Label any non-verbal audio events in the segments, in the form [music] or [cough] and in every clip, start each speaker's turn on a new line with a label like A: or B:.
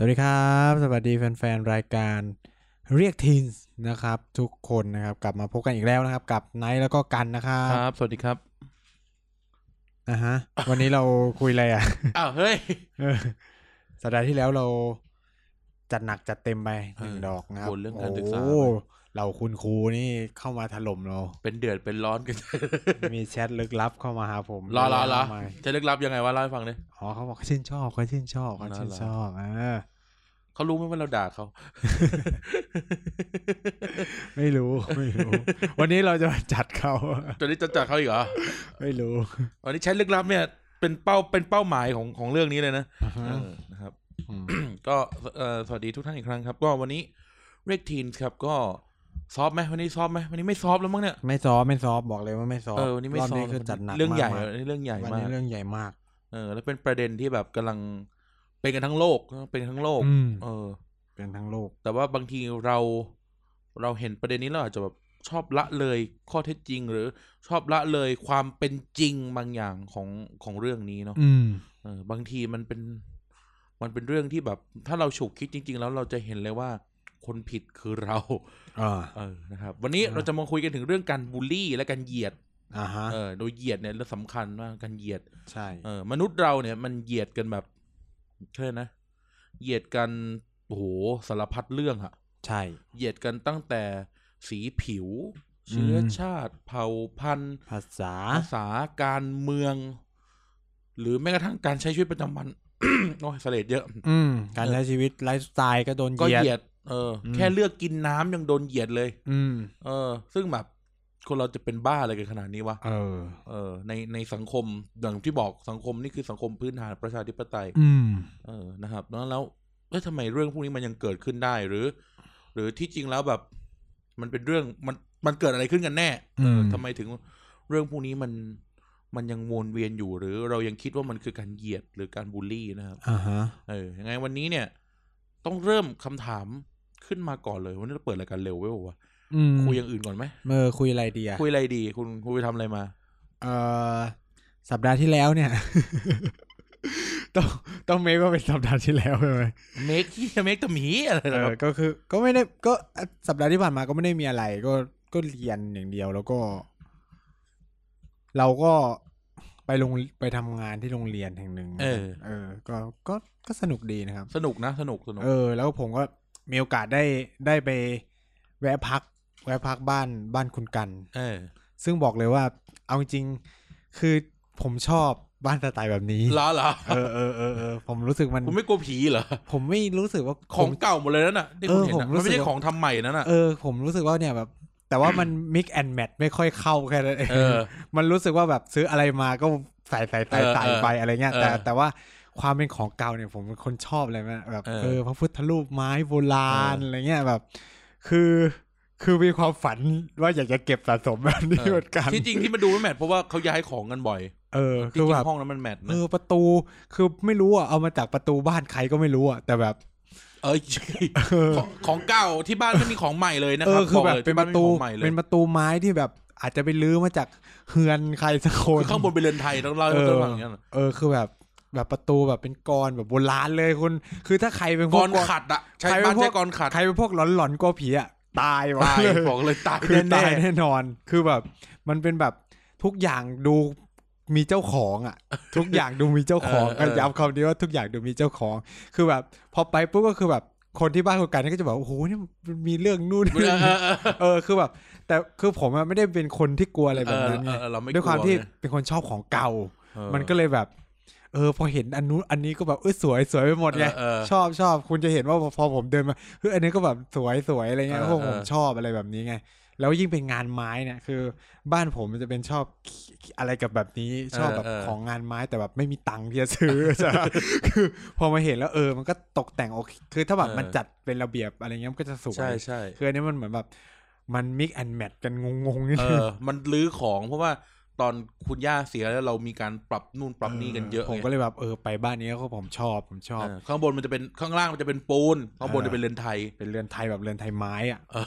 A: วัสดีครับ สวัสดีแฟนๆ รายการเรียกทีนส์นะครับ ทุกคนนะครับ กลับมาพบกันอีกแล้วนะครับ กับไนท์แล้วก็กันนะครั
B: ครับ บ สวัสดีครับ
A: อ่ะฮะ วันนี้เราคุยอะไรอ่ะ [laughs]
B: อ้าว เฮ้ย
A: เออสัปดาห์ที่แล้วเราจัดหนักจัดเต็มไปหนึ่ง
B: เออ
A: ดอกนะครับ
B: วนเรื่องการศึกษา
A: โอ้เราคุณครูนี่เข้ามาถล่มเรา
B: เป็นเดือด เป็นร้อนกัน [laughs]
A: มีแชทลึกลับเข้ามาหาผม
B: รอรอรอ
A: ทำไม
B: จะลึกลับยังไงวะเล่าให้ฟังดิ
A: อ๋อเขาบอกเขาชื่นชอบเขาชื่นชอบเขาชื่นชอบอ่า
B: เขารู้ไหมว่าเราด่าเขา
A: ไม่รู้ไม่รู้
B: [laughs]
A: วันนี้เราจะมาจัดเขา
B: ตอนนี้จะจัดเขาอีกเหรอ
A: ไม่รู้
B: วันนี้แชทลึกลับเนี่ย เป็นเป้า เป็นเป้าหมายของของเรื่องนี้เลยนะเออนะครับ ก็เอ่อสวัสดีทุกท่านอีกครั้งครับ ก็วันนี้เรียกทีนครับ ก็ซอฟต์ไหมวันนี้ซอฟต์ไหมวันนี้ไม่ซอฟต์แล้วมั้งเนี่ย
A: ไม่ซอฟต์ไม่ซอฟต์บอกเลยว่าไม่ซอฟ
B: เอ
A: ต์
B: อ วันนี้ไม่
A: รอบ
B: ซอฟ
A: นี้
B: ต์
A: คือจัดหนัก
B: เรื่องใหญ่
A: มาก
B: วันนี้เรื่องใหญ่
A: ๆวัน
B: มาก
A: นี้เรื่องใหญ่มาก
B: เออ แล้วเป็นประเด็นที่แบบกำลัง เป็นกันทั้งโลก เป็นกันทั้งโลก
A: อืม
B: เออ
A: เป็นทั้งโลก
B: แต่ว่าบางทีเราเราเห็นประเด็นนี้เราอาจจะแบบชอบละเลยข้อเท็จจริง หรือชอบละเลยความเป็นจริงบางอย่างของของเรื่องนี้เนาะ
A: อืม
B: เออบางทีมันเป็น มันเป็นเรื่องที่แบบ ถ้าเราฉุกคิดจริง ๆ แล้วเราจะเห็นเลยว่า คนผิดคือเรา [laughs]
A: อ่า
B: เออนะครับ วันนี้
A: อ่า
B: เราจะมาคุยกันถึงเรื่องการบูลลี่และการเหยียด
A: อ่าฮะ
B: เออโดยเหยียดเนี่ยเรื่องสำคัญมากการเหยียด
A: ใช่
B: เออมนุษย์เราเนี่ยมันเหยียดกันแบบเท่าไหร่นะเหยียดกันโอ้โหสารพัดเรื่องอะ
A: ใช่
B: เหยียดกันตั้งแต่สีผิว เชื้ออ
A: ม
B: ชาติ เผ่าพันธุ์
A: ภาษา
B: ภาษาการเมือง หรือแม้กระทั่งการใช้ชีวิตประจำวัน [coughs] โอ้ยเสลดเยอะ
A: อืม การใช้ชีวิตไลฟ์สไตล์ก็โดน
B: ก็
A: เห
B: เห
A: ยี
B: ยี
A: ยด
B: ยด เอออ
A: ม
B: แค่เลือกกินน้ำยังโดนเหยียดเลย
A: อืม
B: เออ ซึ่งแบบคนเราจะเป็นบ้าอะไรกันขนาดนี้วะ
A: เออ
B: เออ ในในสังคมอย่างที่บอกสังคมนี่คือสังคมพื้นฐานประชาธิปไตย
A: อืม
B: เออ นะครับ แล้วแล้วเอ้ยทำไมเรื่องพวกนี้มันยังเกิดขึ้นได้หรือ หรือที่จริงแล้วแบบ มันเป็นเรื่องมันมันเกิดอะไรขึ้นกันแน่เออ
A: อืม
B: ทำไมถึงเรื่องพวกนี้มันมันยังวนเวียนอยู่หรือเรายังคิดว่ามันคือการเหยียดหรือการบูลลี่นะครับ
A: อ่าฮะ
B: เออยังไงวันนี้เนี่ย ต้องเริ่มคำถามขึ้นมาก่อนเลยวันนี้เราเปิดรายการเร็วไว้บอกว่าว
A: อืม
B: ะคุยอย่างอื่นก่อนไหม
A: เออคุยอะไรดีอะ
B: คุยอะไรดี คุณคุณไปทำอะไรมา
A: เออสัปดาห์ที่แล้วเนี่ย [laughs] ต้องต้องเมคว่าเป็นสัปดาห์ที่แล้วใช่ไหม
B: เมคที่เมคตะหมีอะไร
A: เอ
B: นะ
A: อ
B: ครับ
A: ก็คือก็ไม่ได้ก็สัปดาห์ที่ผ่านมาก็ไม่ได้มีอะไร ก็ก็เรียนอย่างเดียวแล้วก็ เราก็ไปโรงไปทำงานที่โรงเรียนแห่งหนึ่ง
B: เออ
A: เออ ก็ก็ก็สนุกดีนะครับ
B: สนุกนะสนุกสนุก
A: เออ แล้วผมก็มีโอกาสได้ได้ไปแวะพัก แวะพักบ้านบ้านคุณกัน
B: เออ
A: ซึ่งบอกเลยว่า เอาจริงๆคือผมชอบบ้านสไตล์แบบนี้
B: เหรอเหรอ
A: เออเออเออเออผมรู้สึกมัน
B: คุณไม่กลัวผีเหรอ
A: ผมไม่รู้สึกว่า
B: ของ
A: ผม
B: เก่าหมดเลยนั่นน่ะที่คุณเห็น
A: เออผ
B: น่ะ
A: มรู้สึก
B: มันไม่ใช่ของทำใหม่นั่นน่ะ
A: เออผมรู้สึกว่าเนี่ยแบบ แต่ว่า
B: [coughs]
A: มัน mix and match ไม่ค่อยเข้าแค่นั้นเอง
B: เออ
A: [laughs] มันรู้สึกว่าแบบซื้ออะไรมาก็ใส่ใส่ใส่
B: เออ
A: ใส่
B: เออ
A: ไปอะไรเงี้ย
B: เออ
A: แต่แต่ว่าความเป็นของเก่าเนี่ยผมเป็นคนชอบอะไรมากแบบ
B: เออ
A: เออพระพุทธรูปไม้โบราณ
B: เอออ
A: อะไรเงี้ยแบบ คือคือมีความฝันว่าอยากจะเก็บสะสมแบบนี้
B: เออ
A: เหมือนกัน
B: ที่จริงที่มันดูไม่แมทเพราะว่าเขาย้ายของกันบ่อย
A: เออ
B: ที่
A: คือ
B: จริ
A: แบ
B: ง
A: บ
B: ห้องนั้นมันแมท
A: เอ
B: นะ
A: อประตูคือไม่รู้อ่ะเอามาจากประตูบ้านใครก็ไม่รู้อ่ะแต่แบบ
B: เออของของเก่าที่บ้านไม่มีของใหม่เลยนะ
A: เอ
B: ครั
A: อบคือแบบ
B: กลย
A: เป็นประ
B: ที่า
A: ตู
B: ไม่มีของใหม่เลย
A: เป็นประตูไม้ที่แบบอาจจะไปลื้อมาจากเฮือนใครสักคน
B: คือข้างบนเป็นเรือนไทยต้องเล่าให้เพื่อนฟังอย่างเงี้ยน่ะ
A: เออคือแบบแบบประตูแบบเป็นกรแบบโบราณเลยคุณ คือถ้าใครเป็นพ
B: ก
A: ว
B: อก น
A: กลัว
B: ขัดอะใช้
A: ใครเป็
B: บ้าน
A: นพว
B: ใช้
A: ก
B: กอนขัด
A: ใครเป็นพวกหลอนหลอนๆกลัวผีอะตายวะ
B: ตาย
A: เลย
B: บอกเลยตาย
A: คือ
B: แน่
A: ตายแน่นอน คือแบบ มันเป็นแบบทุกอย่างดูมีเจ้าของอะทุกอย่างดูมีเจ้าของก็ย้ำคำนี้ว่าทุกอย่างดูมีเจ้าของ คือแบบ พอไปปุ๊บก็คือแบบคนที่บ้านคนกันก็จะแบบโอ้โหเนี่ยมันมีเรื่องนู่น
B: ๆเออเออเออ
A: เออคือแบบ แต่คือผมอะไม่ได้เป็นคนที่กลัวอะไรแบบนั้นไง
B: เออเออเออเราไม่
A: ด้วยความที่
B: กลัไง
A: เป็นคนชอบของเก่า
B: ออ
A: มันก็เลยแบบ เออ พอเห็นอันนู้นอันนี้ก็แบบเออสวยสวยไปหมดไง
B: เออเออ
A: ชอบชอบคุณจะเห็นว่าพอผมเดินมาเฮ้ยอันนี้ก็แบบสวยสวยอะไรเงี้ย
B: เออ
A: พวกผม
B: เออ
A: ชอบอะไรแบบนี้ไง แล้วยิ่งเป็นงานไม้เนี่ยคือ บ้านผมมันจะเป็นชอบอะไรกับแบบนี้ชอบแบบของงานไม้แต่แบบไม่มีตังค์ที่จะซื้อ [laughs] ใช่ปะคือพอมาเห็นแล้วเออ มันก็ตกแต่งโอเคคือถ้าแบบมันจัดเป็นระเบียบอะไรเงี้ยมันก็จะสวย
B: ใช่ใช่
A: คืออันนี้มันเหมือนแบบ มันมิกแอนแมทกันงงๆนิด
B: เอ
A: นึง
B: อมันลื้อของเพราะว่าตอนคุณย่าเสียแล้วเรามีการปรับนู่นปรับนี่กันเยอะ
A: ผม
B: ไง
A: ก็เลยแบบเออไปบ้านนี้ก็ผมชอบผมชอบ
B: เออข้างบนมันจะเป็นข้างล่างมันจะเป็นปูนข้างบนจะเป็นเรือนไทย
A: เป็นเรือนไทยแบบเรือนไทยไม้อะ
B: เออ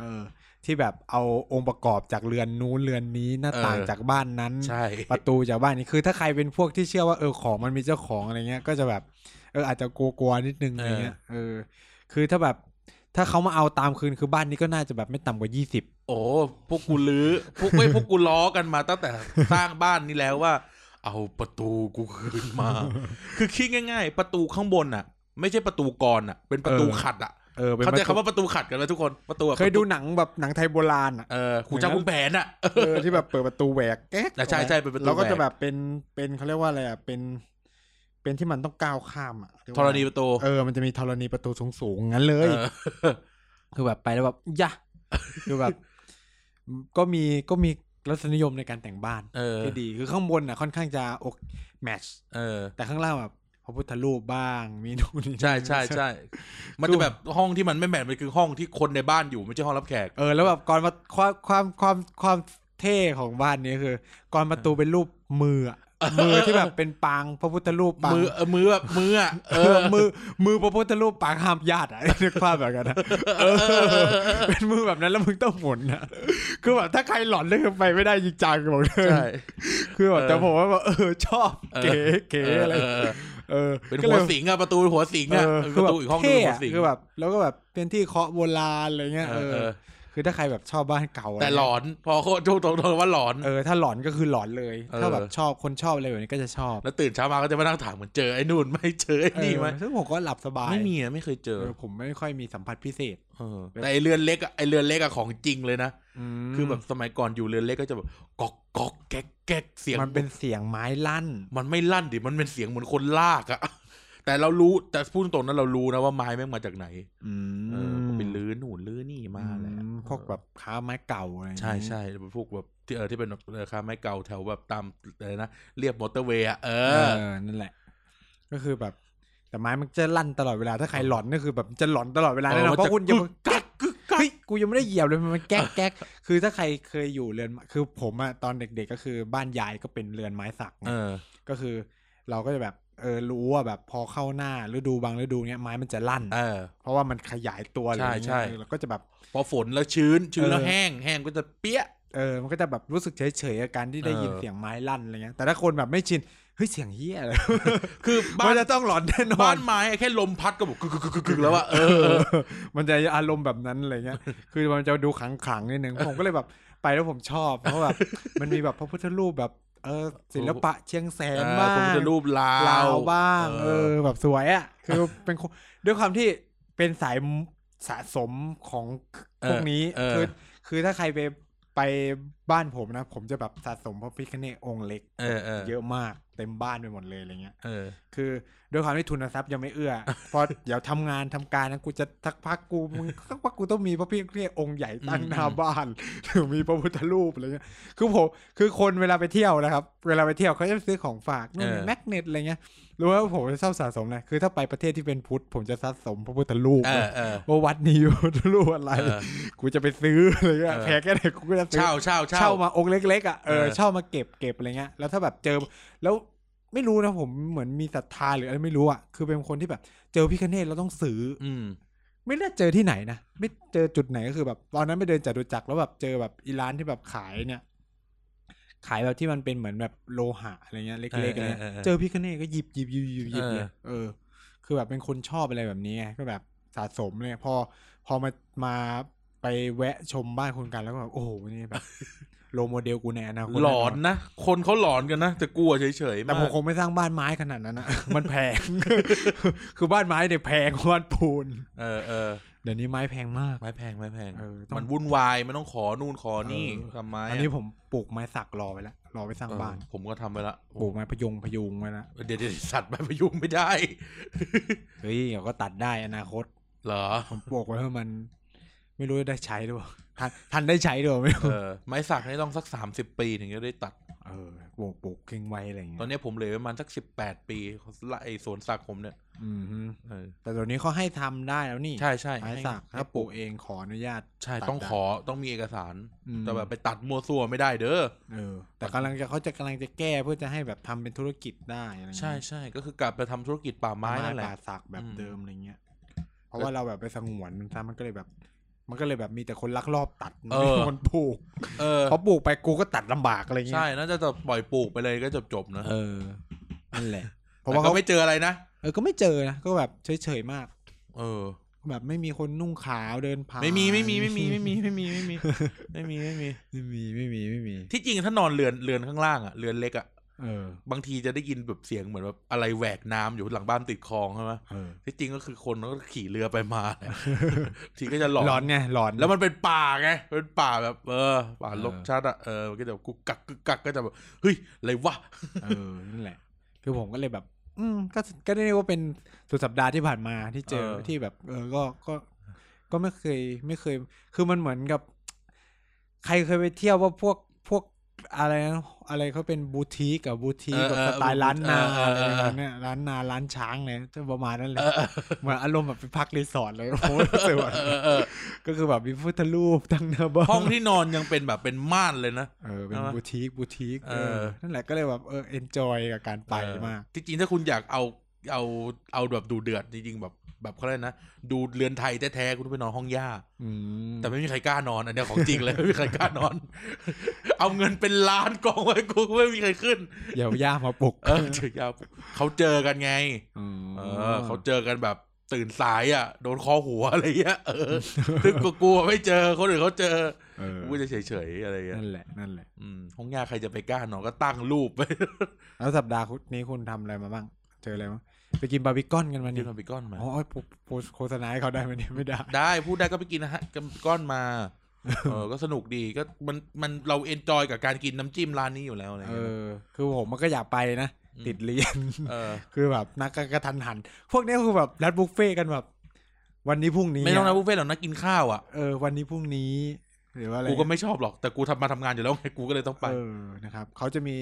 A: เออ ที่แบบเอาองค์ประกอบจากเรือนนู้นเรือนนี้หน้าต่าง
B: เออ
A: จากบ้านนั้น
B: ใช่
A: ประตูจากบ้านนี้คือถ้าใครเป็นพวกที่เชื่อว่าเออของมันมีเจ้าของอะไรเงี้ย ก็จะแบบ เอ ออาจจะกลัวๆนิดนึงอะไรเงี้ย
B: เออ
A: เออ คือถ้าแบบถ้าเขามาเอาตามคืนคือบ้านนี้ก็น่าจะแบบไม่ต่ำกว่ายี่สิบ
B: โอ้พวกกูลือ้อพวกไม่พวกกูล้อกันมาตั้งแต่สร้างบ้านนี้แล้วว่า เอาประตูกูคืน
A: [laughs]
B: มา คือคิดง่าย ๆ ประตูข้างบนน่ะ ไม่ใช่ประตูกรอนน่ะ เป็นประตู
A: เออ
B: ขัดอ่ะ
A: เออเป็น
B: เข้าใจ
A: ประตู
B: คำว่าประตูขัดกันไหมทุกคนประตูอะ
A: เคยดูหนังแบบหนังไทยโบราณอ่ะ
B: เออขู่จ้าคุณแผนอ่ะ
A: เออที่แบบเปิดประตูแหวกแก๊ก
B: อ่ะใช่ใช่เป็นประตู
A: แล้วก็
B: แหวก
A: จะแบบเป็นเป็นเขาเรียกว่าอะไรอ่ะเป็น เป็นที่มันต้องก้าวข้ามอ่ะเยก
B: ธ
A: ว่าร
B: ณีประตู
A: เออมันจะมีธรณีประตูสูงสูงๆงั้นเลย
B: เออ
A: คือแบบไปแล้วแบบยะ คือแบบ ก็มีก็มีรสนิยมในการแต่งบ้าน
B: เออ
A: ที่ดีคือข้างบนอ่ะค่อนข้างจะอกแมทช์
B: เออ
A: แต่ข้างล่างแบบพระพุทธรูปบ้าง มีนู่นนี่
B: ใช่ใช่ใช่ มันจะแบบห้องที่มันไม่แมทมันคือห้องที่คนในบ้านอยู่ไม่ใช่ห้องรับแขก
A: เออแล้วแบบก่อนมาความความความความเท่ของบ้านนี้คือก่อนประตูเป็นรูปมืออะมือที่แบบเป็นปางพระพุทธรูปปาง
B: มือเออมือแบบมืออะเอ
A: เอ
B: อ
A: อมือมือพระพุทธรูปปางห้ามญาติอ่ะ [laughs] นึกภาพแบบกันนะเออ [laughs] เป็นมือแบบนั้นแล้วมึงต้องหมุนนะ [laughs] คือแบบถ้าใครหลอนเรื่องไปไม่ได้จริงจังบอกเลย
B: ใช่
A: คือแบบแต่
B: เออ
A: ผมว่าแบบเออชอบ
B: เออ
A: เก๋เก๋อะไร
B: เออ
A: เออ
B: เป็น
A: ก็
B: หั
A: เล
B: วย สิงอะประตูหัวสิง
A: เอ
B: อะ
A: อ
B: เออป
A: คือ
B: ระ
A: แบ
B: ตู
A: บ
B: อีกห้องหนึ
A: เท่
B: งหัว
A: อะ
B: สิง
A: คือแบบ แล้วก็แบบเป็นที่เคาะโบราณอะไรเงี้ย
B: เอ
A: เอ
B: อเอ
A: อ
B: อ
A: คือถ้าใครแบบชอบบ้านเก่าะไร
B: แต่หลอน พอโคตรตรงๆว่าหลอน
A: เออถ้าหลอนก็คือหลอนเลย
B: เออ
A: ถ้าแบบชอบคนชอบอะไรแบบนี้ก็จะชอบ
B: แล้วตื่นเช้ามาก็จะมานั่งถามเหมือนเจอไอ้นู่นไหม่เจอไอ้นี่ไหม
A: เออซึ่งผมก็หลับสบาย
B: ไม่มีอะไม่เคยเจอ
A: เออผมไม่ค่อยมีสัมผัสพิเศษ
B: เออแต่ไอเรือนเล็กอะไอเรือนเล็กอะของจริงเลยนะ คือแบบสมัยก่อนอยู่เรือนเล็กก็จะแบบก๊อกก๊อกแก๊กแก๊กเสียง
A: มันเป็นเสียงไม้ลั่น
B: มันไม่ลั่นดิ มันเป็นเสียงเหมือนคนลากอะ แต่เรารู้ แต่พูดตรงๆนั้นเรารู้นะว่าไม้แม่งมาจากไหน
A: อื
B: เออก็ไปลื้อหนูนลื้อนี่มาแหละ
A: อืมพวกแบบค้าไม้เก่าอะไรอย่าง
B: ใช่
A: งี้
B: ใช่พวกแบบที่เออที่เป็นแบบราคาไม้เก่าแถวแบบตามอะไรนะ เรียบมอเตอร์เวย์อะเอ
A: เอ
B: อ
A: อ นั่นแหละ ก็คือแบบ แต่ไม้มันจะลั่นตลอดเวลา ถ้าใครหลอนก็คือแบบจะหลอนตลอดเวลา
B: เออ
A: แน่นอนเพ
B: มันจะ
A: ราะคุณยัง
B: กัดกึกกั
A: เฮ้
B: ด
A: ยกูยังไม่ได้เหยียบเลยมันแก๊กแก๊กคือถ้าใครเคยอยู่เรือนไม้คือผมอะตอนเด็ก ๆ ก็คือบ้านยายก็เป็นเรือนไม้สักไง
B: เออ
A: ก็คือ เราก็จะแบบเออรู้ว่าแบบพอเข้าหน้าฤดูบางฤดูเนี้ยไม้มันจะลั่น
B: เออ
A: เพราะว่ามันขยายตัวหรืออะไร
B: ใช่
A: เงี้ย
B: ใช่
A: เออเราก็จะแบบ
B: พอฝนแล้วชื้น ชื้นแล้ว
A: เออ
B: แห้ง แห้งก็จะเปี้ย
A: เออ มันก็จะแบบรู้สึกเฉยๆอาการที่ได้ยิน
B: เออ
A: เสียงไม้ลั่นอะไรเงี้ย แต่ถ้าคนแบบไม่ชิน เฮ้ย เสียงเฮียอะไร
B: คือบ้า
A: มัน
B: น
A: จะต้องหลอนแน่นอ
B: บ้าน นไม้แค่ลมพัดก็บอกกึกกึกกึกกึกกึกแล้วอะเออ
A: เอ [laughs] อ มันจะอารมณ์แบบนั้นอะไร
B: [laughs]
A: เงี้ย คือมันจะดูขลังๆนิดนึง ผมก็เลยแบบไปแล้วผมชอบ เพราะแบบ [laughs] มันมีแบบพระพุทธรูปแบบ เออศิลปะเชียงแสนบ้าง
B: พระพุทธรูปลาว
A: ลาวบ้าง
B: เอ
A: เอ
B: อ
A: อ แบบสวยอ่ะ คือเป็นคนด้วยความที่เป็นสายสะสมของพวกนี้
B: เออเอ
A: คือ อ คือถ้าใครไปไปบ้านผมนะ ผมจะแบบสะสมพระพิคเนตองค์เล็ก
B: เออเออ
A: เยอะมากเต็มบ้านไปหมดเลยอะไรเงี้ย
B: เออ
A: คือด้วยความที่ทุนทรัพย์ยังไม่เอื้
B: [laughs]
A: อ พอเดี๋ยวทำงานทำการนะกูจะทักพักกูมึงสักพักกูต้องมีพระพี่เนี่ยองค์ใหญ่ตั้งหน้า
B: อืม
A: บ้าน
B: [laughs]
A: ถึงมีพระพุทธรูปอะไรเงี้ยคือผมคือคนเวลาไปเที่ยวนะครับ เวลาไปเที่ยวเขาจะซื้อของฝากนู่นนี่แมกเนตอะไรเงี้ยรู้ว่าผมจะชอบสะสมเลยคือถ้าไปประเทศที่เป็นพุทธผมจะสะสมพระพุทธรูป
B: เออเออ
A: [laughs] ว่าวัดนี้พระพุทธรูปอะไร
B: เออ
A: กูจะไปซื้ออะไรเงี้ย
B: เออ
A: แพงแค่ไหนกูก็จะซื้อ
B: เช่าเช่าเช่า
A: เช่ามาองค์เล็กๆอ่ะเออ
B: เออ
A: เช่ามาเก็บเก็บอะไรเงี้ยแล้วถ้าแบบเจอแล้วไม่รู้นะผมเหมือนมีศรัทธาหรืออะไรไม่รู้อ่ะคือเป็นคนที่แบบ เจอพี่คเนตเราต้องซื้อ
B: อืม
A: ไม่ได้เจอที่ไหนนะไม่เจอจุดไหนก็คือแบบตอนนั้นไปเดินจตุจักรแล้วแบบเจอแบบอีร้านที่แบบขายเนี่ย ขายแบบที่มันเป็นเหมือนแบบโลหะอะไรเงี้ยเล็กๆอะไรเงี้ย
B: เออเออเออ
A: เจอพี่คเนตก็หยิบหยิบหยิบหยิบหยิบเลย
B: เออ
A: เออ คือแบบเป็นคนชอบอะไรแบบนี้ไงก็แบบสะสมเลยพอพอมามาไปแวะชมบ้านคุณกันแล้วก็แบบโอ้โหนี่แบบ [laughs] โลโมเดลกูในอนาคต
B: หลอนนะ คนเขาหลอนกันนะ แต่กลัวเฉยๆ
A: แต่
B: มาก
A: ผมคงไม่สร้างบ้านไม้ขนาดนั้นนะ
B: [laughs]
A: มันแพง [laughs] คือบ้านไม้เนี่ยแพงกว่าบ้านปูน
B: เออเออ
A: เดี๋ยวนี้ไม้แพงมาก
B: ไม้แพงไม้แพง
A: เออต้อง
B: มันวุ่นวายมันต้องขอนู่นขอนี่
A: เออ
B: ทำไม้ะ
A: อันนี้ผมปลูกไม้สักรอไว้แล้วรอไว้สร้าง
B: เออ
A: บ้าน
B: ผมก็ทำไปละ
A: ปลูกไม้พะยงพะยุงไว้แล้ว
B: เดี๋ยวเดี๋ยวสัตว์ไม้พยุงไม่ได้
A: เฮ้ยเดี๋ยวก็ตัดได้อนาคต
B: เหรอ
A: ผมปลูกไว้ให้มัน ไม่รู้จะได้ใช้หรือเปล่า [laughs] ทันทันได้ใช้หรือเปล่าไม่รู้
B: เออไม้สักนี่ต้องสักสามสิบปีถึงจะได้ตัด
A: เออปลูกปลูกทิ้งไว้อะไรอย่างเงี้
B: ตอน
A: ย
B: นี้ผมเหลือประมาณสักสิบแปดปีละไอสวนสักผมเนี่ย
A: อืมฮึ
B: เออ
A: แต่ตอนนี้เขาให้ทำได้แล้วนี่
B: ใช่ใช่
A: ไม้
B: ให้
A: สัก
B: ให้
A: ถ้าปลูกเองขออนุญาต
B: ใช่
A: ตัด
B: ต้อง
A: ได้
B: ขอต้องมีเอกสาร
A: อืม
B: แต่แบบไปตัดมัวซั่วไม่ได้เด้อ
A: เออแต่กำลังจะเขาจะกำลังจะแก้เพื่อจะให้แบบทำเป็นธุรกิจได้อะไรเงี้ย
B: ใช่ใช่ก็คือกลับไปทำธุรกิจป่าไม้นั่นแหละ
A: ป่าสักแบบ
B: อืม
A: เดิมอะไรเงี้ย เพราะว่าเราแบบไปสงวนมันซะมันก็เลยแบบ มันก็เลยแบบมีแต่คนลักลอบตัดมันไม่มีคนปลูก
B: เออ
A: เพราะปลูกไปกูก็ตัดลำบากอะไรเงี้
B: ใช่
A: ย
B: น่าจะจะปล่อยปลูกไปเลยก็จบจบๆนะ
A: เออนั่นแหละ พ ราะ
B: แต่
A: ว่า
B: ก็
A: เขา
B: ไม่เจออะไรนะ
A: เออก็ไม่เจอนะก็แบบเฉยๆมาก
B: เออ
A: แบบไม่มีคนนุ่งขาวเดินผ่าน
B: ไม่มีไม่มีไม่
A: [laughs]
B: มีไม่มีไม่มีไม่มีไม่มีไม่มี
A: ไม่มีไม่มีไม่มี
B: ที่จริงถ้านอนเรือนเรือนข้างล่างอะเรือนเล็กอะ
A: เออบ
B: างทีจะได้ยินแบบเสียงเหมือนแบบอะไรแหวกน้ำอยู่หลังบ้านติดคลองใช่ไหม
A: เออ
B: ที่จริงก็คือคนก็ขี่เรือไปมาแหละ [laughs] ทีก็จะหลอน
A: หลอนไงหลอน
B: แล้วมันเป็นป่าไงเป็นป่าแบบ เออป่า
A: เออ
B: ลกชัดอะเออมันก็จะแบบกุกกักกุกกักก็จะแบบเฮ้ยอะไรวะ
A: เออนั่นแหละ [laughs] คือผมก็เลยแบบ อืมก็ก็ได้เรียกว่าเป็นสุดสัปดาห์ที่ผ่านมาที่เจอที่แบบ เออก็ก็ ก็ไม่เคยไม่เคย คือมันเหมือนกับ ใครเคยไปเที่ยวว่าพวกพวกอะไรนะอะไรเขาเป็นบูทีกับบูทีกับสไตล์ร้านนาอะไรแบบนี้ร้านนาร้านช้างเนี่ยประมาณนั้นเลย
B: เออ
A: เหมือนอารมณ์แบบไปพักรีสอร์ทเลยโอ้โหสวย
B: เออเออ
A: ก็คือแบบมีพุทธรูปตั้งหน้าบ้า
B: ห้อง
A: น
B: ที่นอนยังเป็นแบบเป็นม่านเลยนะ
A: เออเป็น
B: ใช่ปะ
A: บูติกบูติก
B: เออ
A: นั่นแหละก็เลยแบบเออเอนจอยกับการไป
B: เออ
A: มาก
B: ที่จริงถ้าคุณอยากเอาเอาเอาแบบดูเดือดจริงๆแบบแบบเขาเรียกนะ ดูเรือนไทยแท้ๆคุณต้องไปนอนห้องย่า
A: อืม
B: แต่ไม่มีใครกล้านอน อันเนี้ยของจริงเลย ไม่มีใครก
A: [laughs]
B: ล้านอน เอาเงินเป็นล้านกองไว้กูก็ไม่มีใครขึ้น
A: เดี๋ยวย่ามาปลุก
B: เออเจอยาวเขาเจอกันไง เออ เขาเจอกันแบบตื่นสายอ่ะ โดนคอหัวอะไรเงี้ยเออซึ่งกูกลัวไม่เจอคนอื่นเขาเจอ
A: เออ
B: กูจะเฉยๆอะไรเงี้ย
A: นั่นแหละนั่นแหละ
B: อืมห้องยาใครจะไปกล้านอนก็ตั้งรูปไป
A: แล้วสัปดาห์นี้คุณทำอะไรมาบ้าง เจออะไรมั้งไปกินบาร์บีคอนกันมา
B: ยื
A: เนี่
B: น
A: ย
B: ทำไปก้อนมา
A: อ๋อโพสโฆษณาให้เขาได้ไหมเนี่ยไม่ได้
B: ได้พูดได้ก็ไปกินนะฮะกับก้อนมา เออ ก็สนุกดีก็มันมันเราเอนจอยกับการกินน้ำจิ้มร้านนี้อยู่แล้วอะไร
A: เอ
B: เงี้ย
A: อ คือผมมันก็อยากไปนะ ติดเรียน [laughs]
B: เออ
A: คือแบบนักกระทันหัน พวกเนี้ยคือแบบรัดบุฟเฟ่กันแบบ วันนี้พรุ่งนี้
B: ไม่ต้องนะบุฟเฟ่ต์หรอกนะกินข้าวอ่ะ
A: เออ วันนี้พรุ่งนี้ หรือว่าอะไร
B: กูก็ไม่ชอบหรอก แต่กูทำมาทำงานอยู่แล้วไงกูก็เลยต้องไป
A: เออ นะครับ เขาจะมี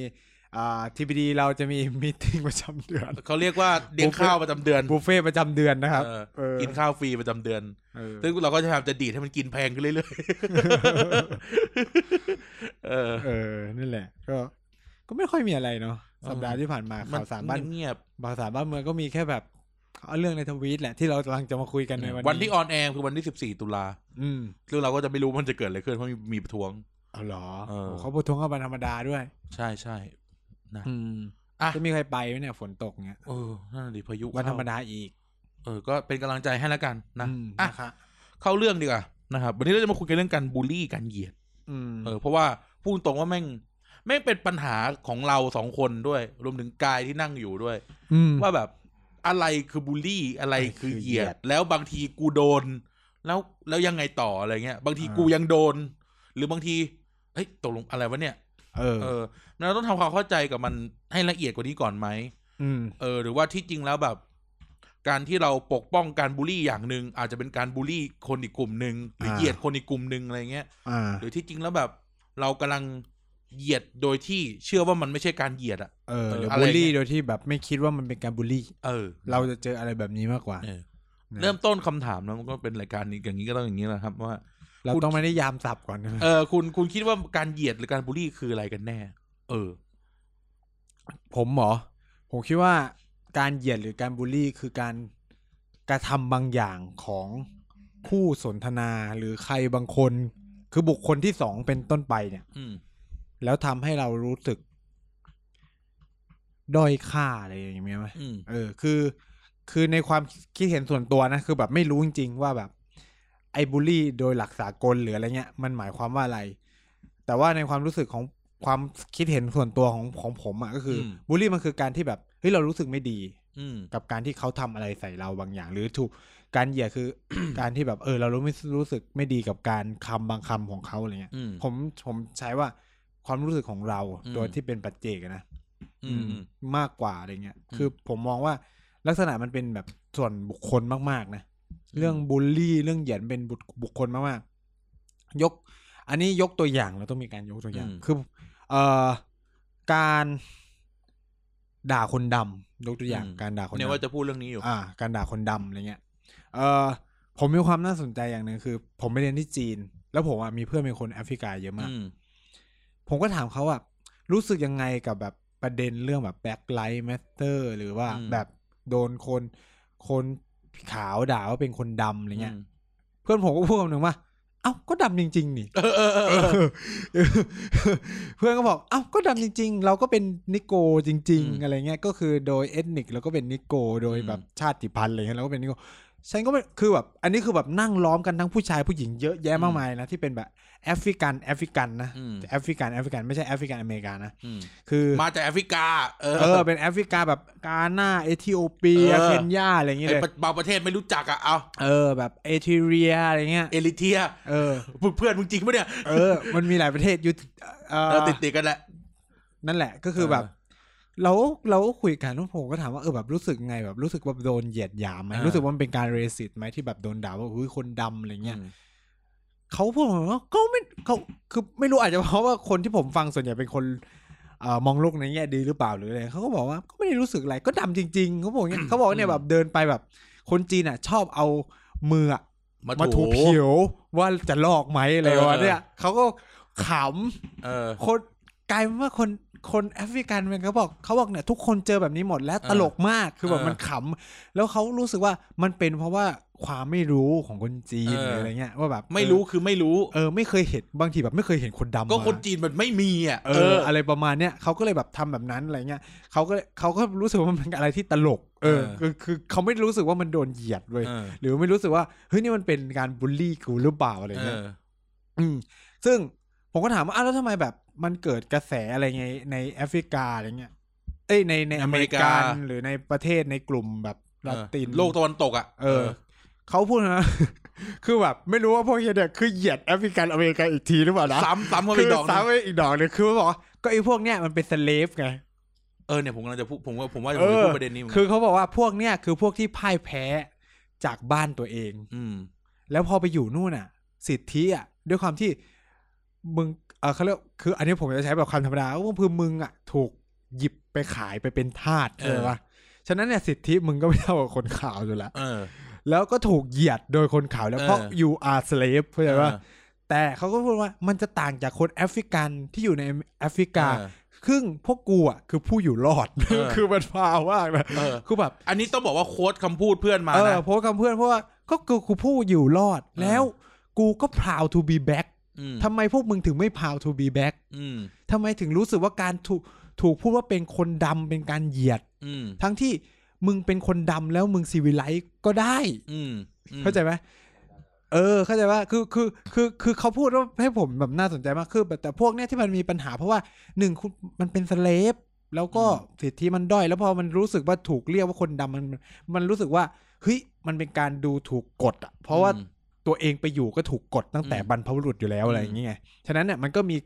A: อ่า ทีพีดีเราจะมี [laughs] มีติ้งประจำเดือน
B: เขาเรียกว่าเลี้ยงข้าวประจำเดือน
A: บุฟเฟ่ต์ประจำเดือนนะครับ
B: เออ
A: เออ
B: กินข้าวฟรีประจำเดือน
A: เออ
B: ซึ่งเราก็จะพยายามจะดีดให้มันกินแพงขึ้น
A: [laughs]
B: เรื่อยๆ เออ
A: เออ นั่นแหละ ก็ ก็ไม่ค่อยมีอะไรเนาะ สัปดาห์ที่ผ่านมาข่าวสารบ้าน
B: เงียบ
A: ข่าวสารบ้านเมืองก็มีแค่แบบเอาเรื่องในทวีตแหละที่เรากำลังจะมาคุยกันในวัน
B: วันที่ออนแอร์คือวันที่สิบสี่ตุลา
A: อืม
B: ซึ่งเราก็จะไม่รู้มันจะเกิดอะไรขึ้นเพราะมีมีประท้วง
A: เอาเหรอ
B: เออ
A: โอ้เขาประท้วงกันเป็นธรรมดาด้วย
B: ใช่ใช่
A: อืม
B: อ่ะ
A: จะมีใครไปไหมเนี่ย ฝนตกเงี้ย
B: เออนั่นนะดิพายุ
A: วันธรรม
B: เข้
A: ดาอีก
B: าเออ ก็เป็นกำลังใจให้แล้วกันนะ
A: อืม
B: อ่ะ
A: นะคะ
B: เข้าเรื่องดีกว่านะครับวันนี้เราจะมาคุยกันเรื่องการบูลลี่การเหยียด
A: อืม
B: เออเพราะว่าพูดตรงว่าแม่งแม่งเป็นปัญหาของเราสองคนด้วย รวมถึงกายที่นั่งอยู่ด้วย
A: ม
B: ว่าแบบอะไรคือบูลลี่อะไรคือเหยีย
A: เหยีย
B: ด
A: ด
B: แล้วบางทีกูโดน แล้วแล้วยังไงต่ออะไรเงี้ย บางที
A: อ่ากู
B: กูยังโดน หรือบางทีเอ้ยตกลงอะไรวะเนี่ย
A: เออ
B: เออเราต้องทำความเข้าใจกับมันให้ละเอียดกว่านี้ก่อนไหม
A: อืม
B: เออ หรือว่าที่จริงแล้วแบบ การที่เราปกป้องการบูลลี่อย่างหนึ่งอาจจะเป็นการบูลลี่คนอีกกลุ่มหนึ่งหรืออา เหยียดคนอีกกลุ่มหนึ่งอะไรเงี้ย
A: อ่า
B: หรือที่จริงแล้วแบบเรากำลังเหยียดโดยที่เชื่อว่ามันไม่ใช่การเหยียดอะ
A: เออ
B: หรืออะไร
A: บูลลี่
B: เงี้ย
A: โดยที่แบบไม่คิดว่ามันเป็นการบูลลี่
B: เออ
A: เราจะเจออะไรแบบนี้มากกว่า
B: เออ
A: นะ
B: เริ่มต้นคำถามนะมันก็เป็นรายการนี้อย่างนี้ก็ต้องอย่างนี้แหละครับ
A: [laughs]
B: ว่า
A: เราต้องไม่ได้ยามสับก่อนนะ
B: เออคุณคุณคิดว่าการเหยียดหรือการบูลลี่คืออะไรกันแน่ เออ
A: ผมเหรอ ผมคิดว่าการเหยียดหรือการบูลลี่คือการกระทำบางอย่างของคู่สนทนาหรือใครบางคน คือบุคคลที่สองเป็นต้นไปเนี่ย
B: อืม
A: แล้วทำให้เรารู้สึก ด้อยค่าอะไรอย่างเงี้ยไหม
B: อืม
A: เออคือคือในความคิดเห็นส่วนตัวนะ คือแบบไม่รู้จริง ๆ ว่าแบบไอ้บูลลี่โดยหลักสากลหรืออะไรเงี้ย มันหมายความว่าอะไร แต่ว่าในความรู้สึกของความคิดเห็นส่วนตัวของของผมอะ่ะก็คืออ
B: ม
A: บูลลี่มันคือการที่แบบเฮ้ยเรารู้สึกไม่ดี
B: อืม
A: กับการที่เขาทำอะไรใส่เราบางอย่าง หรือถูกการเหยียดคือ [coughs] การที่แบบเออ เรารู้ไม่รู้สึกไม่ดีกับการคำบางคำของเขาอะไรเงี้ย
B: อืม
A: ผมผมใช้ว่าความรู้สึกของเรา
B: อืม
A: ตัวที่เป็นปัจเจกอะนะ
B: อืม
A: มากกว่าอะไรเงี้ย
B: อืม
A: คือผมมองว่าลักษณะมันเป็นแบบส่วนบุคคลมากๆนะ เรื่องบูลลี่เรื่องเหยียดเป็นบุคบุคคลมากๆ ยก อันนี้ยกตัวอย่างเราต้องมีการยกตัวอย่าง
B: อืม
A: คือเอ่อการด่าคนดำยกตัวอย่างการด่าคน
B: เนี่ย
A: ดำ
B: ว่าจะพูดเรื่องนี้อยู่
A: อ่าการด่าคนดำอะไรเงี้ย เออผมมีความน่าสนใจอย่างหนึ่งคือ ผมไปเรียนที่จีน แล้วผมอ่ะมีเพื่อนเป็นคนแอฟริกาเยอะมาก
B: อืม
A: ผมก็ถามเขาว่ารู้สึกยังไงกับแบบประเด็นเรื่องแบบแบ็คไลท์แมสเตอร์หรือว่า
B: อืม
A: แบบโดนคนคนขาวด่าว่าเป็นคนดำอะไรเงี้ย
B: อืม
A: เพื่อนผมก็พูดคำหนึ่งว่า เอ้าก็ดำจริง
B: [laughs]
A: ๆ นี่
B: เออเออเออเออ
A: เพื่อนก็บอกเอ้าก็ดำจริง ๆ เราก็เป็นนิโกจริง
B: อืม
A: ๆ อะไรเงี้ยก็คือโดยเอทนิกเราก็เป็นนิโกโดยแบบชาติพันธุ์อะไรเงี้ยเราก็เป็นนิโกฉันก็ไม่คือแบบ อันนี้คือแบบนั่งล้อมกันทั้งผู้ชายผู้หญิงเยอะแยะมากมายนะที่เป็นแบบแอฟริกันแอฟริกันนะ
B: อืม
A: แต่แอฟริกันแอฟริกันไม่ใช่แอฟริกันอเมริกันนะ
B: อืม
A: คือ
B: มาจากแอฟริกา เออ
A: เออเป็นแอฟริกาแบบกาหน้าเอธิโอเปีย
B: เออ
A: เคนยาอะไรอย่างเงี้ย
B: ไอ้
A: เลย
B: ประบางประเทศไม่รู้จักอ่ะ เอา
A: เออแบบเอธิเรียอะไรเงี้ย
B: เอริเทีย [laughs]
A: เออ
B: มึงเพื่อนมึงจริงปะเนี่ย
A: เออ มันมีหลายประเทศอยู่เออ
B: เออติดติดกันแหละ
A: นั่นแหละก็คือแบบ เราเราก็คุยกันแล้วผมก็ถามว่าเออแบบรู้สึกไงแบบรู้สึกว่าโดนเหยียดหยามไหม
B: อ่ารู้
A: รู้สึกว่ามันเป็นการเรสิตไหมที่แบบโดนด่าว่าอุ้ยคนดำอะไรเงี้ย
B: อืม
A: เขาพูดมาว่าก็ไม่เขาคือไม่รู้อาจจะเพราะว่าคนที่ผมฟังส่วนใหญ่เป็นคนเอ่อมองโลกในแง่ดีหรือเปล่าหรืออะไรเขาก็บอกว่าก็ไม่ได้รู้สึกอะไรก็ดำจริง ๆเขาบอกอย่างเงี้ยเขาบอกว่าเนี่ยแบบเดินไปแบบ คนจีนอ่ะ ชอบเอามืออะ
B: มา
A: มาถู
B: ถู
A: ผิวว่าจะลอกไหมอะไร
B: เอ
A: วะ
B: อ
A: เนี่ยเขาก็ข
B: เออ
A: ำคนกลายเป็นว่าคนคนแอฟริกันมันเขาบอกเขาบอกเนี่ยทุกคนเจอแบบนี้หมดแล้ว
B: เออ
A: ตลกมากคือแบบ
B: เออ
A: มันขำแล้วเขารู้สึกว่ามันเป็นเพราะว่าความไม่รู้ของคนจีน
B: เออ
A: หรืออะไรเงี้ยว่าแบบ
B: ไม่รู้คือไม่รู้
A: เออไม่เคยเห็นบางทีแบบไม่เคยเห็นคนดำ
B: ก็คน
A: มา
B: จีนมันไม่มีอ่ะ
A: เอออะไรประมาณเนี้ยเขาก็เลยแบบทำแบบนั้นอะไรเงี้ยเขาก็เขาก็รู้สึกว่ามันเป็นอะไรที่ตลก เออ
B: เอ
A: คือ
B: อ
A: คือเขาไม่รู้สึกว่ามันโดนเหยียดเลย
B: เออ
A: หรือไม่รู้สึกว่าเฮ้ยนี่มันเป็นการบูลลี่กูหรือเปล่าอะไร
B: เอ
A: เงี้ย
B: อ
A: อืมซึ่งผมก็ถามว่าอ้าวแล้วทำไมแบบมันเกิดกระแสอะไรไงในแอฟริกาอะไรเงี้ยเอ้ยในในอเมริ
B: อเมริ
A: กาก
B: า
A: หรือในประเทศในกลุ่มแบบลาติน
B: โลกตะวันตกอ่ะ
A: เออ เขาพูดนะ [laughs] คือแบบไม่รู้ว่าพวกเฮียเนี่ยคือเหยียดแอฟริกันอเมริกันอีกทีหรือเปล่านะ
B: ซ้ำซ้ำก็
A: คื
B: ไม่
A: อ
B: ดอกหนึ่ง
A: ซ้ำไปอีกดอกหนึงคือมันบอกว่าก็ไอ้พวกเนี้ยมันเป็นสเลฟไง
B: เออเนี่ยผมกำลังจะพูดผมว่าผมว่าจะ
A: เออ
B: พูดประเด็นนี้เหมือนกัน
A: คือเขาบอกว่าพวกเนี้ยคือพวกที่พ่ายแพ้จากบ้านตัวเอง
B: ม
A: แล้วพอไปอยู่นู่นอ่ะ สิทธิอ่ะ ด้วยความที่มึงเออเขาเรียกคือ อันนี้ผมจะใช้แบบคำธรรมดาก็คือมึงอ่ะ ถูกหยิบไปขายไปเป็นทาสเออวะฉะนั้นเนี่ยสิทธิมึงก็ไม่เท่ากับคนขาวอยู่แล้ว
B: เออ
A: แล้วก็ถูกเหยียดโดยคนขาวแล้วเพราะ
B: เออ
A: you are slave เข้าใจปะ
B: เออ
A: แต่เขาก็พูดว่ามันจะต่างจากคนแอฟริกันที่อยู่ในแอฟริกา
B: เออ
A: ครึ่งพวกกูอ่ะคือผู้อยู่รอด
B: เออ
A: คือมันพาวากนะ
B: เออ
A: คือแบบ
B: อันนี้ต้องบอกว่าโค้ดคำพูดเพื่อนมา
A: เออ
B: นะ
A: โพสต์คำเพื่อนเพราะว่าก็คือกูผู้อยู่รอด
B: ออ
A: แล้ว กูก็ proud to be back
B: อืม
A: ทำไมพวกมึงถึงไม่ proud to be back
B: อืม
A: ทำไมถึงรู้สึกว่าการถูกถูกพูดว่าเป็นคนดำเป็นการเหยียด
B: อืม
A: ทั้งที่มึงเป็นคนดำแล้วมึงซีวิไลซ์ก็ได้
B: อืมอืม
A: เข้าใจไหมเออ เข้าใจว่าคือคือคือคือเขาพูดว่าให้ผมแบบน่าสนใจมากคือแต่แต่พวกเนี้ยที่มันมีปัญหาเพราะว่าหนึ่งคุณมันเป็นสเลฟแล้วก็สิทธิมันด้อย แล้วพอมันรู้สึกว่าถูกเรียกว่าคนดำมันมันมันรู้สึกว่าเฮ้ยมันเป็นการดูถูกกฎอ่ะเพราะว่า
B: อืม
A: ตัวเองไปอยู่ก็ถูกกดตั้งแต่
B: อืม
A: บรรพบุรุษอยู่แล้วอะไรอย่างเงี้ยฉะนั้นเนี่ยมันก็มี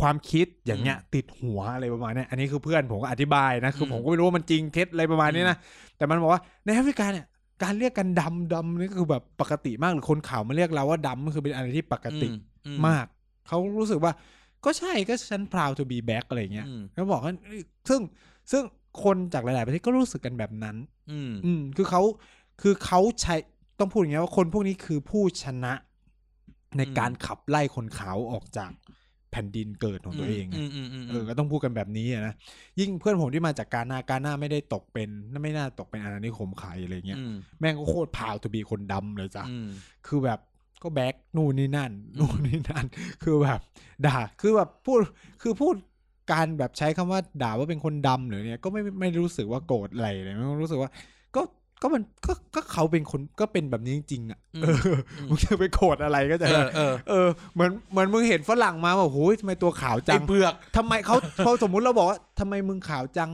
A: ความคิดอย่างเงี้ย ติดหัวอะไรประมาณเนี้ยอันนี้คือเพื่อนผมก็อธิบายนะคืออ
B: ม
A: ผมก็ไม่รู้ว่ามันจริงเท็จอะไรประมาณนี้นะ แต่มันบอกว่าในแอฟริกาเนี่ยการเรียกกันดำดำนี่คือแบบปกติมากหรือคนขาวมาเรียกเราว่าดำมันคือเป็นอะไรที่ปกติ
B: อื
A: มาก เขารู้สึกว่า ก็ใช่ก็ฉัน proud to be back อะไรเงี้ย
B: อืม
A: แล้วบอกว่าเอ้ยซึ่งซึ่งคนจากหลาย ๆ ประเทศก็รู้สึกกันแบบนั้น
B: อืม
A: อืมคือเขาคือเขาใช้ต้องพูดอย่างเงี้ยว่าคนพวกนี้คือผู้ชนะ ในการขับไล่คนขาวออกจากแผ่นดินเกิดของตัวเองไง
B: มมมม
A: เออ ก็ต้องพูดกันแบบนี้อะนะ ยิ่งเพื่อนผมที่มาจากกาหน้ากาหน้าไม่ได้ตกเป็น ไม่น่าตกเป็นอาณานิคมใครอะไรเงี้ย
B: อืม
A: แม่งก็โคตรพาวทบีคนดำเลยจ้ะ
B: อืม
A: คือแบบก็แบกนู่นนี่นั่น นู่นนี่นั่น [laughs] คือแบบ ด่า คือแบบพูด คือพูดการแบบใช้คำว่าด่าว่าเป็นคนดำหรือเนี่ย ก็ไม่ไม่รู้สึกว่าโกรธอะไรเลย ไม่รู้สึกว่า ก็ ก็มัน ก็ ก็เขาเป็นคน ก็เป็นแบบนี้จริงๆอ่ะ
B: อืม
A: เออ มึงจะไปโกรธอะไรก็จะ
B: เออเออ
A: เออ เหมือน เหมือนมึงเห็นฝรั่งมาแบบโอ้ยทำไมตัวขาวจั
B: ไอ้
A: ง
B: เผือก
A: ทำไมเขา พอสมมุติเราบอกว่าทำไมมึงขาวจัง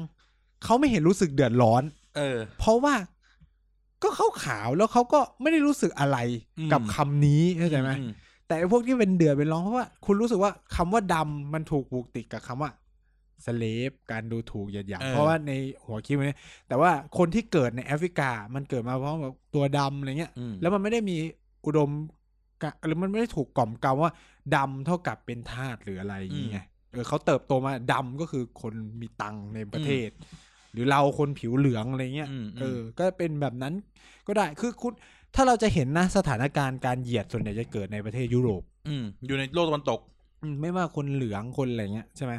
A: เขาไม่เห็นรู้สึกเดือดร้อน
B: เออ
A: เพราะว่าก็เขาขาวแล้วเขาก็ไม่ได้รู้สึกอะไร
B: อืม
A: กับคำนี้เข้าใจไหม
B: อื
A: แต่ไอ้พวกที่เป็นเดือดเป็นร้อนเพราะว่าคุณรู้สึกว่าคำว่าดำมันถูกผูกติดกับคำว่าสเลฟการดูถูกเหยียดหยามเพราะว่าในหัวคิดมันเนี่ยแต่ว่าคนที่เกิดในแอฟริกามันเกิดมาเพราะแบบตัวดำอะไรเงี้ย
B: อืม
A: แล้วมันไม่ได้มีอุดมกะหรือมันไม่ได้ถูกกล่อมเกลาว่าดำเท่ากับเป็นทาสหรืออะไรอย่างเงี้ยเออเขาเติบโตมาดำก็คือคนมีตังค์ในประเทศ หรือเราคนผิวเหลืองอะไรเงี้ย
B: มม
A: เออ ก็เป็นแบบนั้นก็ได้ คือคุณ ถ้าเราจะเห็นนะสถานการณ์การเหยียดส่วนใหญ่จะเกิดในประเทศยุโรป
B: อืมอยู่ในโลกตะวันตก
A: อืมไม่ว่าคนเหลืองคนอะไรเงี้ยใช่ไหม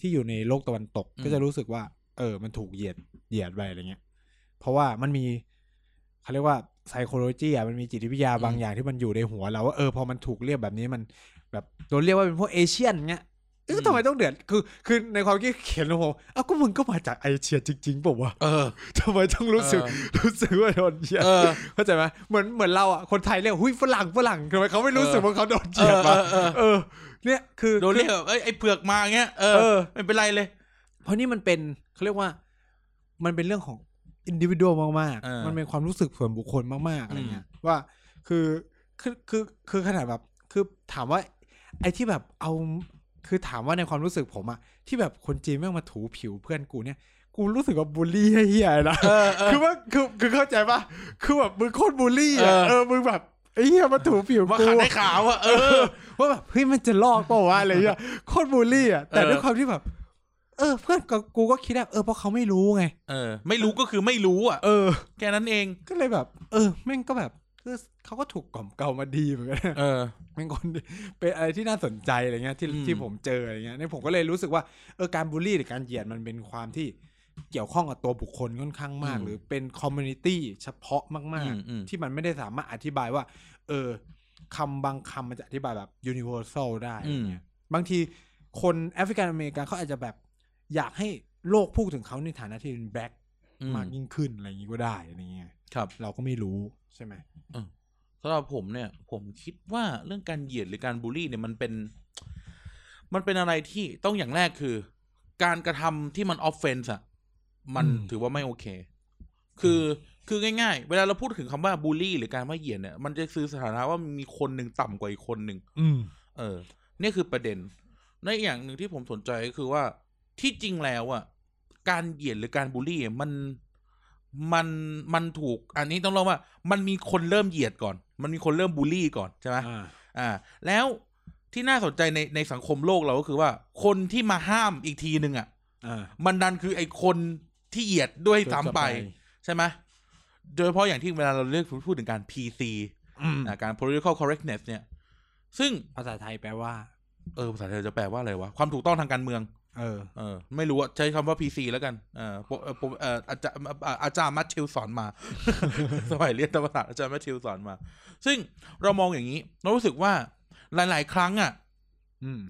A: ที่อยู่ในโลกตะวันตก
B: อืม
A: ก็จะรู้สึกว่า เออ มันถูกเหยียดเหยียดไปอะไรเงี้ย เพราะว่ามันมีเขาเรียกว่า ไซโคโลจีอ่ะมันมีจิตวิทยาบางอย่างที่มันอยู่ในหัวเราว่าเออพอมันถูกเรียกแบบนี้มันแบบโดนเรียกว่าเป็นพวกเอเชียนเงี้ยเออทำไมต้องเดือดคือคือในความคิดเขียนของผมเอ้าก็มึงก็มาจากเอเชียจริงๆเปล่าวะ
B: เออ
A: [laughs] ทำไมต้องรู้สึก
B: เออ
A: รู้สึกว่าโดนเหยียด
B: เออ
A: เข้าใจไหมเหมือนเหมือนเราอ่ะคนไทยเรียกหุ้ยฝรั่งฝรั่งทำไมเขาไม่รู้สึก
B: เออ
A: ว่าเขาโดนเห
B: เอ
A: ยียด
B: อเอ
A: วะ
B: อเออ
A: เออ เนี่ยคือ
B: โดนเรียกแบบเอ้ยไอ้เผือกมาเงี้ยเออ
A: เออ
B: ไม่เป็นไรเลย
A: เพราะนี่มันเป็นเขาเรียกว่า มันเป็นเรื่องของอินดิวิวดมาก
B: เออ
A: ๆ มันเป็นความรู้สึกส่วนบุคคลมากๆอะไรเงี้ย
B: อืม
A: ว่าคือคือคือคือขนาดแบบ คือถามว่า ไอ้ที่แบบเอาคือถามว่าในความรู้สึกผมอะที่แบบคนจีนแม่งมาถูผิวเพื่อนกูเนี่ย กูรู้สึกว่าบูลลี่เฮียๆนะ
B: เออเออ
A: คือว่าคือคือเข้าใจปะคือแบบมึงโคตรบูลลี่อะ
B: เออ
A: เออมึงแบบไอ้เฮียมาถูผิว
B: มา
A: กู
B: ขัดให้ขาวอ่ะเออ
A: ว่าแบบเฮ้ยมันจะลอกเปล่าวะอะไรเงี้ยโคตรบูลลี่อ่ะแต่
B: เออ
A: ด้วยความที่แบบ เออ เพื่อนกับกูก็คิดว่าเออเพราะเขาไม่รู้ไง
B: เออ ไม่รู้ก็คือไม่รู้อ่ะ
A: เออ
B: แค่นั้นเอง
A: ก็เลยแบบ เออ แม่งก็แบบเออเขาก็ถูกกล่อมเกลามาดีเหมือนกันนะ [laughs]
B: เออ
A: แม่งคนเป็นอะไรที่น่าสนใจอะไรเงี้ยที่
B: อืม
A: ที่ผมเจออะไรเงี้ยเนี่ยผมก็เลยรู้สึกว่าเออการบูลลี่หรือการเหยียดมันเป็นความที่เกี่ยวข้องกับตัวบุคคลค่อนข้างมาก หรือเป็นคอมมูนิตี้เฉพาะมาก
B: อื
A: ๆ
B: มอืม
A: ที่มันไม่ได้สามารถอธิบายว่า เออคำบางคำมันจะอธิบายแบบ universal ได้
B: อืม
A: อะไรเงี้ยบางทีคนแอฟริกันอเมริกันเขาอาจจะแบบ อยากให้โลกพูดถึงเขาในฐานะที่เป็นแบล็ก
B: อื
A: มากยิ่งขึ้นอะไรอย่างงี้ก็ได้อะไรเงี้ย
B: ครับ
A: เราก็ไม่รู้ใช่ไหม
B: สำหรับผมเนี่ยผมคิดว่าเรื่องการเหยียดหรือการบูลลี่เนี่ยมันเป็น มันเป็นอะไรที่ต้องอย่างแรกคือ การกระทำที่มันออฟเฟนส์อ่ะ มันถือว่าไม่โอเค คือคือง่าย ๆ เวลาเราพูดถึงคำว่าบูลลี่หรือการว่าเหยียดเนี่ยมันจะสื่อสถานะว่ามีคนหนึ่งต่ำกว่าอีกคนหนึ่ง
A: อืม
B: เออเนี่ยคือประเด็น ในอีกอย่างหนึ่งที่ผมสนใจก็คือว่าที่จริงแล้วอ่ะการเหยียดหรือการบูลลี่อะมันมันมันถูก อันนี้ต้องเล่าว่า มันมีคนเริ่มเหยียดก่อน มันมีคนเริ่มบูลลี่ก่อนใช่ไหม
A: อ่า
B: อ่า แล้วที่น่าสนใจในในสังคมโลกเราก็คือว่า คนที่มาห้ามอีกทีหนึ่งอ่ะ
A: อ่า
B: มันดันคือไอ้คนที่เหยียดด้วยซ้ำไป ใช่ไหมโดยเฉพาะอย่างที่เวลาเราเรียกพูดถึงการ PC
A: อืม
B: อ่ะการ political correctness เนี่ย ซึ่ง
A: ภาษาไทยแปลว่า
B: เออภาษาไทยจะแปลว่าอะไรวะ ความถูกต้องทางการเมือง
A: เออ
B: เออ ไม่รู้อะใช้คำว่า PC แล้วกันเออผมเออผมเอ่ออาจารย์อ่าอาจารย์มัทธิวสอนมา [laughs] สมัยเรียนธรรมศาสตร์อาจารย์มัทธิวสอนมา ซึ่งเรามองอย่างนี้ เรารู้สึกว่าหลาย ๆ ครั้งอ่ะ
A: อืม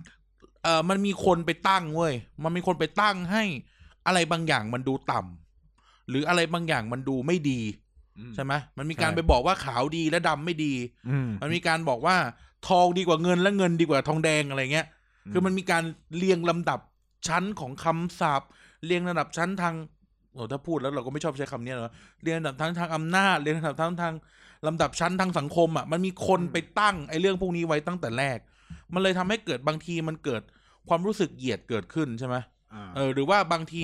B: เออมันมีคนไปตั้งเว้ยมันมีคนไปตั้งให้อะไรบางอย่างมันดูต่ำหรืออะไรบางอย่างมันดูไม่ดี ใช่ไหมมันมีการ
A: ใช่
B: ไปบอกว่าขาวดีและดำไม่ดี
A: อืม
B: มันมีการบอกว่าทองดีกว่าเงินและเงินดีกว่าทองแดงอะไรเงี้ย
A: อืม
B: คือมันมีการเรียงลำดับชั้นของคำศัพท์ เรียงลำดับชั้นทางโอ้ถ้าพูดแล้วเราก็ไม่ชอบใช้คำเนี้ยเนอะเรียงลำดับทั้งทางอำนาจ เรียงลำดับทั้งทางลำดับชั้นทางสังคมอ่ะ มันมีคนไปตั้งไอ้เรื่องพวกนี้ไว้ตั้งแต่แรก มันเลยทำให้เกิดบางทีมันเกิดความรู้สึกเหยียดเกิดขึ้นใช่ไหม
A: อ่า
B: เออหรือว่าบางที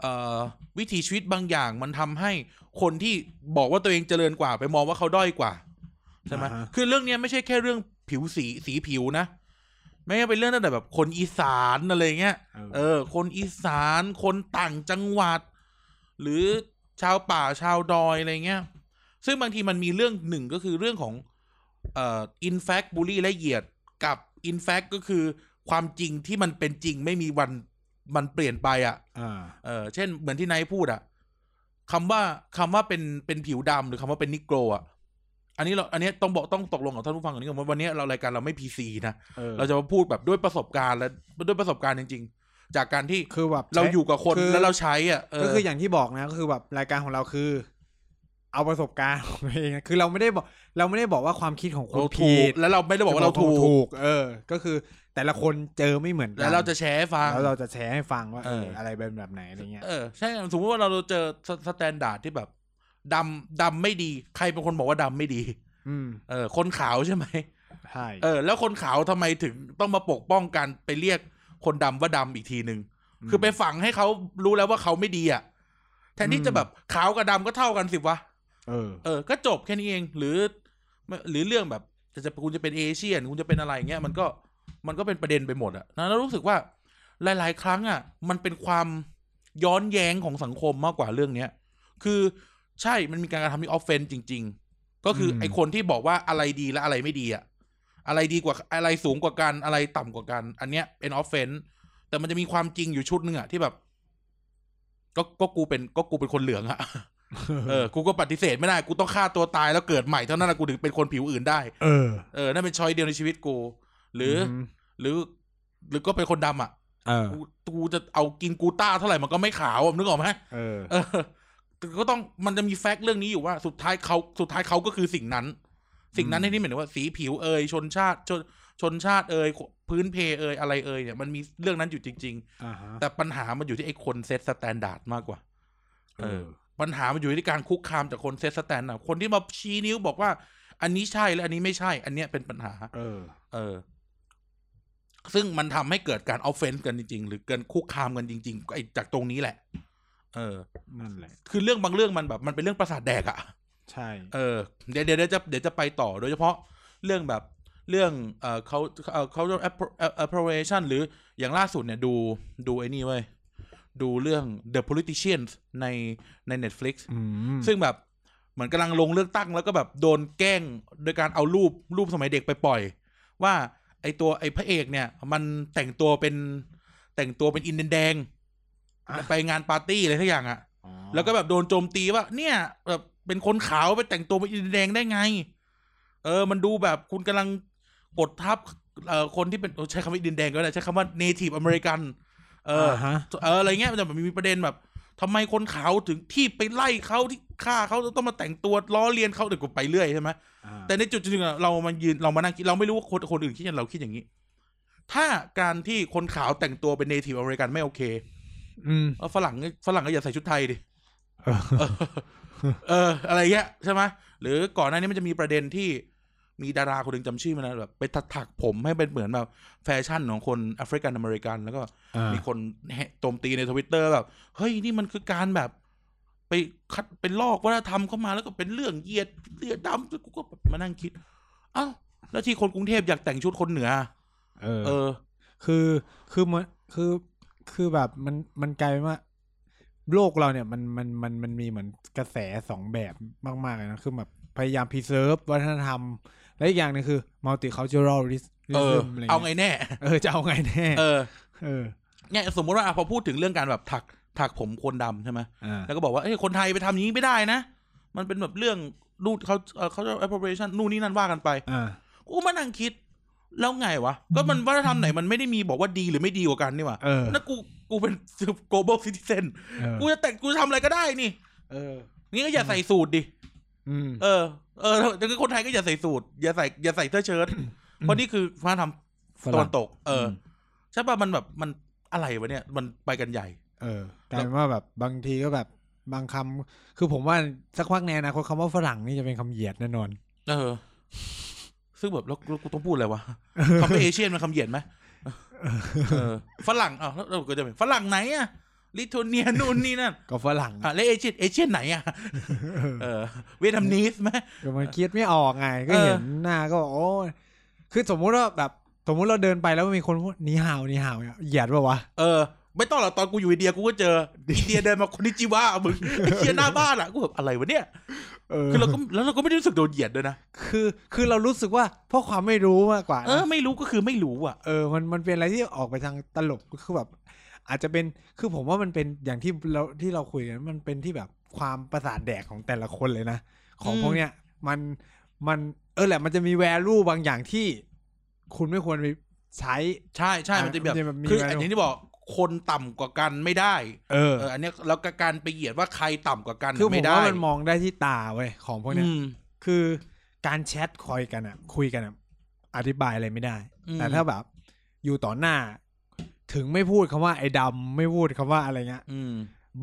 B: เอ่อวิถีชีวิตบางอย่างมันทำให้คนที่บอกว่าตัวเองเจริญกว่า ไปมองว่าเขาด้อยกว่าใช่ไหม
A: อ่าฮะ
B: คือเรื่องเนี้ยไม่ใช่แค่เรื่องผิวสีสีผิวนะไม่ใช่เป็นเรื่องตั้งแต่แบบคนอีสานอะไรเงี้ย
A: เออ
B: เออ คนอีสานคนต่างจังหวัด หรือชาวป่าชาวดอยอะไรเงี้ย ซึ่งบางทีมันมีเรื่องหนึ่งก็คือเรื่องของเอ่อ in fact บูลลี่และเหยียดกับ in fact ก็คือความจริงที่มันเป็นจริงไม่มีวันมันเปลี่ยนไปอะ่ะ
A: อ่า
B: เออเช่นเหมือนที่ไนท์พูดอะ่ะคำว่าคำว่าเป็นเป็นผิวดำหรือคำว่าเป็นนิโกรอะ่ะ อันนี้เราอันนี้ต้องบอกต้องตกลงกับท่านผู้ฟังก่อนนี้ก่อนว่าวันนี้เรารายการเราไม่พีซีนะ
A: เออ
B: เราจะมาพูดแบบด้วยประสบการณ์และด้วยประสบการณ์จริง ๆ จากการที่
A: คือแบบ
B: เราอยู่กับคน
A: อ
B: แล้วเราใช้อะ่ะเ
A: ก็คืออย่างที่บอกนะก็คือแบบรายการของเราคือ เอาประสบการณ์ของตัวเองนะคือเราไม่ได้บอกเราไม่ได้บอกว่าความคิดของคุณ
B: เราถู
A: ผิ
B: ก
A: ด
B: แล้วเราไม่ได้บอกว่าเรา
A: จะ
B: ถูก
A: ถูก เออ ก็คือแต่ละคนเจอไม่เหมือนกัน
B: แล้วเราจะแชร์ให้ฟัง
A: แล้วเราจะแชร์ให้ฟังว่าเออ
B: เอออ
A: อะไรเป็นแบบไหนอะไรเงี้ย
B: เออใช่สมมติว่าเราเจอสสแตนดาร์ดที่แบบดำดำไม่ดี ใครเป็นคนบอกว่าดำไม่ดี
A: อืม
B: เออ คนขาวใช่ไหม
A: ใช่
B: เออ แล้วคนขาวทำไมถึงต้องมาปกป้องกันไปเรียกคนดำว่าดำอีกทีหนึ่งคือไปฝังให้เขารู้แล้วว่าเขาไม่ดีอ่ะแทนที่จะแบบขาวกับดำก็เท่ากันสิวะ
A: เออ
B: เออก็จบแค่นี้เอง หรือหรือเรื่องแบบจะจะคุณจะเป็นเอเชียนคุณจะเป็นอะไรอย่างเงี้ยมันก็มันก็เป็นประเด็นไปหมดอะนะแล้วรู้สึกว่าหลาย ๆ ครั้งอะมันเป็นความย้อนแย้งของสังคมมากกว่าเรื่องเนี้ย คือใช่มันมีการกระทำที่ออฟเฟนจริง ๆ ก็คืออ
A: ม
B: ไอคนที่บอกว่าอะไรดีและอะไรไม่ดีอะอะไรดีกว่าอะไรสูงกว่ากันอะไรต่ำกว่ากัน อันเนี้ยเป็นออฟเฟนแต่มันจะมีความจริงอยู่ชุดหนึ่งอะที่แบบ [laughs] ก็ก็กูเป็นก็กูเป็นคนเหลืองอะ เออกูก็ปฏิเสธไม่ได้กูต้องฆ่าตัวตายแล้วเกิดใหม่เท่านั้นนะกูถึงเป็นคนผิวอื่นได้
A: เออ
B: เออนั่นเป็นช้อยเดียวในชีวิตกู หรืออ
A: ม
B: หรือ หรือก็เป็นคนดำอ่ะ
A: เออ
B: กูกูจะเอากินกูต้าเท่าไหร่มันก็ไม่ขาวอะนึกออกไหม
A: เออ
B: เออแต่ก็ต้องมันจะมีแฟกต์เรื่องนี้อยู่ว่า สุดท้ายเขาสุดท้ายเขาก็คือสิ่งนั้น สิ่งนั้น
A: อืม
B: ในที่หมายถึงว่าสีผิวเอยชนชาติชนชนชาติเอยพื้นเพเอยอะไรเอยเนี่ยมันมีเรื่องนั้นอยู่จริง
A: อ่าฮะ
B: ๆ แต่ปัญหามันอยู่ที่ไอ้คนเซตสแตนดาร์ดมากกว่า เอ
A: เอ
B: อ
A: อ
B: ปัญหามันอยู่ที่การคุกคามจากคนเซตสแตนดาร์ดคนที่มาชี้นิ้วบอกว่า อันนี้ใช่และอันนี้ไม่ใช่ อันเนี้ยเป็นปัญหา
A: เออ
B: เออ ซึ่งมันทำให้เกิดการออฟเฟนส์กันจริง ๆ หรือเกินคุกคามกันจริงๆไอ้จากตรงนี้แหละ เออ
A: นั่นแหละ
B: คือเรื่องบางเรื่องมันแบบ มันเป็นเรื่องประสาทแดกอะ
A: ใช่
B: เออเดี๋ยวเดี๋ยวเดี๋ยวจะเดี๋ยวจะไปต่อโดยเฉพาะเรื่องแบบเรื่องเออเขาเออเขาเรียก appro- appropriation หรืออย่างล่าสุดเนี่ยดูดูไอ้นี่เว้ยดูเรื่อง The Politicians ในใน Netflix
A: อืม
B: ซึ่งแบบเหมือนกำลังลงเลือกตั้งแล้วก็แบบโดนแกล้งโดยการเอารูปรูปสมัยเด็กไปปล่อย ว่าไอตัวไอพระเอกเนี่ย มันแต่งตัวเป็นแต่งตัวเป็นอินเดียนแดง ไปงานปาร์ตี้อะไรทักอย่างอะ
A: อ๋อ
B: แล้วก็แบบโดนโจมตีว่า เนี่ยแบบเป็นคนขาวไปแต่งตัวเป็นอินเดียนแดงได้ไง เออ มันดูแบบคุณกำลังกดทับเอ่อคนที่เป็นเออใช้คำว่าอินเดียนแดงก็ได้ใช้คำว่า native american เออ
A: าฮะ
B: เอออะไรเงี้ยมันจะแบบมีประเด็นแบบทำไมคนขาวถึงที่ไปไล่เขาที่ฆ่าเขาต้องมาแต่งตัวล้อเลียนเขาเดี๋ยวกูไปเรื่อยใช่ไหม
A: อ่า
B: แต่ในจุดจุดหนึ่งอะเรามันยืนเรามานั่งคิดเราไม่รู้ว่าคนคนอื่นคิดยังไงเราคิดอย่างนี้ ถ้าการที่คนขาวแต่งตัวเป็นเนทีฟอเมริกันไม่โอเค
A: อืม
B: เออฝรั่งฝรั่งก็อย่าใส่ชุดไทยดิ
A: เออ
B: เออเออ อะไรเงี้ยใช่ไหมหรือก่อนหน้านี้มันจะมีประเด็นที่มีดาราคนหนึ่งจำชื่อไมันนะแบบไปถักผมให้เป็นเหมือนแบบแฟชั่นของคนแอฟริกันอเมริกันแล้วก็
A: อ่า
B: มีคนแห่โจมตีในทวิตเตอร์แบบ เฮ้ย นี่มันคือการแบบ ไปคัดเป็นลอกวัฒนธรรมเข้ามาแล้วก็เป็นเรื่องเหยียดเลือดดำกูก็แบบมานั่งคิด เอ้า แล้วที่คนกรุงเทพอยากแต่งชุดคนเหนือ
A: เออ
B: เออ
A: คือคือมันคือคือแบบมันมันกลายเป็นว่า โลกเราเนี่ยมันมันมันมันมีเหมือนกระแสสองแบบมากๆเลยนะคือแบบพยายามพิเซิร์ฟวัฒนธรรม และอีกอย่างหนึงคือ multiculturalism
B: เออ
A: อะไร
B: เอา
A: เงี้ย
B: ไงแน่
A: เออจะเอาไงแน่
B: เออ
A: เออ
B: เนี่ย สมมติว่าอ่ะพอพูดถึงเรื่องการแบบถักถักผมคนดำใช่ไหม
A: อ่า
B: แล้วก็บอกว่าเอ้ยคนไทยไปทำอย่างนี้ไม่ได้นะ มันเป็นแบบเรื่องรูดเขาเอ่อเขาเรียก appropriation นู่นนี่นั่นว่ากันไป
A: อ่า
B: กูมานั่งคิด แล้วไงวะ ก็มันวัฒนธรรมไหนมันไม่ได้มีบอกว่าดีหรือไม่ดีกว่ากันนี่หว่า
A: เออ
B: นั่นกูกูเป็น [laughs] global citizen
A: เออ
B: กูจะแต่งกูจะทำอะไรก็ได้นี่
A: เออ
B: นี่ก็อย่าใส่สูตรดิ
A: อืม
B: เออเออแล้วคือคนไทยก็อย่าใส่สูตรอย่าใส่อย่าใส่เสื้อเชิ้ตเพราะนี่คือวัฒนธรรม
A: ฝรั่ง
B: ตะวันตก เออใช่ป่ะมันแบบมันอะไรวะเนี่ย มันไปกันใหญ่
A: เออกลายเป็นว่าแบบบางทีก็แบบบางคำคือผมว่าสักพักในอนาคตคำว่าฝรั่งนี่จะเป็นคำเหยียดแน่นอน
B: เออ ซึ่งแบบแล้วแล้วกูต้องพูดอะไรวะคำว่าเอเชียนมันคำเหยียดไหมเออฝรั่งอ่ะแล้วเราก็จะเป็นฝรั่งไหนอ่ะลิทัวเนียนู่นนี่นั่น
A: ก็ฝรั่ง
B: อ่ะแล้วเอเชียนเอเชียนไหนอ่ะ เออ เวียดนามนีสไหม
A: ก็มันคิดไม่ออกไง ก็เห็นหน้าก็บอกโอ้ยคือสมมุติว่าแบบสมมุติเราเดินไปแล้วมีคนพูดนีฮาวนีฮาวเนี่ยเหยียดป่าวะ
B: เออ ไม่ต้องหรอกตอนกูอยู่อินเดียกูก็เจออินเดียเดินมาคนนิจิวะมึงไอ้เชียหน้าบ้านอ่ะกูแบบอะไรวะเนี่ย
A: เออ
B: คือเราก็แล้วเราก็ไม่ได้รู้สึกโดนเหยียดด้วยนะ
A: คือคือเรารู้สึกว่าเพราะความไม่รู้มากกว่านะ
B: เออไม่รู้ก็คือไม่รู้อ่ะ
A: เออมันมันเป็นอะไรที่ออกไปทางตลกก็คือแบบ อาจจะเป็นคือผมว่ามันเป็นอย่างที่เราที่เราคุยกันมันเป็นที่แบบความประสาทแดกของแต่ละคนเลยนะ ของ
B: อืม
A: พวกเนี้ยมันมันเออแหละมันจะมีแวลูบางอย่างที่คุณไม่ควรไปใช้
B: ใช่ใช่มันจะแบบ
A: อ่ะมันจะแบบมี
B: คือ
A: อะไร
B: อย่างที่บอกคนต่ำกว่ากันไม่ได้
A: เออ
B: เอออันเนี้ยแล้วก็การไปเหยียดว่าใครต่ำกว่ากัน
A: คือผม
B: ไม่ได้
A: ว่ามันมองได้ที่ตาเว้ยของพวกเนี้ย
B: อืม
A: คือการแชทคอยกันอะคุยกันอะอธิบายอะไรไม่ได้
B: อืม
A: แต่ถ้าแบบอยู่ต่อหน้า ถึงไม่พูดคำว่าไอ้ดำไม่พูดคำว่าอะไรเงี้ย
B: อืม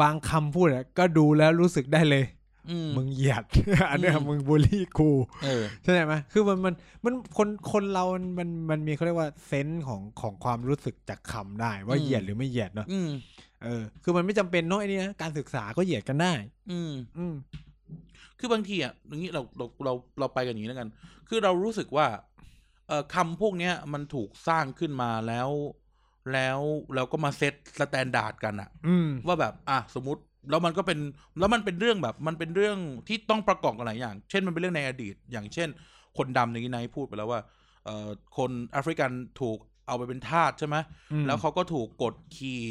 A: บางคำพูดอะก็ดูแล้วรู้สึกได้เลย
B: อืม
A: มึงเหยียด [laughs] อันเนี้ยมึงบูลลี่กู
B: เออ
A: ใช่ไหมคือมันมันมันคนคนเรา มันมันมีเขาเรียกว่าเซนส์ของของความรู้สึกจากคำได้ ว่า
B: อืม
A: เหยียดหรือไม่เหยียดเนาะ
B: อืม
A: เออคือมันไม่จำเป็นเนาะไอ้นี่นะการศึกษาก็เหยียดกันได้
B: อืม
A: อืม
B: คือบางทีอ่ะอย่างนี้เราเราเราเราไปกันอย่างนี้แล้วกัน คือเรารู้สึกว่า เอ่อคำพวกเนี้ยมันถูกสร้างขึ้นมาแล้ว แล้วเราก็มาเซตสแตนดาร์ดกันอะ
A: อืม
B: ว่าแบบอ่ะสมมติแล้วมันก็เป็นแล้วมันเป็นเรื่องแบบ มันเป็นเรื่องที่ต้องประกอบกันหลายอย่าง เช่นมันเป็นเรื่องในอดีต อย่างเช่น คนดำอย่างนี้นายพูดไปแล้วว่า เอ่อคนแอฟริกันถูกเอาไปเป็นทาสใช่ไหม แล้วเขาก็ถูกกดขี่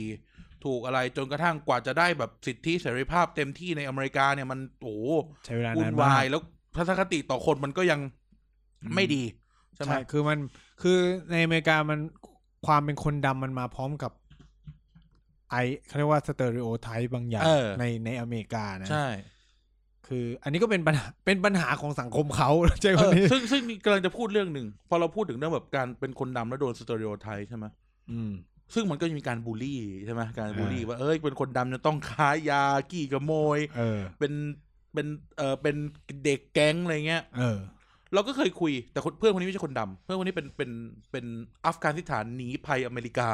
B: ถูกอะไรจนกระทั่งกว่าจะได้แบบสิทธิเสรีภาพเต็มที่ในอเมริกาเนี่ยมันโอ้โห
A: ใช้เวลา
B: วุ่
A: นาน น
B: วาม
A: าก
B: ยแล้วทัศนคติต่อคนมันก็ยังไม่ดีใช่ไหม
A: ใช่คือมันคือในอเมริกามันความเป็นคนดำมันมาพร้อมกับไอเขาเรียกว่าสเตอริโอไทป์บางอย่าง
B: เออ
A: ในในอเมริกานะ
B: ใช่
A: คือ อันนี้ก็เป็นปัญหาเป็นปัญหาของสังคมเขา [laughs] ใช่
B: เอ
A: คน
B: อ [laughs]
A: นี้
B: ซึ่งซึ่งกำลังจะพูดเรื่องหนึ่งพอเราพูดถึงเรื่องแบบการเป็นคนดำแล้วโดนสเตอริโอไทป์ใช่ไหม
A: อืม
B: ซึ่งมันก็จะมีการบูลลี่ใช่ไหมการบูลลี่
A: อ่า
B: ว่าเอ้ยเป็นคนดำจะต้องค้ายากี่กระโมย
A: เออ
B: เป็นเป็นเออเป็นเด็กแก๊งอะไรเงี้ย
A: เออ
B: เราก็เคยคุยแต่คนเพื่อนคนนี้ไม่ใช่คนดำเพื่อนคนนี้เป็นเป็นเป็นอัฟกานิสถานหนีภัยอเมริกา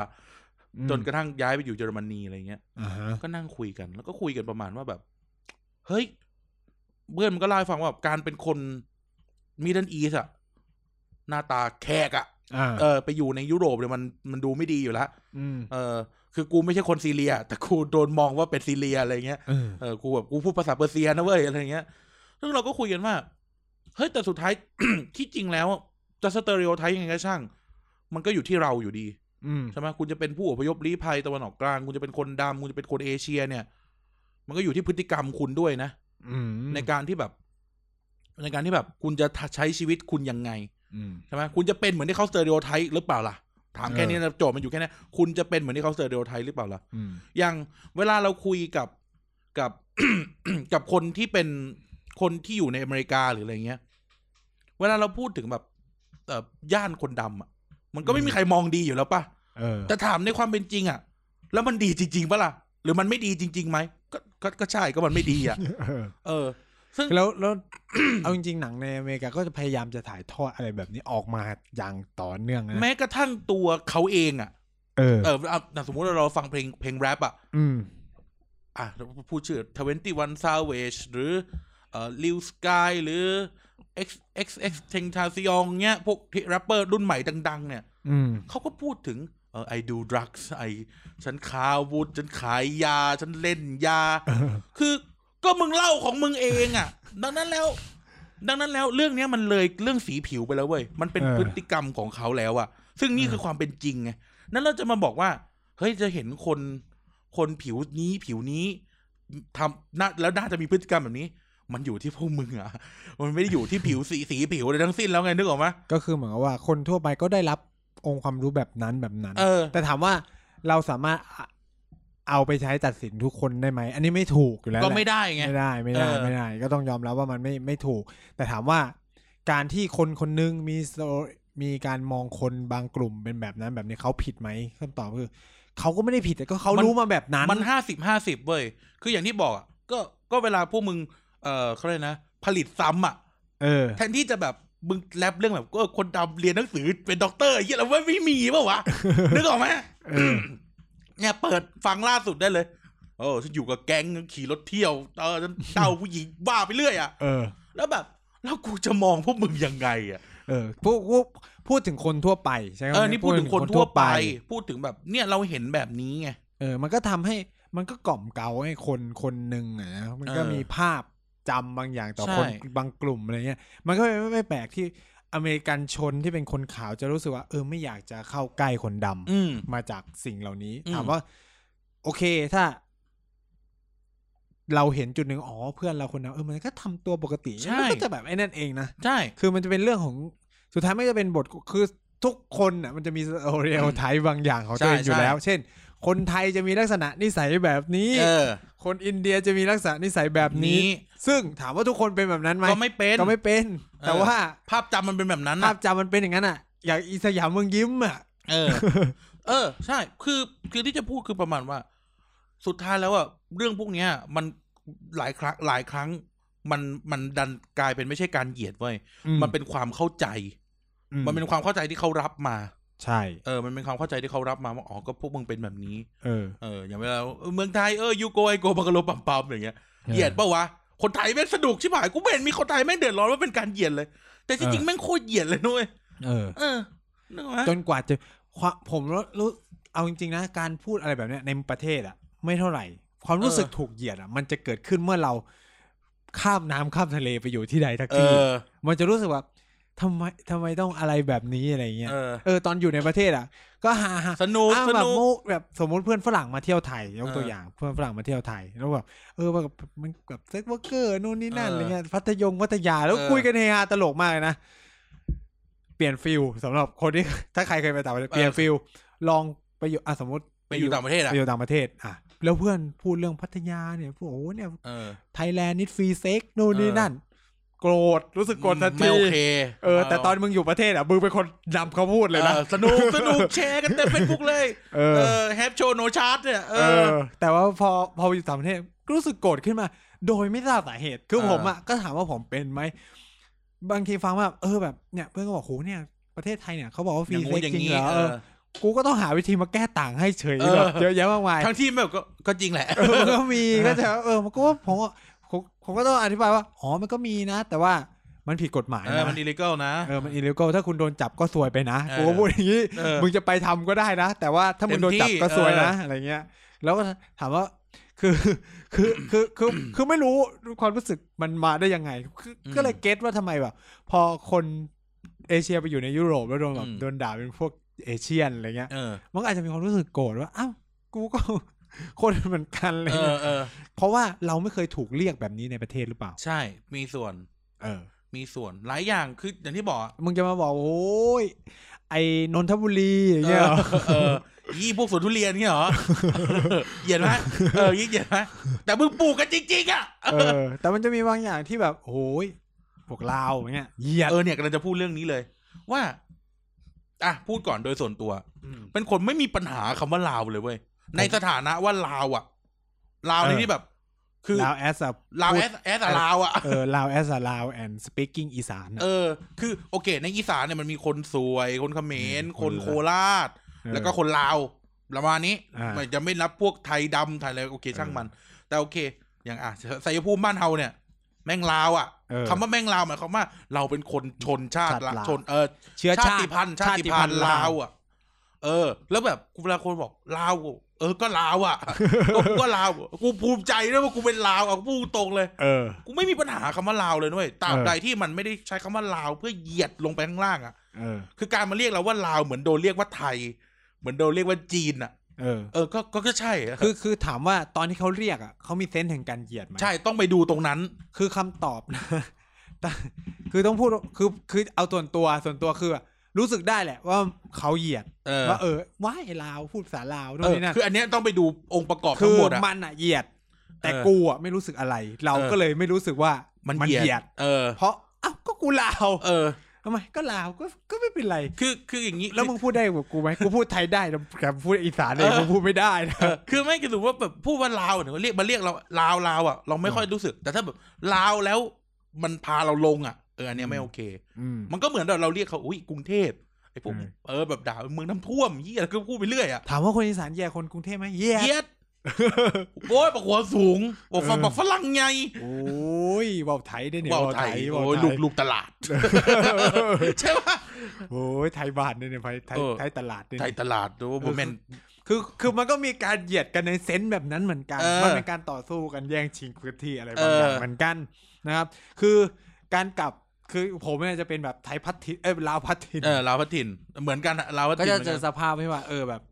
A: อืม
B: จนกระทั่งย้ายไปอยู่เยอรมนีอะไรเงี้ย
A: อ่าฮะ
B: ก็นั่งคุยกัน แล้วก็คุยกันประมาณว่าแบบ เฮ้ยเพื่อนมันก็เล่าให้ฟังว่าแบบการเป็นคนมิดเดิลอีสอะหน้าตาแขกอะ
A: อ่า
B: เออไปอยู่ในยุโรปเนี่ยมันมันดูไม่ดีอยู่แล้ว
A: อืม
B: เออ คือกูไม่ใช่คนซีเรีย แต่กูโดนมองว่าเป็นซีเรียอะไรเงี้ย
A: เออ
B: เออ กูแบบกูพูดภาษาเปอร์เซียนะเว้ยอะไรเงี้ย ซึ่งเราก็คุยกันว่า เฮ้ย แต่สุดท้าย [coughs] ที่จริงแล้ว จะสเตอริโอไทป์ยังไงก็ช่าง มันก็อยู่ที่เราอยู่ดี
A: อืม
B: ใช่ไหมคุณจะเป็นผู้อพยพลี้ภัยตะวันออกกลาง คุณจะเป็นคนดำคุณจะเป็นคนเอเชีย เนี่ย มันก็อยู่ที่พฤติกรรมคุณด้วยนะ
A: อืม
B: ในการที่แบบ ในการที่แบบ คุณจะใช้ชีวิตคุณยังไง
A: อืม
B: ใช่ไหมคุณจะเป็นเหมือนที่เขาสเตอริโอไทป์หรือเปล่าล่ะ ถามแค่
A: เออ
B: นี้นะโจทย์มันอยู่แค่นี้คุณจะเป็นเหมือนที่เขาสเตอริโอไทป์หรือเปล่าล่ะ
A: อืม
B: อย่างเวลาเราคุยกับกับ [coughs] กับคนที่เป็นคนที่อยู่ในอเมริกาหรืออะไรเงี้ย เวลาเราพูดถึงแบบเอ่อย่านคนดำอ่ะ มันก็ไม่มีใครมองดีอยู่แล้วป่ะ
A: เออ
B: แต่ถามในความเป็นจริงอ่ะ แล้วมันดีจริงๆป่ะล่ะ หรือมันไม่ดีจริงๆไหมก็ก็ก็ใช่ก็มันไม่ดีอ่ะ
A: เออ
B: เออ ซึ่
A: [laughs]
B: ง
A: แล้ว [coughs] แล้ว เอาจริงๆ หนังในอเมริกาก็จะพยายามจะถ่ายทอดอะไรแบบนี้ออกมาอย่างต่อเนื่องนะ
B: แม้กระทั่งตัวเขาเองอ่ะ
A: เออ
B: เออเอาเอาสมมุติว่าเราฟังเพลงเพลงแรปอ่ะ
A: อืม
B: อ่ะพูดชื่อ Twenty One Savage หรือเอ่อ Lil Sky หรือ X X X Tentacion เนี้ย พวกที่แรปเปอร์รุ่นใหม่ดัง ๆ เนี่ย
A: อืม [laughs]
B: เขาก็พูดถึงเออ I do drugs ไอฉันค้าอาวุธฉันขายยา ฉันเล่นยา
A: เออ
B: คือก็มึงเล่าของมึงเองอ่ะ ดังนั้นแล้ว ดังนั้นแล้วเรื่องเนี้ยมันเลยเรื่องสีผิวไปแล้วเว้ย มันเป็น
A: เออ
B: พฤติกรรมของเขาแล้วอ่ะ ซึ่งนี่คือความเป็นจริงไง นั้นเราจะมาบอกว่า เฮ้ยจะเห็นคน คนผิวนี้ผิวนี้ทำน่าแล้วน่าจะมีพฤติกรรมแบบนี้ มันอยู่ที่พวกมึงอ่ะ มันไม่ได้อยู่ที่ผิวสีสีผิวอะไรทั้งสิ้นแล้วไงนึกออกไหม
A: ก็คือเหมือนกับว่าคนทั่วไปก็ได้รับองค์ความรู้แบบนั้นแบบนั้น
B: เออ
A: แต่ถามว่าเราสามารถเอาไปใช้ตัดสินทุกคนได้ไหม อันนี้ไม่ถูกอยู่แล้วแห
B: ก็
A: ละ
B: ไม่ได้ไง
A: ไม่ได้ไม่ได้
B: เออ
A: ไม่ได้ ก็ต้องยอมรับว่ามันไม่ไม่ถูก แต่ถามว่าการที่คนคนหนึงมีโซมีการมองคนบางกลุ่มเป็นแบบนั้นแบบนี้เขาผิดไหมคำตอบคือเขาก็ไม่ได้ผิดแต่ก็เขา
B: น
A: รู้มาแบบนั้น
B: มันห้าสิบห้าสิบเว้ย คืออย่างที่บอกอะก็ก็เวลาพวกมึง เออเขาเรียกนะ ผลิตซ้ำอ่ะ
A: เออ
B: [laughs] แทนที่จะแบบมึงแรปเรื่องแบบก็คนดำเรียนหนังสือเป็นด็อกเตอร์ไอ้เหี้ยแล้วไม่มีเปล่ [laughs] าวะ นึกออกไหม
A: เออ
B: [coughs] เนี่ยเปิดฟังล่าสุดได้เลย โอ้ฉันอยู่กับแก๊งขี่รถเที่ยวเออฉันเดาผู้หญิงบ้าไปเรื่อยอะ
A: เออ
B: แล้วแบบ แล้วกูจะมองพวกมึงยังไงอะ
A: เออพูดพูดพูดถึงคนทั่วไปใช่ไหม
B: เออนี่พูดถึงคนทั่วไป พูดถึงแบบเนี่ยเราเห็นแบบนี้ไง
A: เออ มันก็ทำให้มันก็กล่อมเกลาให้คนคนหนึ่งอะนะมันก็
B: เออ
A: มีภาพจำบางอย่างต่อ
B: ใช่
A: คนบางกลุ่มอะไรเงี้ย มันก็ไม่ไม่แปลกที่อเมริกันชนที่เป็นคนขาวจะรู้สึกว่า เออไม่อยากจะเข้าใกล้คนดำ
B: อืม
A: มาจากสิ่งเหล่านี้
B: อืม
A: ถามว่า โอเคถ้า เราเห็นจุดหนึ่งอ๋อเพื่อนเราคนนั้นเออมันก็ทำตัวปกติมันก็จะแบบไอ้นั่นเองนะ
B: ใช่
A: คือมันจะเป็นเรื่องของสุดท้ายไม่จะเป็นบทคือทุกคนอ่ะ มันจะมีโอเรียลไทป์บางอย่างของตัวเอง
B: ใช่
A: อยู่
B: ใช่
A: แล้ว เช่น คนไทยจะมีลักษณะนิสัยแบบนี้
B: เออ
A: คนอินเดียจะมีลักษณะนิสัยแบบนี้
B: นี้
A: ซึ่งถามว่าทุกคนเป็นแบบนั้นไหม
B: ก็ไม่เป็น
A: ก็ไม่เป็น แต่
B: เออ
A: ว่า
B: ภาพจำมันเป็นแบบนั้น
A: ภา
B: อะ
A: พจำมันเป็นอย่างนั้นอ่ะ อย่างอีสยามเมืองยิ้มอ่ะ
B: เออ เออ ใช่ คือ คือที่จะพูดคือประมาณว่า สุดท้ายแล้วอะเรื่องพวกเนี้ย มันหลายครั้ง หลายครั้ง มัน มันดันกลายเป็นไม่ใช่การเหยียดเว้ย มันเป็นความเข้าใจ
A: อื
B: มันเป็นความเข้าใจที่เขารับมา
A: ใช่
B: เออ มันเป็นความเข้าใจที่เขารับมาว่า อ๋อ ก็พวกมึงเป็นแบบนี้
A: เออ
B: เออ อย่างเวลาเออเมืองไทย เออ ยูโกไอโกบังกะโลปัมปัมอย่างเงี้ย
A: ออ
B: เหยียดปะวะ คนไทยแม่งสนุกชิบหาย กูไม่เห็นมีคนไทยแม่งเดือดร้อนว่าเป็นการเหยียดเลย แต่ที่จริงแม่งโคตรเหยียดเลยนุ้ย
A: เออ
B: เออนึกออกไหม
A: จนกว่าจะความผมรู้เอาจริงๆนะ การพูดอะไรแบบเนี้ยในประเทศอะไม่เท่าไหร่ ความรู้สึกถูกเหยียดอะมันจะเกิดขึ้นเมื่อเราข้ามน้ำข้ามทะเลไปอยู่ที่ใดทัก
B: เอ
A: ที่
B: อ
A: มันจะรู้สึกว่า ทำไมทำไมต้องอะไรแบบนี้อะไรเงี้ย
B: เออ
A: เออตอนอยู่ในประเทศอ่ะ ก็หาหา
B: สนุก
A: อ่า
B: ส
A: แบบ
B: นุ
A: โม
B: ก
A: แบบสมมติเพื่อนฝรั่งมาเที่ยวไทยยกตัว
B: เออ
A: อย่างเพื่อนฝรั่งมาเที่ยวไทยแล้วแบบเออแบบมันแบบเซ็กเวอร์เกอร์นู่นนี่นั่น
B: เอออ
A: อะไรเงี้ยพัทยงพัทยาแล้ว
B: เออ
A: คุยกันเฮฮาตลกมากเลยนะ เปลี่ยนฟิลสำหรับคนที่ [laughs] ถ้าใครเคยไปต่างประเทศเป
B: เออ
A: ลี่ยนฟิลลองไปอยู่อ่ะสมมติ
B: ไปอยู่ต่างประเทศอ่ะ
A: ไปอยู่ต่างประเทศอ่ะแล้วเพื่อนพูดเรื่องพัทยาเนี่ยพูดโอ้โหเนี่ย
B: เออ
A: ไทยแลนด์นิดฟรีเซ็กนู่นนี่
B: เออ
A: นั่น โกรธรู้สึกโกรธทัน
B: ไม่
A: ที
B: โอเค
A: เออ แต่ตอนมึงอยู่ประเทศอ่ะมึงเป็นคนนำเขาพูดเลยนะ
B: ออสนุกสนุกแชร์กันเต็มเฟซบุ๊กเลย
A: เอ
B: เอ
A: อ
B: อแฮปโชว์โนชาร์ตเนี่ยเอ
A: เอ
B: อ
A: อแต่ว่าพอพอไปอยู่ต่างประเทศก็รู้สึกโกรธขึ้นมา โดยไม่ทราบสาเหตุ คือ
B: เออ
A: ผมอ่ะก็ถามว่าผมเป็นไหม บางทีฟังว่าเออแบบเนี่ยเพื่อนก็บอกโหเนี่ยประเทศไทยเนี่ยเขาบอกว่าฟ
B: อ
A: รีเซ็ก
B: ย่างงู้นอย่าง
A: จริง
B: นี้
A: เหรอ
B: เอ
A: เอ
B: อ
A: อกูก็ต้องหาวิธีมาแก้ต่างให้เฉย
B: เออ
A: แบบเยอะแยะมากมาย
B: ทั้งที่แบบก็ก็จริงแหละ
A: เออมันก็มี
B: เออ
A: ก็จะเออมันก็ว่าผมก็ผมผมก็ต้องอธิบายว่าอ๋อมันก็มีนะ แต่ว่ามันผิดกฎหมาย
B: เออ
A: นะ
B: มันอิเลกัลนะ
A: เออมันอิเลกถ้าคุณโดนจับก็ซวยไปนะ
B: เออ
A: กูก็พูดอย่างนี้
B: เออ
A: มึงจะไปทำก็ได้นะ แต่ว่าถ้ามึงโดนจับก็ซวยนะ
B: เต็มที่เอออ
A: อะไรเงี้ย แล้วก็ถามว่าคือคือคือคือคือไม่รู้ความรู้สึกมันมาได้ยังไงคือ
B: อืม
A: ก็เลยเก็ตว่าทำไมแบบ พอคนเอเชียไปอยู่ในยุโรปแล้วโดนแบบ
B: อืม
A: โดนด่าเป็นพวกเอเชียนอะไรเงี้ย
B: เออ
A: มันก็อาจจะมีความรู้สึกโกรธว่าอ้าวกูก็ [laughs] คนเหมือนกันอะไร
B: เอ
A: เล
B: อย เออ
A: เพราะว่าเราไม่เคยถูกเรียกแบบนี้ในประเทศหรือเปล่า
B: ใช่มีส่วน
A: เออ
B: มีส่วนหลายอย่างคืออย่างที่บอกอะ
A: มึงจะมาบอกโอ้ยไอ้นนทบุรีอย่างเงี้ยเหรอ
B: เออเออยี่พวกสวนทุเรียนเงี้ย
A: [laughs]
B: เหรอ เหยียดไหมเออยิ่งเหยียดไหมแต่มึงปลูกกันจริงๆอ่ะ
A: เออ แต่มันจะมีบางอย่างที่แบบโอ้ยพวกเราอย่างเงี้ยเหยียด
B: เออเนี่ยกำลังจะพูดเรื่องนี้เลย ว่า อ่ะพูดก่อนโดยส่วนตัว
A: ม
B: เป็นคนไม่มีปัญหาคำว่าลาวเลยเว้ยในสถานะว่าลาวอ่ะลาวนี่
A: เออ
B: ที่แบบ คือ
A: ลาวแอสอะ
B: ลาว
A: พูด
B: แอสแอสอะลาวอ่ะ
A: เออลาวแอสอะลาว and speaking อีสานอะ
B: เออ คือโอเค ในอีสานเนี่ยมันมีคนสวย คนเขมร
A: อืม
B: คน
A: ค
B: โคน
A: ลาว
B: ราช แล้วก็คนลาวประมาณนี้
A: อ่า
B: มันจะไม่นับพวกไทยดำไทยอะไรโอเคช่างมัน แต่โอเค อย่างอ่ะไสยภูมิบ้านเฮาเนี่ย แม่งลาวอ่ะ
A: เออ
B: คำว่าแม่งลาวหมายความว่า เราเป็นคนชนชาติ
A: ชาติ
B: ละ
A: ลาว
B: ชนเออ
A: เชื้อชา
B: ชาติ
A: ติ
B: พันธุ์ชาติพันธุ์
A: ชาติพันธุ์ลา
B: ลาว วอ่ะ เออ แล้วแบบกูเวลาคนบอกลาวเออก็ลาวอ่ะ ก็กูก็ลาวกูภูมิใจด้วยว่ากูเป็นลาวอ่ะกูพูดตรงเลย
A: เออ
B: กูไม่มีปัญหาคำว่าลาวเลยด้วยตราบ
A: เออ
B: ใดที่มันไม่ได้ใช้คำว่าลาวเพื่อเหยียดลงไปข้างล่างอ่ะ
A: เออ
B: คือการมาเรียกเราว่าลาวเหมือนโดนเรียกว่าไทย เหมือนโดนเรียกว่าจีนอ่ะ
A: เออ
B: เออ ก็ ก็ก็ใช่อะ
A: คือคือถามว่าตอนที่เขาเรียกอ่ะเขามีเซนส์แห่งการเหยียดไหม
B: ใช่ ต้องไปดูตรงนั้น
A: คือคำตอบนะ [laughs] แต่คือต้องพูดคือคือเอาส่วนตัวส่วนตัวคือแบบรู้สึกได้แหละว่าเขาเหยียด
B: เออ
A: ว่าเออว่ายลาวพูดภาษาลาวนู่
B: เอน อ
A: นี่นั่น
B: คืออันเนี้ยต้องไปดูองค์ประกอบ
A: คื
B: ทั้
A: อง
B: หมดอ่ะ
A: มันอ่ะเหยียด แต่
B: เออ
A: กูอ่ะไม่รู้สึกอะไร เรา
B: เออ
A: ก็เลยไม่รู้สึกว่า
B: มั
A: มัน
B: เหยียด เออ
A: เพราะอ้าวก็กูลาว
B: เออ
A: ทำไมก็ลาวก็ก็ไม่เป็นไร
B: คือ คืออย่างนี้
A: แล้วมึงพูดได้กับกูไหมกูพูดไทยได้แต่แต่พูดอีสานเองกูพูดไม่ได้นะ
B: เออ [laughs] คือไม่คือถือว่าแบบพูดว่าลาวเนี่ยเรียกมาเรียกเราลาวลาวอ่ะ เราไม่ค่อยรู้สึก แต่ถ้าแบบลาวแล้วมันพาเราลงอ่ะ เออ อันเนี้ยไม่โอเค
A: อืม
B: มันก็เหมือนเราเราเรียกเขาอุ้ยกรุงเทพไอ้พวก
A: อืม
B: เออแบบด่าเมืองน้ำท่วมยี่อะไรก็พูดไปเรื่อยอ่ะ
A: ถามว่าคนอีสานเหยียดคนกรุงเทพไหมเหยียด
B: เย็ดโอ้ยบอกหัวสูงบอกฟัง
A: เออ
B: บอกฝรั่งไง
A: โอ้ยเบาไทยได้เนี่ย
B: ว่าวไทย
A: เว้า
B: โอ้ย
A: ไท
B: ลู
A: ย
B: กลูกตลา
A: [laughs]
B: ด ใช่ป่ะ
A: โอ้ยไทยบาทเนี่ยเนี่ยไทยไทย
B: เออ
A: ไทยตลาดเนี่ย
B: ไทยตลาดดูว่าโมเมน
A: คือคือมันก็มีการเหยียดกันในเซนส์แบบนั้นเหมือนกัน
B: เออ
A: มันเป็นการต่อสู้กันแย่งชิงพื้นที่อะ
B: เอบ
A: ไราง
B: อ
A: อย่างเหมือนกันนะครับ คือการกลับคือผมเนี่ยจะเป็นแบบไทยพัฒทินเอ้ยลาวพัฒทิน
B: เออลาวพัดถิ่นเหมือนกันอะลาวพัด
A: ก็
B: ถิ่
A: จะ
B: นเหมือน
A: เจ
B: กั
A: อน สภาพที่ว่า เออแบบ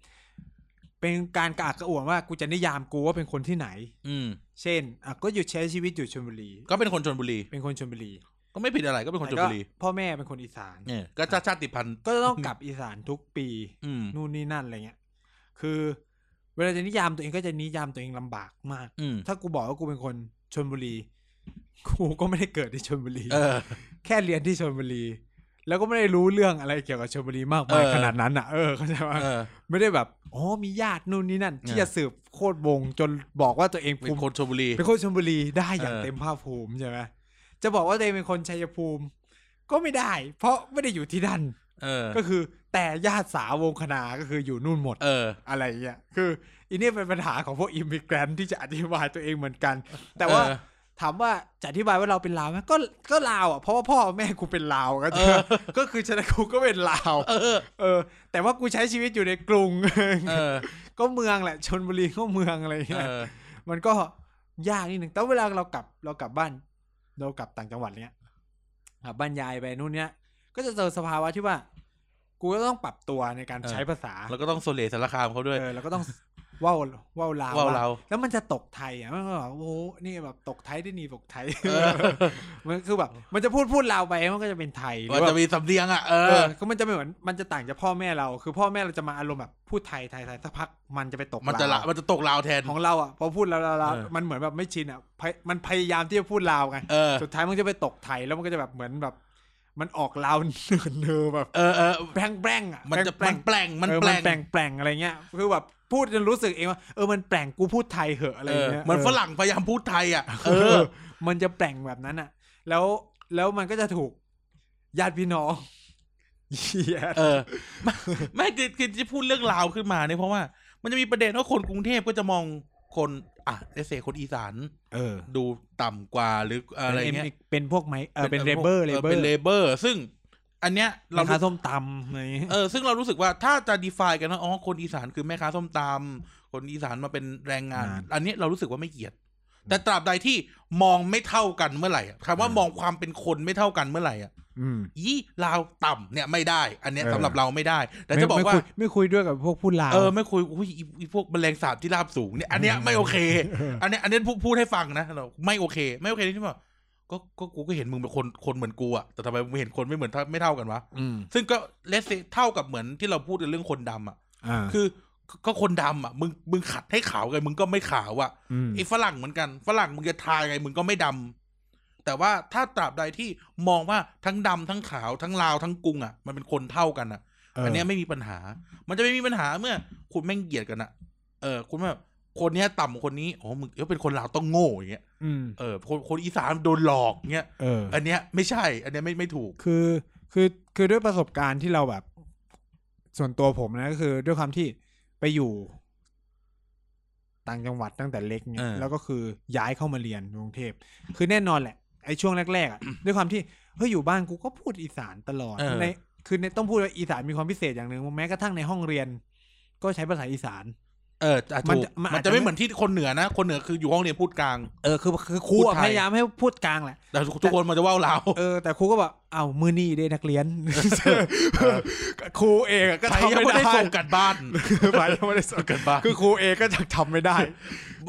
A: เป็นการกระอักกระอ่วนว่ากูจะนิยามกูว่าเป็นคนที่ไหน
B: อืม
A: เช่นอ่ะก็อยู่ใช้ชีวิตอยู่ชลบุรี
B: ก็เป็นคนชนบุรี
A: เป็นคนชลบุรี
B: ก็ไม่ผิดอะไรก็เป็นคนชนบุรี
A: แต่ก็พ่อแม่เป็นคนอีสาน
B: เนี่ยก็ชาชาติพันธุ์
A: ก็จะต้องกลับอีสานทุกปี
B: อืม
A: นู่นนี่นั่นอะไรเงี้ย คือเวลาจะนิยามตัวเองก็จะนิยามตัวเองลำบากมาก
B: อืม
A: ถ้ากูบอกว่ากูเป็นคนชนบุรี กูก็ไม่ได้เกิดที่ชนบุรี
B: เออ
A: แค่เรียนที่ชนบุรี แล้วก็ไม่ได้รู้เรื่องอะไรเกี่ยวกับชนบุรีมากมาย
B: เออ
A: ขนาดนั้นอ่ะ เออเข้าใจว่า
B: เออ
A: ไม่ได้แบบอ๋อมีญาตินู่นนี่นั่น ที่
B: เออ
A: จะสืบโคตรวงจนบอกว่าตัวเอง
B: เป็น
A: ภูมิ
B: คนชนบุรี
A: เป็นคนชนบุรีได้อย่าง
B: เออ
A: เต็มภาคภูมิใช่ไหมจะบอกว่าตัวเองเป็นคนชัยภูมิ ก็ไม่ได้ เพราะไม่ได้อยู่ที่นั่น
B: เออ
A: ก็คือ แต่ญาติสาวงคณาก็คืออยู่นู่นหมด
B: เออ
A: อะไรอย่างเงี้ย คืออันนี้เป็นปัญหาของพวกอิมิเกรนที่จะอธิบายตัวเองเหมือนกัน แต่ว่า
B: เออ
A: ถามว่าจะอธิบายว่าเราเป็นลาวไหมก็ก็ลาวอ่ะ เพราะว่าพ่อแม่กูเป็นลาวก็
B: เอ
A: คือ
B: อ
A: [laughs] ก็คือฉะนั้นกูก็เป็นลาว
B: เออ
A: เออ แต่ว่ากูใช้ชีวิตอยู่ในกรุง [laughs]
B: เออ
A: ก็เมืองแหละชนบุรีก็เมืองอะไรอย่าง
B: เอ
A: เงี้ย
B: อ
A: มันก็ยากนิดหนึ่งแต่เวลาเรากลับเรากลับบ้าน เรากลับต่างจังหวัดเนี้ยกลับบ้านยายไปนู่นเนี้ย ก็จะเจอสภาวะที่ว่า กูก็ต้องปรับตัวในการ
B: เออ
A: ใช้ภาษา
B: แล้วก็ต้องโซเลสารคามเขาด้วย
A: เออแล้วก็ต้องว่าวว่าวลาว
B: ว่าวลาว
A: แล้วมันจะตกไทยอ่ะมันก็แบบโอ้โหนี่แบบตกไทยได้นีตกไทย
B: เออ
A: มันคือแบบ มันจะพูดพูดลาวไปมันก็จะเป็นไทยหรือ
B: มัน
A: ว่า
B: จะมีสำเนียงอ่ะเอ
A: เอ
B: อ
A: อก็มันจะไม่เหมือน มันจะต่างจากพ่อแม่เรา คือพ่อแม่เราจะมาอารมณ์แบบพูดไทยไทยไทยสักพักมันจะไปตก
B: มันจะละ
A: ลาว
B: มันจะตกลาวแทน
A: ของเราอ่ะพอพูดลาวลาวลาว
B: เออ
A: มันเหมือนแบบไม่ชินอ่ะพยมันพยายามที่จะพูดลาวไง
B: เออ
A: สุดท้ายมันจะไปตกไทยแล้วมันก็จะแบบเหมือนแบบ มันออกลาวเนินเนอแบบ
B: เออเออ
A: แปลงแปลงอ่ะ
B: มันจะ
A: แปล
B: มัน
A: ง
B: แปลง
A: ๆ
B: มัน
A: เออ
B: แปลง
A: แปลงแปลงอะไรเงี้ยคือแบบพูดจนรู้สึกเองว่าเออมันแปลงกูพูดไทยเหอะอะไร
B: เออ
A: เงี้ย
B: เหมือน
A: เออ
B: ฝรั่งพยายามพูดไทยอ่ะ เอ
A: เอ
B: อ
A: อ มันจะแปลงแบบนั้นอ่ะ แล้วแล้วมันก็จะถูกญาติพี่น้อง [laughs] เหี้ย
B: เอ
A: [laughs]
B: อ ไม่ไม่คือคือจะพูดเรื่องลาวขึ้นมาเนี่ยเพราะว่า มันจะมีประเด็นว่าคนกรุงเทพก็จะมองคนอ่ะเอเซคนอีสาน
A: เออ
B: ดูต่ำกว่าหรืออะไรเงี้ย
A: เป็นพวกไหมเออเป็นเล
B: พวก
A: เบอร์เลเบอ
B: เป็น
A: ร์
B: เลเบอร์ ซึ่ง อันเนี้ยเรา
A: รา
B: รู้
A: คาส้มตำอะไรอย่างเงี้ย
B: เออซึ่งเรารู้สึกว่าถ้าจะ define กันว่าอ๋อคนอีสานคือแม่ค้าส้มตำคนอีสานมาเป็นแรงงาน
A: งาน
B: อันนี้เรารู้สึกว่าไม่เกียด แต่ตราบใดที่มองไม่เท่ากันเมื่อไหร่อะคำว่า
A: อืม
B: มองความเป็นคนไม่เท่ากันเมื่อไหร่อ่ะ
A: อืม
B: ยี่ลาวต่ำเนี่ยไม่ได้ อันเนี้ย
A: เออ
B: สำหรับเราไม่ได้ แต่จะบอกว่า
A: ไม่คุยไม่คุยด้วยกับพวกผู้ลาว
B: เออไม่คุยอุ้ยอีอีพวกแมลงสาบที่ราบสูงเนี่ยอันเนี้ยไม่โอ [laughs] เค อันเนี้ยอันเนี้ยพูดพูดให้ฟังนะเราไม่โอเค ไม่โอเคที่ว่าก็ก็กูก็เห็นมึงเป็นคนคนเหมือนกูอะแต่ทำไมมึงเห็นคนไม่เหมือนเท่าไม่เท่ากันวะ
A: อืม
B: ซึ่งก็เลสเท่ากับเหมือนที่เราพูดในเรื่องคนดำอะ
A: อ่า
B: คือก็ก็คนดำอ่ะมึงมึงขัดให้ขาวไงมึงก็ไม่ขาวอ่ะ
A: ม
B: ไอ้ฝรั่งเหมือนกันฝรั่งมึงจะทายังไงมึงก็ไม่ดำแต่ว่าถ้าตราบใดที่มองว่าทั้งดำทั้งขาวทั้งลาวทั้งกรุงอ่ะมันเป็นคนเท่ากันอ่ะ
A: เออ
B: อั
A: อั
B: นเนี้ยไม่มีปัญหา มันจะไม่มีปัญหาเมื่อ คุณแม่งเหยียดกันอ่ะ เออ คุณแบบคนเนี้ยต่ำกว่าคนนี้อ๋อมึงเอ้ยเป็นคนลาวต้องโง่อย่างเงี้ย
A: อืม
B: เออคนคนอีสานโดนหลอกเงี้ย
A: เออ
B: อันเนี้ยไม่ใช่ อันเนี้ยไม่ไม่ถูก
A: คือคือคือด้วยประสบการณ์ที่เราแบบ ส่วนตัวผมนะก็คือ ด้วยความที่ไปอยู่ ต่างจังหวัดตั้งแต่เล็กเนี่
B: เอย อ
A: แล้วก็คือย้ายเข้ามาเรียนกรุงเทพคือแน่นอนแหละไอ้ช่วงแรกๆอะ ด้วยความที่เฮ้ยอยู่บ้านกูก็พูดอีสานตลอด
B: เออ
A: ในคือในต้องพูดว่าอีสานมีความพิเศษอย่างหนึ่งแม้กระทั่งในห้องเรียน ก็ใช้ภาษาอีสาน
B: เอออ่ะ
A: มัน
B: ถูก
A: จะมัน
B: มั
A: อาจ
B: น
A: จะ
B: จะ
A: ไม่
B: ไม่เหมือนที่คนเหนือนะ คนเหนือคืออยู่ห้องเรียนพูดกลาง
A: เออคือคือครู
B: พูด
A: อะ
B: ไทย
A: พยายามให้พูดกลางแห [laughs] ละ
B: แต่ทุกคนมันจะว่าวลาว
A: เออแต่ครูก็บอกเอ้ามือนี่เด้นักเรียน [laughs] ครูเองอะก็
B: ใคร
A: ทำ
B: ยัง
A: ไม่
B: ไม่
A: ได้
B: ได้ส่งกันบ้าน [laughs]
A: ไปยังไม่ได้ส่ง
B: กันบ้าน
A: คือครูเองก็จะทำไม่ได้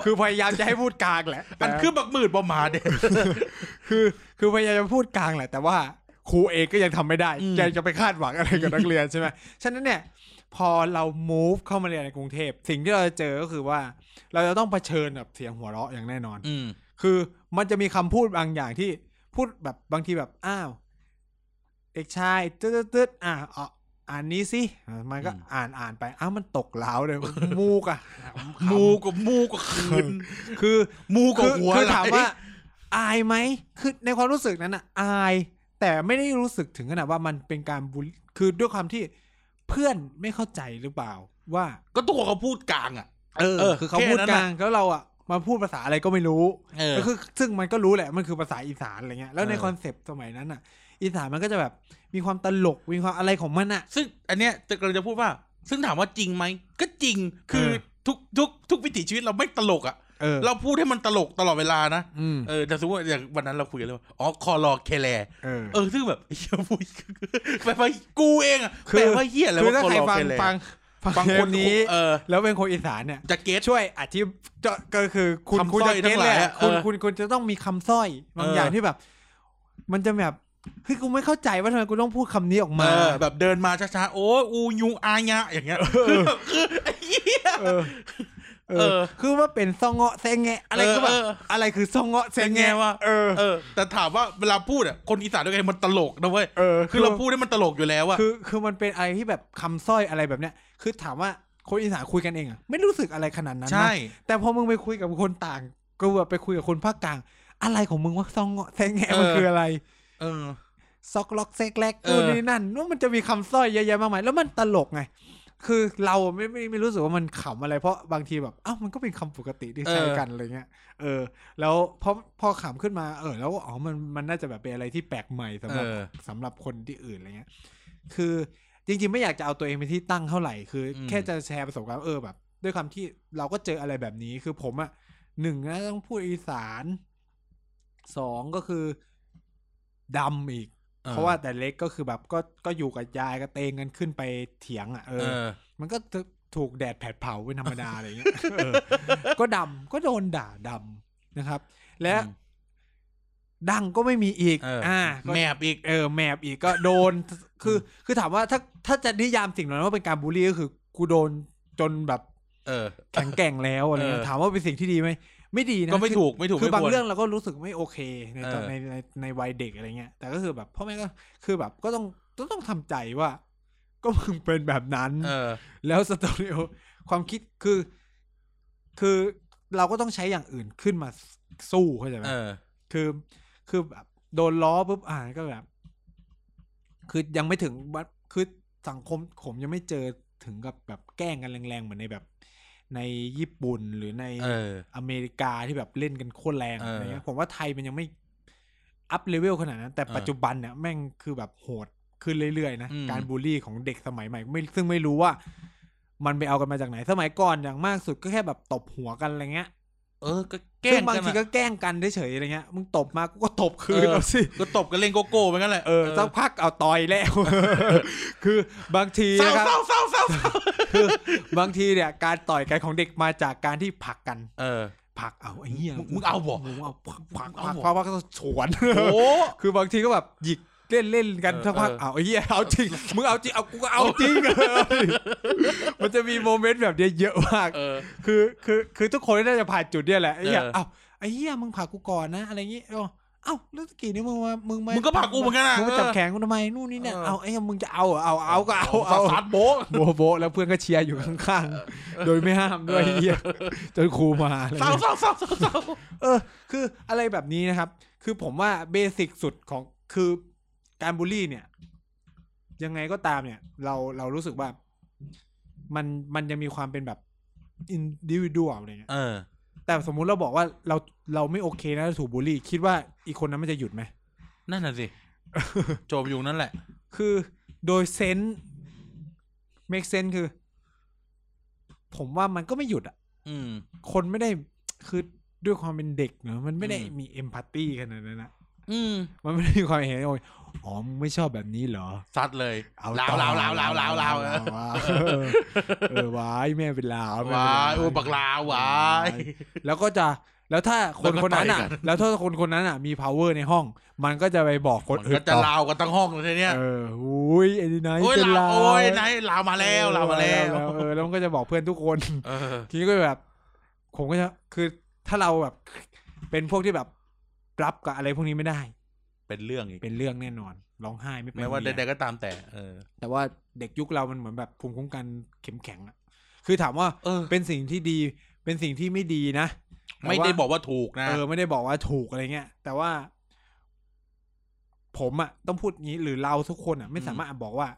A: คือพยายามจะให้พูดกลางแหละ
B: มัน
A: แต่
B: คือบักหมื่นประมาณ
A: [laughs]
B: เนี่ย
A: คือคือพยายามจะพูดกลางแหละ แต่ว่าครูเองก็ยังทำไม่ได้
B: อืม
A: ยังจะไปคาดหวังอะไรกับนักเรียนใช่ไหม [laughs] ฉะนั้นเนี่ย พอเรา move เข้ามาเรียนในกรุงเทพ สิ่งที่เราจะเจอก็คือว่า เราจะต้องเผชิญกับเสียงหัวเราะอย่างแน่นอน
B: อืม
A: คือมันจะมีคำพูดบางอย่างที่พูดแบบบางทีแบบอ้าวเด็กชายตึ๊ดตึ๊ดตึ๊ดอ่ะอ่ะอ่านนี้สิอ่ะมันก็
B: อืม
A: อ่านอ่านไปอ้าวมันตกเหล้าวเลยมูกอะ
B: มูกับมูกับคืน
A: คือ
B: มูกับ
A: คือ
B: หัว
A: คือ
B: ไหล
A: ถามว่า อายไหมคือในความรู้สึกนั้นอะอาย แต่ไม่ได้รู้สึกถึงขนาดว่ามันเป็นการบูลคือด้วยความที่เพื่อนไม่เข้าใจหรือเปล่า ว่า
B: ก็ตัวเขาพูดกลางอ่ะ
A: เออ
B: เออ
A: คือเขาพูด
B: แค่
A: ก
B: นั้นน่ะ
A: ลางแล้วเราอะมาพูดภาษาอะไรก็ไม่รู้
B: เออ
A: ก็คือ ซึ่งมันก็รู้แหละมันคือภาษาอีสานอะไรเงี้ยแล้วใน
B: เออ
A: คอนเซปต์สมัยนั้นอะอีสานมันก็จะแบบมีความตลกมีความอะไรของมันอะ
B: ซึ่งอันเนี้ยจะกำลังจะพูดว่า ซึ่งถามว่าจริงไหม ก็จริง คือ
A: เออ
B: ทุกทุกทุกวิถีชีวิตเราไม่ตลกอ่ะ
A: เออ
B: เราพูดให้มันตลกตลอดเวลานะ
A: อืม
B: เออ แต่สมมติว่าอย่างวันนั้นเราคุยกันเลยว่า อ๋อ คอรอเคแล
A: เออ
B: เออ ซึ่งแบบเฮียพูด [laughs] แปลว่ากูเองอ่ะ
A: คือ
B: แปลว่าเฮียอะไร
A: คือ
B: ว่า
A: ถ้า
B: คอ
A: ใคร
B: รอ
A: ฟัง
B: เคแล
A: ฟังฟั
B: ฟั
A: ง
B: ง
A: ค
B: คน น
A: นี้
B: นี้ เออ
A: แล้วเป็นคนอีสานเนี่ย
B: จะเก็ต
A: ช่วยอธิบจะก็คือคุณ
B: คำ
A: คุณ
B: สร้
A: จะ
B: อย
A: เก็ต
B: ทั้งห
A: แห
B: ลาย
A: ละ
B: อะ
A: คุณ
B: เออ
A: คุณคุณจะต้องมีคำสร้อยบาง
B: เออ
A: อ
B: อ
A: ย่างที่แบบ มันจะแบบเฮ้ยกูไม่เข้าใจว่าทำไมกูต้องพูดคำนี้ออกมา
B: เออแบบเดินมาช้าๆ โอ้ยอูยูอายะอย่างเงี้ยคือแบบคือไอ้เหี้ย
A: เออเออ
B: เออ
A: คือว่าเป็นซองเงาะแซงแงะอะไรก็แบบ
B: เออเออ
A: อะไรคือซองเงาะแซงแงะวะเออ
B: เออ แต่ถามว่าเวลาพูดอ่ะคนอีสานด้วยกันมันตลกนะเว้ย
A: เออ
B: คือเราพูดให้มันตลกอยู่แล้วอะ
A: คือคือมันเป็นอะไรที่แบบคำสร้อยอะไรแบบเนี้ย คือถามว่าคนอีสานคุยกันเองอะไม่รู้สึกอะไรขนาดนั้นนะ
B: ใช่
A: แต่พอมึงไปคุยกับคนต่างกูแบบไปคุยกับคนภาคกลาง อะไรของมึงว่าซองเงาะแซงแงะมันคืออะไร
B: เออ
A: ซอกล็อกเซกแลก
B: เออ
A: นู่นนี่นั่นนู่นมันจะมีคำสร้อยเยอะแยะมากมายแล้วมันตลกไง คือเราไม่ไม่ไม่รู้สึกว่ามันขำอะไรเพราะบางทีแบบอ้าวมันก็เป็นคำปกติที่ใช้กันอะไรเงี้ยเออ แล้วพอพอขำขึ้นมาเออ แล้วอ๋อมันมันน่าจะแบบเป็นอะไรที่แปลกใหม่สำห
B: เอ
A: รับ
B: อ
A: สำหรับคนที่อื่นอะไรเงี้ย คือจริงๆไม่อยากจะเอาตัวเองเป็นที่ตั้งเท่าไหร่คืออ
B: ม
A: แค่จะแชร์ประสบการณ์เออแบบ ด้วยความที่เราก็เจออะไรแบบนี้คือผมอะหนึ่งนะต้องพูดอีสานสองก็คือดำอีก
B: ออ
A: เพราะว่าแต่เล็กก็คือแบบก็ก็อยู่กับยายก็เตงกันขึ้นไปเถียงอ่ะเอ
B: เอ
A: อ
B: อ
A: มันก็ถูกแดดแผดเผาเป็นธรรมดาอะไรอย่างเงี้ย เออก็ดำก็โดนด่าดำนะครับ และ
B: อืม
A: ดังก็ไม่มีอีก
B: เอออ่
A: อ่าก็
B: แมบอีก
A: เออแมบอีกก็โดน [laughs] คือ คือถามว่าถ้าถ้าจะนิยามสิ่งเหล่านั้นว่าเป็นการบูลลี่ก็คือ กูโดนจนแบบ
B: เออ
A: แข็งแกร่งแล้วอะไรเงี้
B: เอย อ
A: ถามว่าเป็นสิ่งที่ดีไหมไม่ดีนะ
B: ก็ไม่
A: คือ
B: ถูกไม่ถูก
A: คือ
B: ไม่
A: บาง
B: ควร
A: เรื่องเราก็รู้สึกไม่โอเคในตอน
B: เออ
A: ในในในวัยเด็กอะไรเงี้ย แต่ก็คือแบบพ่อแม่ก็คือแบบก็ต้องต้องต้องทำใจว่า ก็มึงเป็นแบบนั้น
B: เออ
A: แล้วสตูดิโอความคิดคือ คือเราก็ต้องใช้อย่างอื่นขึ้นมาสู้เข้าใจไหม
B: เออ
A: คือคือแบบโดนล้อปุ๊บอ่านก็แบบ คือยังไม่ถึงวัดคือสังคมผมยังไม่เจอถึงกับแบบแกล้งกันแรงๆเหมือนในแบบ ในญี่ปุ่นหรือใน
B: เออ
A: อเมริกาที่แบบเล่นกันโคตรแรง
B: เอออ
A: อะไรเงี้ยผมว่าไทยมันยังไม่อัพเลเวลขนาดนั้น แต่
B: เออ
A: ปัจจุบันเนี่ยแม่งคือแบบโหดขึ้นเรื่อยๆนะ
B: อืม
A: การบูลลี่ของเด็กสมัยใหม่ไม่ซึ่งไม่รู้ว่า มันไปเอากันมาจากไหนสมัยก่อนอย่างมากสุดก็แค่แบบตบหัวกันอะไรเงี้ย
B: เออ ก็แกล้
A: ซึ่
B: ง
A: งบาง
B: กัน
A: ที
B: อะ
A: ก็แกล้งกันเฉยๆอะไรเงี้ยมึงตบมากูก็ตบคืน
B: เออ
A: เอาสิ
B: ก็ตบกันเล่นโกโก้ไปงั้นแหละ
A: เออสักพักเอาต่อยแล้ว [laughs] คือบางที
B: เศร้า
A: นะครับ
B: เศร้าเศร้าเศร้าเศร้า
A: คือบางทีเนี่ยการต่อยกันของเด็กมาจากการที่ผลักกัน
B: เออ
A: ผลักเอาไอ้เหี้ย
B: มึงมึงเอาบ่
A: มึงเอาผลักผลัก
B: มึง
A: ผ
B: เอา
A: ลัก
B: บ่
A: เพราะว่าก็ต้องฉวน
B: โอ้
A: [laughs] คือบางทีก็แบบหยิกเล่นเล่นๆกัน
B: เออ
A: สักพัก
B: เออ
A: เอาไอ้เหี้ยเอาจริงมึงเอาจริงเอากูก็เอาจ
B: [laughs]
A: ริงเออมันจะมีโมเมนต์แบบเนี้ยเยอะมาก
B: เออ
A: คือคือคือทุกคนน่าจะผ่านจุดเนี้ยแหละไอ้เหี้ย
B: เออ
A: เอาไอ้เหี้ยมึงผลักกูก่อนนะอะไรอย่างงี้เอ้าเอ้าแล้วตะกี้นี่มึงมามึงมามึ
B: มึงก็ผลักกูเหมือนกันอะ
A: มึงมาจับ
B: เออ
A: แขนกูทำไมนู่นนี่เนี่ย
B: เออ
A: เอาไอ้เหี้ยมึงจะเอาเหรอเอาเอาก็เอาเอา
B: สัตว์โบะ
A: โบะโบะแล้วเพื่อนก็เชียร์อยู่ข้างๆ โดยไม่ห้ามด้วยเหี้ยจนครูมาอะไร
B: เศร้า
A: เงี้ย
B: เศร้าเศร้าเศร้าเศร้า
A: เออ คืออะไรแบบนี้นะครับ คือผมว่าเบสิกสุดของคือการบูลลี่เนี่ย ยังไงก็ตามเนี่ย เราเรารู้สึกว่า มันมันยังมีความเป็นแบบอินดิวิดวลอะไรเงี้ย
B: เออ
A: แต่สมมุติเราบอกว่าเราเราไม่โอเคนะถูกบูลลี่ คิดว่าอีกคนนั้นมันจะหยุดไหม
B: นั่นน่ะสิ โจมอยู่นั่นแหละ
A: คือโดยเซนส์ make sense คือ ผมว่ามันก็ไม่หยุดอะ
B: อืม
A: คนไม่ได้ คือด้วยความเป็นเด็กเนอะมันไม่ได้
B: อืม
A: มีเอมพัตตีขนาดนั้นนะ
B: อืม
A: มันไม่ได้มีความเห็นโอ้ยอ๋อมึงไม่ชอบแบบนี้เหรอ
B: ซัดเลย
A: เอา
B: ลาว
A: ต่อ
B: ลาวลาวลาวลาวลาว
A: เออเออวายแม่เป็นลาวแม่เป็น
B: วายโอ้บักลาววาย
A: แล้วก็จะแล้วถ้าคน
B: แล้วก็
A: คนนั้นอ่ะ
B: ต่อยกัน
A: แล้วถ้าคนคนนั้นอ่ะมี power ในห้อง มันก็จะไปบอกคน
B: มัน
A: อื่
B: ก็
A: น
B: จะ
A: ต่อ
B: ลาวกันทั้งห้องเลยทีเนี้ย
A: เอออุ้ยไอ้นี่ไหน
B: โอ้ย
A: เป็น
B: ลา
A: ลาว ว
B: โอ้ยไหนลาวมาแล้วลาวมาแล้ว
A: เออเออแล้วมันก็จะบอกเพื่อนทุกคน [laughs]
B: เออ
A: ทีนี้ก็แบบ ผมก็จะคือถ้าเราแบบ เป็นพวกที่แบบรับกับอะไรพวกนี้ไม่ได้
B: เป็นเรื่องอีก
A: เป็นเรื่องแน่นอนร้องไห้ไม่เป็น
B: ไม่ว่า
A: เมีย
B: ใดๆก็ตามแต่ เออ
A: แต่ว่าเด็กยุคเรามันเหมือนแบบภูมิคุ้มกันเข้มแข็งอะคือถามว่า
B: เออ
A: เป็นสิ่งที่ดี เป็นสิ่งที่ไม่ดีนะแต่ว่า
B: ไม่ได้บอกว่าถูกนะ
A: เออไม่ได้บอกว่าถูกอะไรเงี้ยแต่ว่า ผมอะต้องพูดงี้หรือเราทุกคนอะไม่สามารถบอกว่า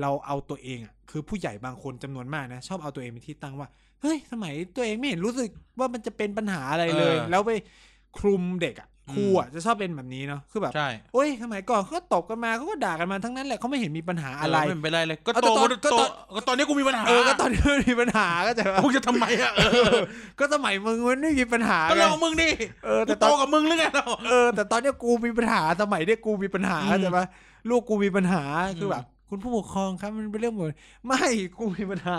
A: เราเอาตัวเองอะคือผู้ใหญ่บางคนจำนวนมากนะชอบเอาตัวเองเป็นที่ตั้งว่าเฮ้ยสมัยตัวเองไม่เห็นรู้สึกว่ามันจะเป็นปัญหาอะไรเลย
B: เออ
A: แล้วไปคลุมเด็กอะครู
B: อืม
A: อะจะชอบเป็นแบบนี้เนาะคือแบบ
B: ใช่
A: โอ้ยสมัยก่อนเขาก็ตบกันมาเขาก็ด่ากันมาทั้งนั้นแหละเขาไม่เห็นมีปัญหาอะไร
B: เไม่เป็นไรเลย ก็
A: เอา
B: โต
A: แต่ตอน
B: ก็
A: ก็ต
B: โต
A: อน
B: ก็ตอนนี้กูมีปัญหา
A: เออก็ตอนนี้มันมีปัญหาก็จะว่า
B: มึงจะทำไมอ่ะเออ
A: ก็สมัยมึงมันไม่มีปัญหา
B: ก็เรื่อง
A: ไง
B: ของมึงดิ
A: เออ
B: กู
A: แต่ต
B: โต
A: อน
B: กับมึงหรือไงเรา
A: เออ แต่ตอนเนี้ยกูมีปัญหาสมัยเนี้ยกูมีปัญหา
B: อืม
A: ใช่ปะลูกกูมีปัญหา
B: อืม
A: คือแบบคุณผู้ปกครองครับมันเป็นเรื่องหมดไม่กูมีปัญหา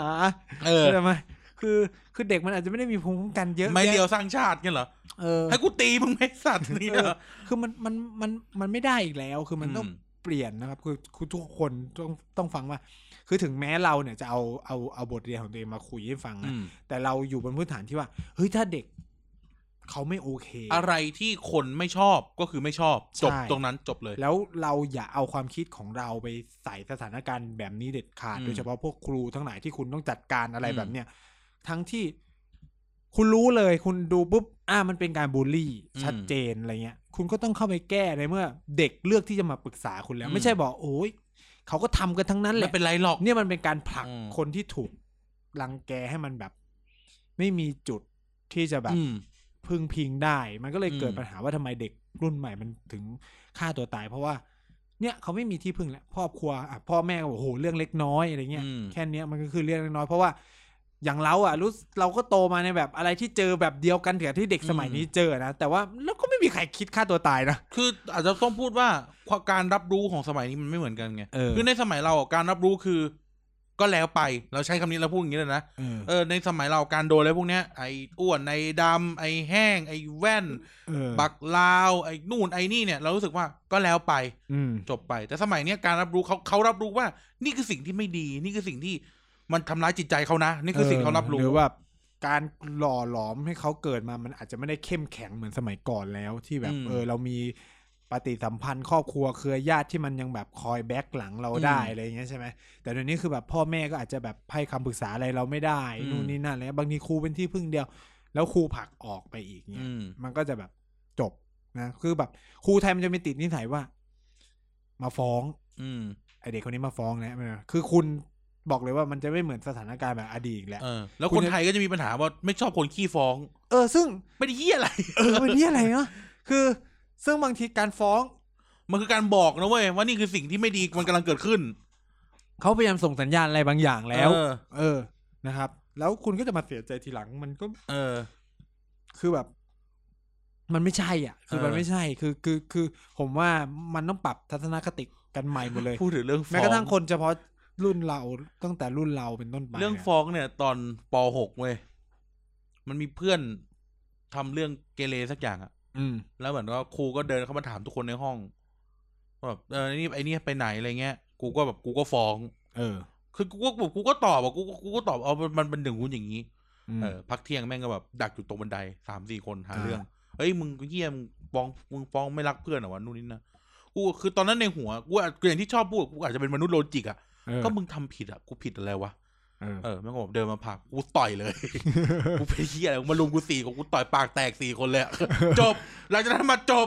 B: เออ
A: เข้าใช่ไหมคือคือเด็กมันอาจจะไม่ได้มีภูมิคุ้มกันเยอะ
B: ไม่เดียว
A: แะ
B: สร้างชาติกันเหรอ
A: เออ
B: ให้กูตีมึงไหมสัตว์นี่เหรอ
A: คือมันมันมันมันไม่ได้อีกแล้วคือมันต้อง
B: อืม
A: เปลี่ยนนะครับคือคือทุกคนต้องต้องฟังว่า คือถึงแม้เราเนี่ยจะเอาเอาเอาบทเรียนของตัวเองมาคุยให้ฟังนะ
B: อืม
A: แต่เราอยู่บนพื้นฐานที่ว่าเฮ้ยถ้าเด็กเขาไม่โอเค
B: อะไรที่คนไม่ชอบก็คือไม่ชอบ จบ
A: ใช่
B: ตรงนั้นจบเลย
A: แล้วเราอย่าเอาความคิดของเราไปใส่สถานการณ์แบบนี้เด็ดขาด
B: อืม
A: โดยเฉพาะพวกครูทั้งหลายที่คุณต้องจัดการอะไร
B: อืม
A: แบบเนี้ยทั้งที่คุณรู้เลยคุณดูปุ๊บอ่ามันเป็นการบูลลี่ ชัดเจนอะไรเงี้ย คุณก็ต้องเข้าไปแก้ในเมื่อ เด็กเลือกที่จะมาปรึกษาคุณแล้ว ไม่ใช่บอกโอ้ยเขาก็ทำกันทั้งนั้นแห
B: ไม่
A: ละ
B: เป็นไรหรอก
A: เนี่ยมันเป็นการผลัก
B: อืม
A: คนที่ถูกรังแกให้มันแบบ ไม่มีจุดที่จะแบบ
B: อืม
A: พึ่งพิงได้ มันก็เลย
B: อืม
A: เกิดปัญหาว่าทำไมเด็กรุ่นใหม่มันถึงฆ่าตัวตาย เพราะว่า เนี่ยเขาไม่มีที่พึ่งแล้วครอบครัวอ่ะพ่อแม่ก็บอกโอ้โหเรื่องเล็กน้อยอะไรเงี้ย
B: อืม
A: แค่เนี้ยมันก็คือเรื่องเล็กน้อยเพราะว่า อย่างเราอ่ะรู้เราก็โตมาในแบบอะไรที่เจอแบบเดียวกันกับที่เด็กสมัยนี้เจอนะแต่ว่าแล้วก็ไม่มีใครคิดฆ่าตัวตายนะ
B: คืออาจจะต้องพูดว่าความการรับรู้ของสมัยนี้มันไม่เหมือนกันไง
A: เออ
B: คือในสมัยเราอะการรับรู้คือ ก็แล้วไปเราใช้คำนี้เราพูดอย่างนี้เลยนะ
A: เออ
B: เออในสมัยเราการโดนอะไรพวกเนี้ยไอ้อ้วนไอ้ดำไอ้แห้ง ไอ้แว่น
A: เออ
B: บักลาว ไอ้นู่นไอ้นี่เนี่ย เรารู้สึกว่าก็แล้วไป
A: อืม
B: จบไป แต่สมัยเนี้ยการรับรู้เขาเขารับรู้ว่า นี่คือสิ่งที่ไม่ดี นี่คือสิ่งที่มันทำร้ายจิตใจเขานะ นี่คือสิ่งที่เขารับรู้
A: หรือว่าการหล่อหลอมให้เขาเกิดมามันอาจจะไม่ได้เข้มแข็งเหมือนสมัยก่อนแล้วที่แบบเออเรามีปฏิสัมพันธ์ครอบครัวเครือญาติที่มันยังแบบคอยแบ็กหลังเราได้อะไรอย่างเงี้ยใช่ไหมแต่เดี๋ยวนี้คือแบบพ่อแม่ก็อาจจะแบบให้คำปรึกษาอะไรเราไม่ได้นู่นนี่นั่นแล้วบางทีครูเป็นที่พึ่งเดียว แล้วครูผลักออกไปอีกเนี่ย
B: อืม
A: มันก็จะแบบจบนะ คือแบบครูไทยมันจะมีติดนิสัยว่า มาฟ้อง
B: อืม
A: ไอเด็กคนนี้มาฟ้องนะคือคุณบอกเลยว่ามันจะไม่เหมือนสถานการณ์แบบอดีตอีกแล้ว
B: เออ แล้ว
A: คุ
B: ค
A: ณ
B: น
A: จะ
B: ไทยก็จะมีปัญหาว่าไม่ชอบคนขี้ฟ้อง
A: เออ ซึ่ง
B: ไม่ได้เฮียอะไร
A: เออมันนี่อะไรเนาะคือ ซึ่งบางทีการฟ้อง
B: มันคือการบอกนะเว้ยว่านี่คือสิ่งที่ไม่ดีมันกำลังเกิดขึ้น
A: เขาพยายามส่งสัญญาณอะไรบางอย่างแล้ว
B: เออ
A: เออนะครับ แล้วคุณก็จะมาเสียใจทีหลัง มันก็
B: เออ
A: คือแบบ มันไม่ใช่อ่ะ คือมัน
B: เออ
A: ไม่ใช่ คือคือคือ ผมว่ามันต้องปรับทัศนคติกันใหม่หมดเลย
B: พูดถึงเรื่องฟ้อง
A: แม้กระทั่งคนเฉพาะรุ่นเราตั้งแต่รุ่นเราเป็นต้นไป
B: เรื่อง
A: นี่ย
B: ฟ้องเนี่ย ตอนป .6 เว้ยมันมีเพื่อนทำเรื่องเกเรสักอย่างอะ
A: อืม
B: แล้วเหมือนว่าครูก็เดินเข้ามาถามทุกคนในห้องว่าแบบเออไอ้นี่ไอ้นี่ไปไหนอะไรเงี้ยกูก็แบบกูก็ฟ้อง
A: เออ
B: คือกูก็กูก็ตอบอ่ะกูก็กูก็ตอบเอามันมันเป็นอย่างงู้นอย่างนี้
A: อืม
B: เออพักเที่ยงแม่งก็แบบดักอยู่ตรงบันไดสามสี่คนหา
A: อ่า
B: เรื่องเฮ้ยมึงเยี่ยมงฟ้องมึงฟ้องไม่รักเพื่อนเหรอวะนู่นนี่นะกูคือตอนนั้นในหัวกูอาจอย่างที่ชอบพูดกูอาจจะเป็นมนุษย์โลจิกอ่ะ
A: เออ
B: ก็มึงทำผิดอ่ะกูผิดอะไรวะ
A: เออ
B: เออแม่งก็บอกเดินมาผลักกูต่อยเลย กูไปเยี่ยอะไรมาลุมกูสี่คนกูต่อยปากแตกสี่คนเลยอะ [laughs] จบหลังจากนั้นมาจบ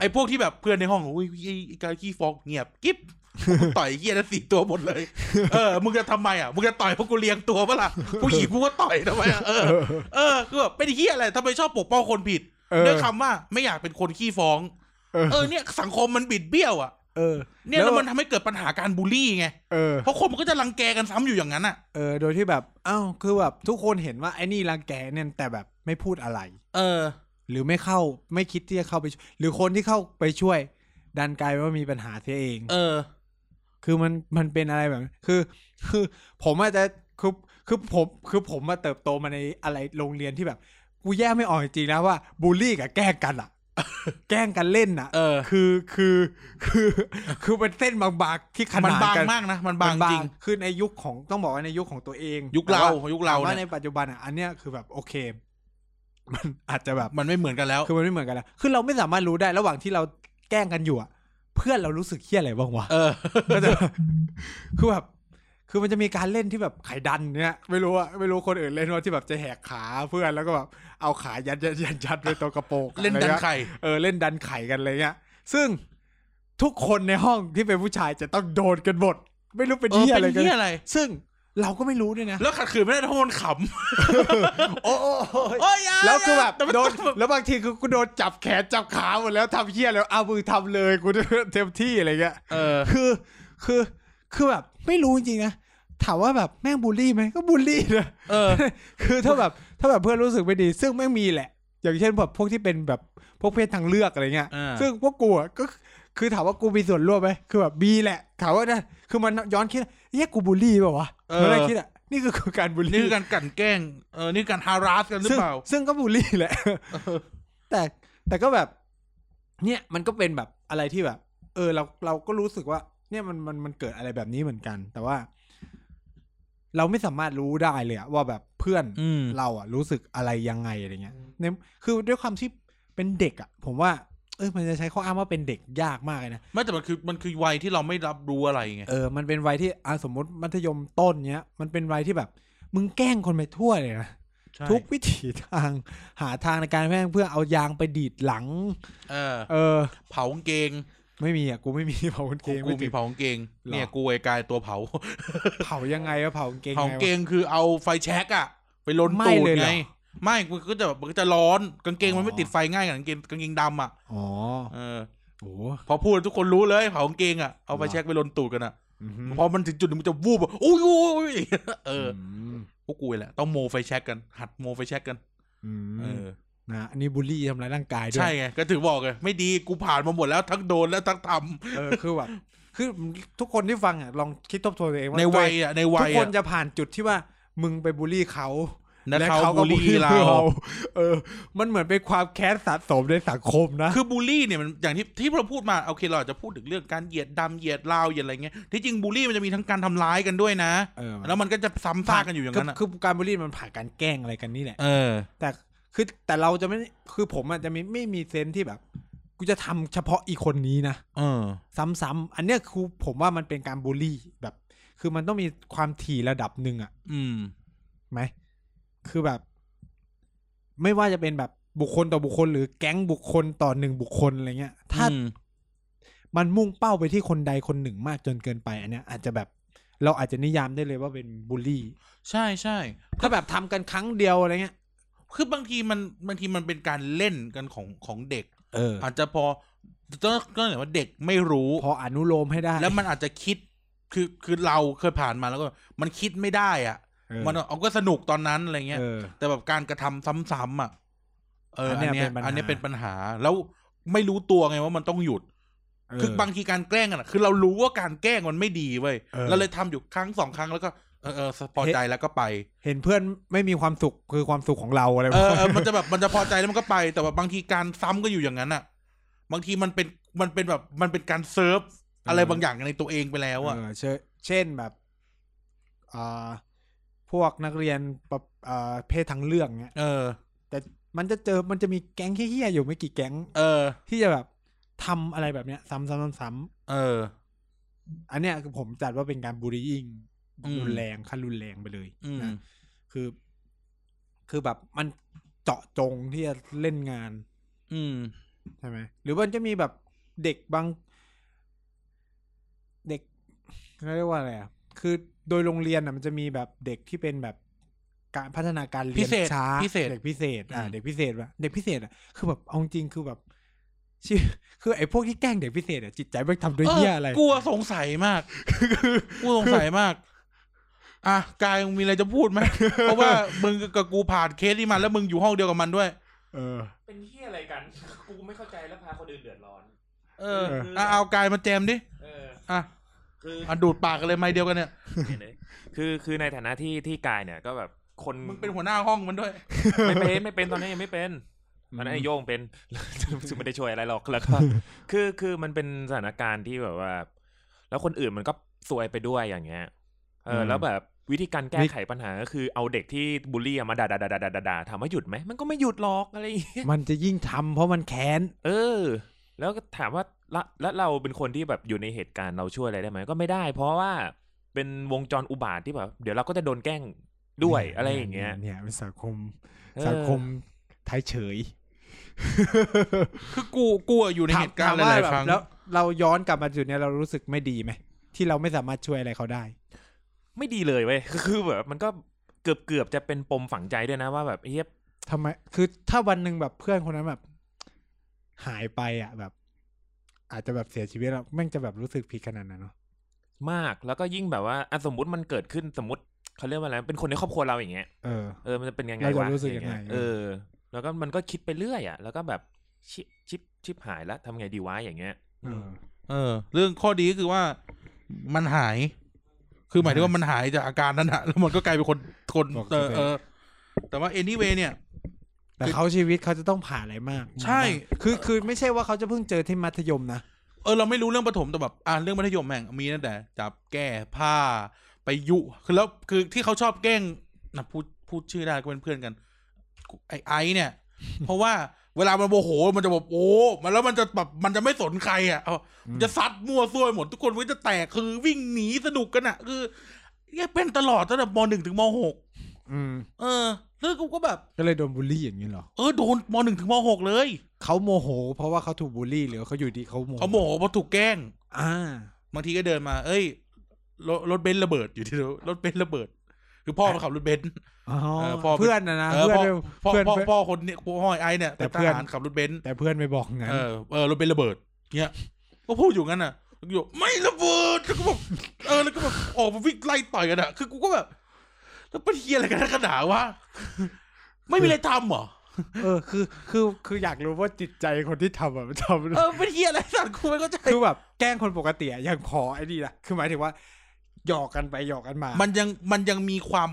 B: ไอ้พวกที่แบบเพื่อนในห้องอุ้ยไอ้ไอ้การขี้ฟอกเงียบกิ๊บกูต่อยไอ้เยี่ยนั้นสี่ตัวหมดเลย เออมึงจะทำไมอ่ะมึงจะต่อยพวกกูเลี้ยงตัวปะล่ะผู้หญิงกูก็ต่อยทำไมอ่ะเออเออคือแบบไม่ได้เฮียอะไรทำไมชอบปกป้องคนผิด
A: เออ
B: ด้วยคำว่าไม่อยากเป็นคนขี้ฟ้อง
A: เออ
B: เออเนี่ยสังคมมันบิดเบี้ยวอ่ะ
A: เออ
B: เนี่ยแล้วมันทำให้เกิดปัญหาการบูลลี่ไง
A: เออ
B: เพราะคนมันก็จะรังแกกันซ้ำอยู่อย่างนั้นอ่ะ
A: เออ โดยที่แบบ อ้าว คือแบบทุกคนเห็นว่าไอ้นี่รังแกเนี่ยแต่แบบไม่พูดอะไร
B: เออ
A: หรือไม่เข้าไม่คิดที่จะเข้าไปช่วยหรือคนที่เข้าไปช่วย ดันกลายเป็นว่ามีปัญหาเสียเอง
B: เออ
A: คือมันมันเป็นอะไรแบบนั้นคือ คือผมอาจจะคือคือผมคือผมมาเติบโตมาในอะไรโรงเรียนที่แบบ กูแยกไม่ออกจริงๆนะว่าบูลลี่กับแกล้งกันอะ [laughs] แกล้งกันเล่นอะ
B: เออ
A: คือคือคือ คือเป็นเส้นบางๆที่ข
B: มัน
A: นาน
B: บาง
A: กัน
B: มากนะ มันบางจริง
A: คือในยุคของต้องบอกว่าในยุคของตัวเอง
B: ยุคเรา
A: แต่ว่
B: ยุคเรา
A: แต่ว่า
B: เนี่ย
A: ในปัจจุบันอะอันเนี้ยคือแบบโอเค มันอาจจะแบบ
B: มันไม่เหมือนกันแล้ว
A: คือมันไม่เหมือนกันแล้ว คือเราไม่สามารถรู้ได้ระหว่างที่เราแกล้งกันอยู่อะเพื่อนเรารู้สึกเครียดอะไรบ้างวะ [laughs]
B: เออ
A: ก็จะคือแบบคือมันจะมีการเล่นที่แบบไขดันเนี่ยไม่รู้อะไม่รู้คนอื่นเล่นว่าที่แบบจะแหกขาเพื่อนแล้วก็แบบเอาขายัดยัดยัดยัดไปตัวกระโปรง
B: เล่นดั
A: อะร
B: น
A: งี้ย
B: ไข่
A: เออเล่นดันไขกันอะไรเงี้ย ซึ่งทุกคนในห้องที่เป็นผู้ชายจะต้องโดนกันหมดไม่รู้เป็น
B: เออ
A: เหี้ย
B: เป็
A: อะไร
B: น
A: กัน
B: เหี้ยอะไร
A: ซึ่งเราก็ไม่รู้ด้วยนะ
B: แล้วขัดขืนไม่ได้เพราะมันขำ
A: โอ้โอ้โอ้ย
B: โอ้ยอย่า
A: แล้วคือแบบ
B: ต่มัน
A: โดนแล้วบางทีคือกูโดนจับแขนจับขาหมดแล้วทำเหี้ยแล้วเอามือทำเลยกูเต็มที่อะไรเงี้ย
B: เออ
A: คือคือคือแบบไม่รู้จริงๆนะถามว่าแบบแม่งบูลลี่ไหมก็บูลลี่นะ
B: เออ
A: คือถ้าแบบถ้าแบบเพื่อนรู้สึกไม่ดี ซึ่งแม่งมีแหละ อย่างเช่นแบบพวกที่เป็นแบบพวกเพศทางเลือกอะไรเงี้ย
B: อ่า
A: ซึ่งพวกกูอะก็คือถามว่ากูมีส่วนร่วมไหมคือแบบมีแหละถามว่านะคือมันย้อนคิดเฮ้ยกูบูลลี่เปล่าวะ
B: เออ
A: มันได้คิดอ่ะนี่คือคือการบูล
B: นี่
A: ลี่
B: คือการกลั่นแกล้ง เออ นี่คือการฮาราสกันหรือ
A: ซึ่ง
B: เปล่า
A: ซึ่งก็บูลลี่แหละ แต่แต่ก็แบบ เนี่ยมันก็เป็นแบบอะไรที่แบบ เออ เราเราก็รู้สึกว่า เนี่ยมันมันมันเกิดอะไรแบบนี้เหมือนกัน แต่ว่า เราไม่สามารถรู้ได้เลยอะว่าแบบเพื่อน
B: อืม
A: เราอะรู้สึกอะไรยังไงอะไรเงี้ยในคือด้วยความที่เป็นเด็กอะผมว่า เออมันจะใช้ข้ออ้างว่าเป็นเด็กยากมากเลยนะ
B: ไม่แต่มันคือ มันคือวัยที่เราไม่รับรู้อะไรไง
A: เออมันเป็นวัยที่อ่ะสมมติมัธยมต้นเนี้ย มันเป็นวัยที่แบบ มึงแกล้งคนไปทั่วเลยนะ
B: ใช่
A: ทุกวิถีทางหาทางในการแกล้งเพื่อเอายางไปดีดหลัง
B: เออ
A: เออ
B: เผากางเกง
A: ไม่มีอ่ะกูไม่มี [laughs] เผากางเก
B: กู
A: ง
B: กู
A: ไม่
B: มี
A: ถึง
B: เผากางเกง
A: หรอ
B: เนี่ยกูไอ้กายตัวเผา
A: เผายังไงวะเผากางเกง
B: เผา
A: ไวะ
B: กางเกงคือเอาไฟแช็กอะไปลน
A: ไหม้
B: ตูด
A: เลยเหรอ
B: ไง ไม่กูก็จะแบบมันก็จะร้อน กางเกงมั
A: อ๋
B: น
A: อ
B: ไม่ติดไฟง่ายกับกางเกงกางเกงดำอะ
A: อ๋อ
B: เออ
A: โอ้โห
B: พอพูดทุกคนรู้เลยเผากางเกงอะเอาไฟแช็กไปลนตูดกันอะ
A: อือฮึ
B: พอมันถึงจุดหนึงมันจะวูบอะอุ้ยอุ้ยอุ้ยเออ
A: ม
B: พวกกูแหละต้องโมไฟแช็กกัน หัดโมไฟแช็กกัน
A: อืม
B: เออ
A: นะอันนี้บูลลี่ทำร้ายร่างกายด้วย
B: ใช่ไงก็ถึงบอกไงไม่ดีกูผ่านมาหมดแล้วทั้งโดนและทั้งท
A: เออคือ
B: [laughs]
A: แบบคือทุกคนที่ฟังอ่ะลองคิดทบทวนตัวเอง
B: ำ
A: ว่า
B: ใน
A: ตั
B: วั
A: เอย ง
B: อ่ะใน
A: ทุ
B: วั
A: ก
B: ย
A: คน
B: อ่ะ
A: จะผ่านจุดที่ว่ามึงไปบูลลี่เขา
B: นะ
A: และ
B: เขา
A: เขาก็
B: บูล
A: บูล
B: ลี่
A: ลี่
B: เรา
A: เรา เออ มันเหมือนเป็นความแค้นสะสมในสังคมนะ
B: คือบูลลี่เนี่ยมันอย่างที่ที่เราพูดมาโอเคเราอาจจะพูดถึงเรื่องการเหยียดดำเหยียดลาวเหยียดอะไรเงี้ยที่จริงบูลลี่มันจะมีทั้งการทำร้ายกันด้วยนะ
A: เออ
B: แล้วมันก็จะซ้ำซากกันอยู่อย่างนั้นอ่ะ
A: คือคือการบูลลี่มันผ่านการแกล้งอะไรกันนี่แหละ
B: เออ
A: แต่คือแต่เราจะไม่คือผมอาจจะไม่ไม่มีเซนส์ที่แบบ กูจะทำเฉพาะอีกคนนี้นะ
B: เออ
A: ซ้ำๆอันเนี้ยคือผมว่ามันเป็นการบูลลี่แบบ คือมันต้องมีความถี่ระดับหนึ่งอะ
B: อืม
A: ไหม คือแบบ ไม่ว่าจะเป็นแบบบุคคลต่อบุคคล หรือแก๊งบุคคลต่อหนึ่งบุคคลอะไรเงี้ย ถ้า
B: อืม
A: มันมุ่งเป้าไปที่คนใดคนหนึ่งมากจนเกินไป อันเนี้ยอาจจะแบบ เราอาจจะนิยามได้เลยว่าเป็นบูลลี่
B: ใช่ใช่
A: ถ้าแบบทำกันครั้งเดียวอะไรเงี้ย
B: คือบางทีมันบางทีมันเป็นการเล่นกันของของเด็ก
A: เออ
B: อาจจะพอต้องก็เห็นว่าเด็กไม่รู้
A: พออนุโลมให้ได้
B: แล้วมันอาจจะคิดคือคือเราเคยผ่านมาแล้วก็ มันคิดไม่ได้อ่ะ
A: เออ
B: มันเอาก็สนุกตอนนั้นอะไรเงี้ย
A: เออ
B: แต่แบบการกระทำซ้ำๆอ่ะ เออ
A: อัน
B: อัน
A: เนี้ย
B: เนี้
A: เป็น
B: ย
A: ปัญหา
B: อันเนี้ยเป็นปัญหา แล้วไม่รู้ตัวไงว่ามันต้องหยุด คือบางทีการแกล้งกันอะคือเรารู้ว่าการแกล้งมันไม่ดีเว้ย
A: เออ
B: เราเลยทำอยู่ครั้งสองครั้งแล้วก็เออเออพอใจแล้วก็ไป
A: เห็นเพื่อนไม่มีความสุขคือความสุขของเราอะไร
B: เออเออมันจะแบบมันจะพอใจแล้วมันก็ไป แต่แบบบางทีการซ้ำก็อยู่อย่างนั้นอ่ะ บางทีมันเป็นมันเป็นแบบมันเป็นการเซิร์ฟอะไรบางอย่างในตัวเองไปแล้วอ่ะ
A: เออเชเช่นแบบอ่าพวกนักเรียนประอ่าเพศทางเลือกเนี้ย
B: เออ
A: แต่มันจะเจอมันจะมีแก๊งเฮี้ยๆอยู่ไม่กี่แก๊ง
B: เออ
A: ที่จะแบบทำอะไรแบบเนี้ย ซ้ำๆๆ
B: เออ
A: ๆอันเนี้ยคือผมจัดว่าเป็นการบูลลี่ยิง
B: อืม
A: รุนแรงขั้นรุนแรงไปเลย
B: อืม
A: นะคือ คือแบบมันเจาะจงที่จะเล่นงาน
B: อืม
A: ใช่ไหมหรือมันจะมีแบบเด็กบาง เด็กเขาเรียกว่าอะไรอ่ะคือโดยโรงเรียนอ่ะมันจะมีแบบเด็กที่เป็นแบบการพัฒนาการเรี
B: พิ
A: ยน
B: เศษ
A: ช้า
B: พิเศษ
A: เด็กพิเศษอ่า
B: อืม
A: เด็กพิเศษแบบเด็กพิเศษอ่ะคือแบบเอาจริงคือแบบชื่อคือไอ้พวกที่แกล้งเด็กพิเศษอ่ะจิตใจมันทำด้วยเหี้ยอะไร
B: เกูสงสัยมากกูสงสัยมาก อ่ะกายมึงมีอะไรจะพูดไหม เพราะว่ามึงกับกูผ่านเคสนี้มาแล้วมึงอยู่ห้องเดียวกับมันด้วย
A: เออ
C: เป็นเฮียอะไรกัน [laughs] กูไม่เข้าใจแล้วพาคนอื่นเดือดร้อน
B: เอออ่ะเอากายมาแจมดิ
C: เออ
B: อ่ะ
C: คือ
B: อ่ะดูดปากกันเลยไม่เดียวกันเนี่ย
C: คือคือในฐานะที่ที่กายเนี่ยก็แบบคน
B: มึงเป็นหัวหน้าห้องมันด้วย
C: ไม่เป็นไม่เป็นตอนนี้ยังไม่เป็นตอนนั้นไอ้โย่งเป็น [laughs] ซึ่งไม่ได้ช่วยอะไรหรอกแล้วก็คือคือมันเป็นสถานการณ์ที่แบบว่า แล้วคนอื่นมันก็ซวยไปด้วยอย่างเงี้ย เออ
A: อืม
C: แล้วแบบวิธีการแก้
A: นี่
C: ไขปัญหาก็คือเอาเด็กที่บูลลี่อะมาด่าด่าด่าด่าด่าถามว่าหยุดไหมมันก็ไม่หยุดหรอกอะไรอย่างเงี้ย
A: มันจะยิ่งทำเพราะมันแค้น
C: เออ แล้วก็ถามว่าละแล้วเราเป็นคนที่แบบอยู่ในเหตุการณ์เราช่วยอะไรได้ไหมก็ไม่ได้ เพราะว่าเป็นวงจรอุบาทที่แบบเดี๋ยวเราก็จะโดนแกล้งด้วย
A: นี่
C: อะไรอย่างเงี้ย
A: เนี่ยเป็นสังคม
C: เออ
A: สังคมไทยเฉย
B: คือกูกูอะอยู่ในเหตุการณ์ห
A: ว่
B: ลายๆครั้ง
A: แล้วเราย้อนกลับมาจุดเนี้ยเรารู้สึกไม่ดีไหมที่เราไม่สามารถช่วยอะไรเขาได้
C: ไม่ดีเลยเว้ย [laughs] คือแบบมันก็เกือบเกือบจะเป็นปมฝังใจด้วยนะว่าแบบเฮีย
A: ทำไม คือถ้าวันหนึ่งแบบเพื่อนคนนั้นแบบ หายไปอ่ะแบบ อาจจะแบบเสียชีวิตแล้วแม่งจะแบบรู้สึกผิดขนาดนั้นเนาะ
C: มาก แล้วก็ยิ่งแบบว่าอ่ะสมมุติมันเกิดขึ้นสมมติเขาเรียกว่าอะไรเป็นคนในครอบครัวเราอย่างเงี้ย
A: เออ
C: เออ มันจะเป็นยังไง
A: เราจะ
C: วะ
A: รู้สึกยังไง
C: อาเออ แล้วก็มันก็คิดไปเรื่อยอ่ะ แล้วก็แบบชิบชิบชิบหายแล้วทำไงดีวะอย่างเงี้ย
A: เออ
B: เออ เรื่องข้อดีก็คือว่ามันหาย คือหมายถึงว่ามันหายจากอาการนั้นอะแล้วมันก็กลายเป็นคนคน
A: ปกติ
B: เออเออ แต่ว่า anyway เนี่ย
A: แต่เขาชีวิตเขาจะต้องผ่านอะไรมาก
B: ใช่
A: คือคือไม่ใช่ว่าเขาจะเพิ่งเจอที่มัธยมนะ
B: เออเราไม่รู้เรื่องประถมแต่แบบอ่าเรื่องมัธยมแม่งมีตั้งแต่จับแก้ผ้าไปยุ คือแล้วคือที่เขาชอบแกล้งนะพูดพูดชื่อได้ก็เป็นเพื่อนกัน ไอไอซ์เนี่ย เพราะว่าเวลามันโมโหมันจะแบบโอ้มันแล้วมันจะแบบมันจะไม่สนใครอ่ะเอา
A: อืม
B: จะซัดมั่วซั่วไปหมดทุกคนมันก็จะแตกคือวิ่งหนีสนุกกันอ่ะ คือเนี่ยเป็นตลอดตั้งแต่มหนึ่งถึงมหก
A: อืม
B: เออแล้วกูก็แบบ
A: ก็เลยโดนบูลลี่อย่างนี้เหรอ
B: เออโดนมหนึ่งถึงมหกเลย
A: เขาโมโห เพราะว่าเขาถูกบูลลี่หรือเขาอยู่ดีเขาโมโห
B: เขาโมโหเพราะถูกแกล้ง
A: อ่า
B: บางทีก็เดินมา เอ้ย รถรถเบนซ์ระเบิดอยู่ที่ [laughs] รถรถเบนซ์ระเบิด คือพ่อมาขับรถเบนซ์
A: อ๋อ
B: เออพอ
A: เพื่อนนะนะ
B: เออ
A: เพื่อน
B: พ่อ
A: ไม่เพื่อน
B: พ่อพ่อ
A: ไม่
B: พ่อคนเนี่ยพ่อไอ้เนี่ย
A: แต่
B: แต่
A: เพื่
B: เพื่
A: อ
B: อน นขับรถเบนซ์
A: แต่เพื่อนไม่บอกงั้น
B: เออเออรถเบนซ์ระเบิด เนี้ยก็พูดอยู่งั้นน่ะ แล้วก็บอกไม่ระเบิดแล้วก็แบบเออแล้วก็แบบออกมาวิ่งไล่ต่อยกันอะคือกูก็แบบแล้วเป็นเฮียอะไรกันนักกันหนาวะไม่มีอะไรทำเหรอ
A: เออคือคือคืออยากรู้ว่าจิตใจคนที่ทำอะมันท [laughs] ำ
B: เออเป็นเฮียอะไรสัตว์กูไม่เข้าใจ
A: คือแบบแกล้งคนปกติอะยังพอไอ้นี่นะคือหมายถึงว่า หยอกกันไปหยอกกันมา
B: มันยังมันยังมีความ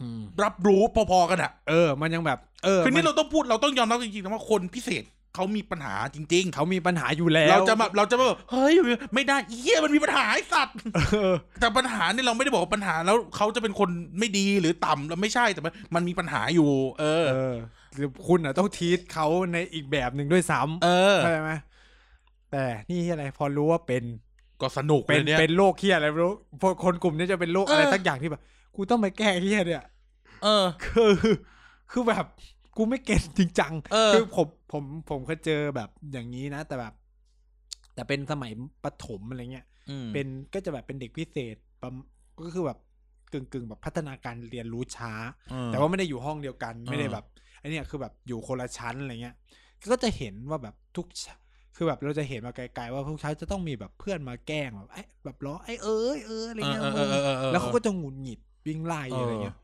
A: อืม
B: รับรู้พอๆกันอะ
A: เออ มันยังแบบ เออ
B: คือนี่
A: มั
B: เราต้องพูดเราต้องยอมรับจริงๆนะว่าคนพิเศษเขามีปัญหาจริง ๆ
A: เขามีปัญหาอยู่แล้ว
B: เราจะมาเราจะมาแบบเฮ้ยไม่ได้เฮียมันมีปัญหาไอ้สัตว์
A: เออ
B: แต่ปัญหาเนี่ยเราไม่ได้บอกว่าปัญหาแล้วเขาจะเป็นคนไม่ดีหรือต่ำเราไม่ใช่แต่มันมันมีปัญหาอยู่ เออ
A: เออหรือคุณอ่ะต้องทีทเขาในอีกแบบหนึ่งด้วยซ้
B: เออ
A: ำเข้าใจไหมแต่นี่อะไรพอรู้ว่าเป็น
B: ก็สนุก
A: เป็น
B: เลยเนี่ย
A: เป็นโรคเครียดอะไรไม่รู้พวกคนกลุ่มนี้จะเป็นโรคอะไร
B: เออ
A: สักอย่างที่แบบกูต้องไปแก้เครียดเนี่ย
B: เออ
A: คือคือแบบกูไม่เก็ตจริงจัง
B: เออ
A: คือผมผมผมเคยเจอแบบอย่างนี้นะ แต่แบบ แต่เป็นสมัยประถมอะไรเงี้ย
B: อืม
A: เป็นก็จะแบบเป็นเด็กพิเศษประมก็คือแบบกึ่งกึ่งๆแบบพัฒนาการเรียนรู้ช้า
B: เออ
A: แต่ว่าไม่ได้อยู่ห้องเดียวกัน
B: อ่า
A: ไม่ได้แบบไอันนี้คือแบบอยู่คนละชั้นอะไรเงี้ย ก็จะเห็นว่าแบบทุกเช้าคือแบบเราจะเห็นมาไกลๆว่าทุกเช้าจะต้องมีแบบเพื่อนมาแกล้งแบบไอ้แบบล้อไอ้เอ้ยเอออะไร
B: เออ
A: เงี้ย
B: เออ
A: มึ
B: เอง อเออออ
A: แล้วเขาก็จะหงุดหงิดวิ่งไล่อะไรเงี้ย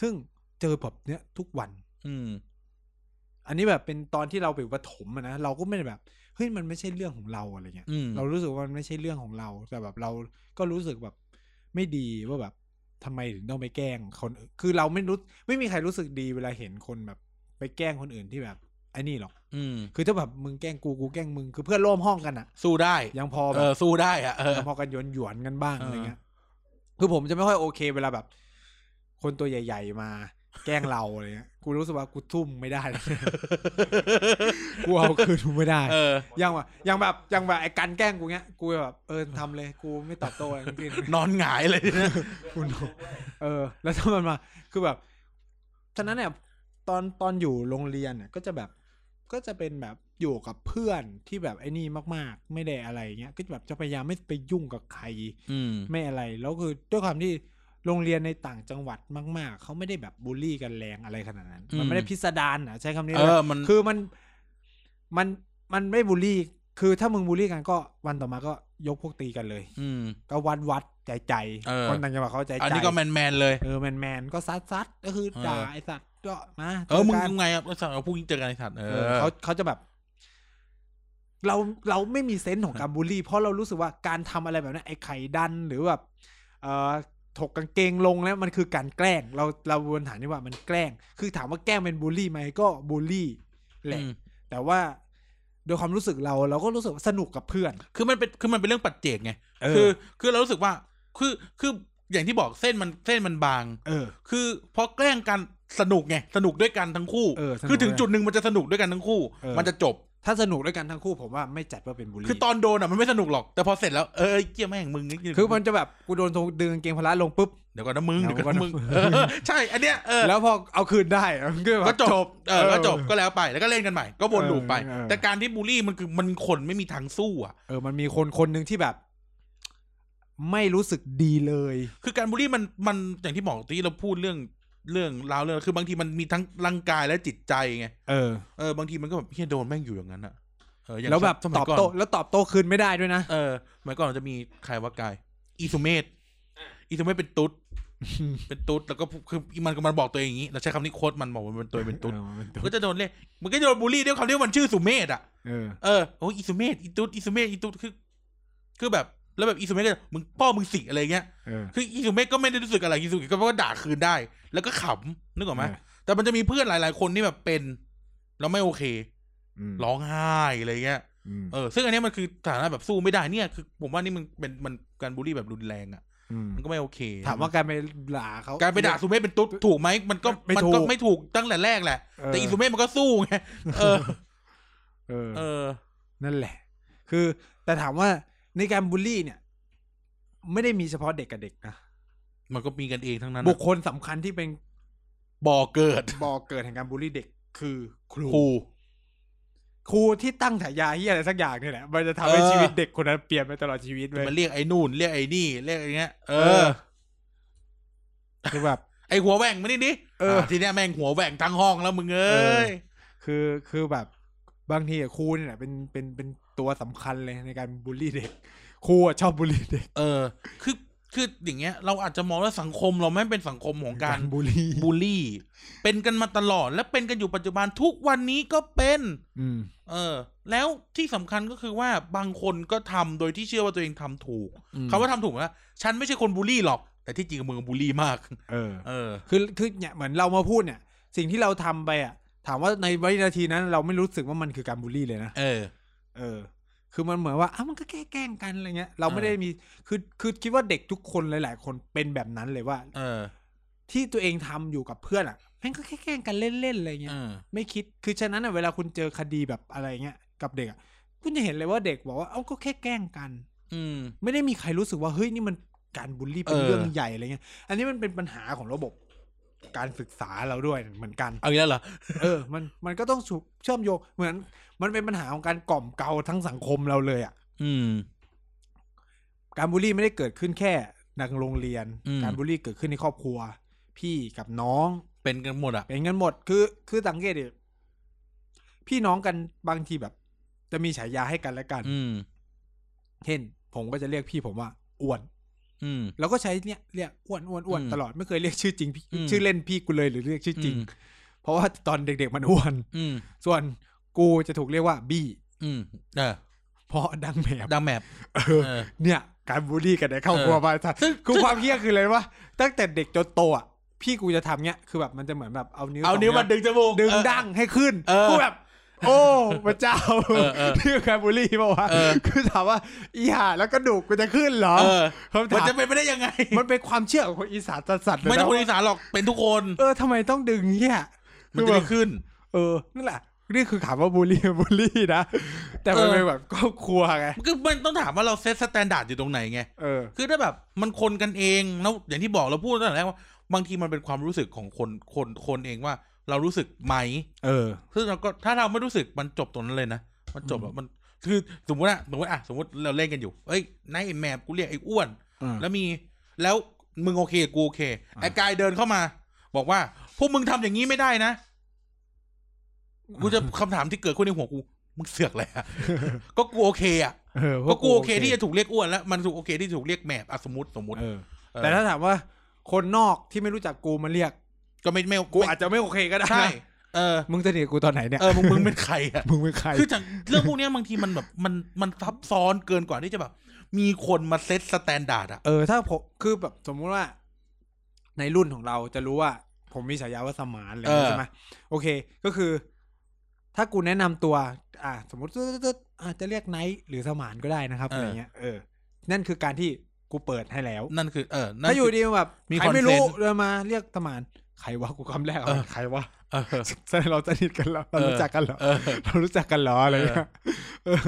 A: ซึ่งเจอแบบเนี้ยทุกวัน
B: อืม
A: อันนี้แบบเป็นตอนที่เราไปอยู่ประถมอะนะเราก็ไม่ได้แบบเฮ้ยมันไม่ใช่เรื่องของเราอะไรเงี้ย
B: อืม
A: เรารู้สึกว่ามันไม่ใช่เรื่องของเรา แต่แบบเราก็รู้สึกแบบไม่ดีว่าแบบทำไมถึงต้องไปแกล้งคนอื่นคือเราไม่รู้ไม่มีใครรู้สึกดีเวลาเห็นคนแบบไปแกล้งคนอื่นที่แบบไอ้นี่หรอก
B: อืม
A: คือถ้าแบบมึงแกล้งกูกูแกล้งมึงคือเพื่อนร่วมห้องกันอะ
B: สู้ได้
A: ยังพอแบ
B: เอบอสู้ได้อะเออ
A: ยังพอกันหยวนหยวนๆกันบ้าง
B: เอออ
A: อะไรเงี้ย คือผมจะไม่ค่อยโอเคเวลาแบบ คนตัวใหญ่ ๆ มาแกล้งเราอะไรเงี้ยกูรู้สึกว่ากูทุ่มไม่ได้ [laughs] กูเอาคืนไม่ได้
B: เออ
A: ยังว่ะยังแบบยังแบบไอ้การแกล้งกูเงี้ย กูแบบเออทำเลยกูไม่ตอบโต้อะไรทั้งสิ้น [laughs]
B: นอนหงายเลยนะ
A: กูโนเออ แล้วถ้ามันมาคือแบบฉะนั้นเนี่ยตอนตอนอยู่โรงเรียนเนี่ยก็จะแบบก็จะเป็นแบบอยู่กับเพื่อนที่แบบไอ้นี่มากๆ ไม่ได้อะไรเงี้ยก็แบบจะพยายามไม่ไปยุ่งกับใคร
B: อืม
A: ไม่อะไรแล้วคือด้วยความที่โรงเรียนในต่างจังหวัดมาก ๆเขาไม่ได้แบบบูลลี่กันแรงอะไรขนาดนั้น
B: อืม
A: มันไม่ได้พิสดารอ่ะใช้คำนี้
B: เอ
A: ลย
B: อมัน
A: คือมันมันมันไม่บูลลี่ คือถ้ามึงบูลลี่กันก็วันต่อมาก็ยกพวกตีกันเลย
B: อืม
A: ก็วัดวัดใจใจ
B: เออ
A: คนต่างจังหวัดเขาใจใจ
B: อันนี้ก็แมนแมนๆเลย
A: เออแมนแมนก็ซัดซัดก็คือ
B: เออ
A: ด่าไอสัตว์ก็มา
B: เออมึง
A: จกัน
B: ยังไงอ่ะแล้วสั่งเอาพรุ่งนี้เจอกันไอ้สัตว์เอ
A: เอ
B: อ
A: อเขาเขาจะแบบ เราเราไม่มีเซนส์ของการบูลลี่ เพราะเรารู้สึกว่าการทำอะไรแบบนั้นไอ้ไข่ดันหรือแบบเอ่อถกกางเกงลงแล้วมันคือการแกล้ง เราเราวนฐานนี่ว่ามันแกล้ง คือถามว่าแกล้งเป็นบูลลี่ไหมก็บูลลี่แหละ
B: อืม
A: แต่ว่าโดยความรู้สึกเราเราก็รู้สึกว่าสนุกกับเพื่อน
B: คือมันเป็นคือมันเป็นเรื่องปัจเจกไง
A: เออ
B: คือคือเรารู้สึกว่าคือคืออย่างที่บอกเส้นมันเส้นมันบาง
A: เออ
B: คือพอแกล้งกันสนุกไงสนุกด้วยกันทั้งคู่
A: เออสนุก
B: คือถึงจุดหนึ่งมันจะสนุกด้วยกันทั้งคู่
A: เออ
B: มันจะจบ
A: ถ้าสนุกด้วยกันทั้งคู่ผมว่าไม่จัดว่าเป็นบุรี
B: คือตอนโดนอ่ะมันไม่สนุกหรอก แต่พอเสร็จแล้วเออเกี่ยแม่งมึงนี่
A: คือมันจะแบบกูโดนทงดึงกางเกงพละลงปุ๊บ
B: เดี๋ยวก่อนนะมึง
A: เดี๋
B: เดี๋
A: ย
B: ยวว
A: ก่อ
B: ก่อน
A: นะ
B: นนะ
A: มึ
B: มึ
A: ง
B: งเออ [laughs] ใช่อันเนี้ยเออ
A: แล้วพอเอาคืนได้มันก็แบบ
B: ก็จบเออก็จบ
A: เออ
B: ก็แล้วไปแล้วก็เล่นกันใหม่ก็วน
A: เออ
B: ลูปไป
A: เออ
B: แต่การที่บูลลี่มันคือมันคนไม่มีทางสู้อ่ะ
A: เออมันมีคนคนหนึ่งที่แบบ ไม่รู้สึกดีเลย
B: คือการบูลลี่มันมันอย่างที่บอกที่เราพูดเรื่องเรื่องราวเรื่องคือบางทีมันมีทั้งร่างกายและจิตใจไง
A: เออ
B: เออบางทีมันก็แบบเฮียโดนแม่งอยู่อย่างนั้นอะเอออย่าง
A: แล้วแบบ
B: สมั
A: ต
B: ย
A: อบ
B: ก่อน
A: โต้แล้วตอบโต้คืนไม่ได้ด้วยนะ
B: เออสมัยก่อนมันจะมีใครว่ากายอีสุเมธอีสุเมธเป็นตุ๊ด [laughs] เป็นตุ๊ดแล้วก็คือมันก็มันบอกตัวเองอย่างนี้เราใช้คำนี้โค้ดมันบอกว่ามันตัวเองเป็น
A: [laughs]
B: ตุ๊ด
A: เออมันตุ๊
B: ก็
A: ด
B: จะโดนเรียกมันก็จะโดนบูลลี่ด้วยคำที่ว่ามันชื่อสุเมธอ่ะ
A: เออ
B: เออโอ้ยอีสุเมธอีตุ๊ดอีสุเมธอีตุ๊ดคือ คือแบบแล้วแบบอีสุเมธก็จะมึงพ่อมึงสิอะไรเงี้ย
A: เออ
B: คืออีสุเมธก็ไม่ได้รู้สึกอะไรอีสุเมธก็ด่าคืนได้ แล้วก็ขำนึกออกไหมแต่มันจะมีเพื่อนหลาย ๆ คนที่แบบเป็นแล้วไม่โอเค
A: ม
B: ร้องไห้อะไรเงี้ย
A: ม
B: เออ ซึ่งอันเนี้ยมันคือสถานะแบบสู้ไม่ได้เนี่ย คือผมว่านี่มันเป็นมันการบูลลี่แบบรุนแรงอ่ะ
A: อืม
B: มันก็ไม่โอเค
A: ถามว่าการไปด่าเขา
B: การไปด่าสุเมธเป็นตุ๊ดถูกไหมมันก็
A: ไม่
B: มัน
A: ถูก
B: ก็ไม่ถูกตั้งแต่แรกแหละ
A: เ
B: แต่อีสุเมธมันก็สู้ไง เออ
A: เออ
B: เออ
A: นั่นแหละ คือ แต่ถามว่าในการบูลลี่เนี่ย ไม่ได้มีเฉพาะเด็กกับเด็กนะ
B: มันก็มีกันเองทั้งนั้น
A: บุ
B: อะ
A: คคลสำคัญที่เป็น
B: บ่อเกิด
A: บ่อเกิดแห่งการบูลลี่เด็ก คือครู
B: ครู
A: ครูที่ตั้งฉายาที่อะไรสักอย่างเนี่ยแหละ มันจะทำให้
B: เออ
A: ชีวิตเด็กคนนั้นเปลี่ยนไปตลอดชีวิตเลย
B: มันเรียกไอ้นู่นเรียกไอ้นี่เรียกไอ้เงี้ย เอ
A: เอ
B: อ
A: อคือแบบ
B: ไอ้หัวแหว่งมานี่ดิ
A: เอออ่
B: ะทีเนี้ยแม่งหัวแหว่งทั้งห้องแล้วมึงเอ้ย
A: เออ คือคือแบบบางทีอะครูเนี่ยแหละเป็นเป็นเป็นตัวสำคัญเลยในการบูลลี่เด็ก ครูอะชอบบูลลี่เด็ก
B: เออ คือคืออย่างเงี้ย เราอาจจะมองว่าสังคมเราไม่เป็นสังคมของกา
A: [laughs] การ รบูลลี่
B: บูลลี่ เป็นกันมาตลอด และเป็นกันอยู่ปัจจุบันทุกวันนี้ก็เป็น
A: อืม
B: เออ แล้วที่สำคัญก็คือว่าบางคนก็ทำโดยที่เชื่อว่าตัวเองทำถูก
A: อืม
B: คำว่าทำถูกนะฉันไม่ใช่คนบูลลี่หรอก แต่ที่จริงมึงบูลลี่มาก
A: เออ
B: เออ
A: คือคือเนี่ยเหมือนเรามาพูดเนี่ย สิ่งที่เราทำไปอ่ะ ถามว่าในวินาทีนั้น เราไม่รู้สึกว่ามันคือการบูลลี่เลยนะ
B: เออ
A: เออ คือมันเหมือนว่าอ้าวมันก็แกล้งกันอะไรเงี้ย เราไม่
B: เออ
A: ได้มี คือ คือคิดว่าเด็กทุกคนหลาย ๆ คนเป็นแบบนั้นเลยว่า
B: เออ
A: ที่ตัวเองทำอยู่กับเพื่อนอ่ะแม่งก็แค่แกล้งกันเล่น ๆ อะไรเงี้
B: เอย อ
A: ไม่คิด คือฉะนั้นอ่ะเวลาคุณเจอคดีแบบอะไรเงี้ย กับเด็กอ่ะ คุณจะเห็นเลยว่าเด็กบอกว่า เอ้าก็แค่แกล้งกัน
B: อืม
A: ไม่ได้มีใครรู้สึกว่า เฮ้ย นี่มันการบูลลี่เป็น
B: เออ
A: เรื่องใหญ่อะไรเงี้ย อันนี้มันเป็นปัญหาของระบบ การศึกษาเราด้วยเหมือน [laughs] กัน
B: เอาอีกแล้วเหรอ
A: เออ มัน มันก็ต้องฉุกเชื่อมโยง เหมือน มันเป็นปัญหาของการกล่อมเกลาทั้งสังคมเราเลยอ่ะ
B: อืม
A: การบูลลี่ไม่ได้เกิดขึ้นแค่ในโรงเรียน
B: อืม
A: การบูลลี่เกิดขึ้นในครอบครัว พี่กับน้อง
B: เป็นกันหมดอ่ะ
A: เป็นกันหมด คือ คือสังเกตดิพี่น้องกันบางทีแบบ จะมีฉายาให้กันและกัน
B: อืม
A: เช่น ผมก็จะเรียกพี่ผมว่าอ้วน
B: อืม
A: แล้วก็ใช้เนี่ยเรียกอ้วนอ้วนอ้วน
B: อืม
A: ตลอดไม่เคยเรียกชื่อจริงพี่
B: อืม
A: ชื่อเล่นพี่กูเลยหรือเรียกชื่อจริง
B: อืม
A: เพราะว่าตอนเด็กๆมันอ้วน
B: อืม
A: ส่วนกูจะถูกเรียกว่าบี้
B: อืมเออ
A: เพราะดังแหมบ
B: ดังแมป
A: เอ
B: เอ
A: อ
B: อ
A: เนี่ย การบูลลี่กันในครอบครัว
B: เออ
A: มาสัตว์
B: ซึ่ง
A: คือความเฮี้ยคืออะไรวะตั้งแต่เด็กจนโตอ่ะพี่กูจะทำเนี้ยคือแบบมันจะเหมือนแบบเอานิ้ว
B: เอานิ้วมา
A: ส
B: ดึงจมูก
A: งนิ้วดึงดั้งให้ขึ้น
B: เออ
A: กูแบบ โอ้พระเจ้า
B: เออเออ
A: นี่คือการบูลลี่ป่าวะ
B: เออ
A: คือถามว่าอีห่าแล้วกระดูกกูจะขึ้นเหรอ
B: เออ
A: คำ
B: มัน
A: ถาม
B: จะเป็นไปได้ยังไง
A: มันเป็นความเชื่อของคนอีสานสัตว์เลย
B: ไม่ใช่
A: นะ
B: คนอีสานหรอก เป็นทุกคน
A: เออทำไมต้องดึงเนี้ย
B: มันจะ
A: คือ
B: ได้
A: แบบ
B: ขึ้น
A: เออนั่นแหละนี่คือถามว่าบูลลี่ [laughs] บูลลี่นะแต่มัน
B: เออ
A: เป็นแบบครอบครัวไง
B: มันก็มันต้องถามว่าเราเซตสแตนดาร์ดอยู่ตรงไหนไง
A: เออ
B: คือถ้าแบบมันคนกันเองแล้วอย่างที่บอกเราพูดตั้งแต่แรกว่า บางทีมันเป็นความรู้สึกของคนคนคนเองว่า เรารู้สึกไหม
A: เออ
B: ซึ่งเราก็ถ้าเราไม่รู้สึกมันจบตรงนั้นเลยนะมันจบแบบมันคือสมมติอะสมมติอะสมมติเราเล่นกันอยู่เอ้ยนายไอ้แมบกูเรียกไอ้อ้วน แล้วมีแล้วมึงโอเคกูโอเคไอ้กายเดินเข้ามา บอกว่า พวกมึงทำอย่างนี้ไม่ได้นะกูจะคำถามที่เกิดขึ้นในหัวกูมึงเสือกอะไร
A: [laughs]
B: อะก็กูโอเคอะ
A: เออ
B: ก็กูโอเคที่จะถูกเรียกอ้วนแล้วมันถูกโอเคที่ถูกเรียกแมบอะสมมติสมมติ
A: เออ
B: เออ
A: แต่ถ้าถามว่าคนนอกที่ไม่รู้จักกูมาเรียก
B: ก็ไม่ไม่
A: กูอาจจะไม่โอเคก็ได้
B: ใช่
A: นะ
B: เออ
A: มึงจะเรียกกูตอนไหนเนี่ย
B: เออ มึงมึงเป็นใครอ่ะ
A: มึงเป็นใคร
B: คือจากเรื่องพวกเนี้ยบางทีมันแบบมันมันซับซ้อนเกินกว่าที่จะแบบ มีคนมาเซตสแตนดาร์ดอ่ะ
A: เออ ถ้าผมคือแบบสมมุติว่า ในรุ่นของเราจะรู้ว่า ผมมีฉายาว่าสมานอะไรอย่าง
B: เอ
A: เงี้ย
B: อ
A: ใช่ไหมโอเค ก็คือ ถ้ากูแนะนำตัว อ่า สมมติตึ๊ดตึ๊ดตึ๊ดอ่ะจะเรียกไนท์หรือสมานก็ได้นะครับอะไรเงี้ยเออ นั่นคือการที่กูเปิดให้แล้ว
B: นั่นคือเออนั่น
A: ถ้าอยู่
B: คื
A: ดีแบบ
B: มี
A: ใครไม่รู้
B: consent
A: เดินมาเรียกสมานใครวะกูคำแรก
B: เออ
A: ใครวะ [laughs]
B: เออ
A: แสดงเราสนิทกันแล้วเรา
B: เออ
A: รู้จักกันเหรอ
B: เออ
A: เรารู้จักกันเหรออะไร
B: เออ
A: เงี้ยเออ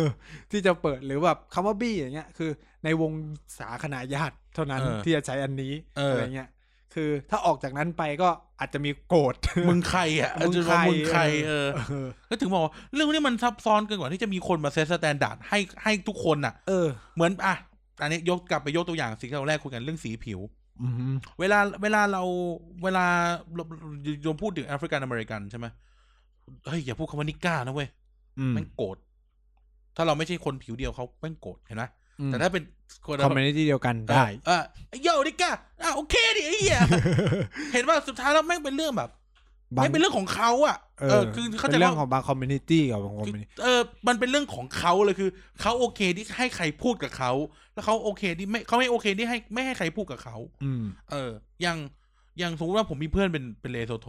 A: ที่จะเปิดหรือแบบคำว่าบี้อย่างเงี้ย คือ ในวงสาคณะญาติเท่านั้นที่จะใช้อันนี้อะไรเงี้ย คือถ้าออกจากนั้นไปก็อาจจะมีโกรธ
B: [laughs] มึงใครอ่ะ
A: มึง
B: จะ
A: ใค
B: ว่า
A: ร
B: มึงใคร
A: เอ
B: เอ
A: อ
B: อ
A: เออ
B: ก็ถึงบอกว่าเรื่องพวกนี้มันซับซ้อนเกินกว่าที่จะมีคนมาเซตสแตนดาร์ดให้ให้ทุกคนอ่ะ
A: เออ
B: เหมือนอ่ะ อันนี้ยกกลับไปยกตัวอย่างสิ่งที่เราแรกคุยกันเรื่องสีผิว
A: อืม
B: เวลาเวลาเราเวลาเราเราพูดถึงแอฟริกันอเมริกันใช่ไหมเฮ้ยอย่าพูดคำว่านิก้านะเว้ย
A: อืม
B: แม่งโกรธ ถ้าเราไม่ใช่คนผิวเดียวเขาแม่งโกรธเห็นไหมแต่
A: แต่ถ้า
B: ถ้าเป็นคน
A: คอมเมนต์ที่เดียวกันได้
B: เออเออโยดิก้าอ่ะโอเคดิไอ้เหี้ย [laughs] เห็นว่าสุดท้ายแล้วแม่งเป็นเรื่องแบบ
A: บาง
B: แม่งเป็นเรื่องของเขาอ่ะ
A: เอ
B: เอ
A: อ
B: อ คือเขาใจ
A: เป็นเรื่อ
B: ว่าง
A: ของบางคอมเมนิตี้กับบางคอม
B: คือ
A: เมนิตี้
B: เออ มันเป็นเรื่องของเขาเลยคือเขาโอเคที่ให้ใครพูดกับเขา แล้วเขาโอเคที่ไม่เขาไม่โอเคที่ให้ไม่ให้ใครพูดกับเขา
A: อืม
B: เออ อย่างอย่างสมมติว่าผมมีเพื่อนเป็นเป็นเลโซโท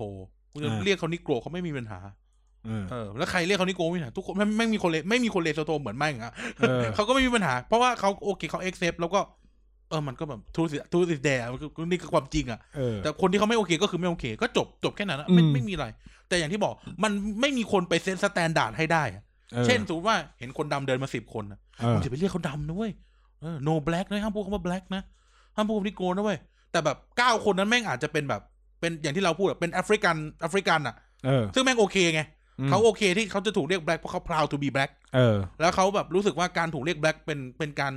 B: ผมจะ
A: อ่า
B: เรียกเขานิโกรเขาไม่มีปัญหา
A: เออ
B: เออ แล้วใครเรียกเขานิโกรไม่มีปัญหาทุกคนไม่ไม่มีคนเลไม่มีคนเลโซโทเหมือนไม่งอะ
A: เออ
B: [laughs] เขาก็ไม่มีปัญหา เพราะว่าเขาโอเคเขาเอ็กเซปแล้วก็ เออมันก็แบบทูสิทูสิแดมันคือนี่คือความจริงอะ
A: เออ
B: แต่คนที่เขาไม่โอเคก็คือไม่โอเค ก็จบจบแค่นั้นอะไม่
A: อืม
B: ไม่มีอะไร แต่อย่างที่บอกมันไม่มีคนไปเซตสแตนดาร์ดให้ได้อะเช่นสมมติว่าเห็นคนดำเดินมาสิบคนนะ
A: เออ
B: มึงจะไปเรียกเขาดำนะเว้ยเออ no black นะห้ามพูดคำว่า black นะห้ามพูดคำนี้โกนนะเว้ยแต่แบบเก้าคนนั้นแม่งอาจจะเป็นแบบ เป็นอย่างที่เราพูดอะเป็นแอฟริกันแอฟริกันอะ
A: เออ
B: ซึ่งแม่งโอเคไง
A: ม
B: เขาโอเคที่เขาจะถูกเรียก black เพราะเขา proud to be black
A: เออ
B: แล้วเขาแบบรู้สึกว่าการถูกเรียกแบล็กเป็นเป็นการ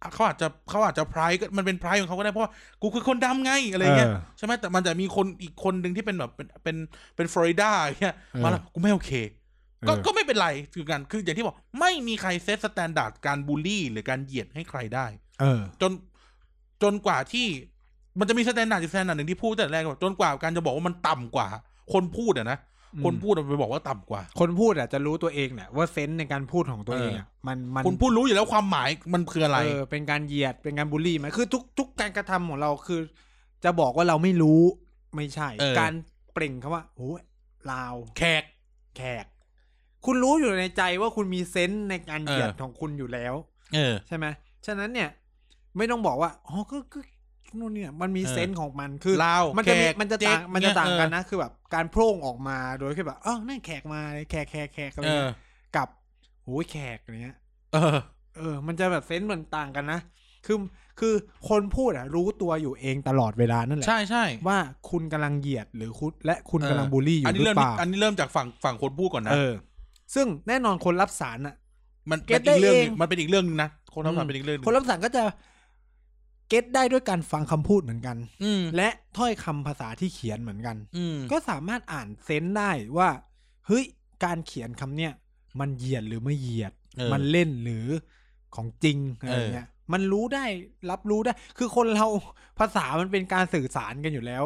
B: อ่ะเขาอาจจะเขาอาจจะไพร์ก็มันเป็นไพร์ของเขาก็ได้เพราะว่ากูคือคนดำไงอะไรเงี้ย
A: เออ
B: ใช่ไหมแต่มันจะมีคนอีกคนหนึ่งที่เป็นแบบเป็นเป็นเป็นฟลอริดาอย่างเงี้ย
A: เออ
B: มาแล้วกูไม่โอเค ก็
A: เออ
B: ก็ไม่เป็นไรคือกันคืออย่างที่บอกไม่มีใครเซตสแตนดาร์ดการบูลลี่หรือการเหยียดให้ใครได้
A: เออ
B: จนจนกว่าที่มันจะมีสแตนดาร์ดอยู่สแตนดาร์ดหนึ่งที่พูดแต่แรกว่าจนกว่าการจะบอกว่ามันต่ำกว่า คนพูดอะนะ
A: อืม
B: คนพูดอะไปบอกว่าต่ำกว่า
A: คนพูดอ่ะจะรู้ตัวเองแหละว่าเซนส์ในการพูดของตัวเองอ่ะมันมัน
B: คุณพูดรู้อยู่แล้วความหมายมันคืออะไร
A: เออเป็นการเหยียดเป็นการบูลลี่ไหมคือทุกทุกการกระทำของเราคือ จะบอกว่าเราไม่รู้ไม่ใช่
B: เออ
A: การเปล่งคำว่าโอ้ยลาว
B: แขก
A: แขก คุณรู้อยู่ในใจว่าคุณมีเซนส์ในการเหยียด
B: เออ
A: ของคุณอยู่แล้ว
B: เออ
A: ใช่ไหมฉะนั้นเนี่ย ไม่ต้องบอกว่าอ๋อก็ก็ก็นู่นเนี่ย มันมี
B: เออ
A: เซนส์ของมันคือ
B: ลาว
A: มันจะมี
B: แขก
A: มันจะ
B: เจ๊ก
A: ต่างมันจะ
B: เนี่ย
A: ต่าง
B: เออ
A: กันนะคือแบบ การโพร่งออกมาโดยที่แบบอ๋อนั่นแขกมาเลยแขกแขกแขกอะไร
B: เออ
A: เงี้ยกับโอ้ยแขกอะไรเงี้ย
B: เออ
A: เออ มันจะแบบเซนส์มันต่างกันนะ คือ คือคนพูดอะรู้ตัวอยู่เองตลอดเวลานั่นแหละ
B: ใช่ใช่
A: ว่าคุณกำลังเหยียดหรือคุณและคุณ
B: เ
A: กำลังบูลลี่อยู่
B: อัน
A: หรื
B: นี้เริ่ม
A: อเปล่า
B: อันนี้เริ่มจากฝั่งฝั่งคนพูดก่อนนะ
A: เออ ซึ่งแน่นอนคนรับสารอะ
B: มัน
A: เก็ต
B: เป็นอีกเรื่อง
A: ได้เอ
B: ห
A: ง
B: นึ่งมันเป็นอีกเรื่องหนึงนะคนทำงานเป็นอีกเรื่องหนึง
A: คนรับสารก็จะเก็ตได้ด้วยการฟังคำพูดเหมือนกัน
B: อืม
A: และถ้อยคำภาษาที่เขียนเหมือนกัน
B: อืม
A: ก็สามารถอ่านเซนส์ได้ว่าเฮ้ยการเขียนคำเนี่ย มันเหยียดหรือไม่เหยียด
B: เออ
A: มันเล่นหรือของจริงอะไรเงี้ยมันรู้ได้รับรู้ได้ คือคนเราภาษามันเป็นการสื่อสารกันอยู่แล้ว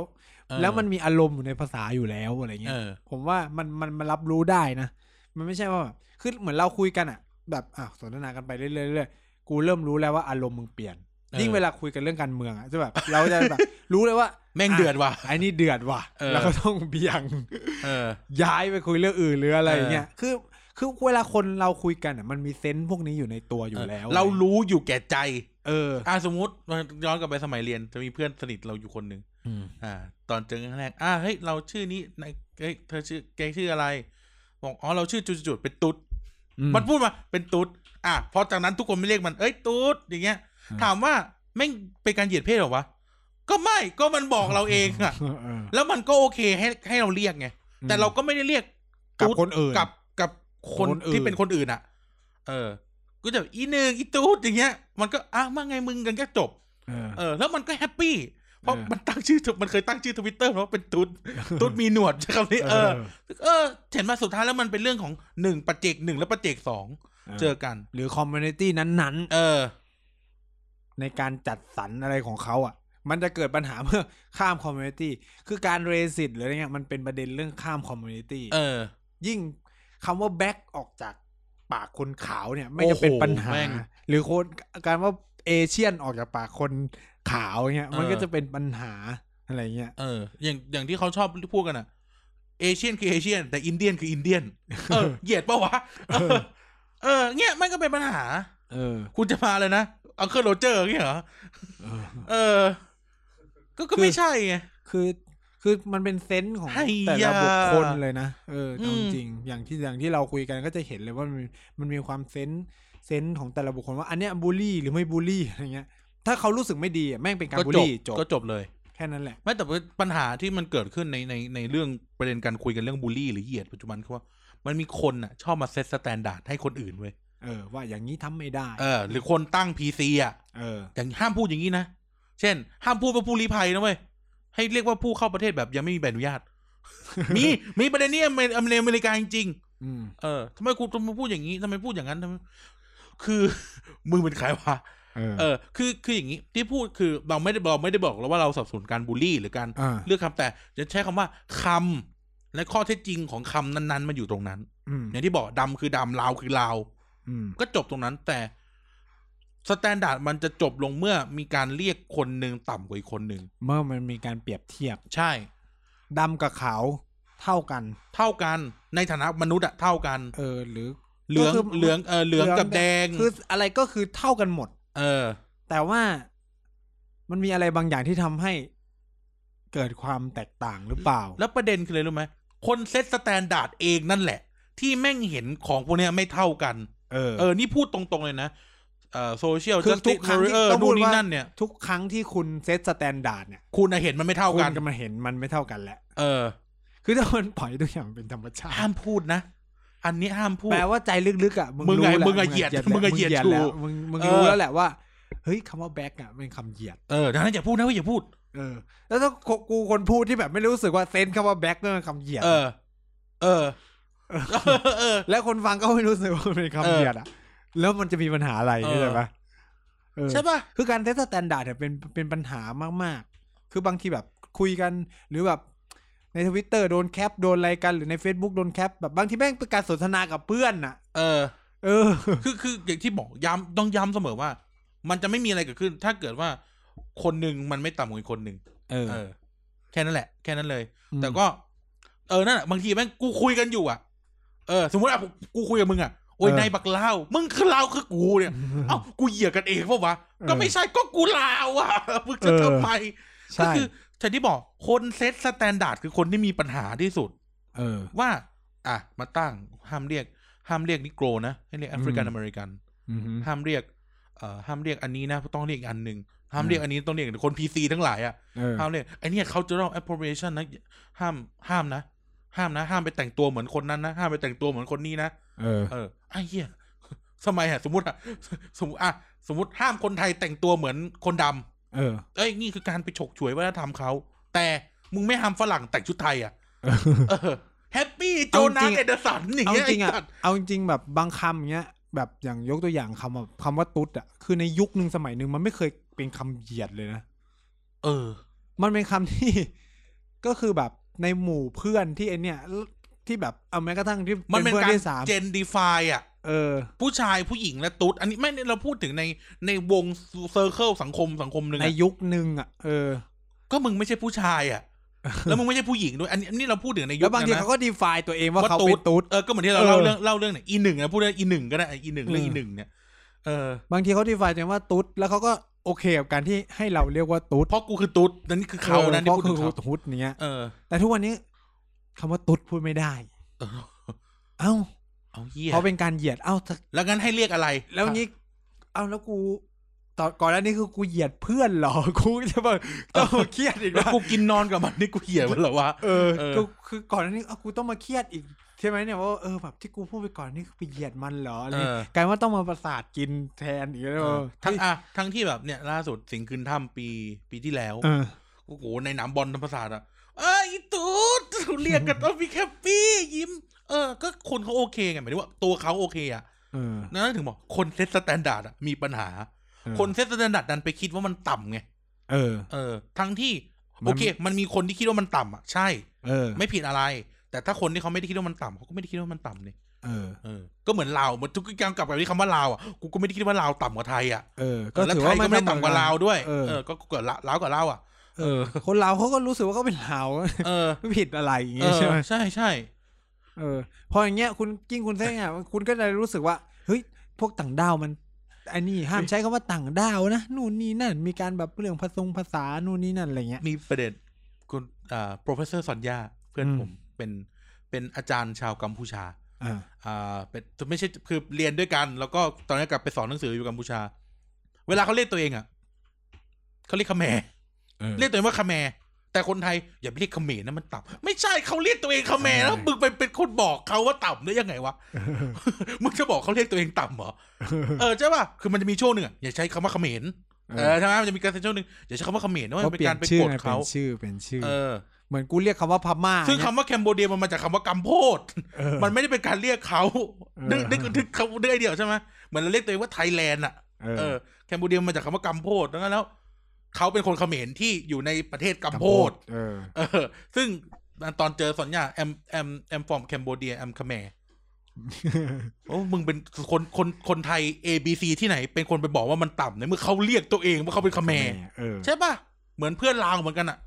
B: เออ
A: แล้วมันมีอารมณ์อยู่ในภาษาอยู่แล้วอะไรเงี้
B: เอย อ
A: ผมว่ามันมันมันรับรู้ได้นะ มันไม่ใช่ว่าแบบคือเหมือนเราคุยกันอะแบบอ่ะสนทนากันไปเรื่อยๆเรื่อยๆกูเริ่มรู้แล้วว่าอารมณ์มึงเปลี่ยน
B: เออ
A: ยิ่งเวลาคุยกันเรื่องการเมืองอะจะแบบ เราจะแบบรู้เลยว่า
B: แม่งเดือดว่ะ
A: [laughs] ไอ้นี่เดือดว่ะ
B: เออ
A: แล้วก็ต้องเบี่ยง
B: เออ
A: ย้ายไปคุยเรื่องอื่นหรืออะไรอย่างเงี้ยคือคือเวลาคนเราคุยกันอะมันมีเซนส์พวกนี้อยู่ในตัวอยู่แล้ว
B: เรารู้อยู่แก่ใจ
A: เออ
B: อ่าสมมติย้อนกลับไปสมัยเรียนจะมีเพื่อนสนิทเราอยู่คนหนึ่ง
A: อืม
B: อ่า ตอนเจอครั้งแรกอ่าเฮ้ยเราชื่อนี้นายเฮ้ยเธอชื่อแกชื่ออะไรบอกอ๋อเราชื่อจุดๆๆเป็นตุ๊ดมันพูดมาเป็นตุ๊ดอ่ะพอจากนั้นทุกคนไม่เรียกมันเอ้ยตุ๊ดอย่างเงี้ย ถามว่าแม่งเป็นการเหยียดเพศเหรอวะก็ไม่ก็มันบอกเราเองอะ
A: เออเออ
B: แล้วมันก็โอเคให้ให้เราเรียกไงแต่เราก็ไม่ได้เรียก
A: กับ
B: ตุ๊ด
A: คนอื่น
B: กับกับคน
A: คนอื่น
B: ที่เป็นคนอื่นอ่ะ เออ ก็จะแบบอีหนึ่งอีตูดอย่างเงี้ย มันก็อ่ะมาไงมึงกันก็จบ
A: เออ
B: เออ แล้วมันก็แฮปปี้ เพราะ
A: เออ
B: มันตั้งชื่อ [laughs] มันเคยตั้งชื่อทวิตเตอร์ว่าเป็นตูด [laughs] ตูดมีหนวดใช่คำนี้ เออ เออ เห็นมาสุดท้ายแล้วมันเป็นเรื่องของหนึ่งปัจเจกหนึ่งและปัจเจกสองเจอกัน
A: หรือคอมมูนิตี้นั้นๆ
B: เออ
A: ในการจัดสรรอะไรของเขาอ่ะ มันจะเกิดปัญหาเมื่อข้ามคอมมูนิตี้ คือการเรสิตหรืออะไรเงี้ย มันเป็นประเด็นเรื่องข้ามคอมมูนิตี้
B: เออ
A: ยิ่งคำว่าแบ็กออกจากปากคนขาวเนี่ย ไม่
B: โอ้
A: จะ
B: โห
A: เป็นปัญหา
B: แม่ง
A: หรือคนการว่าเอเชียนออกจากปากคนขาวเงี้ย มันก็
B: เออ
A: จะเป็นปัญหาอะไรเงี้ย
B: เออ อย่างอย่างที่เขาชอบพูดกันอ่ะ เอเชียนคือเอเชียน แต่อินเดียนคืออินเดียน เออ เหยียดปะวะ เออ เออ เงี้ยมันก็เป็นปัญหา
A: เออ
B: คุณจะมาเลยนะอังเคิลโรเจอร์อย่างเงี้ยเหรอ
A: เออ
B: เออ ก็ก็
A: คือ
B: ไม่ใช่ไง
A: คือ คือมันเป็นเซนส์ของ
B: ไอ้ยา
A: แต่ละบุคคลเลยนะ เออเอา
B: อื
A: จ
B: ม
A: ริงๆอย่างที่อย่างที่เราคุยกันก็จะเห็นเลยว่ามันมันมีความเซนส์เซนส์ของแต่ละบุคคลว่าอันเนี้ยบูลลี่หรือไม่บูลลี่อะไรเงี้ย ถ้าเขารู้สึกไม่ดีอะแม่งเป็นการ
B: ก็
A: บูล
B: จบ
A: ลี่จบ
B: ก็จบเลย
A: แค่นั้นแหละ
B: ไม่แต่ว่าปัญหาที่มันเกิดขึ้นในในในเรื่องประเด็นการคุยกันเรื่องบูลลี่หรือเหยียดปัจจุบันคือว่ามันมีคนอ่ะ ชอบมาเซตสแตนดาร์ดให้คนอื่นเว้ย
A: เออ ว่าอย่างนี้ทำไม่ได้
B: เออหรือคนตั้งพีซีอ่ะ
A: เออ
B: อย่างห้ามพูดอย่างนี้นะ เช่น ห้ามพูดว่าผู้ลี้ภัยนะเว้ย ให้เรียกว่าผู้เข้าประเทศแบบยังไม่มีใบอนุญาต มีมีประเด็นนี้อเมริอเมริกาจริงๆ
A: อืม
B: เออทำไมคุณทำไมพูดอย่างนี้ทำไมพูดอย่างนั้นทำไมคือ [laughs] มึงเป็นใครวะ
A: เออ
B: เออ คือคืออย่างนี้ที่พูดคือเราไม่ได้เราไม่ได้บอกแล้วว่าเราสับสนการบูลลี่ หรือการ
A: อ่า
B: เลือกคำแต่จะใช้คำว่าคำและข้อเท็จจริงของคำนั้นๆมาอยู่ตรงนั้น
A: อืม
B: อย่างที่บอกดำคือดำลาวคือลาว
A: อืม
B: ก็จบตรงนั้น แต่สแตนดาร์ดมันจะจบลงเมื่อมีการเรียกคนหนึ่งต่ำกว่าอีกคนหนึ่ง
A: เมื่อมันมีการเปรียบเทียบ
B: ใช่
A: ดำกับขาวเท่ากัน
B: เท่ากันในฐานะมนุษย์อะเท่ากัน
A: เออ หรือ
B: เหลือง
A: ก็คื
B: เหลืองเออเหลืองกับแดง
A: คืออะไรก็คือเท่ากันหมด
B: เออ
A: แต่ว่ามันมีอะไรบางอย่างที่ทำให้เกิดความแตกต่างหรือเปล่า
B: แล้วประเด็นคืออะไรรู้ไหม คนเซตสแตนดาร์ดเองนั่นแหละ ที่แม่งเห็นของพวกเนี้ยไม่เท่ากัน
A: เออ
B: เออ นี่พูดตรงๆเลยนะ เอ่อโซเชียล
A: คือทุกครั้งที่ต้องพูด
B: นู่นนี่
A: ว่า
B: นั่นเนี่ย
A: ทุกครั้งที่คุณเซตสแตนดาร์ดเนี่ย
B: คุณน่ะเห็นมันไม่เท่า
A: คุ
B: กัน
A: ณก็มาเห็นมันไม่เท่ากันแหละ
B: เออ
A: คือถ้ามันปล่อยทุกอย่างเป็นธรรมชา
B: ห้า
A: ติ
B: มพูดนะ อันนี้ห้ามพูด
A: แปลว่าใจลึกๆอ่ะ
B: มึงไง
A: รู้แหละ
B: มึงอะเหยียด
A: แหละ
B: มึงอะเหยียด
A: มึงแล้ว
B: กู
A: มึงมึง
B: เออ
A: รู้แล้วแหละว่าเฮ้ยคำว่าแบ็กอ่ะเป็นคำเหยียด
B: เออดังนั้นอย่าพูดนะเว่าอย่าพูด
A: เออ แล้วถ้ากูคนพูดที่แบบไม่รู้สึกว่าเซนส์คำว่าแบ็กเนี่ยมันคำเหยียด
B: เออ เออ เออ
A: แล้วคนฟังก็ไม่รู้สึกว่ามันเป็นคำเหยียดอ่ะ แล้วมันจะมีปัญหาอะไร
B: เออ
A: เข้าใช่ปะเออ
B: ใช่ป่ะ
A: คือการเทสสแตนดาร์ดเนี่ยเป็นเป็นปัญหามาก ๆ คือบางทีแบบคุยกันหรือแบบในทวิตเตอร์โดนแคปโดนอะไรกันหรือใน Facebook โดนแคปแบบบางทีแม่งเป็นการสนทนากับเพื่อนน่ะ
B: เออ
A: เออ
B: คือคืออย่างที่บอกย้ำต้องย้ำเสมอว่า มันจะไม่มีอะไรเกิดขึ้น ถ้าเกิดว่าคนหนึ่งมันไม่ต่ำกว่าอีกคนหนึ่ง
A: เออ
B: เออ แค่นั้นแหละ แค่นั้นเลย
A: อืม
B: แต่ก็ เออนั่นแหละบางทีแม่งกูคุยกันอยู่อ่ะเออ สมมติอ่ะกูคุยกับมึงอ่ะโอ้ยนายบักเล่าวมึงคือเลาวคือกูเนี่ยเอ้ากูเหยียดกันเองเปล่าวะก็ไม่ใช่ก็กูลาวอ่ะ [laughs] มึงจะทำไมก็
A: ใช่
B: คือฉันที่บอกคนเซตสแตนดาร์ดคือคนที่มีปัญหาที่สุด
A: เออ
B: ว่า อ่ะ มาตั้งห้ามเรียก ห้ามเรียกนิโกรนะ ให้เรียกแอฟริกันอเมริกัน
A: อือฮึ
B: ห้ามเรียกเอ่อห้ามเรียกอันนี้นะต้องเรียกอีกอันหนึ่งห้าม
A: อืม
B: เรียกอันนี้ต้องเรียกคนพีซีทั้งหลายอ่ะ
A: เออ
B: ห้ามเรียกไอเนี่ย cultural appropriation นะห้ามห้ามนะ ห้ามนะ ห้ามไปแต่งตัวเหมือนคนนั้นนะห้ามไปแต่งตัวเหมือนคนนี้นะ
A: เออ
B: เออไอ้เหี้ยสมัยอะสมมติอะสมมติอะสมมติห้ามคนไทยแต่งตัวเหมือนคนดำ
A: เออ
B: เอ้ยนี่คือการไปฉกฉวยวัฒนธรรมเขาแต่มึงไม่ห้ามฝรั่งแต่งชุดไทยอ่ะเออแฮปปี้โจนา
A: เอาจริง
B: สเอเดอร์สันอย่าง
A: เอา
B: เงี้ย
A: จริงๆ
B: ไอ้
A: อ่ะ
B: สัตว์
A: เอาจริงๆแบบบางคำเงี้ย แบบอย่างยกตัวอย่างคำแบบคำว่าตุ๊ดอ่ะ คือในยุคหนึ่งสมัยหนึ่งมันไม่เคยเป็นคำเหยียดเลยนะ
B: เออ
A: มันเป็นคำที่ [laughs] ก็คือแบบในหมู่เพื่อนที่ไอเนี่ยที่แบบเอาแม้กระทั่งที่
B: มันเป็น
A: เพื่อน
B: การ
A: ที่สาม
B: เจนดีฟายอ่ะ
A: เออ
B: ผู้ชายผู้หญิงและตุ๊ด อันนี้ไม่เราพูดถึงในในวงเซอร์เคิลสังคมสังคมหนึ่ง
A: ใน
B: อะ
A: ยุคหนึ่งอ่ะเออ
B: ก็มึงไม่ใช่ผู้ชาย
A: [laughs]
B: อ่ะ แล้วมึงไม่ใช่ผู้หญิงด้วย อันนี้อันนี้เราพูดถึงในยุค
A: แล้วบางที
B: นั้น
A: เขา
B: นะ
A: ก็ดีฟายตัวเองว่า
B: ว่า
A: เขา
B: ตุ๊
A: เป็
B: ด
A: นตุ๊ด
B: เออก็เหมือนที่เราเล่าเรื่องเล่าเรื่องเนี่ยอีหนึ่งนะพูดได้อีหนึ่งก็ได้อีหนึ่งเรื่อง
A: อืม
B: อีหนึ่งเนี่ยเออบ
A: างทีเขาดีฟายตัวเองว่าตุ๊ด แล้วเขาก็โอเคกับการที่ให้เราเรียกว่าตุ๊ด
B: เพราะกูคือตุ๊ดนั่นคือเขานะ
A: เพ
B: ที่
A: ราะ
B: พูด
A: คื
B: ถึ
A: อง
B: เขา
A: ตุ๊ดเนี้ย
B: เออ
A: แต่ทุกวันนี้คำว่าตุ๊ดพูดไม่ได้
B: เออ
A: เอ้า
B: เอาเหี้ย
A: เพราะเป็นการเหยียดเอ้าถ้า
B: แล้วงั้นให้เรียกอะไร
A: แล้วงี้ เอาแล้วกูตอนก่อนหน้านี้คือกูเหยียดเพื่อนเหรอ [laughs] กูจะมาต้องมาเครียดอีก
B: แล้ว
A: ว่า
B: กูกินนอนกับมันนี่กูเหี้ยมันเหรอวะ
A: เออ
B: เออ
A: กูคือก่อนหน้านี้เอากูต้องมาเครียดอีกใช่ไหมเนี่ยว่าเออแบบที่กูพูดไปก่อนนี่คือไปเหยียดมันเหรออะไร
B: เออ
A: กลายว่าต้องมาประสาทกินแทนอีกแล้ว
B: เออทั้
A: ทั้ง
B: งอ่ะทั้งที่แบบเนี่ยล่าสุดสิงคืนถ้ำปีปีที่แล้ว
A: เออ
B: โอ้โหในหนามบอลธรรมศาสตร์อะเอ้ยอีตูด [laughs] เรียกกันว่าพี่แคปปี้ยิ้ม เออ ก็คนเขาโอเคไงหมายถึงว่าตัวเขาโอเคอะ
A: เออ
B: นั่นถึงบอกคนเซตสแตนดาร์ดอะมีปัญหา คนเซตสแตนดาร์ดดันไปคิดว่ามันต่ำไง
A: เออ
B: เออ ทั้งที่
A: มัน
B: โอเค มันมีคนที่คิดว่ามันต่ำอะใช่
A: เออ
B: ไม่ผิดอะไร แต่ถ้าคนที่เขาไม่ได้คิดว่ามันต่ำเขาก็ไม่ได้คิดว่ามันต่ำเนี่ย
A: เออ
B: เออก็เหมือนลาวเหมือนทุกอย่างกลับไปที่คำว่าลาวอะกูก็ไม่ได้คิดว่าลาวต่ำกว่าไทยอะ
A: เออ
B: แล้วไทยก็ไม่ได้ต่ำกว่าลาวด้วย
A: เออ
B: เออก็เกิดละลาวกับลาวอะ
A: เออ คนเราเขาก็รู้สึกว่าเขาเป็นเรา [laughs]
B: เออ
A: ไม่ผิดอะไรอย่าง
B: เอ
A: งี้
B: อ
A: ใช่ไหม
B: ใช่ใช่
A: เออพออย่างเงี้ยคุณยิ่งคุณเท่งอ่ะคุณก็จะรู้สึกว่าเฮ้ยพวกต่างด้าวมันไอันนี้ห้ามใช้คำว่าต่างด้าวนะนู่นนี่นั่น มีการแบบเรื่องภาษงภาษานู่นนี่นั่นอะไรเงี้ย
B: มีประเด็นคุณอ่า professor สัญญาเพื่อน
A: อืม
B: ผมเป็นเป็นอาจารย์ชาวกัมพูชา
A: อ่า
B: อ่าเป็นไม่ใช่คือเรียนด้วยกัน แล้วก็ตอนนี้กลับไปสอนหนังสืออยู่กัมพูชา เวลาเขาเรียกตัวเองอ่ะเขาเรียกคาแมร์เรียกตัวเองว่าคาแมร์แต่คนไทยอย่าไปเรียกคาเขมรนะมันต่ำไม่ใช่เขาเรียกตัวเองคาแมร์แล้วมึงไปเป็นคนบอกเขาว่าต่ำได้ยังไงวะ [laughs] มึงจะบอกเขาเรียกตัวเองต่ำเหรอเออใช่ป่ะคือมันจะมีช่วงหนึ่งอะอย่าใช้คำว่าคาเขมรเออใช่ไหมมันจะมีการช่วงหนึ่งอย่าใช้คำว่าคาเขมรนะมัน
A: เขา
B: เป็
A: เปลี่ย
B: นกาน รไป
A: ชื่
B: ก
A: อ
B: ด
A: ไงเป็
B: เขา
A: นชื่อเป็นชื่อ
B: เออ
A: เหมือนกูเรียกคำว่าพม่า
B: ซึ่ง
A: เงี้ย
B: คำว่าแคมโบเดียมันมาจากคำว่ากัมโพด
A: เออ
B: [laughs] มันไม่ได้เป็นการเรียกเขา
A: เออ
B: นึกนึกนึกเขาได้เดียวใช่ไหมเหมือนเราเรียกตัวเองว่าไทยแลนด์อ่ะ
A: เอ
B: เอ
A: อ
B: อ แคมโบเดียมันมาจากคำว่ากัมโพดดังนั้นแล้ว เขาเป็นคนเขมรที่อยู่ในประเทศกัมโพด
A: เออ
B: เออ ซึ่งตอนเจอสัญญาแอมแอมแอมฟอร์มแคมโบเดียแอมคาแมโอ้มึงเป็นคนคนคนไทย A B C ที่ไหน เป็นคนไปบอกว่ามันต่ำเนี่ยเมื่อเขาเรียกตัวเองว่าเขาเป็นคาแม
A: เออ
B: ใช่ป่ะ เหมือนเพื่อนลาวเหมือนกันอ่ะ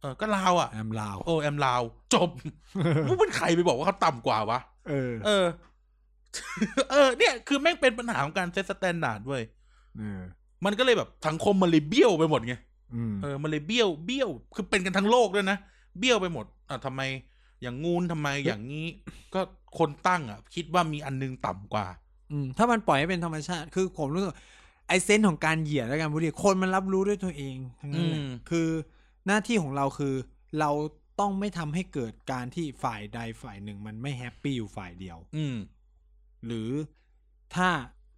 B: เออ ก็ลาวอ่ะ
A: แอมลาว
B: โอ้แอมลาว จบ มึงเป็นใครไปบอกว่าเขาต่ำกว่าวะ
A: เออ
B: เออ [laughs] เออ เนี่ย คือแม่งเป็นปัญหาของการเซตสแตนดาร์ดเว้ย
A: เออ
B: มันก็เลยแบบสังคมมันเลยเบี้ยวไปหมดไง
A: อืม
B: เออ มันเลยเบี้ยว เบี้ยว คือเป็นกันทั้งโลกด้วยนะ เบี้ยวไปหมด อ่ะทำไม อย่างงูนทำไม อย่างนี้ ก็คนตั้งอ่ะ คิดว่ามีอันนึงต่ำกว่า
A: อืมถ้ามันปล่อยให้เป็นธรรมชาติ คือผมรู้สึกไอเซนส์ของการเหยียดและการพูดเหยียดคนมันรับรู้ด้วยตัวเองทั้งนั้
B: อื
A: นแหละ
B: ม
A: คือหน้าที่ของเราคือเราต้องไม่ทำให้เกิดการที่ฝ่ายใดฝ่ายหนึ่งมันไม่แฮปปี้อยู่ฝ่ายเดียว
B: อืม
A: หรือถ้า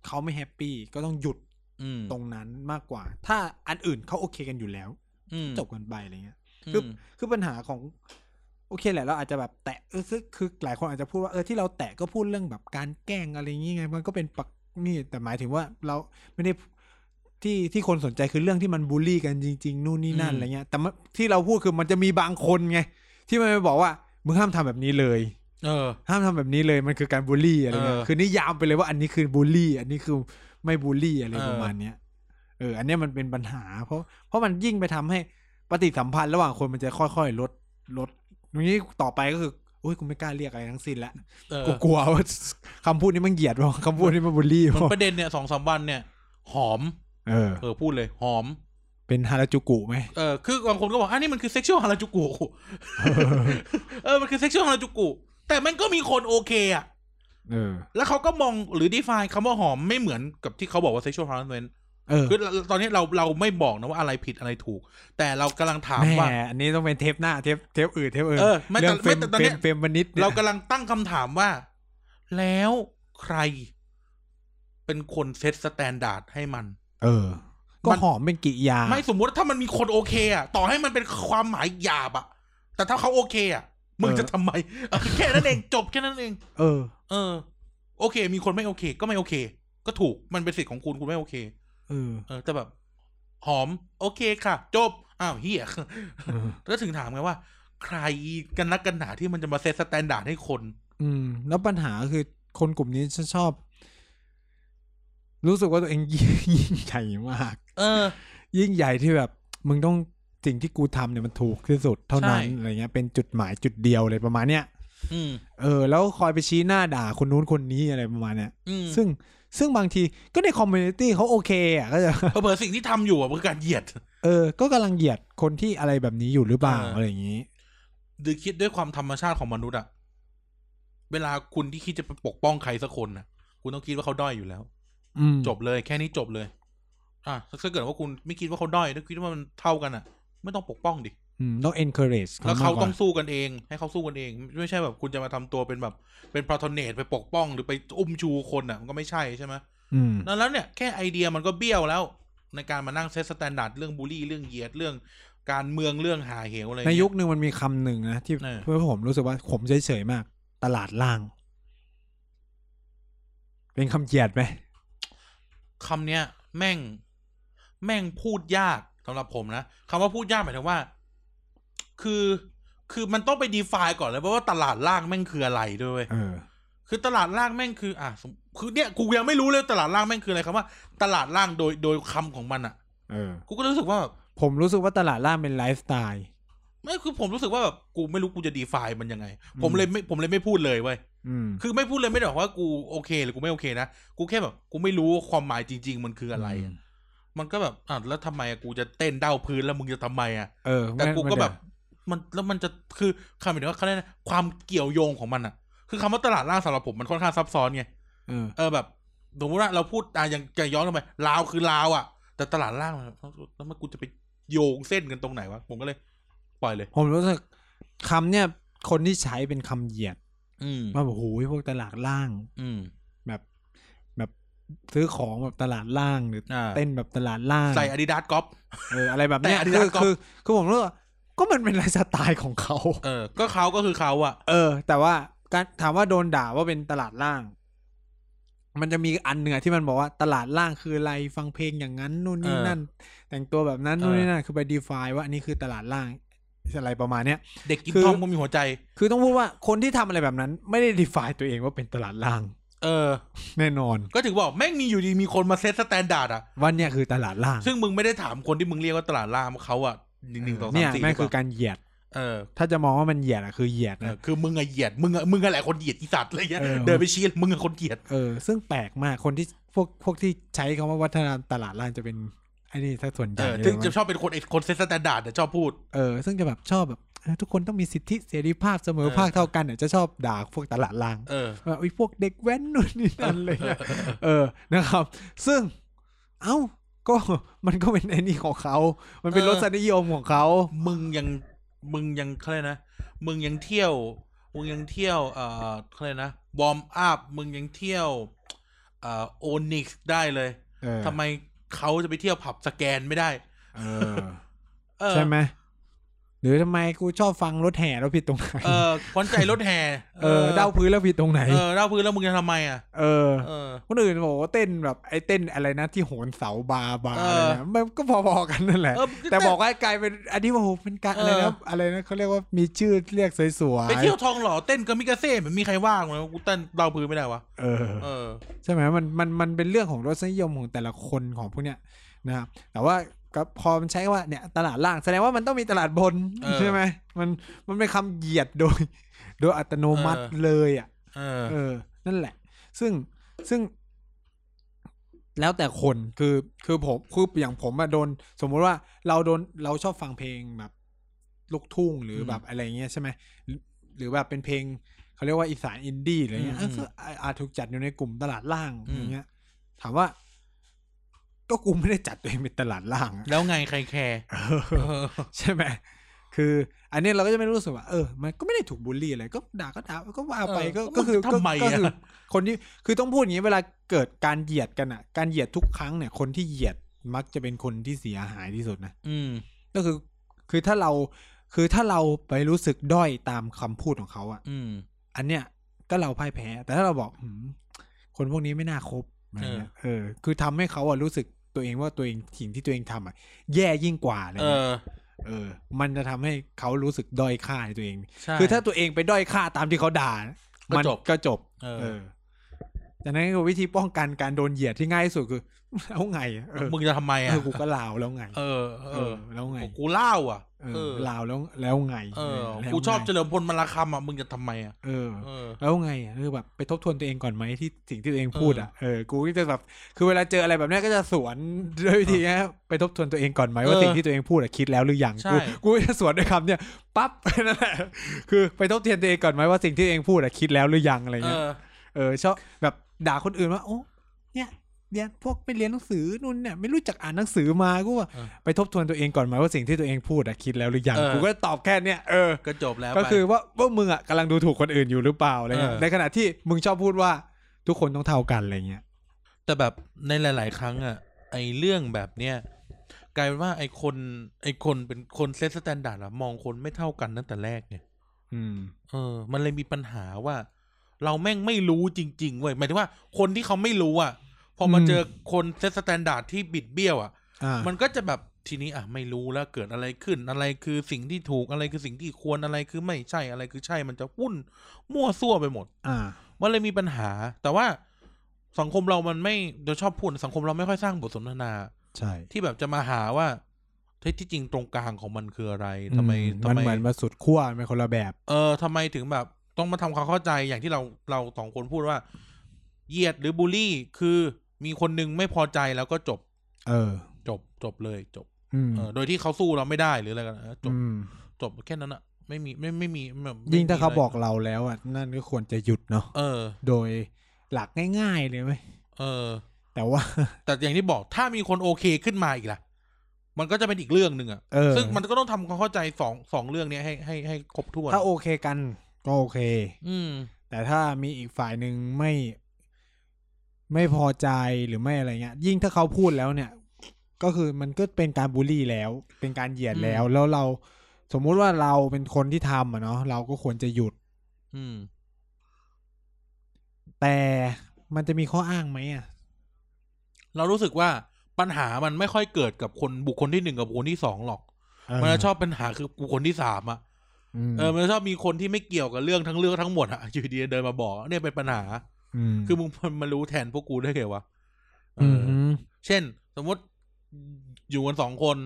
A: เขาไม่แฮปปี้ก็ต้องหยุด
B: อืม
A: ตรงนั้นมากกว่า ถ้าอันอื่นเขาโอเคกันอยู่แล้ว
B: อืม
A: จบกันไปอะไรเงี้ย
B: ม
A: คือ คือปัญหาของ โอเคแหละเราอาจจะแบบแตะเออคือคือหลายคนอาจจะพูดว่าเออที่เราแตะก็พูดเรื่องแบบการแกล้งอะไรอย่างงี้ไงมันก็เป็นปักนี่แต่หมายถึงว่าเราไม่ได้ที่ที่คนสนใจคือเรื่องที่มันบูลลี่กันจริง ๆ นู่นนี่นั่น
B: อืม
A: อะไรเงี้ย แต่มันที่เราพูดคือมันจะมีบางคนไงที่มันไปบอกว่ามึงห้ามทำแบบนี้เลย
B: เออ
A: ห้ามทำแบบนี้เลยมันคือการบูลลี่อะไรเงี้ย
B: เออ
A: คือนิยามไปเลยว่าอันนี้คือบูลลี่ อันนี้คือไม่บูลลี่อะไร
B: เออ
A: ประมาณเนี้ยเออ อันเนี้ยมันเป็นปัญหา เพราะเพราะมันยิ่งไปทำให้ปฏิสัมพันธ์ระหว่างคนมันจะค่อยๆลดลดตรงนี้ต่อไปก็คือโอ้ยกูไม่กล้าเรียกอะไรทั้งสิ้นละ
B: เออ
A: กูกลัวว่าคำพูดนี้มันเหยียดว่าคำพูดนี้มันบูลลี่
B: เหมือนป
A: ว่า
B: ระเด็นเนี่ยสองสามวันเนี่ย หอม
A: เออ
B: เออพูดเลยหอม
A: เป็นฮาราจูกุไหม
B: เออคือบางคนก็บอกอันนี้มันคือเซ็กชวลฮาราจูกุ เออมันคือเซ็กชวลฮาราจูกุ แต่มันก็มีคนโอเคอะ
A: เออ
B: แล้วเขาก็มองหรือ define คำว่าหอมไม่เหมือนกับที่เขาบอกว่า sexual harassment
A: เออ
B: คือตอนนี้เราเราไม่บอกนะว่าอะไรผิดอะไรถูก แต่เรากำลังถาม
A: แหม่
B: ว่า
A: อันนี้ต้องเป็นเทปหน้าเทปเทปอื่นเทปอื่น
B: เออไม่แต่
A: เรื่องเฟรม
B: ไม่แต่ตอน
A: เฟร
B: เนี้
A: ม
B: ย
A: เฟรมวนิดนี่ย
B: เรากำลังตั้งคำถามว่า แล้วใคร เป็นคนเซตสแตนดาร์ดให้มัน
A: เออ ก็
B: มัน
A: หอมเป็นกิริยา
B: ไม่สมมุติถ้ามันมีคนโอเคอะต่อให้มันเป็นความหมายหยาบอะแต่ถ้าเขาโอเคอะมึง
A: เออ
B: จะทำไมเออแค่นั้นเองจบแค่นั้นเอง
A: เออ
B: เออ โอเค มีคนไม่โอเค ก็ไม่โอเค ก็ถูกมันเป็นสิทธิ์ของคุณคุณไม่โอเค
A: เออ
B: เออแต่แบบ หอม โอเคค่ะ จบอ้าวเฮีย [laughs]
A: เออ
B: แล้วถึงถามไงว่า ใครกันนักกันหนาที่มันจะมาเซตสแตนดาร์ดให้คน
A: อืม แล้วปัญหาคือคนกลุ่มนี้ฉันชอบ รู้สึกว่าตัวเอง [laughs] ยิ่งยิ่งใหญ่มาก
B: เออ
A: ยิ่งใหญ่ที่แบบ มึงต้องสิ่งที่กูทำเนี่ยมันถูกที่สุดเท่านั้น
B: ใช่
A: อะไรเงี้ยเป็นจุดหมายจุดเดียวเลยประมาณเนี้ย
B: อืม
A: เออแล้วคอยไปชี้หน้าด่าคนนู้นคนนี้อะไรประมาณเนี้ย
B: อืม
A: ซึ่งซึ่งบางทีก็ในคอมมูนิตี้เขาโอเคอ่ะก็ [laughs] จะ
B: เผลอๆสิ่งที่ทำอยู่อะมันคือการเหยียด
A: เออ ก็กำลังเหยียดคนที่อะไรแบบนี้อยู่หรือเปล่า
B: เอออ
A: อะไรอย่างนี้
B: หรือคิดด้วยความธรรมชาติของมนุษย์อะเวลาคุณที่คิดจะไปปกป้องใครสักคนนะคุณต้องคิดว่าเขาด้อยอยู่แล้ว
A: อืม
B: จบเลยแค่นี้จบเลย อ่ะถ้าเกิดว่าคุณไม่คิดว่าเขาด้อยถ้าคิดว่ามันเท่ากันอะไม่ต้องปกป้องดิ
A: อืมต้อง encourage
B: แล้ว
A: ม
B: เขา
A: กก
B: ต้องสู้กันเอง ให้เขาสู้กันเอง ไม่ใช่แบบคุณจะมาทำตัวเป็นแบบ เป็นพาทอนเนตไปปกป้องหรือไปอุ้มชูคนอ่ะมันก็ไม่ใช่ใช่ไหม
A: อืม
B: ดังนั้นเนี่ยแค่ไอเดียมันก็เบี้ยวแล้ว ในการมานั่งเซตสแตนดาร์ดเรื่องบูลลี่เรื่องเหยียดเรื่องการเมืองเรื่องหาเหวอะไร
A: ใน
B: เงี้
A: ยุคหนึ่งมันมีคำหนึ่งนะ ที่
B: เออ
A: เพื่อผมรู้สึกว่าผมเฉยๆมาก ตลาดล่าง เป็นคำเหยียดไหม
B: คำเนี้ย แม่ง แม่งพูดยากสำหรับผมนะคำว่าพูดยากหมายถึงว่า คือ คือมันต้องไปดีฟายก่อนเลยเพราะว่าตลาดล่างแม่งคืออะไรด้วยเวย
A: เออ
B: คือตลาดล่างแม่งคือ อ่ะสมคือเนี่ยกูยังไม่รู้เลยตลาดล่างแม่งคืออะไรคำว่า ตลาดล่างโดยโดยคำของมันอ่ะ
A: เออ
B: กูก็รู้สึกว่าแบบ
A: ผมรู้สึกว่าตลาดล่างเป็นไลฟ์สไตล์
B: ไม่คือผมรู้สึกว่าแบบกูไม่รู้กูจะดีฟายมันยังไง
A: อืม
B: ผมเลยไม่ผมเลยไม่พูดเลยเว้ย
A: อืม
B: คือไม่พูดเลยไม่ได้บอกว่ากูโอเคหรือกูไม่โอเคนะกูแค่แบบกูไม่รู้ว่าความหมายจริง ๆ มันคืออะไรอะมันก็แบบอ่ะแล้วทำไมอะกูจะเต้นเด้าพื้นแล้วมึงจะทำไมอ่ะ
A: เออ
B: แต่กูก็
A: ไม่ได้
B: แบบมันแล้วมันจะคือคำหมายถึงว่าเขาเรียกนะความเกี่ยวโยงของมันอ่ะ คือคำว่าตลาดล่างสำหรับผมมันค่อนข้างซับซ้อนไง
A: เออ
B: เออแบบสมมติว่าเราพูดอ่ะอย่างจะย้อนลงไปลาวคือลาวอ่ะ แต่ตลาดล่างมันแล้วมันกูจะไปโยงเส้นกันตรงไหนวะ ผมก็เลย ปล่อยเลย
A: ผมรู้สึกคำเนี่ย คนที่ใช้เป็นคำเหยียด
B: อืม
A: ว่าแบบโอ้ยพวกตลาดล่าง
B: อืม
A: แบบ แบบซื้อของแบบตลาดล่างหรือ
B: อ่า
A: เต้นแบบตลาดล่าง
B: ใส่อาดิดาสก๊อป
A: เอออะไรแบบเนี้ย
B: แต่อันนี้
A: คือ
B: ก็
A: คือคือผมรู้สึกว่าก็มันเป็นไลฟ์สไตล์ของเขา
B: เออ ก็เขาก็คือเขาอ่ะ
A: เออ แต่ว่าการถามว่าโดนด่าว่าเป็นตลาดล่าง มันจะมีอันเนื้อะที่มันบอกว่าตลาดล่างคืออะไรฟังเพลงอย่างนั้นนู่นนี่
B: เออ
A: นั่น แต่งตัวแบบนั้น
B: เออ
A: นู่นนี่นั่นคือไป define ว่าอันนี้คือตลาดล่างอะไรประมาณเนี้ย
B: เด็กกิน
A: คือ
B: ทอมก็มีหัวใจ
A: คือต้องพูดว่าคนที่ทำอะไรแบบนั้น ไม่ได้ define ตัวเองว่าเป็นตลาดล่าง
B: เออ
A: แน่นอน
B: ก็ถึงบอกแม่งมีอยู่ดีมีคนมาเซตสแตนดาร์ดอ่ะ
A: ว่าเนี่ยคือตลาดล่าง
B: ซึ่งมึงไม่ได้ถามคนที่มึงเรียกว่าตลาดล่างว่าเขาอ่ะหนึ่งหนึ่งสองสา
A: เนี่
B: ม
A: ย
B: สี่
A: นั่น
B: ห
A: คื
B: รือ อเปล่า
A: การเหยียด
B: เออ
A: ถ้าจะมองว่ามันเหยียดอะคือเหยียด
B: เออ
A: นะ
B: คือมึงอะเหยียด มึงอะมึงอะแหละคนเหยียดอีสัตว์อะไรเงี้ย
A: เออ
B: เดินไปชี้มึงอะคนเหยียด
A: เออ ซึ่งแปลกมากคนที่พวกพวกที่ใช้คำว่าวัฒนธรรมตลาดล่างจะเป็นไอ้นี่ถ้าส่วนให
B: เอ
A: ญ่
B: อ
A: เลย
B: ซึ่ง
A: มั้ง
B: จะชอบเป็นคนไอ้คนเซตสแตนดาร์ดอะชอบพูด
A: เออซึ่งจะแบบชอบแบบเออทุกคนต้องมีสิทธิเสรีภาพเสมอ
B: เออ
A: ภาคเท่ากันเนี่ยจะชอบด่าพวกตลาดลาง
B: เออ
A: ว่าไอ้ยพวกเด็กแว้นนู่นนี่นั่นเลยนะเออนะครับ ซึ่งเอ้าก็มันก็เป็นไอ้นี่ของเขา มันเป็น
B: เอ
A: ร
B: อ
A: สนิยมของเขา
B: มึงยังมึงยังเขาเรียกนะ มึงยังเที่ยว มึงยังเที่ยวเอ่อเขาเรียกนะวอร์มอัพมึงยังเที่ยวเอ่อโอนิกซ์ได้เลย
A: เออ
B: ทำไมเขาจะไปเที่ยวผับสแกนไม่ได้
A: เออ
B: เออ
A: ใช่ไหม หรือทำไมกูชอบฟังรถแห่แล้วผิดตรงไหน
B: เออควันใจรถแห่
A: เออเด้าพื้นแล้วผิดตรงไหน
B: เออเด้าพื้นแล้วมึงจะทำไมอ่ะ
A: เออ
B: เออ
A: คนอื่นบอกว่าเต้นแบบไอ้เต้นอะไรนะที่โหนเสาบาบา
B: เอออ
A: อะไรนะมันก็พอๆกันนั่นแหละ
B: เออ
A: แต่บอกว่ากลายเป็นอันนี้ว่าโหเป็นการอะไร
B: เอ
A: นะ
B: อ
A: อะไรนะเขาเรียกว่ามีชื่อเรียกสวย
B: ไปเที่ยวทองหล่อเต้นกามิกาเซ่แบบมีใครว่างเลยกูเต้นเดาพื้นไม่ได้วะ
A: ๆเออ
B: เออ
A: ใช่ไหมมันมันมันเป็นเรื่องของรสนิยมของแต่ละคนของพวกเนี้ยนะครับแต่ว่าก็พอมันใช้ว่าเนี่ยตลาดล่างแสดงว่ามันต้องมีตลาดบน
B: เออ
A: ใช่ไหมมันมันเป็นคำเหยียดโดย โดยอัตโนมัติ
B: เออ
A: เลยอ่ะ
B: เออ
A: เออ นั่นแหละ ซึ่ง ซึ่ง แล้วแต่คน คือ คือผม คือ อย่างผมอะโดน สมมุติว่า เราโดน เราชอบฟังเพลงแบบ ลูกทุ่ง หรืออ
B: ม
A: แบบอะไรเงี้ยใช่ไหมหรือหรือแบบเป็นเพลง เขาเรียกว่าอีสานอินดี้อะไรเงี้ย
B: อืม
A: อ่ะก็อาอาจถูกจัดอยู่ในกลุ่มตลาดล่าง
B: อืม
A: อย่างเงี้ย ถามว่า ก็กูไม่ได้จัดตัวเองเป็นตลาดล่างอะ
B: แล้วไงใครแคร์เออ
A: ใช่ไหม คืออันเนี้ยเราก็จะไม่รู้สึกว่า เออ มันก็ไม่ได้ถูกบูลลี่อะไร ก็ด่าก็ด่า ก็ว่าไป ก็
B: เออ
A: ก็คือ
B: มันจะทำไมอะ
A: ก็ก็คืคนที่ คือต้องพูดอย่างนี้เวลาเกิดการเหยียดกันอ่ะ การเหยียดทุกครั้งเนี่ย คนที่เหยียดมักจะเป็นคนที่เสียหายที่สุดนะ
B: อืม
A: ก็คือ คือถ้าเรา คือถ้าเราไปรู้สึกด้อยตามคำพูดของเขาอ่ะ
B: อืม
A: อันเนี้ยก็เราพ่ายแพ้ แต่ถ้าเราบอกหืมคนพวกนี้ไม่น่าคบอะไรเงี้ยเออ คือทำให้เขาอ่ะรู้สึกตัวเองว่าตัวเองสิ่งที่ตัวเองทำอ่ะ แย่ยิ่งกว่าอะไร
B: เอ
A: เลย
B: อ
A: เออ มันจะทำให้เขารู้สึกด้อยค่าในตัวเอง
B: ใช่
A: คือถ้าตัวเองไปด้อยค่าตามที่เขาด่า
B: ก็
A: มั
B: จบ
A: ก็จบ
B: เออ
A: เออจากนั้นก็วิธีป้องกันการโดนเหยียดที่ง่ายที่สุดคือ [laughs] เอาไงอะเออ
B: มึงจะทำไมอ่ะ
A: เออกูก็ลาวแล้วไง
B: เออ
A: เอ
B: เอ
A: อ
B: อ
A: แล้วไง
B: กูเล่าอ่ะ
A: เอ
B: เอ
A: อ
B: อ
A: ลาวแล้วแล้วไง
B: เออ
A: แล้วไง
B: กูชอบเฉลิมพลมาราคำอ่ะ มึงจะทำไมอ่ะ
A: เออ
B: เออ
A: แล้วไงอะคือแบบไปทบทวนตัวเองก่อนไหมที่สิ่งที่ตัวเองพูดอ่ะ เออ กูก็จะแบบ คือเวลาเจออะไรแบบเนี้ยก็จะสวนด้วยวิธีเนี้ยไปทบทวนตัวเองก่อนไหมว่า
B: เออ
A: สิ่งที่ตัวเองพูดอะคิดแล้วหรือยัง
B: ใช่
A: กู กูก็จะสวนด้วยคำเนี่ยปั๊บ [laughs] นั่นแหละ คือไปทบทวนตัวเองก่อนไหมว่าสิ่งที่ตัวเองพูดอะคิดแล้วหรือยังอะไร
B: เอ
A: เงี้ย
B: อ
A: เออชอบแบบด่าคนอื่นว่าโอ้เนี่ยเรียนพวกไปเรียนหนังสือนู่นเนี่ยไม่รู้จักอ่านหนังสือมากูว่า
B: เออ
A: ไปทบทวนตัวเองก่อนไหมว่าสิ่งที่ตัวเองพูดอะคิดแล้วหรือยัง
B: เออ
A: กูก็ตอบแค่เนี้ยเออ
B: ก็จบแล้ว
A: ก็
B: ไป
A: คือว่าว่ามึงอ่ะกำลังดูถูกคนอื่นอยู่หรือเปล่าอะไรเงี้ย
B: เออ
A: ในขณะที่มึงชอบพูดว่าทุกคนต้องเท่ากันอะไรเงี้ย
B: แต่แบบในหลาย ๆ ครั้งอ่ะ ไอเรื่องแบบเนี้ยกลายเป็นว่าไอคนไอคนเป็นคนเซตสแตนดาร์ดอะมองคนไม่เท่ากันตั้งแต่แรกเนี่ย
A: อืม
B: เออ มันเลยมีปัญหาว่า เราแม่งไม่รู้จริงๆเว้ยหมายถึงว่าคนที่เขาไม่รู้อ่ะ พอมา
A: อืม
B: เจอคนเซตสแตนดาร์ดที่บิดเบี้ยวอ่ะ
A: อ่า
B: มันก็จะแบบทีนี้อ่ะไม่รู้แล้วเกิดอะไรขึ้น อะไรคือสิ่งที่ถูกอะไรคือสิ่งที่ควรอะไรคือไม่ใช่อะไรคือใช่มันจะวุ่นมั่วซั่วไปหมด
A: อ่า
B: มันเลยมีปัญหา แต่ว่าสังคมเรามันไม่เราชอบพูดสังคมเราไม่ค่อยสร้างบทสนทนา
A: ใช่
B: ที่แบบจะมาหาว่าเฮ้ยที่จริงตรงกลางของมันคืออะไรทำไม
A: อื
B: ทำ
A: มัน
B: ไม
A: เหมือนมาสุดขั้วมันคนละแบบ
B: เออทำไมถึงแบบ ต้องมาทำความเข้าใจอย่างที่เราเราสองคนพูดว่าเหยียดหรือบูลลี่คือมีคนนึงไม่พอใจแล้วก็จบ
A: เออ
B: จบจบเลยจบ
A: อืม
B: เออโดยที่เขาสู้เราไม่ได้หรืออะไรกันเออจบ
A: อืม
B: จบแค่นั้นอะไม่มีไม่ไม่มีแบบไม่มี
A: ยิ่งถ้าเขา
B: ะไร
A: บอกเราแล้วอ่ะนั่นก็ควรจะหยุดเนาะ
B: เออ
A: โดยหลักง่ายๆเลยไหม
B: เออ
A: แต่ว่า [laughs]
B: แต่อย่างที่บอกถ้ามีคนโอเคขึ้นมาอีกล่ะ มันก็จะเป็นอีกเรื่องหนึ่งอะ
A: เออ
B: ซึ่งมันก็ต้องทำความเข้าใจสองสองเรื่องเนี้ยให้ให้ให้ครบถ้วน
A: ถ้าโอเคกัน ก็โอเค
B: อืม
A: แต่ถ้ามีอีกฝ่ายหนึ่งไม่ ไม่พอใจหรือไม่อะไรเงี้ย ยิ่งถ้าเขาพูดแล้วเนี่ย ก็คือมันก็เป็นการบูลลี่แล้ว เป็นการเหยียดแล้ว แล้วเราสมมุติว่าเราเป็นคนที่ทำอ่ะเนาะเราก็ควรจะหยุด
B: อืม
A: แต่มันจะมีข้ออ้างไหมอ่ะ
B: เรารู้สึกว่าปัญหามันไม่ค่อยเกิดกับคนบุคคลที่หนึ่งกับบุคคลที่สองหรอก มันจะชอบปัญหาคือบุคคลที่สามอะเออมันจะชอบมีคนที่ไม่เกี่ยวกับเรื่องทั้งเรื่องทั้งหมดอะ [laughs] อยู่ดีๆเดินมาบอกเนี่ยเป็นปัญหา คือมึงมารู้แทนพวกกูได้ไงวะเอออ เช่น สมมติอยู่กันสองคน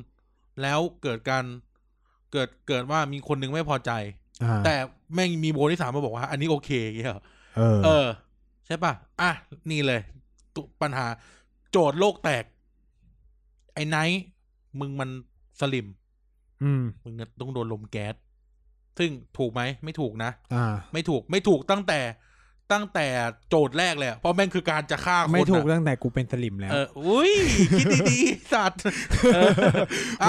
B: แล้วเกิดการเกิดเกิดว่ามีคนหนึงไม่พอใจ แต่แม่งมีโบที่สามมาบอกว่า อันนี้โอเคอย่างเงี้ยเหรอ
A: เออ
B: เออ ใช่ป่ะ อ่ะ นี่เลยตุปัญหา โจทย์โลกแตก ไอ้ไนท์มึงมันสลิม
A: อืม
B: มึงต้องโดนลมแก๊ส ซึ่งถูกไหม ไม่ถูกนะ
A: อ่า
B: ไม่ถูกไม่ถูกตั้งแต่ตั้งแต่โจทย์แรกเลยอะเพราะแม่งคือการจะฆ่าคนอะ
A: ไม่ถูกตั้งแต่กูเป็นสลิมแล้ว
B: เออ อุ้ย คิดดีๆ สัตว์เออ อ่ะ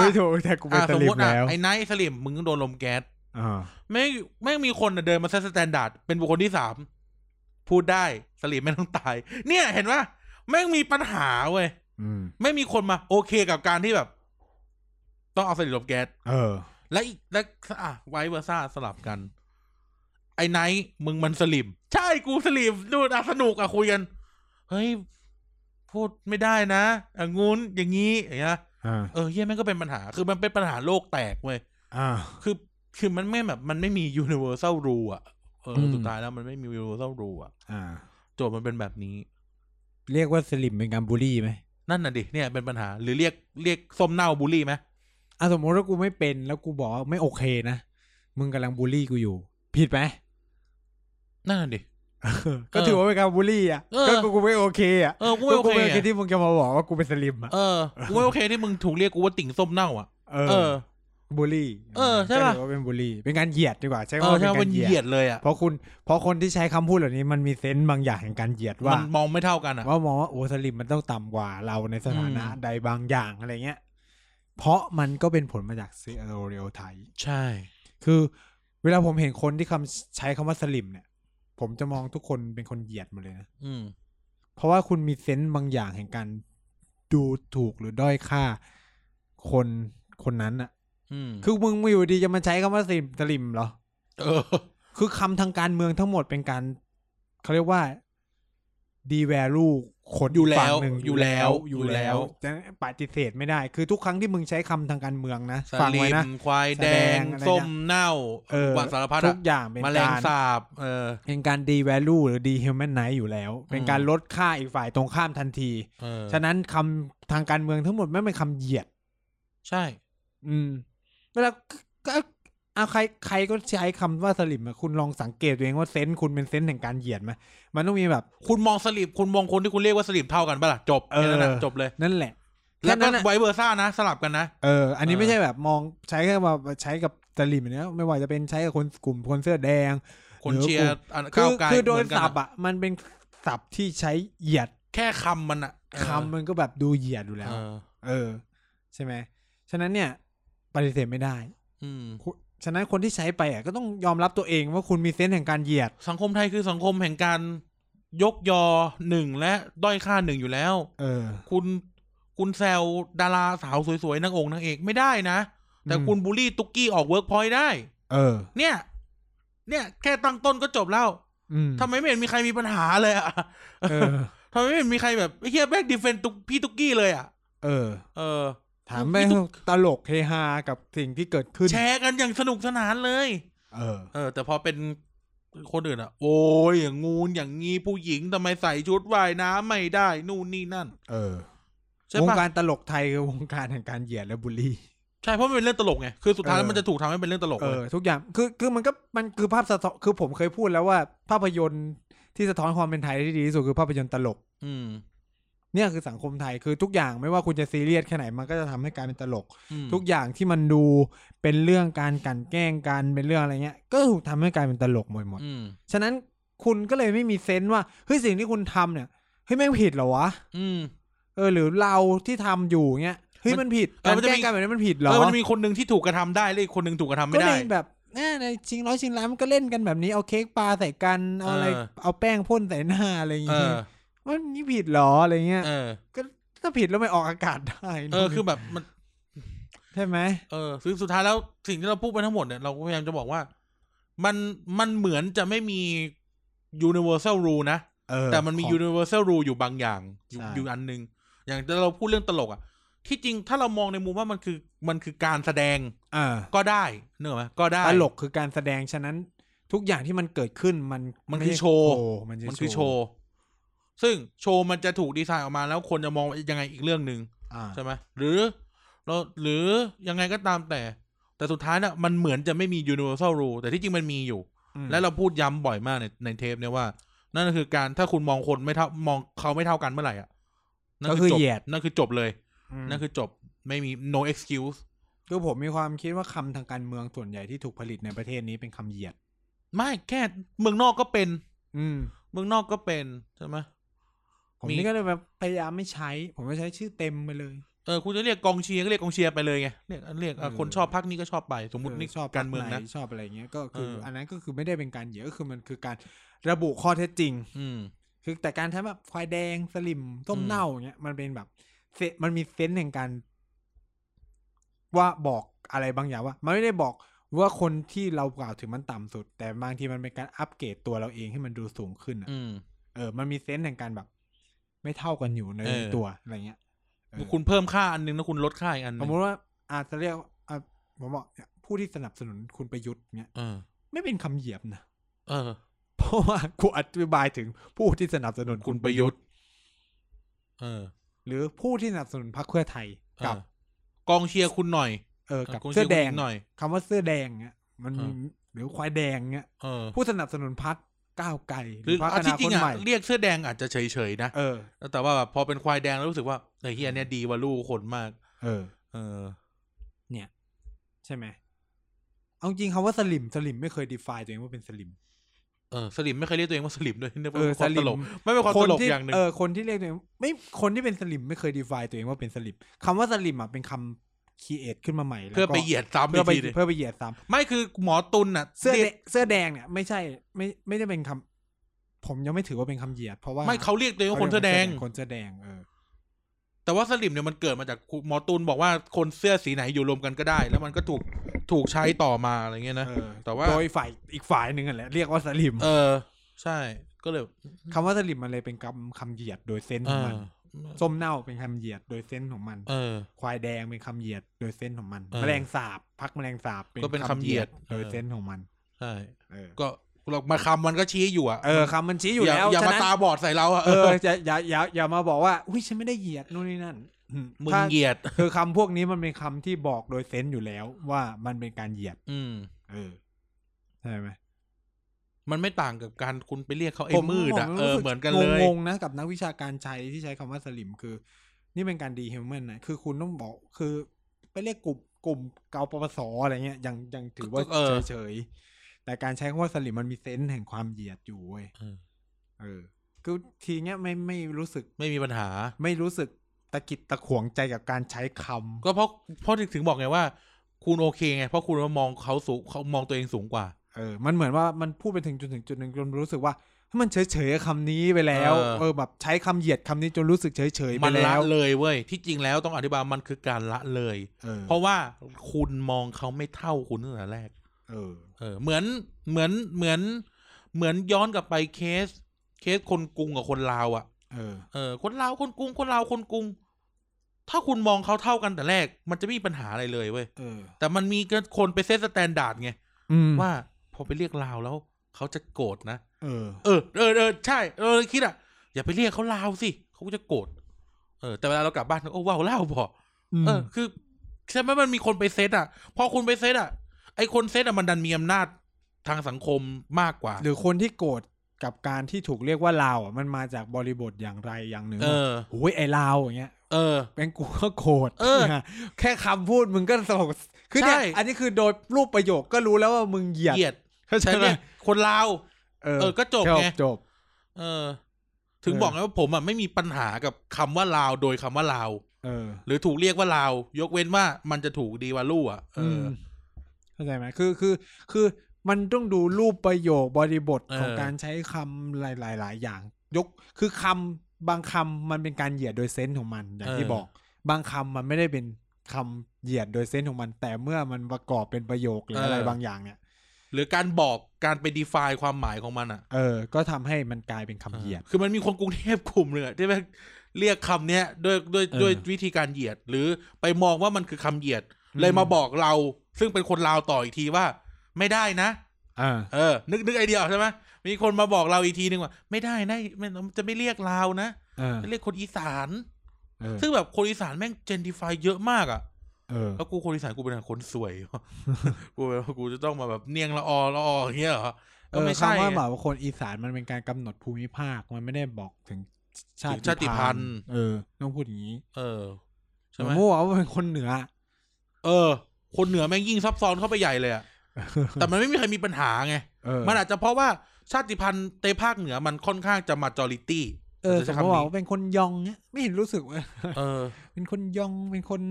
A: [laughs] ไม่ถูกตั้งแต่กูเป็น
B: อ่ะ
A: ส
B: สม
A: ลิ
B: ม
A: ม
B: ติอ่ะ
A: แล้ว
B: ไอ้ไนท์สลิม มึงต้องโดนลมแก๊ส
A: อ่า
B: แม่งแม่งมีคนน่ะเดินมาเซตสแตนดาร์ด เป็นบุคคลที่สาม พูดได้สลิมไม่ต้องตาย เนี่ยเห็นว่าแม่งมีปัญหาเว้ย
A: อืม
B: ไม่มีคนมา โอเคกับการที่แบบ ต้องเอาสลิมลมแก๊ส
A: เออ
B: และอีกและอ่ะไวเวอร์ซ่าสลับกัน ไอ้ไนท์มึงมันสลิม ใช่กูสลิมดูนอ่ะสนุกอ่ะคุยกัน เฮ้ย พูดไม่ได้นะอะงูนอย่างนี้อย่างเงี้ย
A: อ่า
B: เออเฮียแม่งก็เป็นปัญหา คือมันเป็นปัญหาโลกแตกเว้ย
A: อ่า
B: คือคือมันไม่แบบมันไม่มี universal rule อ่ะเอออ
A: ม
B: สุดท้ายแล้วมันไม่มี universal rule อ่ะ
A: อ่า
B: โจทย์มันเป็นแบบนี้
A: เรียกว่าสลิมเป็นการบูลลี่ไหม
B: นั่นน่ะดิเนี่ยเป็นปัญหาหรือเรียกเรียกส้มเน่าบูลลี่ไหม
A: อ่ะสมมติว่ากูไม่เป็นแล้วกูบอกว่าไม่โอเคนะมึงกำลังบูลลี่กูอยู่ ผิดไหม
B: นั่นน่ะดิ
A: ก็ถือว่าเป็นการบูลลี่อ่ะ
B: เออ
A: ก็กูไม่โอเคอ่ะ
B: เออกู
A: ก็กู
B: ไม่โอเค
A: ไม่โอเค
B: อะ
A: ที่มึงจะมาบอกว่ากูเป็นสลิมอ่ะ
B: เออกูไม่โอเคที่มึงถูกเรียกกูว่าติ่งส้มเน่าอ่ะ
A: เอ
B: เอ
A: อ
B: อ
A: บูลลี่
B: เออใช่ปะ
A: ก็ถือว่าเป็นบูลลี่ เป็นการเหยียดดีกว่าใช่ไหม
B: เออใช่ไหมมันเหยียดเลยอ่ะ
A: เพราะคุณเพราะคนที่ใช้คำพูดเหล่านี้มันมีเซนส์บางอย่างแห่งการเหยียดว่า
B: มันมองไม่เท่ากันอ่ะ
A: ว่ามองว่าโอ้สลิมมันต้องต่ำกว่าเราในสถานะ
B: อืม
A: ใดบางอย่างอะไรเงี้ย เพราะมันก็เป็นผลมาจากซีโอเรียลไทย
B: ใช่
A: คือเวลาผมเห็นคนที่คำใช้คำว่าสลิมเนี่ย ผมจะมองทุกคนเป็นคนเหยียดหมดเลยนะ
B: อืม
A: เพราะว่าคุณมีเซนส์บางอย่างแห่งการดูถูกหรือด้อยค่าคนคนนั้นอะ
B: อืม
A: คือมึงมาอยู่ดีจะมาใช้คำว่าสลิมสลิมเหรอ
B: เออ
A: คือคำทางการเมืองทั้งหมดเป็นการเขาเรียกว่าดีแวลูคน
B: อยู่แล้ว
A: ฝั่งหนึ่ง
B: อยู่แล้ว
A: อยู่แล้ว
B: อยู่แล้ว
A: จะปฏิเสธไม่ได้ คือทุกครั้งที่มึงใช้คำทางการเมืองนะ
B: ส
A: ฟัง
B: ลิ
A: ไว้นะ
B: มควายแดง
A: แสดงอะไรนะ
B: ส้มเน่า
A: เออ
B: ว่าสารพัด
A: ทุ
B: อะ
A: กอย่างเป็น
B: แมลง
A: การ
B: สาบ เออ
A: เป็นการดีแวลูหรือดีฮิวแมนไนอยู่แล้ว เป็นการ
B: อืม
A: ลดค่าอีกฝ่ายตรงข้ามทันที
B: เออ
A: ฉะนั้นคำทางการเมืองทั้งหมดไม่เป็นคำเหยียด
B: ใช่
A: อืม เวลาก็เอาใครใครก็ใช้คำว่าสลิมอะคุณลองสังเกตตัวเองว่าเซนส์คุณเป็นเซนส์แห่งการเหยียดไหมมันต้องมีแบบ
B: คุณมองสลิปคุณมองคนที่คุณเรียกว่าสลิปเท่ากันปะล่ะจบ
A: เออ
B: แค่นั้นนะจบเลย
A: นั่นแหละ
B: แล้
A: แค่
B: วก็
A: นั้นอะ
B: ไวเวอร์ซ่านะ สลับกันนะ
A: เออ อันนี้
B: เออ
A: ไม่ใช่แบบมองใช้แค่ว่าใช้กับสลิมเนี้ยไม่ว่าจะเป็นใช้กับคนกลุ่มคนเสื้อแดง
B: คน
A: หรือ
B: เชีย
A: กลุ่
B: ร์
A: ม
B: อัน
A: คื
B: ก้าว
A: อ
B: ไกล
A: คือโด
B: เห
A: น
B: มืกั
A: ศัพท์อ่ะมันเป็นศัพท์ที่ใช้เหยียด
B: แค่คำมันอะเออ
A: คำมันก็แบบดูเหยียดอยู่แล้ว
B: เออ
A: เออ ใช่ไหมฉะนั้นเนี่ย ปฏิเสธไม่ได้
B: อืม
A: คุณฉะนั้นคนที่ใช้ไปอ่ะก็ต้องยอมรับตัวเองว่าคุณมีเซนส์แห่งการเหยียด
B: สังคมไทยคือสังคมแห่งการยกยอหนึ่งและด้อยค่าหนึ่งอยู่แล้ว
A: เออ
B: คุณคุณแซวดาราสาวสวยๆนางองค์นางเอกไม่ได้นะ แต่
A: อืม
B: คุณบูลลี่ตุ๊กกี้ออกเวิร์กพอยต์ได้
A: เออ
B: เนี่ย เนี่ย แค่ตั้งต้นก็จบแล้ว
A: อืม
B: ทำไมไม่เห็นมีใครมีปัญหาเลยอะ
A: เออ
B: ทำไมไม่เห็นมีใครแบบเฮียแม่งดีเฟนตุกพี่ตุ๊กกี้เลยอะ
A: เออ
B: เออ
A: ถามไปตลกเฮฮากับสิ่งที่เกิดขึ้น
B: แชร์กันอย่างสนุกสนานเลย
A: เออ
B: เออ แต่พอเป็นคนอื่นอะโอ้ยอย่างงูนอย่างงี้ผู้หญิงทำไมใส่ชุดว่ายน้ำไม่ได้ นู่นนี่นั่น
A: เออ
B: ใช่
A: วง
B: ปะ
A: การตลกไทยคือวงการแห่งการเหยียดและบูลลี่
B: ใช่เพราะมันเป็นเรื่องตลกไงคือสุดท้ายแล้วมันจะถูกทำให้เป็นเรื่องตลก
A: เอ
B: เล
A: อ
B: ย
A: ทุกอย่าง คือ คือมันก็ มันคือภาพสะท้อนคือผมเคยพูดแล้วว่า ภาพยนตร์ที่สะท้อนความเป็นไทยที่ดีที่สุดคือภาพยนตร์ตลก
B: อืม
A: เนี่ยคือสังคมไทย คือทุกอย่างไม่ว่าคุณจะซีเรียสแค่ไหน มันก็จะทำให้กลารเป็นตลก
B: อืม
A: ทุกอย่างที่มันดูเป็นเรื่องการกลันแกล้งกันเป็นเรื่องอะไรเงี้ย ก็ถูกทำให้กลายเป็นตลกหมดหมด
B: อืม
A: ฉะนั้นคุณก็เลยไม่มีเซนส์ว่าเฮ้ยสิ่งที่คุณทำเนี่ยเฮ้ยแม่งผิดเหรอวะ
B: อืม
A: เออหรือเราที่ทำอยู่เงี้ยเฮ้ย
B: มัน
A: มันผิด
B: เอ
A: การ
B: อ
A: ร
B: มัน
A: แกล้
B: จะมี
A: งกันแบบนี้มันผิดเหร
B: เอ
A: อ
B: อมันมีคนหนึ่งที่ถูกกระทำได้และอีกคนหนึ่งถูกกระทำ
A: ก็
B: ไม่
A: เล
B: ได้
A: ยแบบแน่ในชิงร้อยชิงล้านมันก็เล่นกันแบบนี้เอาเค้กปลาใส่กันเอาอะไร
B: เออ
A: เอาแป้งพ่นใส่หน้าอะไรอย่าง
B: เอ
A: เงี้ย
B: อ
A: ว่านี่ผิดเหรออะไรเงี้ย
B: เออ
A: ก็ถ้าผิดแล้วไม่ออกอากาศได้นะ
B: เออคือแบบมัน
A: ใช่ไหม
B: เออคือสุดท้ายแล้วสิ่งที่เราพูดไปทั้งหมดเนี่ยเราก็พยายามจะบอกว่า มันมันเหมือนจะไม่มี universal rule นะ
A: เออ
B: แต่มันมี
A: ขอ
B: universal rule อยู่บางอย่าง อยู่
A: ใช่
B: อยู่อันหนึ่งอย่างเราพูดเรื่องตลกอะที่จริงถ้าเรามองในมุมว่ามันคือมันคือการแสดง
A: อ่า
B: ก็ได้เนกอะไหมก็ได้
A: ตลกคือการแสดงฉะนั้นทุกอย่างที่มันเกิดขึ้นมัน
B: มัน
A: ไใ
B: คือโชว์
A: มัน
B: มันคือโชว์ ซึ่งโชว์มันจะถูกดีไซน์ออกมาแล้วคนจะมองว่ายังไงอีกเรื่องหนึ่ง
A: อ่า
B: ใช่ไหมหรือเราหรือยังไงก็ตามแต่ แต่สุดท้ายน่ะมันเหมือนจะไม่มี universal rule แต่ที่จริงมันมีอยู่
A: อืม
B: และเราพูดย้ำบ่อยมากในในเทปเนี่ยว่า นั่นก็คือการถ้าคุณมองคนไม่เท่ามองเขาไม่เท่ากันเมื่อไหร่อ่ะนั่น
A: ก็
B: คื
A: คืออ
B: จบ
A: เหยียด
B: นั่นคือจบเลย
A: ม
B: นั่นคือจบไม่มี no excuse
A: คือผมมีความคิดว่าคำทางการเมืองส่วนใหญ่ที่ถูกผลิตในประเทศนี้เป็นคำเหยียด
B: ไม่แค่เมืองนอกก็เป็น
A: อืม
B: เมืองนอกก็เป็นใช่ไหม
A: ผม
B: มี
A: นี่ก็เลยแบบพยายามไม่ใช้ ผมก็ใช้ชื่อเต็มไปเลย
B: เออคุณจะเรียกกองเชียร์ก็เรียกกองเชียร์ไปเลยไงเรียกเรียกเอ่อคนชอบพักนี้ก็ชอบไปสมมตินี่
A: ชอบ
B: การเมือง
A: พ
B: นะ
A: ไหชอบอะไรเงี้ยก็คือ
B: เอออั
A: อันนั้นก็คือไม่ได้เป็นการเหยียดก็คือมันคือการระบุข้อเท็จจริง
B: อืม
A: คือแต่การใช้แบบควายแดงสลิมต้ม
B: อืม
A: เน่าอย่างเงี้ยมันเป็นแบบเซมันมีเซนส์แห่งการว่าบอก อะไรบางอย่างว่า มันไม่ได้บอกว่าคนที่เรากล่าวถึงมันต่ำสุด แต่บางทีมันเป็นการอัปเกรดตัวเราเองให้มันดูสูงขึ้นอะ
B: อืม
A: เออมันมีเซนส์แห่งการแบบ ไม่เท่ากันอยู่ใน
B: เออ
A: ตัวอะไรเงี้ยเออ
B: คุณเพิ่มค่าอันนึงแล้วคุณลดค่าอีกอันห
A: ส
B: นึ่
A: ม
B: ง
A: มติว่าอาจจะเรียกว่าอ่ะผมบอกเนี่ยผู้ที่สนับสนุนคุณประยุทธ์เนี่ย
B: เออ
A: ไม่เป็นคำเหยียบนะ
B: เออ
A: เพราะว่ากูอธิบายถึงผู้ที่สนับสนุน
B: คุ
A: คุณ ณ
B: ป
A: ประระ
B: ยุ
A: ยุ
B: ท
A: ท
B: ธ์
A: ธ์
B: เออ
A: หรือผู้ที่สนับสนุนพรรคเพื่อไทยกับ
B: เออกองเชียร์คุณหน่อย
A: เออกับ
B: กงชี
A: เสื้
B: ย
A: อ
B: ร์
A: แด
B: คุณ
A: ง
B: หน่อย
A: คำว่าเสื้อแดงเนี่ยมัน
B: อ่า
A: หรือควายแดงเนี่ย
B: เออ
A: ผู้สนับสนุนพรรคก้าวไกล
B: หรือ
A: พรรค
B: อา
A: อ
B: ที่
A: นา
B: จ
A: ค
B: ริ
A: ต
B: งอ่ะ
A: ใหม่
B: เรียกเสื้อแดงอาจจะเฉยๆนะ
A: เออ
B: แต่ว่าแบบพอเป็นควายแดงแล้วรู้สึกว่าเฮ้ยอันเนี้ยดีวาลูคนมาก
A: เออ
B: เออ
A: เนี่ย ใช่ไหมเอาจริงคำว่าสลิมสลิมไม่เคย define ตัวเองว่าเป็นสลิม
B: เออสลิมไม่เคยเรียกตัวเองว่าสลิมด้วยเรียกว่า
A: เออ
B: ความ
A: สลิ
B: ต
A: ม
B: ลกไม่เป็นความ
A: ค
B: ต
A: น
B: ลก
A: ที่
B: อย่างหนึ่ง
A: เออคนที่เรียกตัวเองไม่คนที่เป็นสลิมไม่เคย define ตัวเองว่าเป็นสลิมคำว่าสลิมอ่ะเป็นคำ create ขึ้นมาใหม่แล้ว
B: เพื่อ
A: ก็
B: ไปเหยียดซ้ำ
A: เพื่อไป
B: อีกทีหนึ่ง
A: เพื่อไปเหยียดซ้
B: ไม่คือหมอตุลน่ะ
A: ำเสื้อ
B: รี
A: แด
B: ยก
A: งเสื้อแดงเนี่ยไม่ใช่ไม่ไม่ได้เป็นคำผมยังไม่ถือว่าเป็นคำเหยียด เพราะว่า
B: ไม่เขาเรียกตัวเองว่าคนเสื้อแดง
A: คนเสื้อแดงเออ
B: แต่ว่าสลิมเนี่ยมันเกิดมาจากหมอตูนบอกว่าคนเสื้อสีไหนอยู่รวมกันก็ได้ แล้วมันก็ถูกถูกใช้ต่อมาอะไรเงี้ยนะ
A: เออ
B: แต่ว่า
A: โดยฝ่ายอีกฝ่ายหนึ่งนั่นแหละเรียกว่าสลิม
B: เออ ใช่ก็เลย
A: คำว่าสลิมมันเลยเป็นคำคำเหยียดโดยเซนส์
B: เอ
A: ของ
B: อ
A: มันส้มเน่าเป็นคำเหยียดโดยเซนส์ของมัน
B: เออ
A: ควายแดงเป็นคำเหยียดโดยเส้นของมัน
B: เออ
A: แมลงสาบพักแมลงสาบ
B: ก็เป็นคำเหยียด
A: โดยเส้นของมัน
B: ใช่
A: เออ
B: ก็เรามาคำมันก็ชี้อยู่อะ
A: เออคำมันชี้อยู่
B: อย่า
A: แล้ว
B: อย่า
A: ฉะ
B: มา
A: นั้น
B: ตาบอดใส่เราอะ
A: เอออย่าอย่าอย่าอย่ามาบอกว่าอุ้ยฉันไม่ได้เหยียดนู่นนี่นั่นอื
B: มึง
A: ถ้า
B: เหยียด
A: คือคำพวกนี้มันเป็นคำที่บอกโดยเซนส์อยู่แล้วว่ามันเป็นการเหยียด
B: อืม
A: เออใช่ไหม
B: มันไม่ต่างกับการคุณไปเรียกเขาไอ้มืดอะ
A: ผ
B: เอ
A: รู้
B: อ
A: สึ
B: เหมือนกันเลย
A: งงๆนะกับนักวิชาการใช้ที่ใช้คำว่าสลิมคือ นี่เป็นการดีฮิวแมนนะคือคุณต้องบอกคือไปเรียกกลุ่มกลุ่มเกาปปสอะไรเงี้ยยังยังถือว่า
B: เออ
A: เฉยๆแต่การใช้คำว่าสลิมมันมีเซนส์แห่งความเหยียดอยู่เว้ย
B: เออ
A: เออคือทีเนี้ยไม่ไม่รู้สึก
B: ไม่มีปัญหา
A: ไม่รู้สึกตะกิดตะขวงใจกับการใช้คำ
B: ก็เพราะเพราะถึงบอกไงว่า คุณโอเคไงเพราะคุณมามองเขาสูงเขามองตัวเองสูงกว่า
A: เออ มันเหมือนว่ามันพูดไปถึงจุดถึงจุดหนึ่งจนรู้สึกว่ามันเฉยเฉยๆกับคำนี้ไปแล้ว
B: เออ
A: เออแบบใช้คำเหยียดคำนี้จนรู้สึกเฉยเฉยๆไป
B: มัน
A: แล้
B: ละ
A: ว
B: เลยเว้ยที่จริงแล้วต้องอธิบายมันคือการละเลย
A: เออ
B: เพราะว่าคุณมองเขาไม่เท่าคุณตั้งแต่แรก
A: เออ
B: เออ เหมือนเหมือนเหมือน เหมือนย้อนกลับไปเคส เคสคนกรุงกับคนลาวอะ่ะ
A: เออ
B: เออคนลาวคนกรุงคนลาวคนกรุง ถ้าคุณมองเขาเท่ากันแต่แรก มันจะไม่มีปัญหาอะไรเลยเว้ย
A: เออ
B: แต่มันมีคนไปเซตสแตนดาร์ดไง
A: อืม
B: ว่าพอไปเรียกลาวแล้วเขาจะโกรธนะ
A: เออ
B: เออเออเออใช่เออคิดอ่ะ อย่าไปเรียกเขาลาวสิเขาก็จะโกรธเออ แต่เวลาเรากลับบ้านโอ้ว้าวลาวพอ
A: อืม
B: เออ คือใช่ไหมมันมีคนไปเซตอ่ะ พอคุณไปเซตอ่ะ ไอคนเซตอ่ะมันดันมีอำนาจทางสังคมมากกว่า
A: หรือคนที่โกรธกับการที่ถูกเรียกว่าลาวอ่ะมันมาจากบริบทอย่างไรอย่างหนึ่ง
B: เออ
A: โอ้ยไอ้ลาวอย่างเงี้ย
B: เออ
A: แม่งกูก็โกรธ
B: เออ
A: นะแค่คำพูดมึงก็สงคือเนี่ย
B: ใช่
A: อันนี้คือโดยรูปประโยคก็รู้แล้วว่ามึงเหยียด
B: เหยียด
A: เข้าใจ
B: ใช่
A: ไห
B: ไห
A: ม
B: มคนลาว
A: เออ
B: เออก็จบ
A: จบ
B: ไง
A: จบ
B: เออ ถึง
A: เออ
B: บอกไงว่าผมอ่ะไม่มีปัญหากับคำว่าลาวโดยคำว่าลาว
A: เออ
B: หรือถูกเรียกว่าลาว ยกเว้นว่ามันจะถูกดีวาลูอ่ะเออ
A: ม
B: อ
A: เข้าใจไหมคือคือ คือมันต้องดูรูปประโยคบริบท
B: เออ
A: ของการใช้คำหลายหลายหลายอย่าง ยกคือคำบางคำมันเป็นการเหยียดโดยเซนส์ของมันอย่างที่บอก บางคำมันไม่ได้เป็นคำเหยียดโดยเซนส์ของมัน แต่เมื่อมันประกอบเป็นประโยคหรืออะไรบางอย่างเนี่ย
B: หรือการบอกการไป define ความหมายของมันอ่ะ
A: เออ ก็ทำให้มันกลายเป็นคำเหยียด
B: คือมันมีคนกรุงเทพกลุ่มหนึ่งอะที่แบบเรียกคำเนี้ยด้วยด้วย
A: เออ
B: ด้วยวิธีการเหยียด หรือไปมองว่ามันคือคำเหยียด
A: อืม
B: เลยมาบอกเรา ซึ่งเป็นคนลาวต่ออีกทีว่า ไม่ได้นะ
A: อ่า
B: เออ นึกนึกไอเดียออกใช่ไหมมีคนมาบอกเราอีกทีหนึ่งว่า ไม่ได้นะมันจะไม่เรียกลาวนะ
A: เออ
B: จะเรียกคนอีสาน
A: เออ
B: ซึ่งแบบคนอีสานแม่งเจนดิฟายเยอะมากอะ
A: เออ
B: แล้วกูคนอีสานกูเป็นคนสวย [laughs] กูแบบกูจะต้องมาแบบเนียงละออละอออย่างเงี้ยเหรอ
A: เอ
B: ก็
A: อ
B: ไม่ใช่
A: คำว่า
B: ไง
A: แบบว่าคนอีสานมันเป็นการกำหนดภูมิภาค มันไม่ได้บอกถึงชาติ
B: ชาติพันธุ์
A: เออ ต้องพูดอย่างนี้
B: เออ
A: ผ
B: ใช่ไห
A: ม
B: ม
A: มั่วว่าเป็นคนเหนือ
B: เออ คนเหนือแม่งยิ่งซับซ้อนเข้าไปใหญ่เลยอะ แต่มันไม่มีใครมีปัญหาไง
A: เออ
B: มันอาจจะเพราะว่าชาติพันธุ์ในภาคเหนือมันค่อนข้างจะมาจอริตี้
A: เออสมมติว่าเป็นคนยองเนี่ย [laughs] ไม่เห็นรู้สึกว่า
B: เออ
A: เป็นคนยองเป็นคน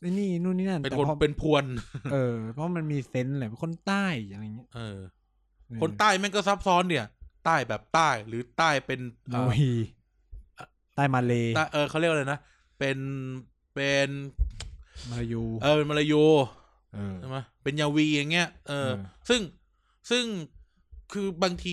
A: ไอ้นี่นู่นนี่นั่น
B: เป็น
A: แต่
B: คน
A: พอ
B: เป็นพวน
A: เออ เพราะมันมีเซนส์แหละเป็นคนใต้อะไรเงี้ย
B: เออ
A: เออ
B: คนใต้แม่งก็ซับซ้อนเนี่ย ใต้แบบใต้หรือใต้เป็นเอ่
A: นา
B: อ
A: วีใต้มาเล
B: ใต้เออเขาเรียกอะไรนะ เป็นเป็น
A: มายู
B: เออเป็นมาลายู
A: เออ
B: ใช่ไหมเป็นยาวีอย่างเงี้ย เออ
A: เออ
B: ซึ่ง ซึ่ง คือบางที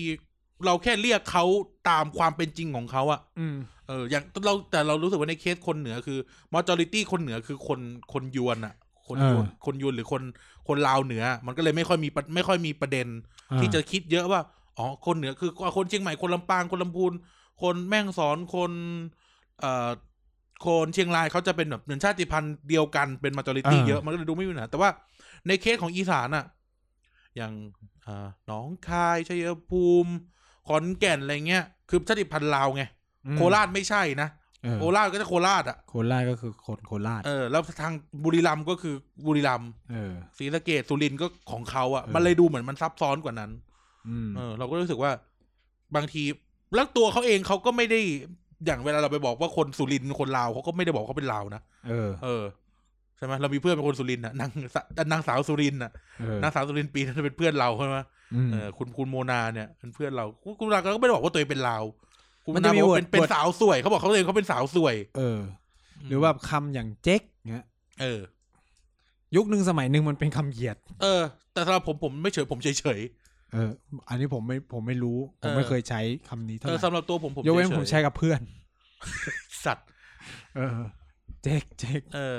B: เราแค่เรียกเขาตามความเป็นจริงของเขาอะ
A: อืม
B: เออ อย่างเราแต่เรารู้สึกว่าในเคสคนเหนือคือ majority คนเหนือคือคน คนยวนอะคนยวน
A: เออ
B: คนยวนหรือคน คนลาวเหนือ มันก็เลยไม่ค่อยมีปะไม่ค่อยมีประเด็น ที่จะคิดเยอะว่า อ๋อ คนเหนือคือ คนเชียงใหม่ คนลำปาง คนลำพูน คนแม่งสอน คน เอ่อ คนเชียงรายเขาจะเป็นแบบเหมือนชาติพันธุ์เดียวกัน เป็นมาจอริตี้
A: อ่า
B: เยอะ มันก็เลยดูไม่มีปัญหา แต่ว่าในเคสของอีสานอะอย่างอ่าหนองคาย ชัยภูมิ ขอนแก่นอะไรเงี้ย คือชาติพันธุ์ลาวไง
A: อืม
B: โคราชไม่ใช่นะ
A: เออ
B: โคราชก็จะโคราชอะ
A: โคราชก็คือคนโคราช
B: เออ แล้วทางบุรีรัมย์ก็คือบุรีรัมย์
A: เออ
B: ศรีสะเกดสุรินทร์ก็ของเขาอะ
A: เออ
B: มันเลยดูเหมือนมันซับซ้อนกว่านั้น
A: อืม
B: เออเราก็รู้สึกว่าบางทีแล้วตัวเขาเองเขาก็ไม่ได้อย่างเวลาเราไปบอกว่าคนสุรินทร์คนลาวเขาก็ไม่ได้บอกเขาเป็นลาวนะ
A: เออ
B: เออใช่ไหมเรามีเพื่อนเป็นคนสุรินทร์นะนางสะนางสาวสุรินทร์นะ
A: เออน
B: างสาวสุรินทร์ปีนั้นเป็นเพื่อนเราใช่ไหม
A: ม
B: เออคุณคุณโมนาเนี่ยเป็นเพื่อนเราคุณคุณโมนาก็ไม่ได้บอกว่าตัวเองเป็นลาวคุณโม
A: มัน
B: นา
A: จะ
B: บ
A: มี
B: อกว่า
A: word
B: เป็นเป็น
A: word
B: สาวสวยเขาบอกเขาตัวเองเขาเป็นสาวสวย
A: เออ หรือว่าคำอย่างเจ๊กเงี้ย
B: เออ
A: ยุคหนึ่งสมัยหนึ่งมันเป็นคำเหยียด
B: เออ แต่สำหรับผมผมไม่เฉยผมเฉยเฉย
A: เออ อันนี้ผมไม่ผมไม่รู้ ผมไม่เคยใช้คำนี้
B: ๆ
A: เท่า
B: เออ
A: ไหร่
B: สำหรับตัวผมผม
A: ยกเว้น
B: ฉๆ
A: ผมใช้กับเพื่อน
B: สัตว์
A: เออ เจ๊กเจ๊ก
B: เออ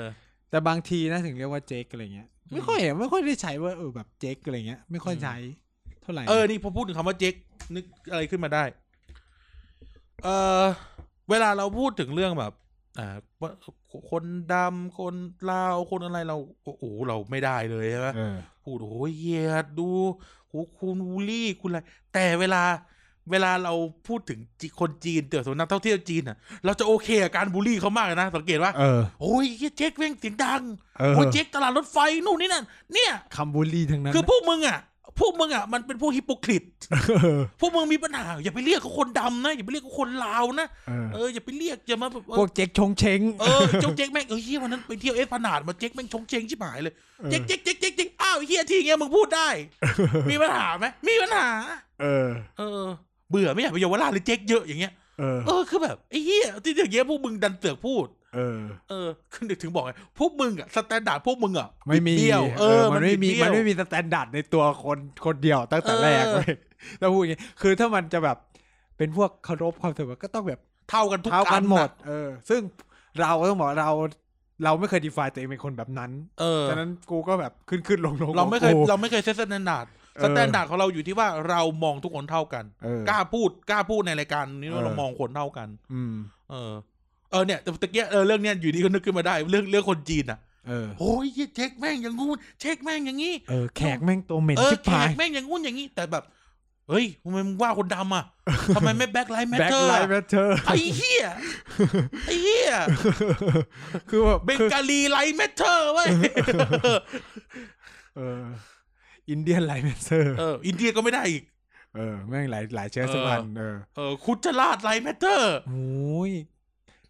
A: แต่บางทีนะถึงเรียกว่าเจ๊กอะไรเงี้ย ไม่ค่อยเห็นไม่ค่อยได้ใช้ว่าเออแบบเจ๊กอะไรเงี้ย ไม่ค่อยใช้เท่าไหร่
B: เออ นี่พอพูดถึงคำว่าเจ๊กนึกอะไรขึ้นมาได้ เออเวลาเราพูดถึงเรื่องแบบ อ่าว่าคนดำคนลาวคนอะไรเรา โอ้โหเราไม่ได้เลยใช่ไหม
A: เออ
B: พูดโอ้โหเหยียดดูโอ้โหคุณวูลลี่คุณอะไร แต่เวลา เวลาเราพูดถึงจิคนจีนเตือนสมมตินักท่องเที่ยวจีนอ่ะ เราจะโอเคกับการบูลลี่เขามากเลยนะ สังเกตว่า
A: เออ
B: โอ้ยเหี้ยเจ๊กเว้งเสียงดัง
A: เออ
B: โอ้ยเจ๊กตลาดรถไฟนู่นนี่นั่นเนี่ย
A: คำบูลลี่ทั้งนั้น
B: คือพวกมึงอ่ะพวกมึงอ่ะมันเป็นพวกฮิปโปคริต
A: เออ
B: พวกมึงมีปัญหาอย่าไปเรียกเขาคนดำนะ อย่าไปเรียกเขาคนลาวนะ
A: เออ
B: เอออย่าไปเรียก อย่ามาแบบเอ
A: พว
B: อก
A: เจ๊กชงเชง
B: เออเจ้าเจ๊กแม่งเออเฮียวันนั้นไปเที่ยวเอสพนาดมาเจ๊กแม่งชงเชงชิบหายเลย
A: เออ
B: เจ๊กเจ๊กเจ๊กเจ๊กเจ๊กอ้าวไอ้เฮียที่อย่างเงี้ยมึงพูดได้
A: [laughs]
B: มีปัญหาไหมมีปัญหา
A: เออ
B: เออ เบื่อไม่อยากไปเยาวราชเลยเจ๊กเยอะอย่างเงี้ย
A: เออ
B: เออคือแบบไอ้เฮียที่อย่างเงี้ยพวกมึงดันเสือกพูด
A: เออ
B: เออคือถึงบอกไงพวกมึงอะสแตนดาร์ดพวกมึงอะ
A: ไม่มี
B: บิดเบี้ยวเออ
A: มันไม่มี
B: บิดเบี้ย
A: มัน
B: ว
A: ไม่มีสแตนดาร์ดในตัวคนคนเดียวตั้งแต่แรก
B: เออ
A: เลยแล้วพูดอย่างงี้คือถ้ามันจะแบบเป็นพวกเคารพความเสมอก็ต้องแบบ
B: เท่ากันทุก
A: เท่า
B: อั
A: กัน นหมด
B: อะ
A: เออ ซึ่งเราก็ต้องบอกเราเราไม่เคยดีฟายตัวเองเป็นคนแบบนั้น
B: เออ
A: ฉะนั้นกูก็แบบขึ้นขึ้นลงลง
B: เราไม่เคย
A: ของกู
B: เราไม่เคยเซตสแตนดาร์ด
A: เออ
B: สแตนดาร์ดของเราอยู่ที่ว่าเรามองทุกคนเท่ากัน
A: เออก
B: ล้าพูดกล้าพูดในรายการนี้ว่า
A: เออ
B: เรามองคนเท่ากัน
A: อืม
B: เออ เออเนี่ยแต่ตะเกียเออเรื่องเนี้ยอยู่ดีก็นึกขึ้นมาได้เรื่องเรื่องคนจีนอ่ะ
A: เออ
B: โอ้ยเหี้ยเช็คแม่งอย่างงู้นเช็คแม่งอย่างงี้
A: เออ แขกแม่งตัวเหม็น
B: เออ
A: ชิบ
B: แข
A: หาย
B: กแม่งอย่างงู้นอย่างงี้ แต่แบบ เฮ้ยทำไมมึงว่าคน
A: [laughs]
B: ดำอ่ะทำไมไม่แบ็คไลท์แมท
A: แบ็ค
B: เตอร์
A: ไลท์แมทเทอร์
B: ไอ้เหี้ยไอ้เหี้ย
A: [laughs] คือแบบ
B: เบงกาลีไลท์แมทเตอร์เว้ย [laughs]
A: เอออินเดียนไลท์แมทเทอร์
B: เอออินเดียก็ไม่ได้อีก
A: เออแม่งหลายหลายเชื้อสายพันธุ์เออ
B: เออคุชราชไลท์แมทเตอร์
A: โอ้ย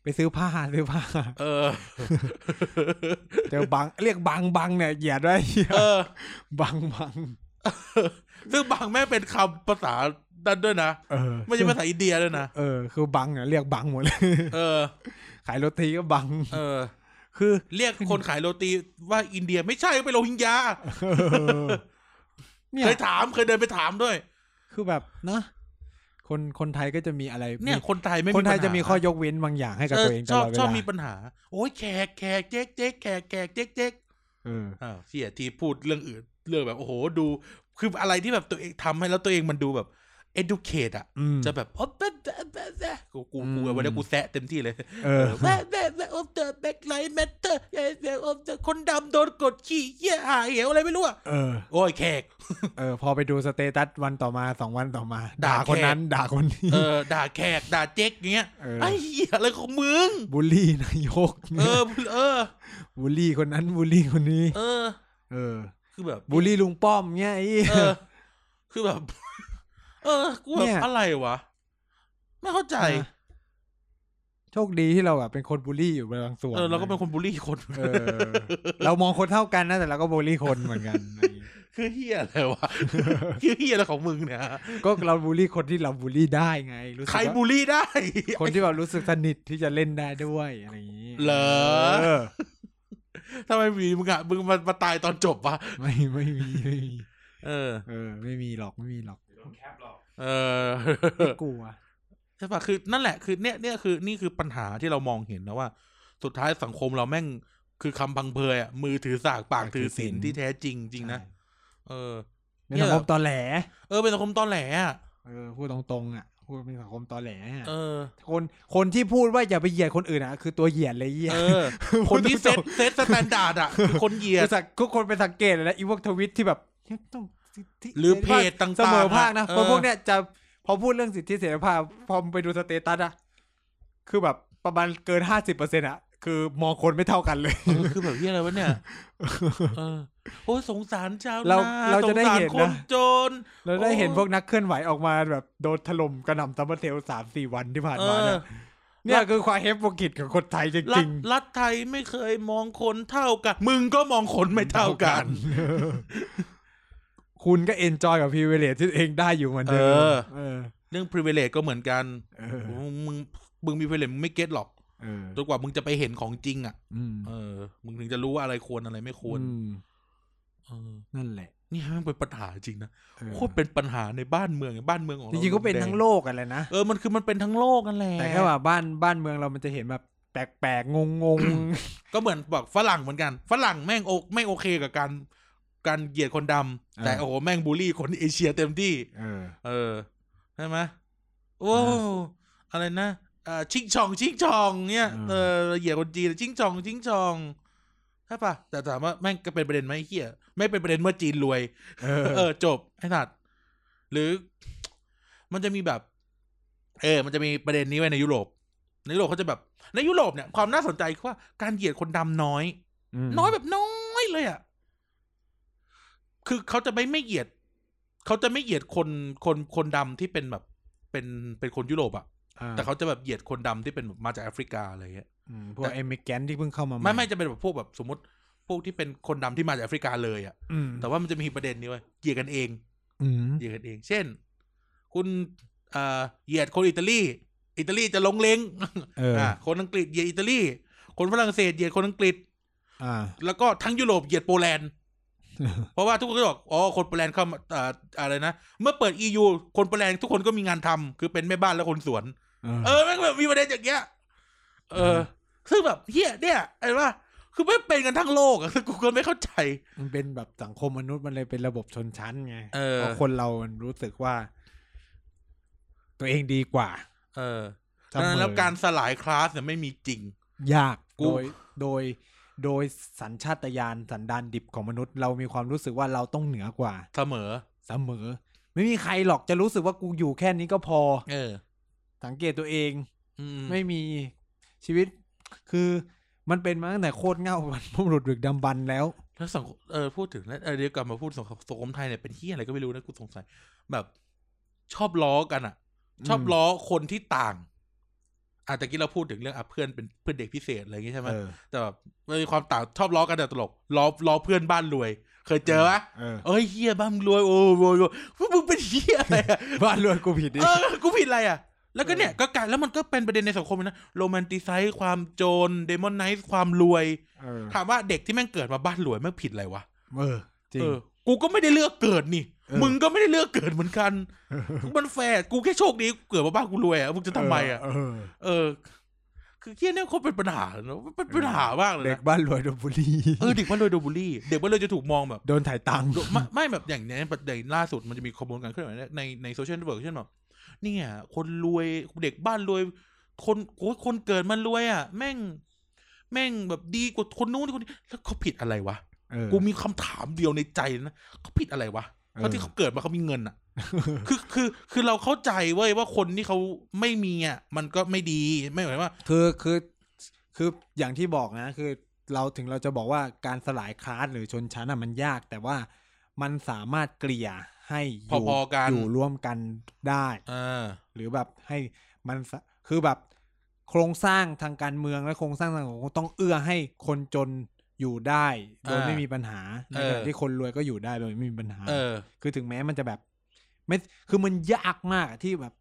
A: ไปซื้อผ้าซื้อผ้า
B: เอ
A: [laughs]
B: อ
A: เจอบางเรียกบางบางเนี่ยเหยียดไว้เหี้ย [laughs]
B: เออ
A: บางบาง
B: ซึ่งบางแม่งเป็นคำภาษาดันด้วยนะ
A: เออ
B: ไม่ใช่ภาษาอินเดียด้วยนะ
A: เออ คือบางเนี่ยเรียกบางหมดเลย [laughs]
B: เออ
A: ขายโรตีก็บาง
B: เออ
A: คือ
B: เรียกคนขายโรตีว่าอินเดียไม่ใช่ไปนโรฮิงญา
A: เออเนี่ย
B: เคยถามเคยเดินไปถามด้วย
A: คือแบบนะคนคนไทยก็จะมีอะไร
B: เนี่ย
A: มี
B: คนไทยไม่
A: คนไทย
B: ปัญหา
A: จะมีข้อยกเว้นบางอย่างให้กับ
B: เออ
A: ตัวเองต
B: ชอ
A: ล
B: บ
A: อดเว
B: ชอบ
A: ลา
B: มีปัญหา โอ้ยแขกแขกเจ๊กเจ๊กแขกแขกเจ๊กเจ๊ก
A: เออ
B: อ้าวเสียทีพูดเรื่องอื่น เรื่องแบบโอ้โหดู คืออะไรที่แบบตัวเองทำให้แล้วตัวเองมันดูแบบ educate อ่ะ
A: อืม
B: จะแบบโอ๊ะแบะแบะแบะแบะกูกูกู
A: อืม
B: วันนี้กูแซะเต็มที่เลย
A: เออ
B: แม่แม่แม่ออฟเดอะแบ็คไลท์แมทเตอร์แม่แม่ออฟเดอะคนดำโดนกดขี่เหี้ยหายเหวอะไรไม่รู้อะ
A: เออ
B: โอ้ยแขก
A: [laughs] เออ พอไปดูสเตตัสวันต่อมาสองวันต่อมาด่า
B: ด่า
A: คน
B: แขก
A: นั้น ด่าคนนี้
B: เออ ด่าแขก ด่าเจ๊กอย่างเงี้ย
A: เออ
B: ไอ้เหี้ยอะไรของมึง
A: บูลลี่นายก
B: เออ เออ
A: บูลลี่คนนั้นบูลลี่คนนี้
B: เออ
A: เออ
B: คือแบบ
A: บูลลี่ลุงป้อมเงี้ยไอ้
B: เออ คือแบบ [laughs] เออ กูแบ
A: เนี่
B: บ
A: ย
B: อะไรวะ ไม่เข้าใจ
A: นะโชคดีที่เราแบบเป็นคนบูลลี่อยู่บางส่วน
B: เออ เราก็เป็นคนบูลลี่คน [laughs]
A: เออ เรามองคนเท่ากันนะแต่เราก็บูลลี่คนเหมือนกันอะไรอย่างงี้
B: คือเหี้ยอะไร
A: [laughs]
B: วะ คือเหี้ยอะไรของมึงเนี่ย
A: ก็เราบูลลี่คนที่เราบูลลี่ได้ไง รู้สึ
B: ใค
A: ก
B: รบู
A: ว่า
B: ลลี่ได้
A: คนที่แบบรู้สึกสนิทที่จะเล่นได้ด้วยอะไรอย่างนี้
B: เหรอ
A: เออ
B: ทำไมมีมึงอะมึงมามาตายตอนจบวะ
A: ไม่ไม่มีไม่มี
B: เออ
A: เออ ไม่มีหรอกไม่มีหรอก
B: เออ [laughs]
A: ไม่กลัว
B: ใช่ปะคือนั่นแหละคือเนี่ยเนี่ยคือนี่คือปัญหาที่เรามองเห็นนะว่า สุดท้ายสังคมเราแม่งคือคำพังเพยอ่ะมือถือสากปากถือศีลที่แท้จริงจริงนะเออ
A: เป็นสังคมตอแหล
B: เออเป็นสังคมตอแหลอ่ะ
A: เออพูดตรงๆอ่ะพูดเป็นสังคมตอแหลอะ
B: เอ
A: [laughs]
B: อ
A: คนคนที่พูดว่าอย่าไปเหยียดคนอื่นอ่ะ คือตัวเหยียดเลยเหี้ย
B: เออ คนที่เซตเซตสแตนดาร์ดอ่ะคือคนเหยียด
A: คือสักทุกคนไปสังเกตเลยนะอีพวกทวิตที่แบบต้องสิทธิ
B: หรือเพจต่างๆ
A: เสมอภาคนะ
B: เออ
A: เพราะพวกเนี้ยจะพอพูดเรื่องสิทธิเสรีภาพพอไปดูสเตตัสอ่ะคือแบบประมาณเกินห้าสิบเปอร์เซ็นต์อ่ะ คือมองคนไม่เท่ากันเลย
B: เออคือแบบเหียอะไรวะเนี่ยเออโอ้ยสงสารชาว
A: เรา
B: นา
A: เรา
B: ส
A: จะ
B: ง
A: ได้
B: สาร
A: เห็นนะ
B: คนจน
A: เราได้เห็น
B: โอ้
A: พวกนักเคลื่อนไหวออกมาแบบโดนถล่มกระหน่ำซัมเมอร์เทลสามสี่วันที่ผ่าน
B: เอ
A: มา
B: อ
A: เนี่ยเนี่ยคือความเฮฟโวกิจของคนไทยจ
B: รั
A: ริ
B: ฐ
A: งๆ
B: รัฐไทยไม่เคยมองคนเท่ากัน มึงก็มองคนไม่เท่ากัน
A: คุณก็เอนจอยกับพ i เวเลตที่ตัวเองได้อยู่เหมือนเดิม
B: เออ
A: เออ
B: เรื่อง privilege ก็เหมือนกัน
A: เออ
B: มึงมึงมึงมี privilege มึงไม่เก็ตหรอก
A: เออ
B: จนกว่ามึงจะไปเห็นของจริงอ่ะ
A: อืม
B: เออ มึงถึงจะรู้ว่าอะไรควรอะไรไม่ควร
A: อืม
B: เออ
A: นั่นแหละ
B: นี่มันเป็นปัญหาจริงนะ
A: เออ
B: โคตรเป็นปัญหาในบ้านเมืองบ้านเมืองขอ
A: จ
B: งเรา
A: ริงๆก็เป็น
B: แด
A: ทั้งโลกกันเลยนะ
B: เออมันคือมันเป็นทั้งโลกนั่นแหละ
A: แต่แค่ว่าบ้านบ้านเมืองเรามันจะเห็นแบบแปลกๆ งง
B: ก็เหมือนบอกฝรั่งเหมือนกัน ฝรั่งแม่งโอไม่โอเคกับการ การเหยียดคนดำแต่โอ้โหแม่งบูลลี่คนเอเชียเต็มที่
A: ๆเออ
B: เออใช่ไหมโอ้อะไรนะเอ่อชิงชองชิงชองเนี่ย
A: อืม
B: เออเหยียดคนจีนชิงชองชิงชองใช่ปะแต่ถามว่าแม่งก็เป็นประเด็นไหมไอ้เฮียไม่เป็นประเด็นเมื่อจีนรวย
A: เอ
B: เอ
A: อ
B: อจบไอ้สัตว์หรือ มันจะมีแบบ เออ มันจะมีประเด็นนี้ไว้ในยุโรป ในยุโรปเขาจะแบบ ในยุโรปเนี่ยความน่าสนใจคือว่าการเหยียดคนดำน้อย น้อยแบบน้อยเลยอ่ะ คือเขาจะไม่ไม่เหยียด เขาจะไม่เหยียดคนคนคนดำที่เป็นแบบ เป็นเป็นคนยุโรปอ่ะ แต่เขาจะแบบเหยียดคนดำที่เป็นแบบมาจากแอฟริกาอะไรเงี้ย
A: อืมพวกเอเมแกนที่เพิ่งเข้ามาให
B: ไม่ไม่จะเป็นแบบพวกแบบสมมติ พวกที่เป็นคนดำที่มาจากแอฟริกาเลยอ่ะ
A: อืม
B: แต่ว่ามันจะมีประเด็นนี้ไว้ยเหยียดกันเอง
A: อืม
B: เหยียดกันเอง เช่น คุณเอ่อเหยียดคนอิตาลี อิตาลีจะลงเลง
A: เออ
B: อ่ะคนอังกฤษเหยียดอิตาลี คนฝรั่งเศสเหยียดคนอังกฤษ
A: อ่า
B: แล้วก็ทั้งยุโรปเหยียดโปแลนด์ เพราะว่าทุกคนก็บอก อ๋อ คนโปแลนด์เข้ามาเอ่ออะไรนะ เมื่อเปิด EU คนโปแลนด์ทุกคนก็มีงานทำ คือเป็นแม่บ้านและคนสวน เออแม่งแบบมีประเด็นอย่างเงี้ย เออ ซึ่งแบบเฮียเนี่ยไอ้ว่า คือไม่งเป็นกันทั้งโลกอะคือกูก็ไม่เข้าใจ
A: มันเป็นแบบสังคมมนุษย์มันเลยเป็นระบบชนชั้นไง
B: เออ
A: ราะคนเรามันรู้สึกว่า ตัวเองดีกว่า
B: เออ
A: เสมอ
B: แล้วการสลายคลาสเนี่ยไม่มีจริง
A: ยาก
B: กู
A: โดยโดยโดยสัญชาตญาณสันดานดิบของมนุษย์ เรามีความรู้สึกว่าเราต้องเหนือกว่า
B: เสมอ
A: เสมอ ไม่มีใครหรอกจะรู้สึกว่ากูอยู่แค่นี้ก็พอ
B: เออ
A: สังเกตตัวเอง
B: อืม
A: ไม่มีชีวิต คือมันเป็นมาตั้งแต่โคตรเหง่ามันพบุรุษดึกดำบรรพ์แล้ว
B: แล้วสังคมเออ พูดถึงแล้วเออเดี๋ยวกลับมาพูดสังคมสังคมไทยเนี่ยเป็นเฮียอะไรก็ไม่รู้นะกูสงสัย แบบ ชอบล้อกันอะ ชอบล้อคนที่ต่างอาจจะกี้เราพูดถึงเรื่องอ่ะเพื่อนเป็นเพื่อนเด็กพิเศษอะไรอย่างงี้ใช่ไหม
A: เออ
B: แต่แบบมันมีความต่างชอบล้อกันแต่ตลกล้อล้อเพื่อนบ้านรวย เคยเจอปะ
A: เออ
B: เอ้ยเฮียบ้านรวยโอ้โหโอ้โหมึงเป็นเฮียอะไรอะ
A: [laughs] บ้านรวยกูผิดดิ
B: เออกูผิดอะไรอ่ะ แล้วก็เนี่ยก็กลายแล้วมันก็เป็นประเด็นในสังคมเลยนะโรแมนติไซส์ความโจรเดมอนไนซ์ความรวย
A: เออ
B: ถามว่าเด็กที่แม่งเกิดมาบ้านรวยแม่งผิดอะไรวะ
A: เออจริง
B: เออกูก็ไม่ได้เลือกเกิดนี่
A: เออ
B: มึงก็ไม่ได้เลือกเกิดเหมือนกันมันแฟร์กูแค่โชคดีกูเกิดมาบ้านกูรวยอ่ะมึงจะทำไมอ่ะ
A: เออ
B: เออ คือเฮียเนี่ยเขาเป็นปัญหาเนอะเป็นปัญหามากเลย
A: เด็ก
B: นะ
A: บ้านรวยโดนบุรี
B: เออเด็กว่านรวยโดนบูลลี่ เด็กว่านรวยจะถูกมองแบบ
A: โดนถ่ายตังค์
B: โดไม่ไม่แบบอย่างเนี้ยแบบอย่างล่าสุดมันจะมีขบวนการเคลื่อนไหวในในในโซเชียลเน็ตเวิร์กเช่นแบบเนี่ย คนรวยเด็กบ้านรวย คนโอ้ยคนเกิดมารวยอ่ะ แม่ง แม่งแบบดีกว่าคนนู้นคนนี้แล้วเขาผิดอะไรวะ
A: เออ
B: กูมีคำถามเดียวในใจนะเขาผิดอะไรวะเพราะที่เขาเกิดมาเขามีเงิน
A: [laughs]
B: อ่ะ คือคือคือเราเข้าใจเว้ยว่าคนที่เขาไม่มีอ่ะมันก็ไม่ดีไม่หมายว่า
A: คือคือคืออย่างที่บอกนะ คือเราถึงเราจะบอกว่าการสลายคลาสหรือชนชั้นอ่ะมันยาก แต่ว่ามันสามารถเกลี่ยให้ยู่
B: พอๆกัน
A: อยู่ร่วมกันได้
B: เออ
A: หรือแบบให้มันสะคือแบบโครงสร้างทางการเมืองและโครงสร้างทางของต้องเอื้อให้คนจนอยู่ได้ โดย
B: อ่า
A: ไม่มีปัญหาในขณะ
B: เออ
A: ที่คนรวยก็อยู่ได้โดยไม่มีปัญหา
B: เออ
A: คือถึงแม้มันจะแบบไม่คือมันยากมากอะที่แบบ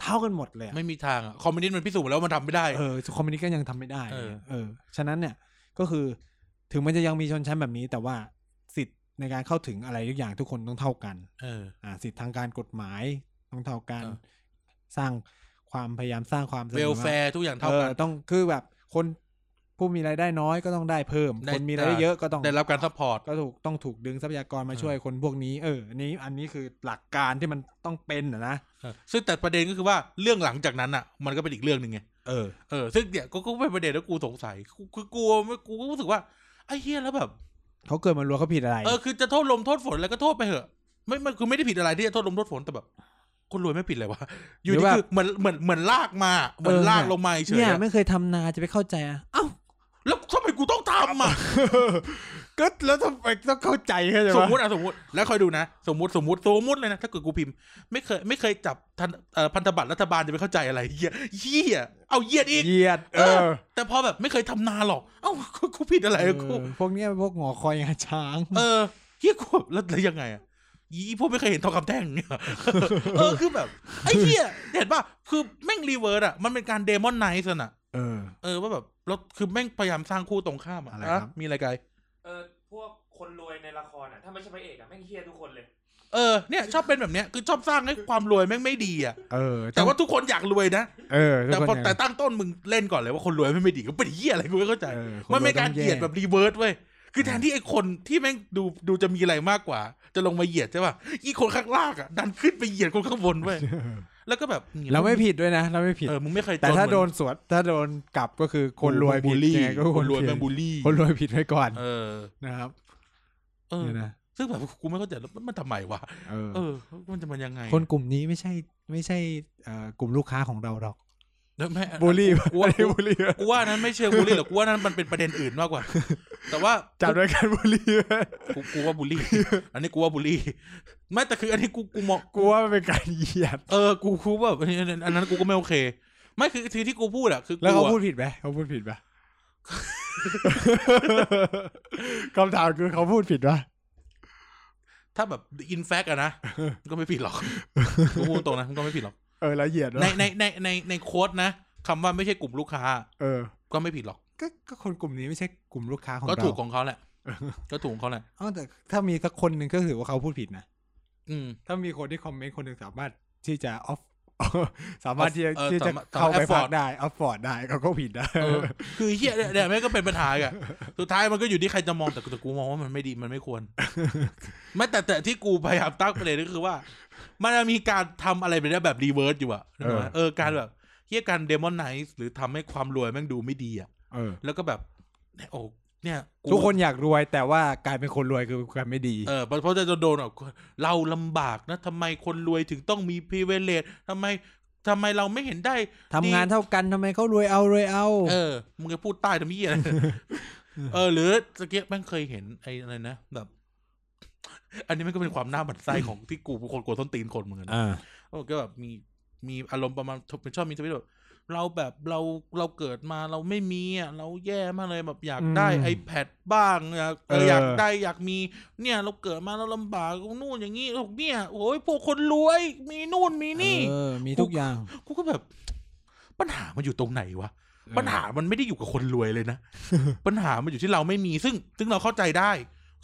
A: เท่ากันหมดเลยอะ
B: ไม่มีทางอะคอมมิวนิสต์มันพิสูจน์แล้วว่ามันทำไม่ได้
A: เออคอมมิวนิสต์ก็ยังทำไม่ได้
B: เออ
A: เออ ฉะนั้นเนี่ยก็คือ ถึงมันจะยังมีชนชั้นแบบนี้ แต่ว่าสิทธิ์ในการเข้าถึงอะไรทุกอย่างทุกคนต้องเท่ากัน
B: เออ
A: อ่าสิทธิทางการกฎหมายต้องเท่ากัน
B: เออ
A: สร้างความพยายามสร้างความสม
B: เว
A: อ
B: ล
A: ภาพ
B: แฟร์ทุกอย่างเท่า
A: เอ
B: กั
A: อน ต้องคือแบบคนผู้มีรายได้น้อยก็ต้องได้เพิ่ม
B: ได้
A: คนมีรายได้เยอะก็ต้อง
B: ได้รับการซัพพอร์ต
A: ก็ถูกต้องถูกดึงทรัพยากรมาช่วยคนพวกนี้ เอออันนี้อันนี้คือหลักการที่มันต้องเป็นนะนะ
B: เออซึ่งแต่ประเด็นก็คือว่าเรื่องหลังจากนั้นอ่ะ มันก็เป็นอีกเรื่องหนึ่งไง
A: เออ
B: เออซึ่งเนี่ยก็ก็เป็นประเด็นแล้วกูสงสัยกูคือกลัวไม่กูก็รู้สึกว่าไอ้เฮียแล้วแบบ
A: เขาเกิดมารวยเขาผิดอะไร
B: เออคือจะโทษลมโทษฝนอะไรก็โทษไปเถอะไม่ไม่คือไม่ได้ผิดอะไรที่จะโทษลมโทษฝนแต่แบบคนรวยไม่ผิดเลยวะอยู่
A: หรือ
B: นี่
A: ว่า
B: คือเหมือนเหมือนเหมือนลากมาเหมือน
A: เออ
B: ลากลงมาเฉย
A: เนี่ย
B: ๆอะ
A: ไม่เคยทำนาจะไปเข้าใจอ่ะเอ้า
B: แล้วทำไมกูต้องทำอ่ะ
A: ก็แล้วทำไมต้องเข้าใจเข้าใจ
B: สม
A: ปะ
B: มติอ่ะสมมติแล้วคอยดูนะ สมมติสมมติสมมติเลยนะถ้าเกิดกูพิมพ์ ไม่เคยไม่เคยจับทันเอ่อพันธบัตรรัฐบาลจะไปเข้าใจอะไรเหี้ยเหี้ยเอาเหี้ยอีก
A: เหยียด เออ
B: แต่พอแบบไม่เคยทำนาหรอก เอ้ากูกูผิดอะไรอะกู
A: เออพวกเนี้ยพวกหงอคอยงาช้าง
B: เออเฮียกูแล้วแล้วยังไงอะยี่พวกไม่เคยเห็นทองคำแท่งเนี่ย [laughs] เออคือแบบ ไอ้เฮียเห็นป่ะ คือแม่งรีเวิร์ดอะมันเป็นการเดมอนไนซ์น่ะ
A: เออ
B: เออว่าแบบเราคือแม่งพยายามสร้างคู่ตรงข้ามอะ
A: อะไรครับ
B: ฮมีอะไรไกล
C: เออพวกคนรวยในละครอ่ะถ้าไม่ใช่พระเอกอ่ะแม่งเฮียทุกคน
A: [laughs]
C: เลย
B: เออเนี่ยชอบเป็นแบบเนี้ยคือชอบสร้างให้ความรวยแม่งไม่ดีอะ
A: เออ
B: แต่ว่าทุกคนอยากรวยนะ
A: เออทุก
B: แต่
A: คน
B: พอ
A: เนี่ย
B: แต่ตั้งต้นมึงเล่นก่อนเลยว่าคนรวยไม่ดีก็เป็นเหี้ยอะไรกูไม่เข้าใจ
A: เออคนรวย
B: มันเป็นการ
A: ต้องแย่
B: เหยียดแบบรีเวิร์สเว้ย คือแทนที่ไอ้คนที่แม่งดูดูจะมีอะไรมากกว่า จะลงมาเหยียดใช่ป่ะอีคนข้างล่างอ่ะดันขึ้นไปเหยียดคนข้างบนเว้ย แล้วก็แบบ
A: เราไม่ผิดด้วยนะ เราไม่ผิด
B: เออ มึงไม่เคยจ
A: แต่ถ้า
B: เหมือ
A: โดนสวนถ้าโดนกลับก็คือคนรวย
B: บู
A: ผิด
B: ลลี่
A: ยังไงก็
B: ค
A: คน น
B: รวย
A: ผิด
B: แม่งบูลลี่
A: คนรวยผิดไว้ก่อน
B: เออ
A: นะครับ
B: เออ
A: เนี่ยนะ
B: ซึ่งแบบกูไม่เข้าใจแล้วมันทำไมวะ
A: เออ
B: เออ มันจะมันยังไง
A: คนกลุ่มนี้ไม่ใช่ไม่ใช่เอ่อกลุ่มลูกค้าของเราหรอก
B: แล้วแม่
A: บูลลี่
B: กูว่า
A: ไม่ได้บูลลี่
B: กูว่านั้นไม่เชิงบูลลี่หรอกกูว่านั้นมันเป็นประเด็นอื่นมากกว่า แต่ว่า
A: จับด้วยการบูลลี่ไว้
B: กูกูว่าบูลลี่ อันนี้กูว่าบูลลี่ ไม่แต่คืออันนี้กูกูมอง
A: กูว่ามันเป็นการเหยียด
B: เออกูกูแบบอันนี้อันนั้นอันนั้นกูก็ไม่โอเค ไม่คือคือที่กูพูดอะคือ
A: แล้วเขา
B: กูอะ
A: พูดผิดไหมเขาพูดผิดปะ [laughs] คำถามคือเขาพูดผิดปะ
B: ถ้าแบบอินแฟกอะนะ ก็ไม่ผิดหรอกกูพูดตรงนะมันก็ไม่ผิดหรอก
A: เออแล้วเหยียด
B: ใน
A: วะ
B: ในในในในโค้ดนะคำว่าไม่ใช่กลุ่มลูกค้า
A: เออ
B: ก็ไม่ผิดหรอก
A: ก็ก็คนกลุ่มนี้ไม่ใช่กลุ่มลูกค้าของ
B: ก็
A: เรา
B: ถูกของเขาแหละ
A: [laughs]
B: ก็ถูกของเขาแหละ
A: เอ้าแต่ถ้ามีสักคนหนึ่งก็ถือว่าเขาพูดผิดนะ
B: อืม
A: ถ้ามีคนที่คอมเมนต์คนหนึ่งสามารถที่จะออฟ [laughs] สามารถที่จะ
B: เออ
A: ที่จะ
B: สมรถ
A: เข้าไป
B: สม
A: พั
B: ร
A: ก
B: ถ afford
A: ได้ออฟฟอร์ดได้เขาก็ผิดนะ
B: เอ
A: [laughs]
B: อคือเฮียเนี่ยเนี่ยแม่งก็เป็นปัญหาอีกอะสุดท้ายมันก็อยู่ที่ใครจะมองแต่แต่กูมองว่ามันไม่ดีมันไม่
A: [laughs]
B: ควร ไม่แต่แต่ที่กูพยายามตั้งประเด็นก็คือว่า มันมีการทำอะไรไปได้แบบรีเวิร์สอยู่อะนึกออกไหมเออการแบบเฮียการเดมอนไนซ์หรือทำให้ความรวยแม่งดูไม่ดีอะ
A: เออ
B: แล้วก็แบบเนี่ยโอ้เนี่ย
A: ทุกคนอยากรวยแต่ว่ากลายเป็นคนรวยคือการไม่ดี
B: เออเพราะเพราะจะโดนแบบเราลำบากนะทำไมคนรวยถึงต้องมีพรีเวลเลตทำไมทำไมเราไม่เห็นได้
A: ทำงานเท่ากันทำไมเขารวยเอารวยเอา
B: เออ มึงจะพูดใต้ทำยี่อะไร เออ หรือตะเกียบแม่งเคยเห็นไอ้อะไรนะ แบบ อันนี้มันก็เป็นความน่าหมั่นไส้ของที่กูเป็นคนกลัวต้นตีนคนเหมือนกันนะ
A: อ่า
B: เออก็แบบมีมีอารมณ์ประมาณเป็นชอบมีทวิตแบบเราแบบเราเราเกิดมาเราไม่มีอ่ะเราแย่มากเลยแบบอยากได้ iPad บ้างอยากเอออยากได้อยากมี เนี่ย เราเกิดมาเราลำบากนู่นอย่างนี้เนี่ย โอ้ยพวกคนรวย มีนู่นมีนี่
A: เออมีทุกอย่าง
B: กูก็แบบ ปัญหามันอยู่ตรงไหนวะ ปัญหามันไม่ได้อยู่กับคนรวยเลย [laughs] นะ ปัญหามันอยู่ที่เราไม่มี ซึ่ง ซึ่งเราเข้าใจได้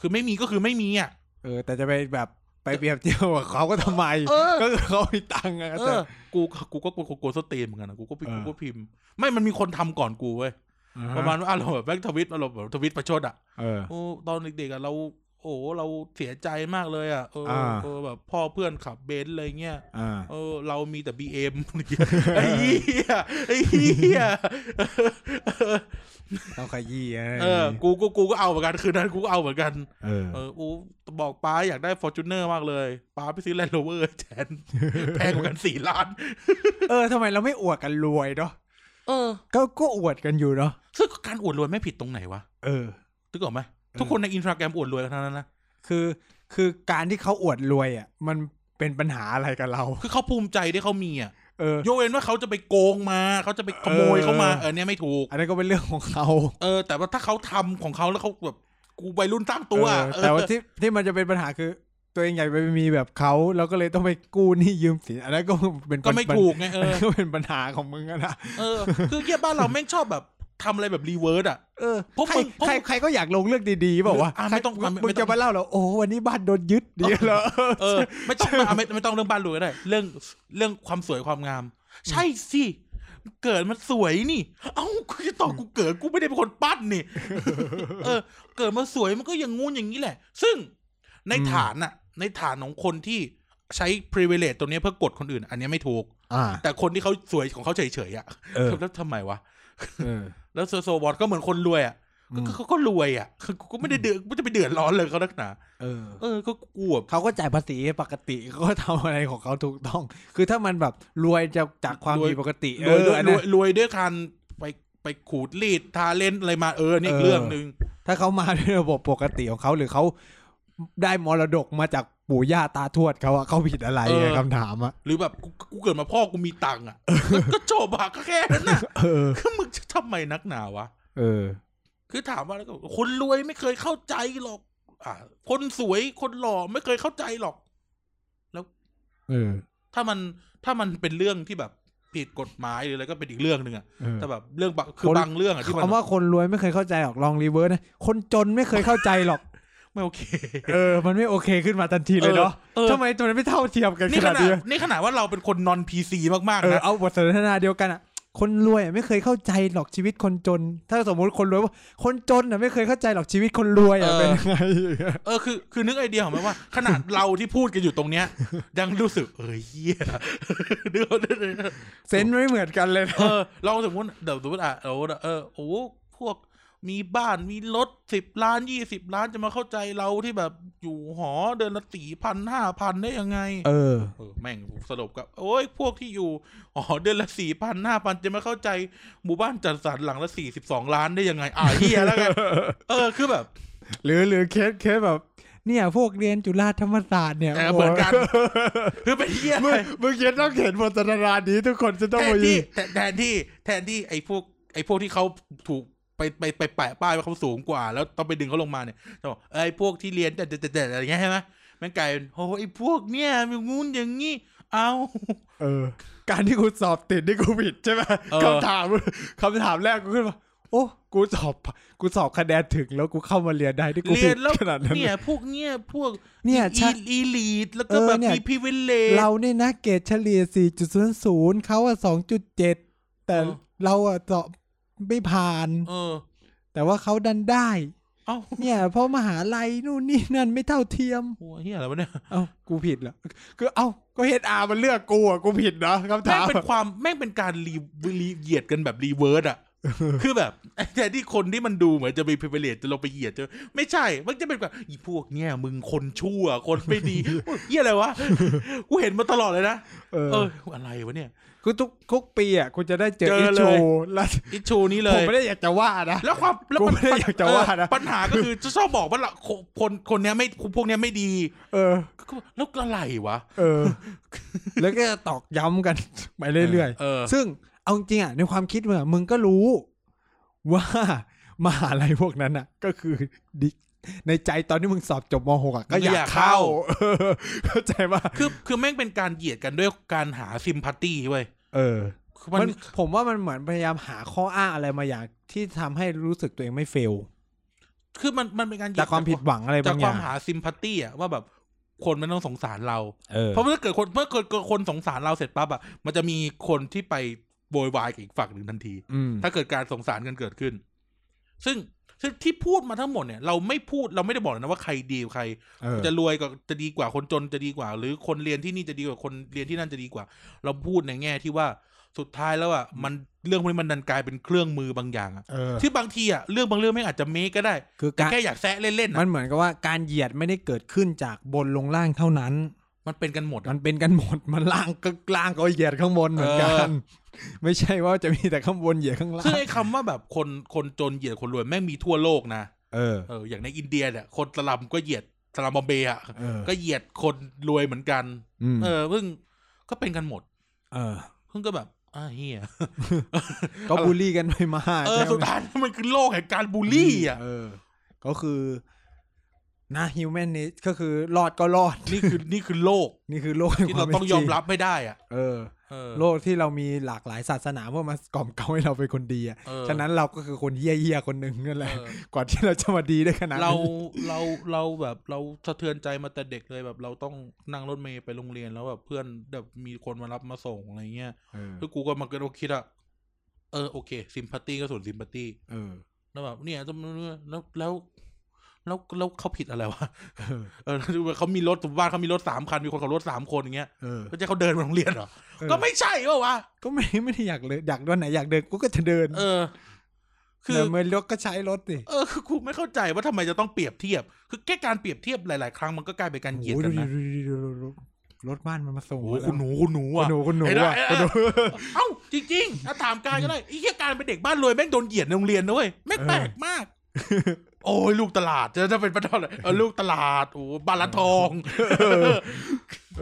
B: คือไม่มีก็คือไม่มีอ่ะ
A: เออ แต่จะไปแบบไปเปรียบเทียบกับเขาก็ทำไม
B: เออ
A: ก็คือเขามีตังค์อะ
B: เอ
A: แต่
B: อ กู กูก็กลัวกลัวสตรีมเหมือนกันนะกูก็พิมพ์
A: เอ
B: กู
A: อ
B: ก็พิมพ์ ไม่มันมีคนทำก่อนกูเว้ย ประมาณว่า [laughs] อารมณ์แบบแม่งทวิตอารมณ์แบบทวิตประชดอ่ะ
A: เออ
B: โอ้ตอนเด็กๆอ่ะเรา โอ้โหเราเสียใจมากเลยอ่ะ เออ
A: อ่า
B: เออแบบพ่อเพื่อนขับเบนซ์เลยเงี้ย
A: อ่า
B: เออเรามีแต่บีเอ็ม [laughs] ไอ้เหี้ยไอ้เหี้ย
A: ต้องขยี้ะ
B: เออ กูกู กูก็เอาเหมือนกัน คืนนั้นกูก็เอาเหมือนกัน
A: เออ
B: เออ อูบอกป้าอยากได้ฟอร์จูเนอร์มากเลย ป้าไปซื้อแลนด์โรเวอร์แทน [laughs] แพงกว่ากันสี่ล้าน
A: เออทำไมเราไม่อวดกันรวยเนาะ
B: เออ
A: ก็ก็อวดกันอยู่เนาะ
B: ซึ่งการอวดรวยไม่ผิดตรงไหนวะ
A: เออ
B: นึกออกไหม ทุกคนในอินสตาแกรมอวดรวยกันทั้งนั้นนะ
A: คือคือการที่เขาอวดรวยอ่ะ มันเป็นปัญหาอะไรกับเรา
B: คือเขาภูมิใจที่เขามีอ่ะ
A: เออ
B: [laughs] ยกเว้นว่าเขาจะไปโกงมา เขาจะไปขโมยเข้ามา เออเนี่ยไม่ถูก
A: อันนี้นก็เป็นเรื่องของเขา
B: เออ แต่ว่าถ้าเขาทำของเขาแล้วเขาแบบ กูวัยรุ่นสร้างตัวอะ
A: เออ
B: เออ
A: แต่ว่าที่ที่มันจะเป็นปัญหาคือ ตัวเองอยากไปมีแบบเขาเราก็เลยต้องไปกู้หนี้ยืมสินอันนั้นก็เป็น
B: ก็ไม่ถูกไง เอ
A: ปัญ
B: อ
A: หาก็เป็นปัญหาของมึงอะนะ
B: เออ คือเกียบ้านเราแม่งชอบแบบ ทำอะไรแบบรีเวิร์สอ่ะ
A: เออ
B: พวก
A: ใคร
B: มึงพวก
A: ใครใครก็อยากลงเรื่องดีๆบอกว่าวะ
B: อ่ะ
A: ใคร
B: ไม่ต้องไม่
A: มึง
B: ไม่ต้
A: จะ
B: อง
A: มาเล่าเหรอโอ้วันนี้บ้านโดนยึดดีเหรอ
B: เออ ไม่ต้องมาไม่ไม่ต้องเรื่องบ้านรวยก็ได้ เรื่องเรื่องความสวยความงาม ใช่สิเกิดมันสวยนี่ เอ้ากูจะตอบกูเกิดกูไม่ได้เป็นคนปั้นนี่ เออ เกิดมาสวยมันก็อย่างงู้นอย่างนี้แหละ ซึ่งใน
A: อืม
B: ฐานน่ะ ในฐานของคนที่ใช้ privilege ตัวเนี้ยเพื่อกดคนอื่น อันเนี้ยไม่ถูก
A: อ่า
B: แต่คนที่เขาสวยของเขาเฉยๆอ่ะ
A: เออ
B: แล้วทำไมวะ
A: เออ
B: แล้วโซโซบอทก็เหมือนคนรวยอ่ะ
A: อืม
B: ก็เขาก็รวยอ่ะเขาก็ไม่ได้เดือดไม่จะไปเดือดร้อนเลยเขาลักหนา
A: เออ
B: เออก็กลัว
A: เขาก็จ่ายภาษีปกติเขาก็ทำอะไรของเขาถูกต้อง คือถ้ามันแบบรวยจากจากความ
B: รวย
A: ผิดปกติ
B: รวยด้ว
A: เออ
B: ย
A: อัน
B: ร
A: นั้
B: วย
A: น
B: รวยด้วยการไปไปขูดรีดทาเล่นอะไรมาเออเนี่ยอี
A: เอก อ
B: เรื่องหนึ่ง
A: ถ้าเขามาด้วยระบบปกติของเขาหรือเขาได้มรดกมาจากปู่ย่าตาทวดเขาอะเขาผิดอะไรอะคำถามอะ
B: หรือแบบกูกูเกิดมาพ่อกูมีตังค์อ่ะ [laughs] ก็ก็จบอะก็แค่นั้นน่ะ [laughs]
A: เออ
B: คือมึงจะทำไมนักหนาวะ
A: เออ
B: คือถามว่าแล้วก็คนรวยไม่เคยเข้าใจหรอก อ่า คนสวยคนหล่อไม่เคยเข้าใจหรอก
A: เออ
B: ถ้ามันถ้ามันเป็นเรื่องที่แบบผิดกฎหมายหรืออะไรก็เป็นอีกเรื่องหนึ่งอะ
A: เออ
B: แต่แบบเรื่องบางคือบางเรื่องอะที่มัน
A: คำว่าคนรวยไม่เคยเข้าใจหรอกลองรีเวิร์สนะคนจนไม่เคยเข้าใจหรอก
B: ไม่โอเค
A: เออ มันไม่โอเคขึ้นมาทันทีเลยเนาะ
B: เออเออ
A: ทำไมตัวนั้นไม่เท่าเทียมกันข
B: นี่ข
A: นาด
B: นาด
A: นี้
B: นี่ขนาดว่าเราเป็นคนนอนพีซีมาก
A: เอ
B: ๆ
A: อ
B: นะ
A: เอาบทสนทนาเดียวกันอ่ะ คนรวยอะไม่เคยเข้าใจหรอกชีวิตคนจน ถ้าสมมุติคนรวยว่าคนจนอ่ะไม่เคยเข้าใจหรอกชีวิตคนรวยอ่ะเป็นยังไง
B: เออคือคือนึกไอเดียของมันว่า [laughs] ขนาดเราที่พูดกันอยู่ตรงเนี้ย ยังรู้สึกเออเฮีย [laughs] เดือด
A: เซนส์ไม่เหมือนกันเลยนะ
B: เออเราสมมติเดี๋ยวสมมติอ่ะเออเออโอ้พวกมีบ้านมีรถสิบล้านยี่สิบล้านจะมาเข้าใจเราที่แบบอยู่หอเดือนละสี่พันห้าพันได้ยังไง
A: เออ
B: เออแม่งสรุปกับโอ้ยพวกที่อยู่อ๋อเดือนละสี่พันห้าพันจะมาเข้าใจหมู่บ้านจัดสรรหลังละสี่สิบสองล้านได้ยังไง อ่าเฮียแล้วกันเออคือแบบ
A: หรือหรือเคสเคสแบบ เนี่ยพวกเรียนจุฬาธรรมศาสตร์เนี่ย
B: เออ
A: โโ
B: เหมือนกัน [laughs] คือเป็นเฮีย
A: มึงมึงเคสต้องเห็นบทสนทนานี้ทุกคนจะ
B: แท
A: ต้อง
B: น
A: มายื
B: ที่
A: น
B: แทนแทนที่แทนที่ไอ้พวกไอ้พวกที่เขาถูกไปไปไปแปะป้ายว่าเขาสูงกว่า แล้วต้องไปดึงเขาลงมาเนี่ยจะบอกเอ้ยพวกที่เรียนแต่แต่แต่อะไรอย่างเงี้ยใช่ไหมแมันกลายเป็นโอ้ยไอ้พวกเนี่ยมันงูนอย่างงี้เอา
A: เออ การที่กูสอบติดนี่กูผิดใช่ไหม
B: เออ
A: คำถามคำถามแรกกูขึ้นมาโอ้กูสอบกูสอบคะแนนถึงแล้วกูเข้ามาเรียนได้นี่กู
B: เรี
A: ผิ
B: ย
A: ด
B: นแล้ว
A: ขนาดนั้น
B: เนี่ยพวกเนี่ยพวก
A: เนี่ยใช่
B: อีลีดแล้วก็
A: เออ
B: แบบ
A: เนี่ย
B: มีพิเวเล
A: เราเนี่ยนะเกรดเฉลี่ย 4.00เขาอะ2.7 แต่
B: เออ
A: เราอะสอบไม่ผ่าน
B: เออ
A: แต่ว่าเขาดันได้
B: เอ้า
A: เนี่ยเพราะมหาลัยนู่นนี่นั่นไม่เท่าเทียม
B: โหเฮียอะไรวะเนี่ย
A: เอ้ากูผิดเหรอคือเอ้าก็เฮดอามันเลือกกูอ่ะกูผิดนะคำ
B: แม่
A: ถาง ม
B: เป็นความแม่งเป็นการรีรีเหยียดกันแบบรีเวิร์ดอ่ะ คือแบบ [laughs] แทนที่คนที่มันดูเหมือนจะมีพิเวเลจะลงไปเหยียดจะไม่ใช่ มันจะเป็นแบบอีพวกเนี่ยมึงคนชั่วคนไม่ดี [laughs] โอ้ยเฮียอะไรวะ กูเห็นมาตลอดเลยนะ
A: เอ
B: เอ
A: อ
B: ออะไรวะเนี่ย
A: คือทุกทุกปีอ่ะกูจะได้เจอ
B: เจอ
A: อิ
B: เลย
A: ชูแล้ว
B: อิชชูนี้เล
A: ผม
B: ย
A: ไม่ได้อยากจะว่านะ
B: แล้วความแล้ว
A: กู
B: ปัญ
A: ไม่ได้อยากจะ
B: เ
A: ว่านะ
B: ปัญหาก็คือจะชอบบอกว่าละคนคนเนี้ยไม่พวกเนี้ยไม่ดี
A: เออ
B: ก็แล้วอะไรวะ
A: เออ [laughs] แล้วก็ตอกย้ำกัน ไปเรื่อย
B: เออ
A: ๆ ซึ่งเอาจริงอ่ะในความคิดมึงอะมึงก็รู้ ว่า มหาลัยพวกนั้นอ่ะ ก็คือดิในใจตอนที่มึงสอบจบม .6 อ่ะก็อยา
B: มึงก็อยาก ก
A: เข้า
B: เข้า
A: เออเข้าใจป่ะ
B: คือคือแม่งเป็นการเหยียดกันด้วยการหาซิมพัตตี้เว้ย
A: เออ
B: คือ
A: มั
B: มัน น
A: ผมว่ามันเหมือนพยายามหาข้ออ้างอะไรมาอย่างที่ทำให้รู้สึกตัวเองไม่เฟล
B: คือมันมันเป็นการเหยี
A: จาย กความผิดหวังอะไร
B: จา
A: บาก งอ
B: ควา
A: ย่าม ง
B: หาซิมพัตตี้อะว่าแบบคนมันต้องสงสารเรา
A: เออ
B: เพราะเมื่อเกิดคนเมื่อเกิดเกิดคนสงสารเราเสร็จปั๊บอะมันจะมีคนที่ไปโวยวายกับอีกฝั่งหนึ่งทันที
A: อืม
B: ถ้าเกิดการสงสารกันเกิดขึ้น ซึ่งซึ่งที่พูดมาทั้งหมดเนี่ย เราไม่พูดเราไม่ได้บอกเลยนะว่าใครดีกว่าใคร
A: เออ
B: จะรวยก็จะดีกว่าคนจนจะดีกว่า หรือคนเรียนที่นี่จะดีกว่าคนเรียนที่นั่นจะดีกว่า เราพูดในแง่ที่ว่าสุดท้ายแล้วอ่ะมันเรื่องพวกนี้มันดันกลายเป็นเครื่องมือบางอย่างอ่ะ
A: เออ
B: ที่บางทีอ่ะเรื่องบางเรื่องไม่อาจจะเมคก็ได้
A: คือ
B: แต่
A: การ
B: แค่อยากแซะเล่น
A: มั
B: ๆอ่ะ
A: นเหมือนกับว่าการเหยียดไม่ได้เกิดขึ้นจากบนลงล่างเท่านั้น
B: มันเป็นกันหมด
A: มั
B: อ่ะ
A: นเป็นกันหมด มันล่างก็ล่างก็เหยียดข้างบนเหมือนกั
B: เอน อ
A: ไม่ใช่ว่าจะมีแต่ข้างบนเหยียดข้างล่า
B: ซึ่ง
A: ง
B: ไอ้คำว่าแบบคนคนจนเหยียดคนรวยแม่งมีทั่วโลกนะ
A: เออ
B: เอออย่างในอินเดียเนี่ยคนสลัมก็เหยียดสลัมบอมเบย์อ่ะ
A: เออ
B: ก็เหยียดคนรวยเหมือนกัน
A: อืม
B: เออเพิ่งก็เป็นกันหมด
A: เออ
B: เพิ่งก็แบบอ่าเฮีย
A: ก็บูลลี่กันไปมา
B: เออ
A: ใช่ไหม
B: สุดท้ายมันคือโลกแห่งการบูลลี่อ่ะ
A: เออ ก็คือนะฮิวแมนนิสก็คือรอดก็รอด
B: นี่คือนี่คือโลก
A: นี่คือโลกแห่ง
B: ที่
A: คว
B: เรา
A: มป็น
B: ต้องยอมรับไม่ได้อ่ะ
A: เออ
B: เอ เออ
A: โลกที่เรามีหลากหลายศาสนาเพื่อมากล่อมเกลาให้เราเป็นคนดีอ่ะ
B: เออ
A: ฉะนั้นเราก็คือคนเยี่ยๆคนหนึ่งนั่นแหละ
B: เออ
A: กว่าที่เราจะมาดีได้ขนาด
B: เรา
A: นั้น
B: เราเราแบบเราสะเทือนใจมาแต่เด็กเลยแบบเราต้องนั่งรถเมย์ไปโรงเรียนแล้วแบบเพื่อนแบบมีคนมารับมาส่งอะไรเงี้ย
A: เออ
B: คือกูก็มาเกิดคิดอะเออโอเคซิมพัตตี้ก็ส่วนซิมพัตตี้
A: เออ
B: แล้วแบบเนี่ยจะแล้วแล้วแล้วแล้วเขาผิดอะไรวะ
A: เออ
B: เออเขามีรถสมมติว่าเขามีรถสามคันมีคนขับรถสามคนอย่างเงี้ย
A: เออ
B: ก็จะให้เขาเดินไปโรงเรียนเหรอ
A: เออ
B: ก็ไม่ใช่เปล่าวะ
A: ก็ไม่ไม่ได้อยากเลยอยากวันไหนอยากเดินกูก็จะเดิน
B: เออ คือ
A: เดินเมื่อรถก็ใช้รถสิ
B: เออคือกูไม่เข้าใจว่าทำไมจะต้องเปรียบเทียบ คือแค่การเปรียบเทียบหลาย ๆ ครั้งมันก็กลายเป็นการเหยียด
A: โอ้ย
B: กั
A: ดู
B: น
A: ดิ
B: นะ
A: ดูดิดูดิดูดิรถบ้านมันมาส่ง
B: โอ้โหคุณหนูคุณหนู
A: คุ
B: อะ
A: ณหนูคุณหนู
B: ไอ้ได้
A: อ่ะคุณหนู
B: เอ้าจริงๆถ้าถามการก็ได้ไอ้แค่การเป็นเด็กบ้านรวยแม่งโดนเหยียดในโรงเรียนด้วยแม่ง
A: เออ
B: แปลกมาก โอ้ยลูกตลาดจะจะเป็นประเทศอะไรเออลูกตลาดโอ้บาลานทอง
A: เออ
B: เ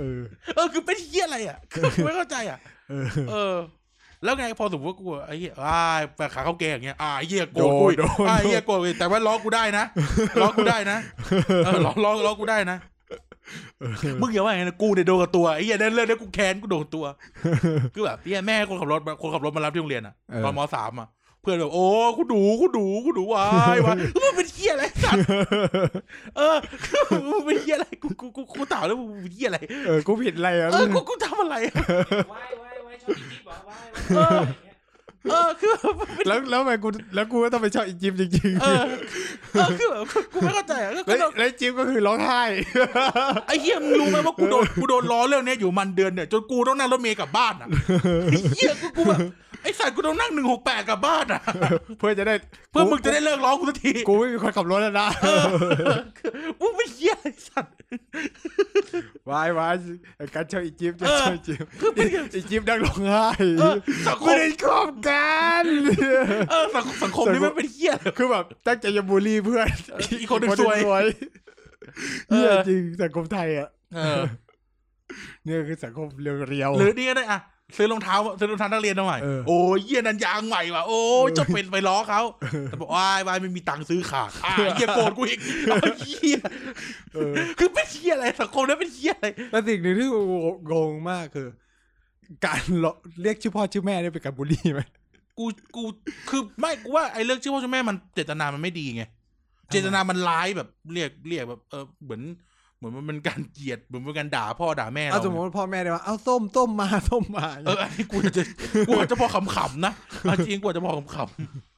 B: ออคือเป็นเฮียอะไรอ่ะ [laughs] คือไม่เข้าใจอ่ะ
A: เออ
B: เออ แล้วไงพอสมมติว่ากูไอ้เหี้ยอ้ายแปะขาเข้าวแกงอย่างเงี้ยอ่าไอ้เหี้ยโกรธกูอีก
A: โดนโดน
B: อ่าไอ้เหี้ยโกรธกูอีกแต่ว่าล้อกูได้นะล้อกูได้นะเออล้อล้อล้อกูได้นะมึงอย่าว่าไงนะกูเนี่ยโดนกับตัวไอ้เหี้ยนั่นเรื่องนี้กูแค้นกูโดนกับตัว คือแบบเนี่ยแม่คนขับรถมาคนขับรถมารับที่โรงเรียนอ่ะ
A: เออ
B: ตอนมสามอ่ะเพื่อนแบบโอ้กูดูกูดูกูดูวายวายเออมันเป็นเหี้ยอะไรสัตว์เออ [laughs] มันเป็นเหี้ยอะไรกูกูกูกูถามแล้วมึงเป็นเหี้ยอะไร
A: เออกูผิดอะไรอ่ะ
B: เออกูกูทำอะไรอะ
C: ว้ายว้ายว้ายชอบจิ๊บเหรอว้ายว้ายอย่างเงี้ย
B: เออคือแบบ
A: แล้วแล้วทำไมกูแล้วกูก็ต้องไปชอบอีจิปจริงๆ
B: เออเออคือแบบกูไม่เข้าใจอ่ะก็
A: แล้ว
B: เรา
A: แล้วจิปก็คือร้องไห้
B: ไอ้เหี้ยมึงรู้ไหมว่ากูโดนกูโดนล้อเรื่องเนี้ยอยู่มันเดือนเนี่ยจนกูต้องนั่งรถเมล์กลับบ้านอ่ะไอ้เหี้ยกูกูแบบไอ้สัตว์กูต้องนั่งหนึ่งหกแปดกลับบ้านอ่ะ
A: เพื่อจะได้
B: เพื่อมึงจะได้เลิกล้อกูสักที
A: กูไม่มีคนขับรถแล้วนะ
B: [laughs] มึงไม่เหี้ยไอ้สัตว์
A: วายวายการชอบอีจิปจะ
B: เออ
A: ชอบอีจิป
B: คือเป็นไง
A: อีจิปดังร้องไห้
B: เออสังค
A: ไม่
B: ม
A: ได้ชอบกัน
B: เออสังคมสังคมนี่ไม่เป็นเหี้ย
A: คือแบบตั้งใจจะบูลลี่เพื่อน [laughs]
B: เอออีกคนหนึ่งซวย
A: เหี้ย
B: เออ
A: จริงสังคมไทยอ่ะ
B: เออ
A: เนี่ยคือสังคมเรียวๆ
B: หรือนี่ก็ได้อ่ะซื้อรองเท้าซื้อรองเท้านักเรียนมาใหม่
A: เออ
B: โอ้ยเหี้ยนันยางใหม่ว่ะโอ้ยจะเป็นไปล้อเขาแต่บอกว่ายวายไม่มีตังค์ซื้อขาดอ่ะเหี้ยโกรธกูอีกเอาเหี้ย
A: เออ
B: คือเป็นเชียอะไรสังคมนั้นเป็นเชียอะไร
A: แล้วสิ่งหนึ่งที่กูงงมากคือ การเลาะเรียกชื่อพ่อชื่อแม่เนี่ยเป็นการบูลลี่ไหม
B: กูกูคือไม่กูว่าไอ้เรื่องชื่อพ่อชื่อแม่มันเจตนามันไม่ดีไงเจตนามันร้ายแบบเรียกเรียกแบบเออเหมือน เหมือนมันเป็นการเหยียดเหมือนเป็นการด่าพ่อด่าแม่
A: เอา
B: เรา
A: สมมติว่าพ่อแม่เนี่ยว่าเอาส้มส้มมาส้มมา
B: เอออันนี้กูอาจจะกูอาจจะพอขำๆนะเอาจริงกูอาจจะพอข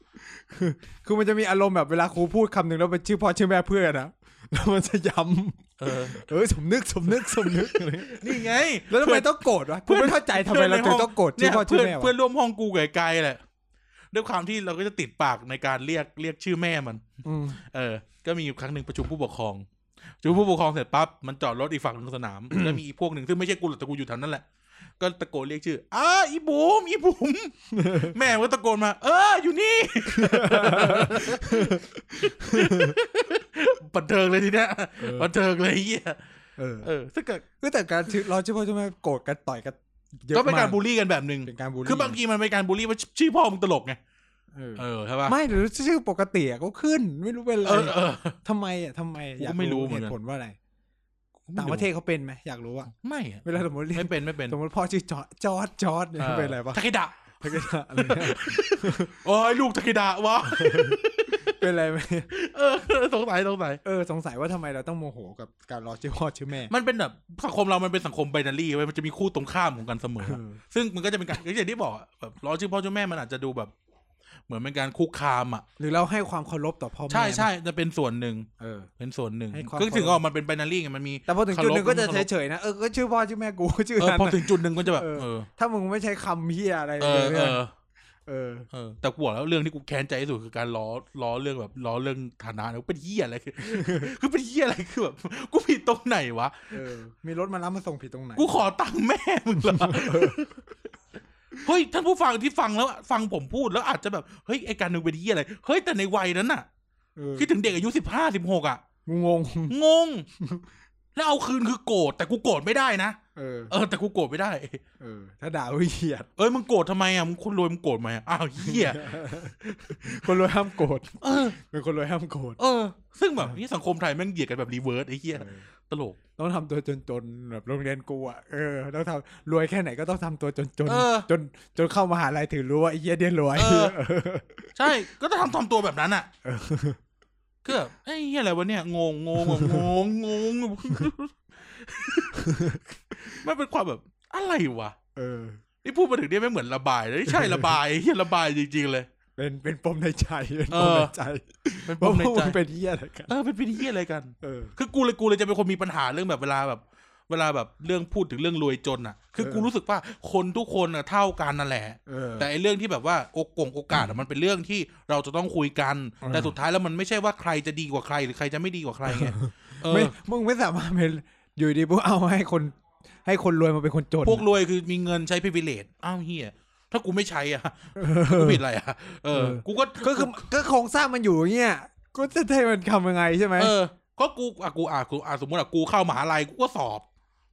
B: ำ
A: คือมันจะมีอารมณ์แบบเวลาครูพูดคำหนึ่งแล้วเป็นชื่อพ่อชื่อแม่เพื่อนนะแล้วมันจะย้
B: ๆเออ
A: ำเอ้ยสมนึกสมนึกสมนึกอะไร
B: นี่ไง
A: แล้วทำไมต้องโกรธวะกูไม่เข้าใจทำไมเราถึงต้องโกรธชื่อย
B: เนี่
A: พ่อชื่
B: เพื่
A: อแม่
B: อน
A: วะ
B: เพื่อนร่วมห้องกูไกลๆแหละด้วยความที่เราก็จะติดปากในการเรียกเรียกชื่อแม่มัน
A: อืม
B: เออ ก็มีอยู่ครั้งหนึ่งประชุมผู้ปกครองประชุมผู้ปกครองเสร็จปั๊บ มันจอดรถอีกฝั่งหนึ่งสนาม ก็มีอีพวกหนึ่งซึ่งไม่ใช่กูหรอกแต่กูอยู่แถวนั้นแหละ ก็ตะโกนเรียกชื่อ อ้าอีบุ๋มอีบุ๋ม
A: [laughs]
B: แม่ก็ตะโกนมา เออ อยู่นี่ [laughs] บันเทิงเลยทีเนี้ยบันเทิงเลยไอ้เหี้ย
A: เออ
B: เออถ้าเกิด
A: ก็แต่การชื่อเราชื่อพ่อชื่อแม่โกรธกันต่อยกันเยอะ
B: ก็เป็น
A: มา
B: การ
A: ก
B: บูลลี่กันแบบหนึ่ง
A: เป็นการบูลลี่
B: คือบางทีมันเป็นการบูลลี่ว่าชื่อพ่อมึงตลกไง
A: เออ
B: เออใช่ป่ะ
A: ไม่หรือชื่อปกติอะก็ขึ้น ไม่รู้เป็นอะไร
B: เออเออ
A: ทำไมอ่ะทำไมอะ
B: กูก็ไม่รู้เหมื
A: เห
B: อนกัน
A: ตุผลว่าอะไรต่างประเทศเขาเป็นไหมอยากรู้อ่ะ
B: ไม่อะ
A: เวลาสมมติเรีย
B: ไม่
A: ก
B: เป็นไม่เป็น
A: สมมติพ่อชื่อจอร์จจอร์จจอร์จเนี่ยเป็นอะไรปะ
B: ทาเคดะ
A: เป็นอะไรเนี่ย
B: โอ้ยลูกทาเคดะวะ
A: เป็นอะไรไหม
B: เออสงสัยสงสัย
A: เออสงสัยว่าทำไมเราต้องโมโหกับการรอชื่อพ่อชื่อแม่
B: มันเป็นแบบสังคมเรามันเป็นสังคมไบนารี่ไว้ยมันจะมีคู่ตรงข้ามของกันเสมอ
A: เออ
B: ซึ่งมันก็จะเป็นการอย่างที่บอกอะแบบล้อชื่อพ่อชื่อแม่มันอาจจะดูแบบ เหมือนเป็นการคุกคามอ่ะ
A: หรือเราให้ความเคารพต่อพ่อแม่
B: ใช่ใช่
A: ไหม
B: จะเป็นส่วนหนึ่ง
A: เออ
B: เป็นส่วนหนึ่ง
A: ให้ความ
B: ก็ถึงออกมันเป็นไบนารี่ไงมันมี
A: แต่พอถึงจุดหนึ่ง
B: เคารพ
A: ก็จะเฉยๆนะเออก็ชื่อพ่อชื่อแม่กูก็ชื่อ
B: เออ
A: นั้น
B: พอ
A: นะ
B: ถึงจุดหนึ่งก็จะแบบ
A: เออ
B: เออ
A: ถ้ามึงไม่ใช้คำเฮียอะไร
B: เอ
A: เล
B: อย เออ
A: เออ
B: เออแต่กูบอกแล้วเรื่องที่กูแค้นใจที่สุดคือการล้อล้อเรื่องแบบล้อเรื่องฐานะเนี่ยเป็นเหี้ยอะไรคือ [laughs] คือเป็นเหี้ยอะไรคือแบบกูผิดตรงไหนวะ
A: เออ มีรถมารับมาส่งผิดตรงไหน
B: กูขอตังค์แม่มึงเหรอ [laughs]
A: เออ
B: เฮ้ยท่านผู้ฟังที่ฟังแล้วอะฟังผมพูดแล้วอาจจะแบบเฮ้ยไอการนึงเป็นยี่อะไรเฮ้ยแต่ในวัยนั้นน่ะ
A: เออ
B: คิดถึงเด็กอายุสิบห้าสิบหกอ่ะ
A: งง
B: งง แล้วเอาคืนคือโกรธแต่กูโกรธไม่ได้นะ
A: เออ
B: เออแต่กูโกรธไม่ได้
A: เออ ถ้าด่าก็เฮีย
B: เอ้ยมึงโกรธทำไมอ่ะมึงคนรวยมึงโกรธไหมอะอ้าวเหี้ย
A: คนรวยห้ามโกรธ
B: เออ
A: เป็นคนรวยห้ามโกรธ
B: เออ ซึ่งแบบนี่สังคมไทยแม่งเหยียดกันแบบรีเวิร์สไอ้เหี้ยต ตลก
A: ต้องทำตัวจนๆแบบโรงเรียนกูอ่ะเออต้องทำรวยแค่ไหนก็ต้องทำตัวจนๆจน
B: เออ
A: จนจนเข้ามหาลัยถึงรู้ว่าไอ้เหี้ยเดียนรวย
B: เออ ใช่ ก็ต้องทำทำตัวแบบนั้นอ่ะก็แบบไอ้เหี้ยอะไรวะเนี่ย งงงงแบบงงงงมันเป็นความแบบอะไรวะ
A: เออ
B: นี่พูดมาถึงเนี่ยไม่เหมือนระบายเลยใช่ระบายเหี้ยระบายจริง ๆ เลย
A: เป็นเป็นปมในใจเป็น
B: เอ
A: ปม
B: อ
A: ในใจ
B: เป็นป
A: ว่าม
B: ในใจ
A: มันเป็นเหี้ยอะไรกัน
B: เออเป็นเป็นเหี้ยอะไรกัน
A: เออ
B: คือกูเลยกูเลยจะเป็นคนมีปัญหาเรื่องแบบเวลาแบบ เวลาแบบเรื่องพูดถึงเรื่องรวยจนอ่ะ คือ
A: เออ
B: กูรู้สึกว่าคนทุกคนอ่ะเท่ากันนั่นแหละ
A: เออ
B: แต่ไอ้เรื่องที่แบบว่าโอกงโอกาสอะมันเป็นเรื่องที่เราจะต้องคุยกัน
A: เออ
B: แต่สุดท้ายแล้วมันไม่ใช่ว่าใครจะดีกว่าใครหรือใครจะไม่ดีกว่าใคร
A: [laughs]
B: ไงเออ
A: ไม่มึงไม่สามารถเป็นอยู่ดีปุ๊บเอาให้คน ให้คนรวยมาเป็นคนจน
B: พวกรวยคือมีเงินใช้พิเวเลตอ้าวเฮียถ้ากูไม่ใช้อ่ะ
A: เอ
B: กู
A: อ
B: ผิดอะไรอ่ะเอ
A: เอ
B: อ
A: อ
B: กูก็
A: ก็คือก็โครงสร้างมันอยู่อย่างเงี้ยก็จะให้มันทำยังไงใช่ไหม
B: เออก็กูอ่ะกูอ่ะกูอ่ะสมมติอ่ะกูเข้ามหาลัยกูก็สอบ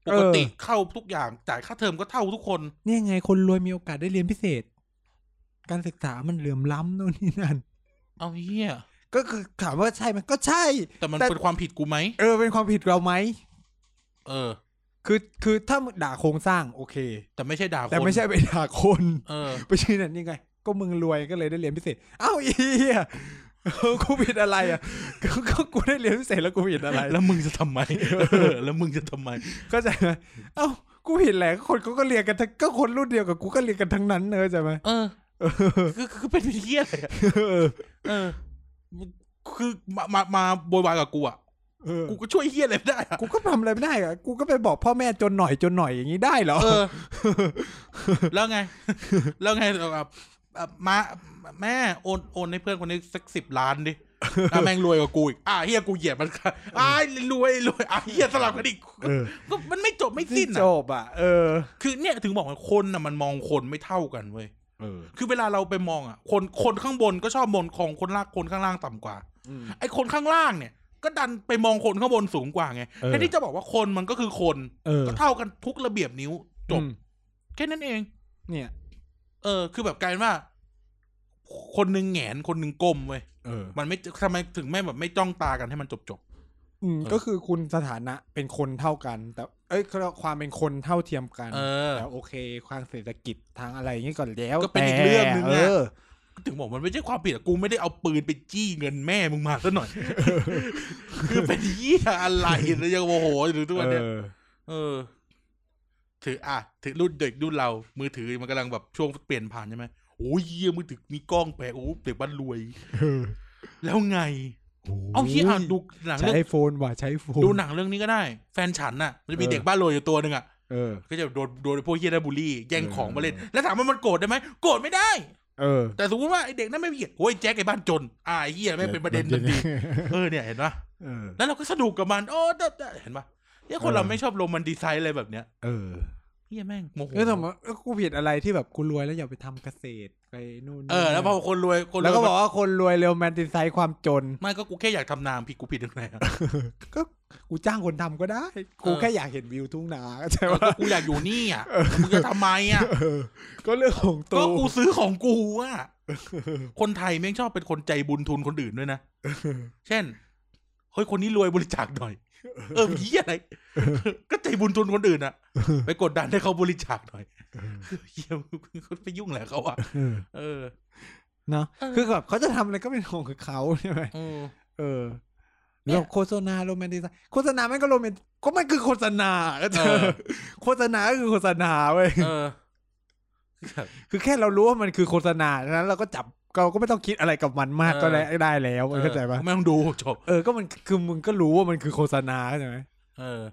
B: ปกติ
A: เออ
B: เข้าทุกอย่างจ่ายค่าเทอมก็เท่าทุกคน
A: เนี่ยไงคนรวยมีโอกาสได้เรียนพิเศษ การศึกษามันเหลื่อมล้ำโน่นนี่นั่น
B: เอาเฮีย
A: ก็คือถามว่าใช่ไหมก็ใช่
B: แต่มัน
A: แต่
B: เป็นความผิดกูไหม
A: เออเป็นความผิดเราไหม
B: เออ
A: คือคือถ้ามึงด่าโครงสร้างโอเค
B: แต่ไม่ใช่ด่าคน
A: แต่ไม่ใช่ไปด่าคน
B: เออ
A: ไปชี้นั่นนี่ไง ก็มึงรวยก็เลยได้เรียนพิเศษเอ้าอีเหี้ยเออกูผิดอะไรอ่ะก็ก็กูได้เรียนพิเศษแล้วกูผิดอะไร
B: แล้วมึงจะทำไมเออแล้วมึงจะทำไม
A: ก็จะเอ้า กูผิดแหละคนเขาก็เรียนกันทั้งก็คนรุ่นเดียวกับกูก็เรียนกันทั้งนั้นเนอะใช่ไหม
B: เออคือคือเป็นเฮียอะไรอะ
A: เออ
B: เออ คือมามามาโวยวายกับกูอ่ะ
A: เออ
B: กูก็ช่วยเฮียอะไรไม่ได้อะ
A: กูก็ทำอะไรไม่ได้อะกูก็ไปบอกพ่อแม่จนหน่อยจนหน่อยอย่างนี้ได้เหรอ
B: เออ แล้วไง แล้วไงแบบแบบมาแม่โอนโอนให้เพื่อนคนนี้สักสิบล้านดิอ่ะแม่งรวยกว่ากูอีกอ่ะเฮียกูเหยียดมันค่ะอ่ะรวยรวยอ่ะเฮียสลับกันอีก
A: เออ
B: ก็มันไม่จบไม่
A: ที่
B: สิ้นอ่ะ
A: จบอ่ะ เออ
B: คือเนี่ยถึงบอกว่าคนน่ะมันมองคนไม่เท่ากันเว้ย
A: เออ
B: คือเวลาเราไปมองอ่ะ คนคนข้างบนก็ชอบมองของคนล่างคนข้างล่างต่ำกว่า ไอ้คนข้างล่างเนี่ย ก็ดันไปมองคนข้างบนสูงกว่าไง
A: เออ
B: แทนที่จะบอกว่าคนมันก็คือคน
A: เออ
B: ก็เท่ากันทุกระเบียบนิ้วจบ
A: อืม
B: แค่นั้นเอง
A: เนี่ย
B: เออ คือแบบกลายเป็นว่า คนหนึ่งแหงนคนหนึ่งก้มเว้ย
A: เออ
B: มันไม่ทำไมถึงไม่แบบไม่จ้องตากันให้มันจบจบ
A: อืมก็คือคุณสถานะเป็นคนเท่ากัน แต่ เอ้ยความเป็นคนเท่าเทียมกัน
B: เออ
A: แล้วโอเคทางเศรษฐกิจทางอะไรอย่างนี้ก่อนแล้ว
B: ก็เป็นอีก
A: แต่
B: เรื่องหนึ่ง
A: เอ
B: อะ
A: อ
B: ถึงบอกมันไม่ใช่ความผิดอะกูไม่ได้เอาปืนไปจี้เงินแม่มึงมา
A: [laughs]
B: ซะหน่อย คือเป็นเหี้ยอะไร [laughs] แล้วยังโมโหอยู่ทุกวันเนี่ย
A: เออ
B: เออ ถืออ่ะถือรุ่นเด็กรุ่นเรา มือถือมันกำลังแบบช่วงเปลี่ยนผ่านใช่ไหมโอ้ยเหี้ยมือถือมีกล้องแปะโอ้เด็กบ้านรวย
A: เออ
B: แล้วไง เอาเฮียอ่ะดูหนัง
A: ใช้
B: เรื่อง
A: โฟนว่ะใช้โฟน
B: ดูหนังเรื่องนี้ก็ได้ แฟนฉันน่ะ มันจะมี
A: เออ
B: เด็กบ้านรวยอยู่ตัวหนึ่งอ่ะ
A: เออ
B: ก็จะโดนโดนพวกเฮียได้บูลลี่ แย่งของมาเล่น
A: เออ
B: แล้วถามว่ามันโกรธได้ไหมโกรธไม่ได้
A: เออ
B: แต่สมมติว่าไอเด็กนั้นไม่เหยียดโอ้ยแจ็คไอบ้านจนอ่ะไอ้เฮียไม่งเป็นประเด็นทันทีเออเนี่ยเห็นปะ
A: เออ
B: แล้วเราก็สนุกกับมันโอ้ได้ได้เห็นปะเนี่ยคนเรา
A: เออ
B: ไม่ชอบลงมันดีไซน์อะไรแบบเนี้ย
A: เออ
B: เฮียแม่งโมโห
A: ก็ถามว่าเอ้ยกูผิดอะไรที่แบบกูรวยแล้วอย่าไปทำเกษตรไปนู่นนี่
B: เออแล้วพอคนรวยคนรย
A: แล้วก็บอกว่าคนรวยเร็วแมนติไซด์ความจน
B: ไม่ก็กูแค่อยากทำนามผิดกูผิดตรงไหนอะ
A: ก็กูจ้างคนทำก็ได้ กู
B: เออ
A: แค่อยากเห็นวิวทุ่งนาใช่
B: เออ
A: ปะ
B: ก็กูอยากอยู่นี่
A: [laughs]
B: อ่ะมึงจะทำไมอ่ะ
A: เออก็เรื่องของตั
B: ก็
A: ว
B: กูซื้อของกูอ่ะคนไทยแม่งชอบเป็นคนใจบุญทุนคนอื่นด้วยนะเช่นเฮ้ยคนนี้รวยบริจาคหน่อย เออเฮียอะไร ก็ใจบุญทุนคนอื่นอ่ะ ไปกดดันให้เขาบริจาคหน่อยเฮียมึงไปยุ่งอะไรกับเขาอ่ะ
A: เออ
B: เออ
A: เนาะ
B: เออ
A: คือแบบเขาจะทำอะไรก็เป็นของเขาใช่ไหม
B: เออ
A: เออ
B: เนี่ย
A: แล้วโฆษณาโรแมนติไซด์โฆษณามันก็โรแมนติก็มันคือโฆษณาก็เจอโฆษณาก็คือโฆษณาเว้ย
B: เอ
A: [laughs]
B: อ
A: คือแค่เรารู้ว่ามันคือโฆษณาฉะนั้นเราก็จับเราก็ไม่ต้องคิดอะไรกับมันมาก
B: เออ
A: ก็ได้ได้แล้วเข้าใจปะ
B: ไม่ต้องดูจบ
A: เออ ก็มันคือมึงก็รู้ว่ามันคือโฆษณาเข้าใช่ไหม
B: เออ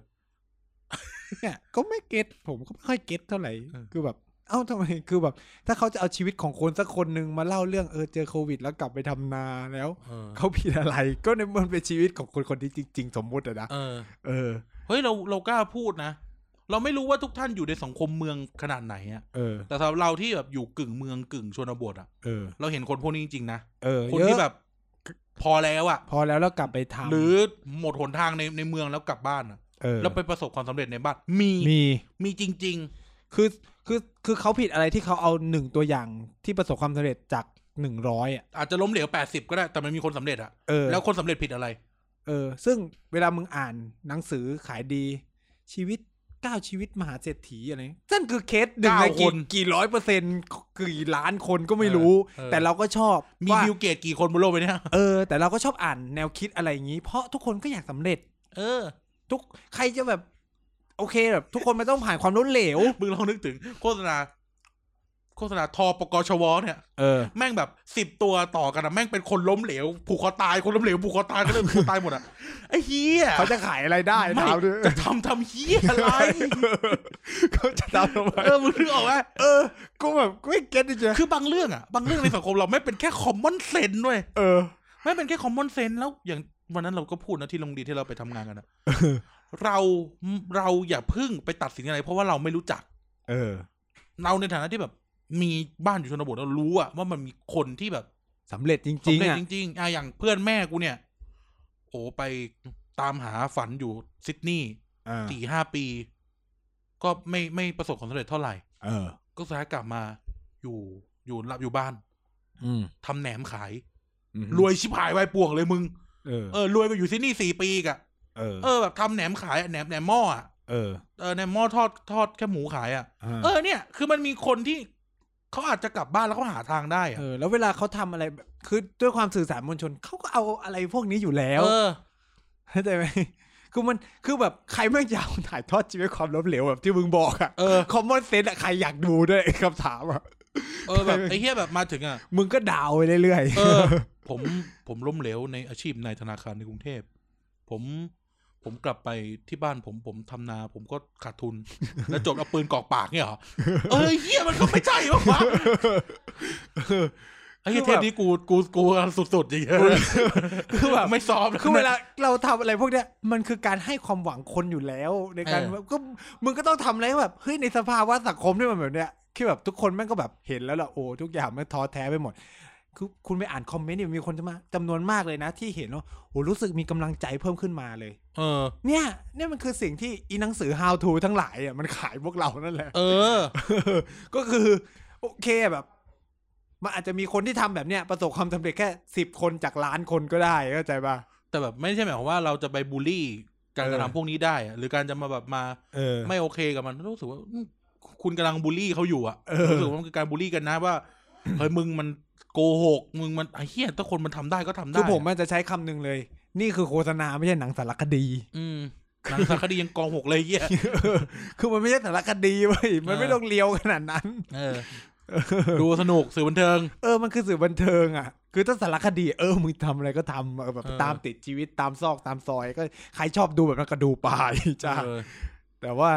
A: เนี่ยก็ไม่เก็ตผมก็ไม่ค่อยเก็ตเท่าไหร่
B: เออ
A: คือแบบ เอ้าทำไม คือแบบ ถ้าเขาจะเอาชีวิตของคนสักคนหนึ่งมาเล่าเรื่องเออเจอโควิดแล้วกลับไปทำนาแล้ว
B: เออ
A: เขาผิดอะไร ก็ในมันเป็นชีวิตของคนคนที่จริง ๆ สมมุติอะนะ
B: เออ
A: เออ
B: เฮ้ยเราเรากล้าพูดนะ เราไม่รู้ว่าทุกท่านอยู่ในสังคมเมืองขนาดไหนอะ
A: เออ
B: แต่สำหรับเราที่แบบอยู่กึ่งเมืองกึ่งชนบทอะ
A: เออ
B: เราเห็นคนพวกนี้จริงๆนะ
A: เออ
B: คน
A: เย
B: ที่
A: อะ
B: แบบพอแล้วอะ
A: พอแล้วแล้วกลับไปทำ
B: หรือหมดหนทางในในเมืองแล้วกลับบ้านอะ
A: เออ
B: แล้วไปประสบความสำเร็จในบ้านมี
A: มี
B: มีจริง
A: คือคือคือเขาผิดอะไรที่เขาเอาหนึ่งตัวอย่างที่ประสบความสำเร็จจากหนึ่งร้อยอ่ะ
B: ๆ อาจจะล้มเหลวแปดสิบก็ได้แต่มันมีคนสำเร็จอะ
A: เออ
B: แล้วคนสำเร็จผิดอะไร
A: เ เออ ซึ่งเวลามึงอ่านหนังสือขายดีชีวิตเก้าชีวิตมหาเศรษฐีอะไรนั่นคือเคสหนึ่งใน
B: เก้า
A: กี่
B: คน
A: กี่ร้อยเปอร์เซ็นต์กี่ล้านคนก็ไม่รู้
B: เออ
A: แต่เราก็ชอบ
B: มี
A: ว่า
B: บิวเกตกี่คนบนโลกไปเนี่ย
A: เออ แต่เราก็ชอบอ่านแนวคิดอะไรอย่างนี้ เพราะทุกคนก็อยากสำเร็จ
B: เออ
A: ทุกใครจะแบบ โอเคแบบ ทุกคนมันต้องผ่านความล้มเหลว
B: มึงลองนึกถึงโฆษณา โฆษณาทอปกชวเนี่ย
A: เออ
B: แม่งแบบสิบตัวต่อกันอะแม่งเป็นคนล้มเหลว ผูกคอตายคนล้มเหลวผูกคอตายก็เลยผูกคอตายหมดอะไอ้เฮีย
A: เขาจะขายอะไรได้
B: ไม่
A: ถามดิ
B: จะทำทำเฮียอะไร
A: เขาจะทำทำไม
B: เออมึงนึกออกไหม
A: เออกูแบบกูไม่เก็ตจริง
B: คือบางเรื่องอะบางเรื่องในสังคมเราไม่เป็นแค่คอมมอนเซนด้วย
A: ๆเออ
B: ไม่เป็นแค่คอมมอนเซนแล้ว อย่างวันนั้นเราก็พูดนะที่โรงเรียนที่เราไปทำงานกันนะเราเราอย่าเพึ่งไปตัดสินอะไร เพราะว่าเราไม่รู้จัก
A: เออ
B: เราในฐานะที่แบบ มีบ้านอยู่ชนบทเรารู้อะว่ามันมีคนที่แบบ
A: สำเร็จจ
B: สำ
A: ริงๆ
B: เร็จ
A: อ่ะ
B: จริงๆอ่ะอย่างเพื่อนแม่กูเนี่ย โอ้ไปตามหาฝันอยู่ซิดนีย์
A: เออ
B: สี่ห้าปี ก็ไม่ไม่ประสบความสำเร็จเท่าไหร่
A: เออ
B: ก็สุดท้ายกลับมาอยู่อยู่รับอยู่บ้าน
A: อืม
B: ทำแหนมขาย
A: อืม
B: รวยชิบหายวายป่วงเลยมึง
A: เออ
B: เออรวยไปอยู่ซิดนีย์สี่ปีกะ
A: เออ
B: เออแบบทำแหนมขายอะแหนมแหนมหม้ออะ
A: เออ
B: เออแหนมหม้อทอดทอดแค่หมูขายอ่ะ
A: อ่า
B: เออเนี่ยคือมันมีคนที่เขาอาจจะกลับบ้านแล้วเขาหาทางได้อะ
A: เออ แล้วเวลาเขาทำอะไรแบบคือด้วยความสื่อสารมวลชนเขาก็เอาอะไรพวกนี้อยู่แล้ว
B: เออ
A: เข้าใจไหม [laughs] คือมันคือแบบใครแม่งอยากถ่ายทอดชีวิตความล้มเหลวแบบที่มึงบอกอะ [laughs]
B: เออ
A: คอมมอนเซนต์อะใครอยากดูด้วย [laughs] คำถามอะ
B: เออแบบไอ้เหี้ยแบบมาถึงอ่ะ
A: มึงก็ดาวไปเรื่อย
B: เออ ผมผมล้มเหลวในอาชีพนายธนาคารในกรุงเทพ ผมผมกลับไปที่บ้านผมผมทำนา ผมก็ขาดทุน แล้วจบเอาปืนกรอกปากเนี่ยเหรอเออเหี้ยมันก็ไม่ใช่หรอวะไอ้เหี้ยเทปนี้กูกูกูสุดๆจริง
A: ๆคือแบบ
B: ไม่ซ้อมนะ
A: คือเวลาเราทำอะไรพวกเนี้ยมันคือการให้ความหวังคนอยู่แล้วในการ
B: เออ
A: แบบก็มึงก็ต้องทำอะไรแบบเฮ้ยในสภาวะสังคมที่มันแบบเนี้ยคือแบบทุกคนแม่งก็แบบเห็นแล้วล่ะโอ้ทุกอย่างแม่งท้อแท้ไปหมด คือคุณไปอ่านคอมเมนต์เนี่ยมีคนจะมาจำนวนมากเลยนะ ที่เห็นว่าโอ้รู้สึกมีกำลังใจเพิ่มขึ้นมาเลย
B: เออ
A: เนี่ยเนี่ยมันคือสิ่งที่อีหนังสือ how to ทั้งหลายอ่ะมันขายพวกเรานั่นแหละ [laughs]
B: เออ
A: ก็คือ โอเคแบบมันอาจจะมีคนที่ทำแบบเนี้ยประสบความสำเร็จแค่สิบคนจากล้านคนก็ได้เข้าใจป่ะ
B: แต่แบบไม่ใช่หมายความว่าเราจะไปบูลลี่การกระ
A: เออ
B: ทำพวกนี้ได้อะหรือการจะมาแบบมา
A: เออ
B: ไม่โอเคกับมันรู้สึกว่าอืมคุณกำลังบูลลี่เขาอยู่อ่ะ
A: เออ
B: รู้สึกว่ามันคือการบูลลี่กันนะว่า เฮ้ยมึงมันโกหกมึงมันไอ้เหี้ยถ้าคนมันทำได้ก็ทำได้
A: คือผมมันจะใช้คำหนึ่งเลย นี่คือโฆษณาไม่ใช่หนังสารคดี [laughs]
B: อืมหนังสารคดียังกองหกเลยไอ้เหี้ย
A: คือมันไม่ใช่สารคดีเว้ยมันไม่
B: เออ
A: ต้องเลียวขนาดนั้น
B: เออ ดูสนุกสื่อบันเทิง
A: [laughs] เออมันคือสื่อบันเทิงอ่ะ คือถ้าสารคดี เออมึงทำอะไรก็ทำเออแบบ
B: เออ
A: ตามติดชีวิตตามซอกตามซอยก็ใครชอบดูแบบนั้นก็ดูไป [laughs] จ้า
B: เออ
A: แต่ว่า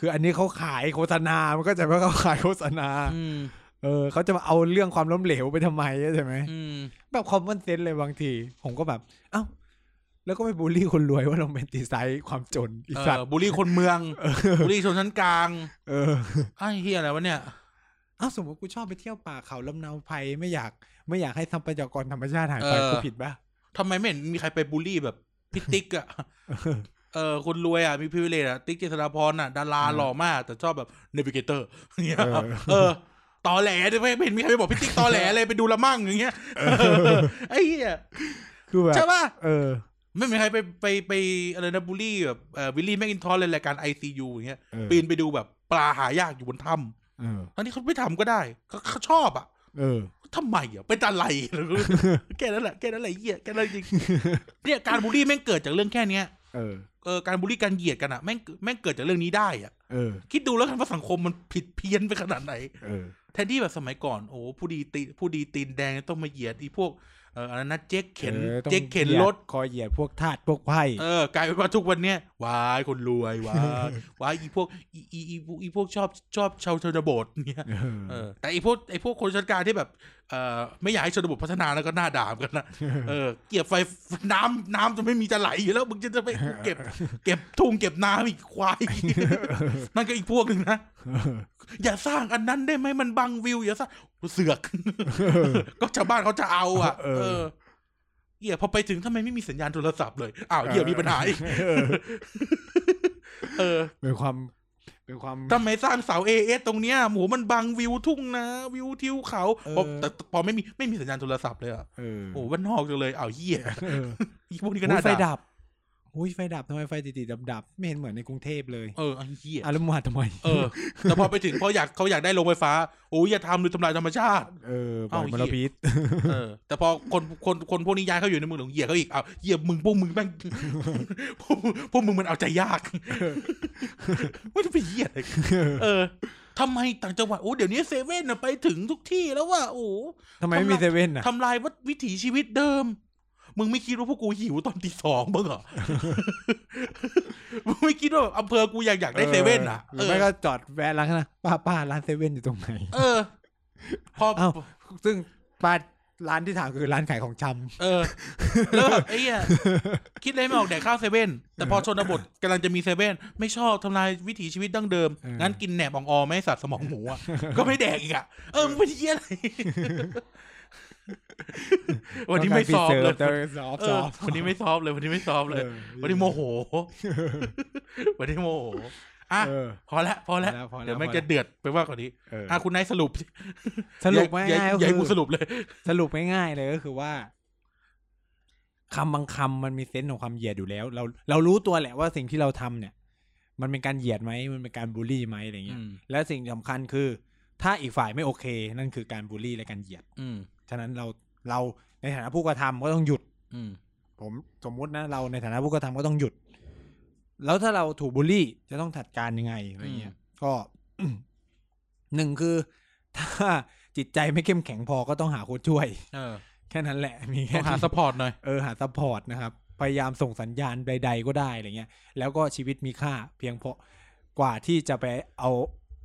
A: คืออันนี้เขาขายโฆษณา มันก็จะว่าเขาขายโฆษณา
B: อืม
A: เออเขาจะมาเอาเรื่องความล้มเหลวไปทำไมอะใช่ไหม
B: อืม
A: แบบคอมมอนเซนส์เลยบางที ผมก็แบบ เอ้า แล้วก็ไปบูลลี่คนรวยว่าเราเป็นตีไซส์ความจนอี
B: เอ
A: สัต
B: อ
A: ว์
B: บูลลี่คนเมืองบูลลี่ชนชั้นกลาง
A: เออ
B: ไอ้เหี้ยอะไรวะเนี่ย
A: เอ้าสมมติกูชอบไปเที่ยวป่าเขาลำเนาไพรไม่อยาก ไม่อยากให้ทรัพยากรธรรมชาติหายไป
B: เออ
A: กูผิดปะ
B: ทำไมไม่เห็นมีใครไปบูลลี่แบบพิติกอะ [laughs] เออคนรวยอ่ะ มีพิเวเลตอ่ะ ติ๊กเจษฎาพรอ่ะ ดาราหล่อมาก แต่ชอบแบบเนวิเกเตอร์เนี่ยเออตอแหลเนี่ยไม่ไม่เห็นมีใครไปบอกพิติกตอแหลเลยไปดูละมั่งอย่างเงี้ยเออไอ้เหี้ย
A: คือแบบ
B: ใช่ป่ะ
A: เออ
B: ไม่มีใครไปไปไปอะไรนะบูลลี่แบบเอ่อวิลลี่แมกอินทอสเลยรายการไอซียูอย่างเงี้ย
A: เออ
B: ปีนไปดูแบบปลาหายากอยู่บนถ้ำ
A: เออ
B: อันนี้เขาไม่ทำก็ได้เขาเขาชอบอ่ะ
A: เออ
B: ทำไมอ่ะเป็นอะไรห [laughs] รือแค่นั้นแหละแค่นั้นแหละไอ้เหี้ยแค่นั้นจริงเนี่ยการบูลลี่แม่งเกิดจากเรื่องแค่เนี้ย
A: เออ
B: เออการบูลลี่การเหยียดกันอะแม่งแม่งเกิดจากเรื่องนี้ได้อะ
A: เออ
B: คิดดูแล้วกันว่าสังคมมันผิดเพี้ยนไปขนาดไหน
A: เออ
B: แทนที่แบบสมัยก่อนโอ้ผู้ดีตีผู้ดีตีนแดงต้องมาเหยียดอีพวกเอออะไรนะเจ๊กเข็น
A: ออต้อง
B: เจ๊กเข็นรถ
A: คอยเหยียดพวกทาสพวกไพร่
B: เออกลายเป็นว่าทุกวันเนี้ยวายคนรวยวายวายอีพวกอีอีอีพวกอีพวกชอบชอบชาวชนบทเนี่ย
A: เอ
B: เอ
A: อ
B: อแต่อีพวกไอพวกคนชนกลางที่แบบเออไม่อยากให้ชนบทพัฒนาแล้วก็หน้าด่ามกันนะเออเก็บไฟน้ำน้ำจะไม่มีจะไหลอยู่แล้วมึงจะจะไปเก็บ เก็บทุ่งเก็บนาอีกควาย นั่นก็อีกพวกหนึ่งนะ อย่าสร้างอันนั้นได้ไหมมันบังวิว อย่าสร้างเสือก ก็ชาวบ้านเขาจะเอาอ่ะ
A: เออ
B: เออเหี้ยพอไปถึงทำไมไม่มีสัญญาณโทรศัพท์เลยอ้าวเหี้ยมีปัญหาอีกเออ
A: เป็นความเป็นความ
B: ทำไมสร้างเสาเอเอสตรงเนี้ยโหมันบังวิวทุ่งนะ วิวทิวเขา
A: เออ
B: พอแต่พอไม่มีไม่มีสัญญาณโทรศัพท์เลยอ่ะ
A: เออ
B: โอ้วันนอกจังเลยอ้าวเหี้ย
A: เออ
B: อีพวกนี้
A: ก็
B: ก็
A: น่า
B: น่า
A: ไฟ
B: ด่า
A: ดับ อุ้ยไฟดับทำไมไฟติดๆดับๆไม่เห็นเหมือนในกรุงเทพเลย
B: เออไอ้เหี้ย
A: อ่ะแล้วมึงมาทำไม
B: เออ แต่พอไปถึงเขาอยากเขาอยากได้โรงไฟฟ้าโอ้ยอย่าทำหรือทำลายธรรมชาติ
A: เออปล่อย
B: เอ้าม เหี้
A: ล
B: ย
A: พิษ
B: เออ แต่พอคนคนคนพวกนี้ย้ายเขาอยู่ในเมืองหลวงเหยียเขาอีกเอาเหยียมึงพวกมึงแม่ [laughs] ง พวกมึงพวกมึงมันเอาใจยาก [laughs] ว่าจะไปเหยียดเลยเออทำไมต่างจังหวัดโอ้เดี๋ยวนี้เซเว่นนะไปถึงทุกที่แล้วว่าโอ้
A: ทำไมไม่มี
B: ทำลาย
A: เซเว่นอ่ะ [laughs]
B: ทำลายวัดวิถีชีวิตเดิม มึงไม่คิดว่าพวกกูหิวตอนตีสองบ้างเหรอ [laughs] มึงไม่คิดว่าแบบอำเภอกูอยากอยากได้เซเว่นอ่ะ
A: ห
B: เอ
A: รือ
B: อ
A: ไม่ก็จอดแวะร้านข้างหนะป้าป้าร้านเซเว่นอยู่ตรงไหน
B: เออ พอ
A: เอ้า ซึ่งป้าร้านที่ถามคือร้านขายของชำ
B: เออ แล้วแบบไอ้เหี้ยคิดอะไรไม่ออกแดกข้าวเซเว่นแต่พอชนบทกำลังจะมีเซเว่นไม่ชอบทำลายวิถีชีวิตดั้งเดิม งั้นกินแหนบอ่องอไม่ให้สัตว์สมองหมูอ่ะ ก็ไม่แดกอีกอ่ะ เออมึงเป็นเหี้ยอะไร วันนี้ไม่ซอฟต์เลย
A: ซอฟ
B: เอ
A: ซอ
B: อ
A: ฟ
B: วันนี้ไม่ซอฟต์เลยวันนี้ไม่ซอฟต์เลย วันนี้โมโห วันนี้โมโห อ่ะ
A: เออ
B: พอละพอละ
A: พอละพอละ
B: เดี๋ยวมันจะเดือดไปมากกว่านี้
A: เออ
B: อ่ะคุณนายสรุปสิ
A: สรุป
B: อย่า
A: ง่ายๆก็
B: อย่าอย่าให้
A: คื
B: กู
A: อ
B: สรุปเลย
A: สรุปง่ายๆเลยก็คือว่าคำบางคำมันมีเซนส์ของความเหยียดอยู่แล้ว เราเรารู้ตัวแหละว่าสิ่งที่เราทำเนี่ย มันเป็นการเหยียดไหมมันเป็นการบูลลี่ไหมอะไรเงี้ยและสิ่งสำคัญคือ ถ้าอีกฝ่ายไม่โอเค นั่นคือการบูลลี่และการเหยียด
B: อืม
A: ฉะนั้นเราเราในฐานะผู้กระทำก็ต้องหยุด
B: อืม
A: ผมสมมุตินะเราในฐานะผู้กระทำก็ต้องหยุด แล้วถ้าเราถูกบูลลี่จะต้องจัดการยังไงอะไรเงี้ย ก็ [coughs] หนึ่งคือ [coughs] ถ้าจิตใจไม่เข้มแข็งพอก็ต้องหาคนช่วย [coughs]
B: เออ
A: แค่นั้นแหละ มี
B: ต้
A: แค่
B: องหา
A: นี้
B: สปอร์ตหน่อย
A: เออหาซัพพอร์ตนะครับ พยายามส่งสัญญาณใด ๆ ก็ได้อะไรเงี้ย แล้วก็ชีวิตมีค่า เพียงพอกว่าที่จะไปเอา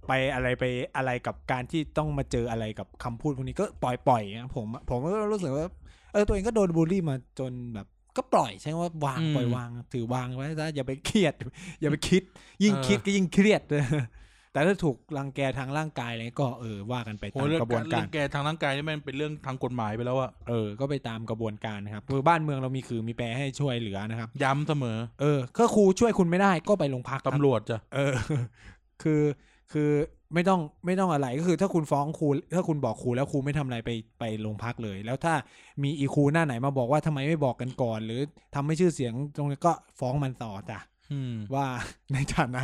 A: ไปอะไรไปอะไรกับการที่ต้องมาเจออะไรกับคำพูดพวกนี้ก็ปล่อยปล่อยๆนะผมผมก็รู้สึกว่า เออตัวเองก็โดนบูลลี่มาจนแบบ ก็ปล่อยใช่ไหมว่าวาง
B: อืม
A: ปล่อยวางถือวางไว้ซะอย่าไปเครียด [laughs] อย่าไปคิด ยิ่ง
B: เออ
A: คิดก็ยิ่งเครียด [laughs] แต่ถ้าถูกรังแกทางร่างกายอะไรก็เออว่ากันไป
B: โห
A: ตาม
B: เรื่อง
A: กระบ
B: กา
A: วน
B: ร
A: กา
B: เรื่อ
A: ร
B: งแกทางร่างกายนี่มันเป็นเรื่องทางกฎหมายไปแล้วอะ
A: เออ ก็ไปตามกระบวนการนะครับคือบ้านเมืองเรามีคือมีแปรให้ช่วยเหลือนะครับ
B: ย้ำเสมอ
A: เออก็ครูช่วยคุณไม่ได้ก็ไปโรงพักครับ
B: ตำรวจจ้ะ
A: เอ [laughs] อ คือคือไม่ต้องไม่ต้องอะไรก็คือ ถ้าคุณฟ้องครูถ้าคุณบอกครูแล้วครูไม่ทำอะไรไปไปโรงพักเลย แล้วถ้ามีอีครูหน้าไหนมาบอกว่าทำไมไม่บอกกันก่อน หรือทำให้ชื่อเสียงตรงนี้ก็ฟ้องมันต่อจ้ะ
B: อืม
A: ว่า [laughs] ในฐานะ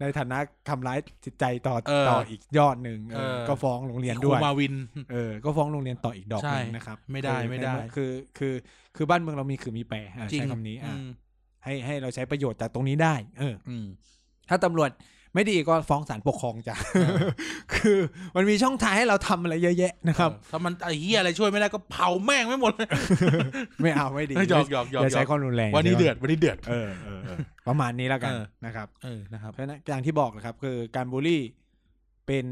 A: ในฐานะทำร้ายจิตใจต่อ
B: เออ
A: ต่ออีกยอดหนึ่งเออ
B: เออ
A: ก็ฟ้องโรงเรียน
B: ครู
A: ด้วย
B: มาวิน
A: เออ ก็ฟ้องโรงเรียนต่ออีกดอกหนึ่ง
B: ใช่
A: นะครับ
B: ไม่ได้
A: คือ
B: ไม่ได้
A: คือคือคือบ้านเมืองเรามีคือมีแปรอ่ะ
B: จริง
A: ใช้คำนี้อ่ะ
B: อืม
A: ให้ให้เราใช้ประโยชน์จากตรงนี้ได้ เออ
B: อืม
A: ถ้าตำรวจไม่ดีก็ฟ้องศาลปกครองจ้ะ คือมันมีช่องทางให้เราทำอะไรเยอะแยะนะครับ
B: เออถ้ามันไอ้เหี้ยอะไรช่วยไม่ได้ก็เผาแม่งไม่หม
A: [laughs]
B: ดเลย
A: ไม่เอาไม่ดี
B: [laughs] หยอกหยอกหยอก
A: อย่า
B: หย
A: ใช้
B: อก
A: ความรุนแรง
B: วันนี้
A: ใช่ไหม
B: เดือดวันนี้เดือด
A: เออเออเออประมาณนี้แล้วกัน
B: เออ
A: นะครับ
B: เออนะครับ
A: เพราะฉะนั้นอย่างที่บอกนะครับ คือการบูลลี่เป็น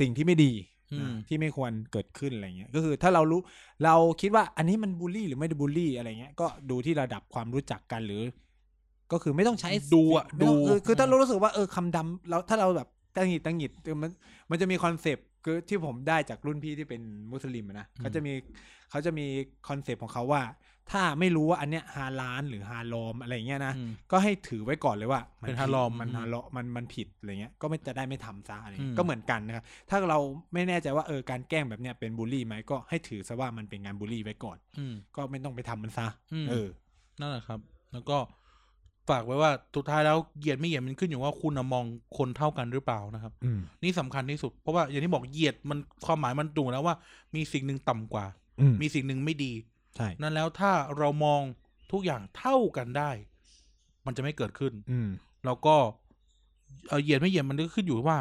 A: สิ่งที่ไม่ดี
B: อืม
A: ที่ไม่ควรเกิดขึ้นอะไรเงี้ยก็คือถ้าเรารู้เราคิดว่าอันนี้มันบูลลี่หรือไม่ได้บูลลี่อะไรเงี้ยก็ดูที่ระดับความรู้จักกันหรือ ก็คือไม่ต้องใช้
B: ดูอะ
A: ไม่ต้อง
B: ดู
A: คือคือถ้า
B: อืม
A: เรารู้สึกว่าเออคำดำเราถ้าเราแบบตังหงิดตังหงิดคือมันมันจะมีคอนเซปต์คือที่ผมได้จากรุ่นพี่ที่เป็นมุสลิมอะนะเขาจะมีเขาจะมีคอนเซปต์ของเขาว่า ถ้าไม่รู้ว่าอันเนี้ยฮาลานหรือฮารอมอะไรเงี้ยนะ
B: อืม
A: ก็ให้ถือไว้ก่อนเลยว่ามั
B: เป็น
A: ผิด
B: ฮารอม
A: มัน
B: อืม
A: ฮารอมมันมันผิดอะไรเงี้ยก็ไม่จะได้ไม่ทำซะอะไรเงี้
B: อื
A: ย
B: ม
A: ก็เหมือนกันนะครับถ้าเราไม่แน่ใจว่าเออการแกล้งแบบเนี้ยเป็นบูลลี่ไหมก็ให้ถือซะว่ามันเป็นงานบูลลี่ไว้ก่อน
B: อืม
A: ก็ไม่ต้องไปทำมันซะ
B: อืม
A: เออ
B: นั่นแหละครับ แล้วก็ฝากไว้ว่าสุดท้ายแล้วเหยียดไม่เหยียดมันขึ้นอยู่ว่าคุณน่ะมองคนเท่ากันหรือเปล่านะครับ
A: อืม
B: นี่สำคัญที่สุด เพราะว่าอย่างที่บอกเหยียดมันความหมายมันดูแล้วว่า มีสิ่งหนึ่งต่ำกว่า
A: อืม
B: มีสิ่งหนึ่งไม่ดี
A: ใช่
B: นั่นแล้วถ้าเรามองทุกอย่างเท่ากันได้ มันจะไม่เกิดขึ้น
A: อืม
B: แล้วก็เอ่อเหยียดไม่เหยียดมันก็ขึ้นอยู่ว่า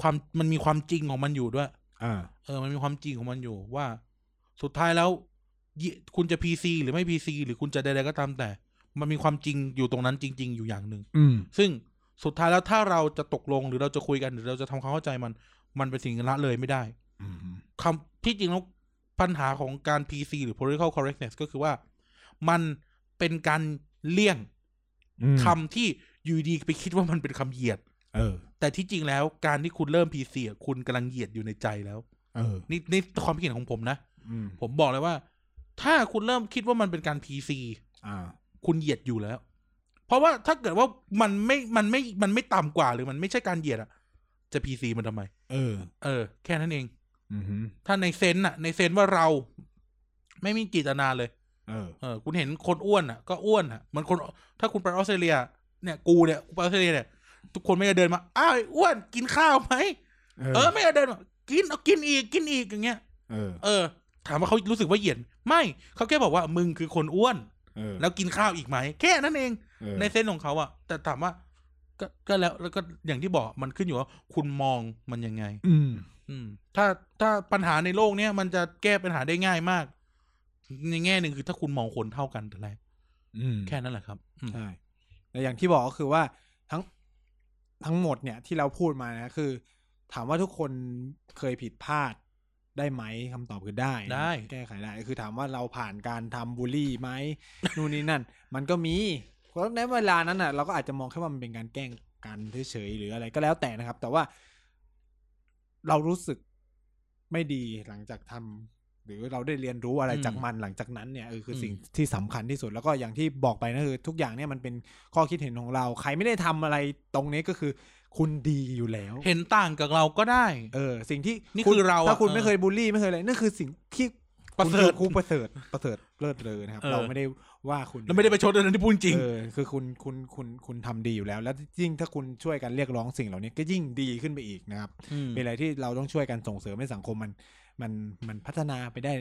B: ความมันมีความจริงของมันอยู่ด้วย
A: อ่า
B: เออ มันมีความจริงของมันอยู่ว่า สุดท้ายแล้วเหยียคุณจะพีซีหรือไม่พีซีหรือคุณจะใดๆก็ตามแต่ มันมีความจริงอยู่ตรงนั้นจริง ๆ อยู่อย่างหนึ่ง
A: อืม
B: ซึ่งสุดท้ายแล้วถ้าเราจะตกลงหรือเราจะคุยกันหรือเราจะทำความเข้าใจมัน มันเป็นสิ่งละเลยไม่ได้
A: อืม
B: คำที่จริงแล้วปัญหาของการ PC หรือ political correctness ก็คือว่า มันเป็นการเลี่ยง
A: อืม
B: คำที่อยู่ดีไปคิดว่ามันเป็นคำเหยียด
A: เออ
B: แต่ที่จริงแล้วการที่คุณเริ่ม PC อ่ะคุณกำลังเหยียดอยู่ในใจแล้ว
A: เออ
B: นี่นี่ความคิดเห็นของผมนะ
A: อืม
B: ผมบอกเลยว่า ถ้าคุณเริ่มคิดว่ามันเป็นการ PC
A: อ่า
B: คุณเหยียดอยู่แล้ว เพราะว่าถ้าเกิดว่ามันไม่ มันไม่ มันไม่ต่ำกว่า หรือมันไม่ใช่การเหยียดอะจะพีซีมันทำไม
A: เออ
B: เออ แค่นั้นเอง
A: อืม
B: ถ้าในเซนส์อะในเซนส์ว่าเรา ไม่มีเจิตนาเลย
A: เออ
B: เออคุณเห็นคนอ้วนอ่ะก็อ้วนอ่ะเหมือนคนถ้าคุณไปออสเตรเลีย เนี่ยกูเนี่ยกูไปออสเตรเลียเนี่ยทุกคนไม่จะเดินมาอ้าวไอ้อ้วนกินข้าวไหมเออไม่จะเดินมากินเอากินอีกกินอีกอย่างเงี้ย
A: เออ
B: เออ ถามว่าเขารู้สึกว่าเหยียดไม่เขาแค่บอกว่ามึงคือคนอ้วน
A: เออ
B: แล้วกินข้าวอีกไหมแค่นั้นเอง
A: เออ
B: ในเส้นของเขาอะแต่ถามว่าก็ก็แล้วแล้วก็อย่างที่บอกมันขึ้นอยู่ว่า คุณมองมันยังไง
A: อืม
B: อืม ถ้าถ้าปัญหาในโลกเนี้ยมันจะแก้ปัญหาได้ง่ายมาก ในแง่หนึ่งคือถ้าคุณมองคนเท่ากันแต่แรก
A: อืม
B: แค่นั้นแหละครับอืม
A: ใช่แต่อย่างที่บอกก็คือว่าทั้งทั้งหมดเนี่ยที่เราพูดมานะคือ ถามว่าทุกคนเคยผิดพลาดได้ไหมคำตอบคือได้นะ
B: ได้
A: แก้ไขได้คือถามว่าเราผ่านการทำบูลลี่ไห
B: [laughs]
A: ม นู่นนี่นั่น มันก็มีเพราะในเวลานั้นน่ะ เราก็อาจจะมองแค่ว่ามันเป็นการแกล้งกันเฉยๆหรืออะไรก็แล้วแต่นะครับ แต่ว่า เรารู้สึกไม่ดีหลังจากทำหรือเราได้เรียนรู้อะไรจากมันหลังจากนั้นเนี่ยเออคือสิ่งที่สำคัญที่สุดแล้วก็อย่างที่บอกไปนะคือทุกอย่างเนี่ยมันเป็นข้อคิดเห็นของเรา ใครไม่ได้ทำอะไรตรงนี้ก็คือ คุณดีอยู่แล้ว
B: เห็นต่างกับเราก็ได้
A: เออ สิ่งที่
B: นี่
A: ณ
B: คือเราอะ
A: ถ้าคุณ
B: เออ
A: ไม่เคยบูลลี่ไม่เคยอะไรนั่นคือสิ่งที่
B: ประเสริฐ
A: คุณคือคุณประเสริฐประเสริฐเลิศเลยนะครับ
B: เออ
A: เราไม่ได้ว่าคุณ
B: แล้วไม่ได้ไปชดเลยนะที่พูดจริง
A: เออคือคุณคุณคุณคุณทำดีอยู่แล้ว แล้วยิ่งถ้าคุณช่วยกันเรียกร้องสิ่งเหล่านี้ก็ยิ่งดีขึ้นไปอีกนะครับ
B: อืม
A: เป็นอะไรที่เราต้องช่วยกันส่งเสริมให้สังคมมันมันมันพัฒนาไปได้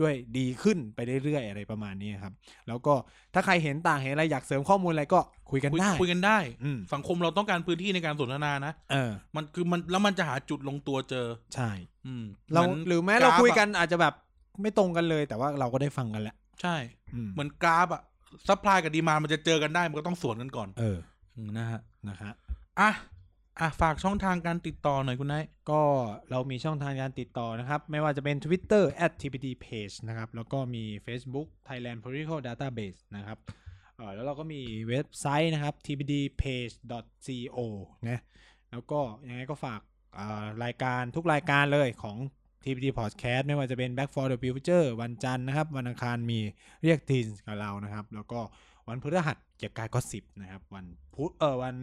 A: ด้วยดีขึ้นไปเรื่อยๆอะไรประมาณนี้ครับ แล้วก็ถ้าใครเห็นต่างเห็นอะไรอยากเสริมข้อมูลอะไรก็คุยกัน
B: คุย
A: ได้
B: คุยกันได้
A: อืม
B: สังคมเราต้องการพื้นที่ในการสนทนานะ
A: เออ
B: มันคือมันแล้วมันจะหาจุดลงตัวเจอ
A: ใช่
B: อืม
A: เรา
B: มือน
A: หรือแม้เราคุยกันอาจจะแบบไม่ตรงกันเลย แต่ว่าเราก็ได้ฟังกันแล้ว
B: ใช่
A: อืม
B: เหมือนกราฟอะซัพพลายกับดีมามันจะเจอกันได้มันก็ต้องสวนกันก่อน
A: เออ
B: อืมนะฮะ
A: นะฮะ
B: อ่ะ อ่ะ ฝากช่องทางการติดต่อหน่อยคุณนาย
A: ก็เรามีช่องทางการติดต่อนะครับ ไม่ว่าจะเป็น Twitter @tpdpage นะครับ แล้วก็มี Facebook Thailand Political Database นะครับเอ่อแล้วเราก็มีเว็บไซต์นะครับ tpdpage.co นะแล้วก็ยังไงก็ฝากเอ่อรายการทุกรายการเลยของ TPD Podcast ไม่ว่าจะเป็น Back for the Future วันจันทร์นะครับ วันอังคารมีเรียกทีนกับเรานะครับ แล้วก็วันพฤหัสเกียรติกายก็สิบนะครับ วันพุธเออวัน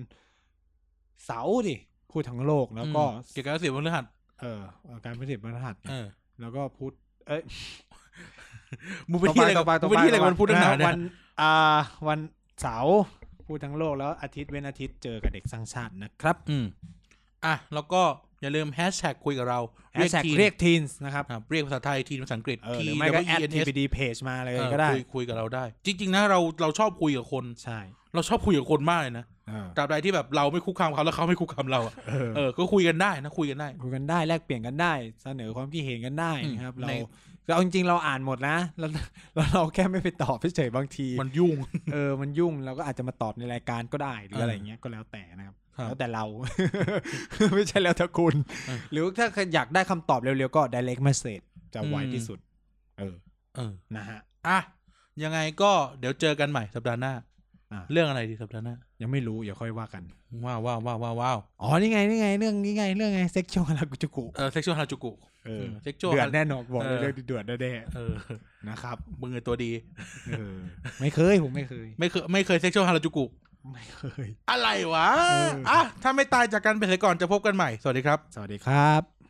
A: เสาร์ดิพูดทั้งโลกแล้วก็
B: อืมเกี่ยวกับเสียงพฤหัส
A: เออเอาการผลิตบรรทัด
B: เออ
A: แล้วก็พุทธเอ้ย
B: มึงไปที่อะไร
A: ต่อไปต่อ
B: มึง
A: ไป
B: ไปที่อะไรกับวันพุธหนาเนี่
A: วั
B: ย
A: นอ่าวันเสาร์พูดทั้งโลกแล้วอาทิตย์เว้นอาทิตย์เจอกับเด็กสร้างชาตินะครับ
B: อืม อ่ะ แล้วก็อย่าลืมแฮชแท็กคุยกับเรา
A: แฮชแท็กเรียกทีนส์นะครับ
B: ครับเรียกภาษาไทยทีนภาษาอังกฤษ
A: เออ
B: T
A: หรือไม่ก็
B: W E N S
A: @tpd page มาเลย
B: เออ
A: ก็ได้
B: คุยคุยกับเราได้ จริง ๆ นะเราเราชอบคุยกับคน
A: ใช่
B: เราชอบคุยกับคนมากเลยนะ
A: เออ
B: ตราบใดที่แบบเราไม่คุกคามเขาแล้วเขาไม่คุกคามเราอะ
A: เออ
B: เออ ก็คุยกันได้นะคุยกันได้
A: คุยกันได้แลกเปลี่ยนกันได้ เสนอความคิดเห็นกันได้
B: อืม
A: นะครับ
B: ใน
A: เราเราจริงๆเราอ่านหมดนะแล้วแล้วเราแค่ไม่ไปตอบเฉยๆบางที
B: มันยุ่ง
A: เออมันยุ่งเราก็อาจจะมาตอบในรายการก็ได้หรืออะไร
B: เอออ
A: ย่างเงี้ยก็แล้วแต่นะครับ
B: ครับ
A: แล้วแต่เรา [laughs] ไม่ใช่แล้วแต่คุณ
B: เออ
A: หรือถ้าอยากได้คำตอบเร็วๆ ก็ direct message จะไว
B: อืม
A: ที่สุด เออ
B: เออ
A: นะฮะ
B: อ่ะ ยังไงก็เดี๋ยวเจอกันใหม่สัปดาห์หน้า
A: อ่ะ
B: เรื่องอะไรดีสัปดาห์หน้า
A: ยังไม่รู้ เดี๋ยวค่อยว่ากัน
B: ว้าวว้าวว้าวว้าวว้าว
A: อ๋อ นี่ไง นี่ไง เรื่องนี่ไง เรื่องไง เซ็กชวลฮารากุจุกุ
B: เออเซ็กชวลฮาจูกุ
A: เออ
B: เซ็กชวล
A: เดือดแน่นอนบอกเลย
B: เออ
A: เรื่องที่เดือดแน่
B: เออ
A: ๆนะครับ
B: มึงไอตัวดี
A: เอ [laughs] อ ไม่เคย ผมไม่เคย
B: ไม่เคยไม่เคยเซ็กชวลฮาราจูกุ
A: ไม่เคย
B: อะไรวะ
A: เอออ่
B: อ่ะ ถ้าไม่ตายจากกันไปเสียก่อนจะพบกันใหม่ สวัสดีครับ
A: สวัสดีครับ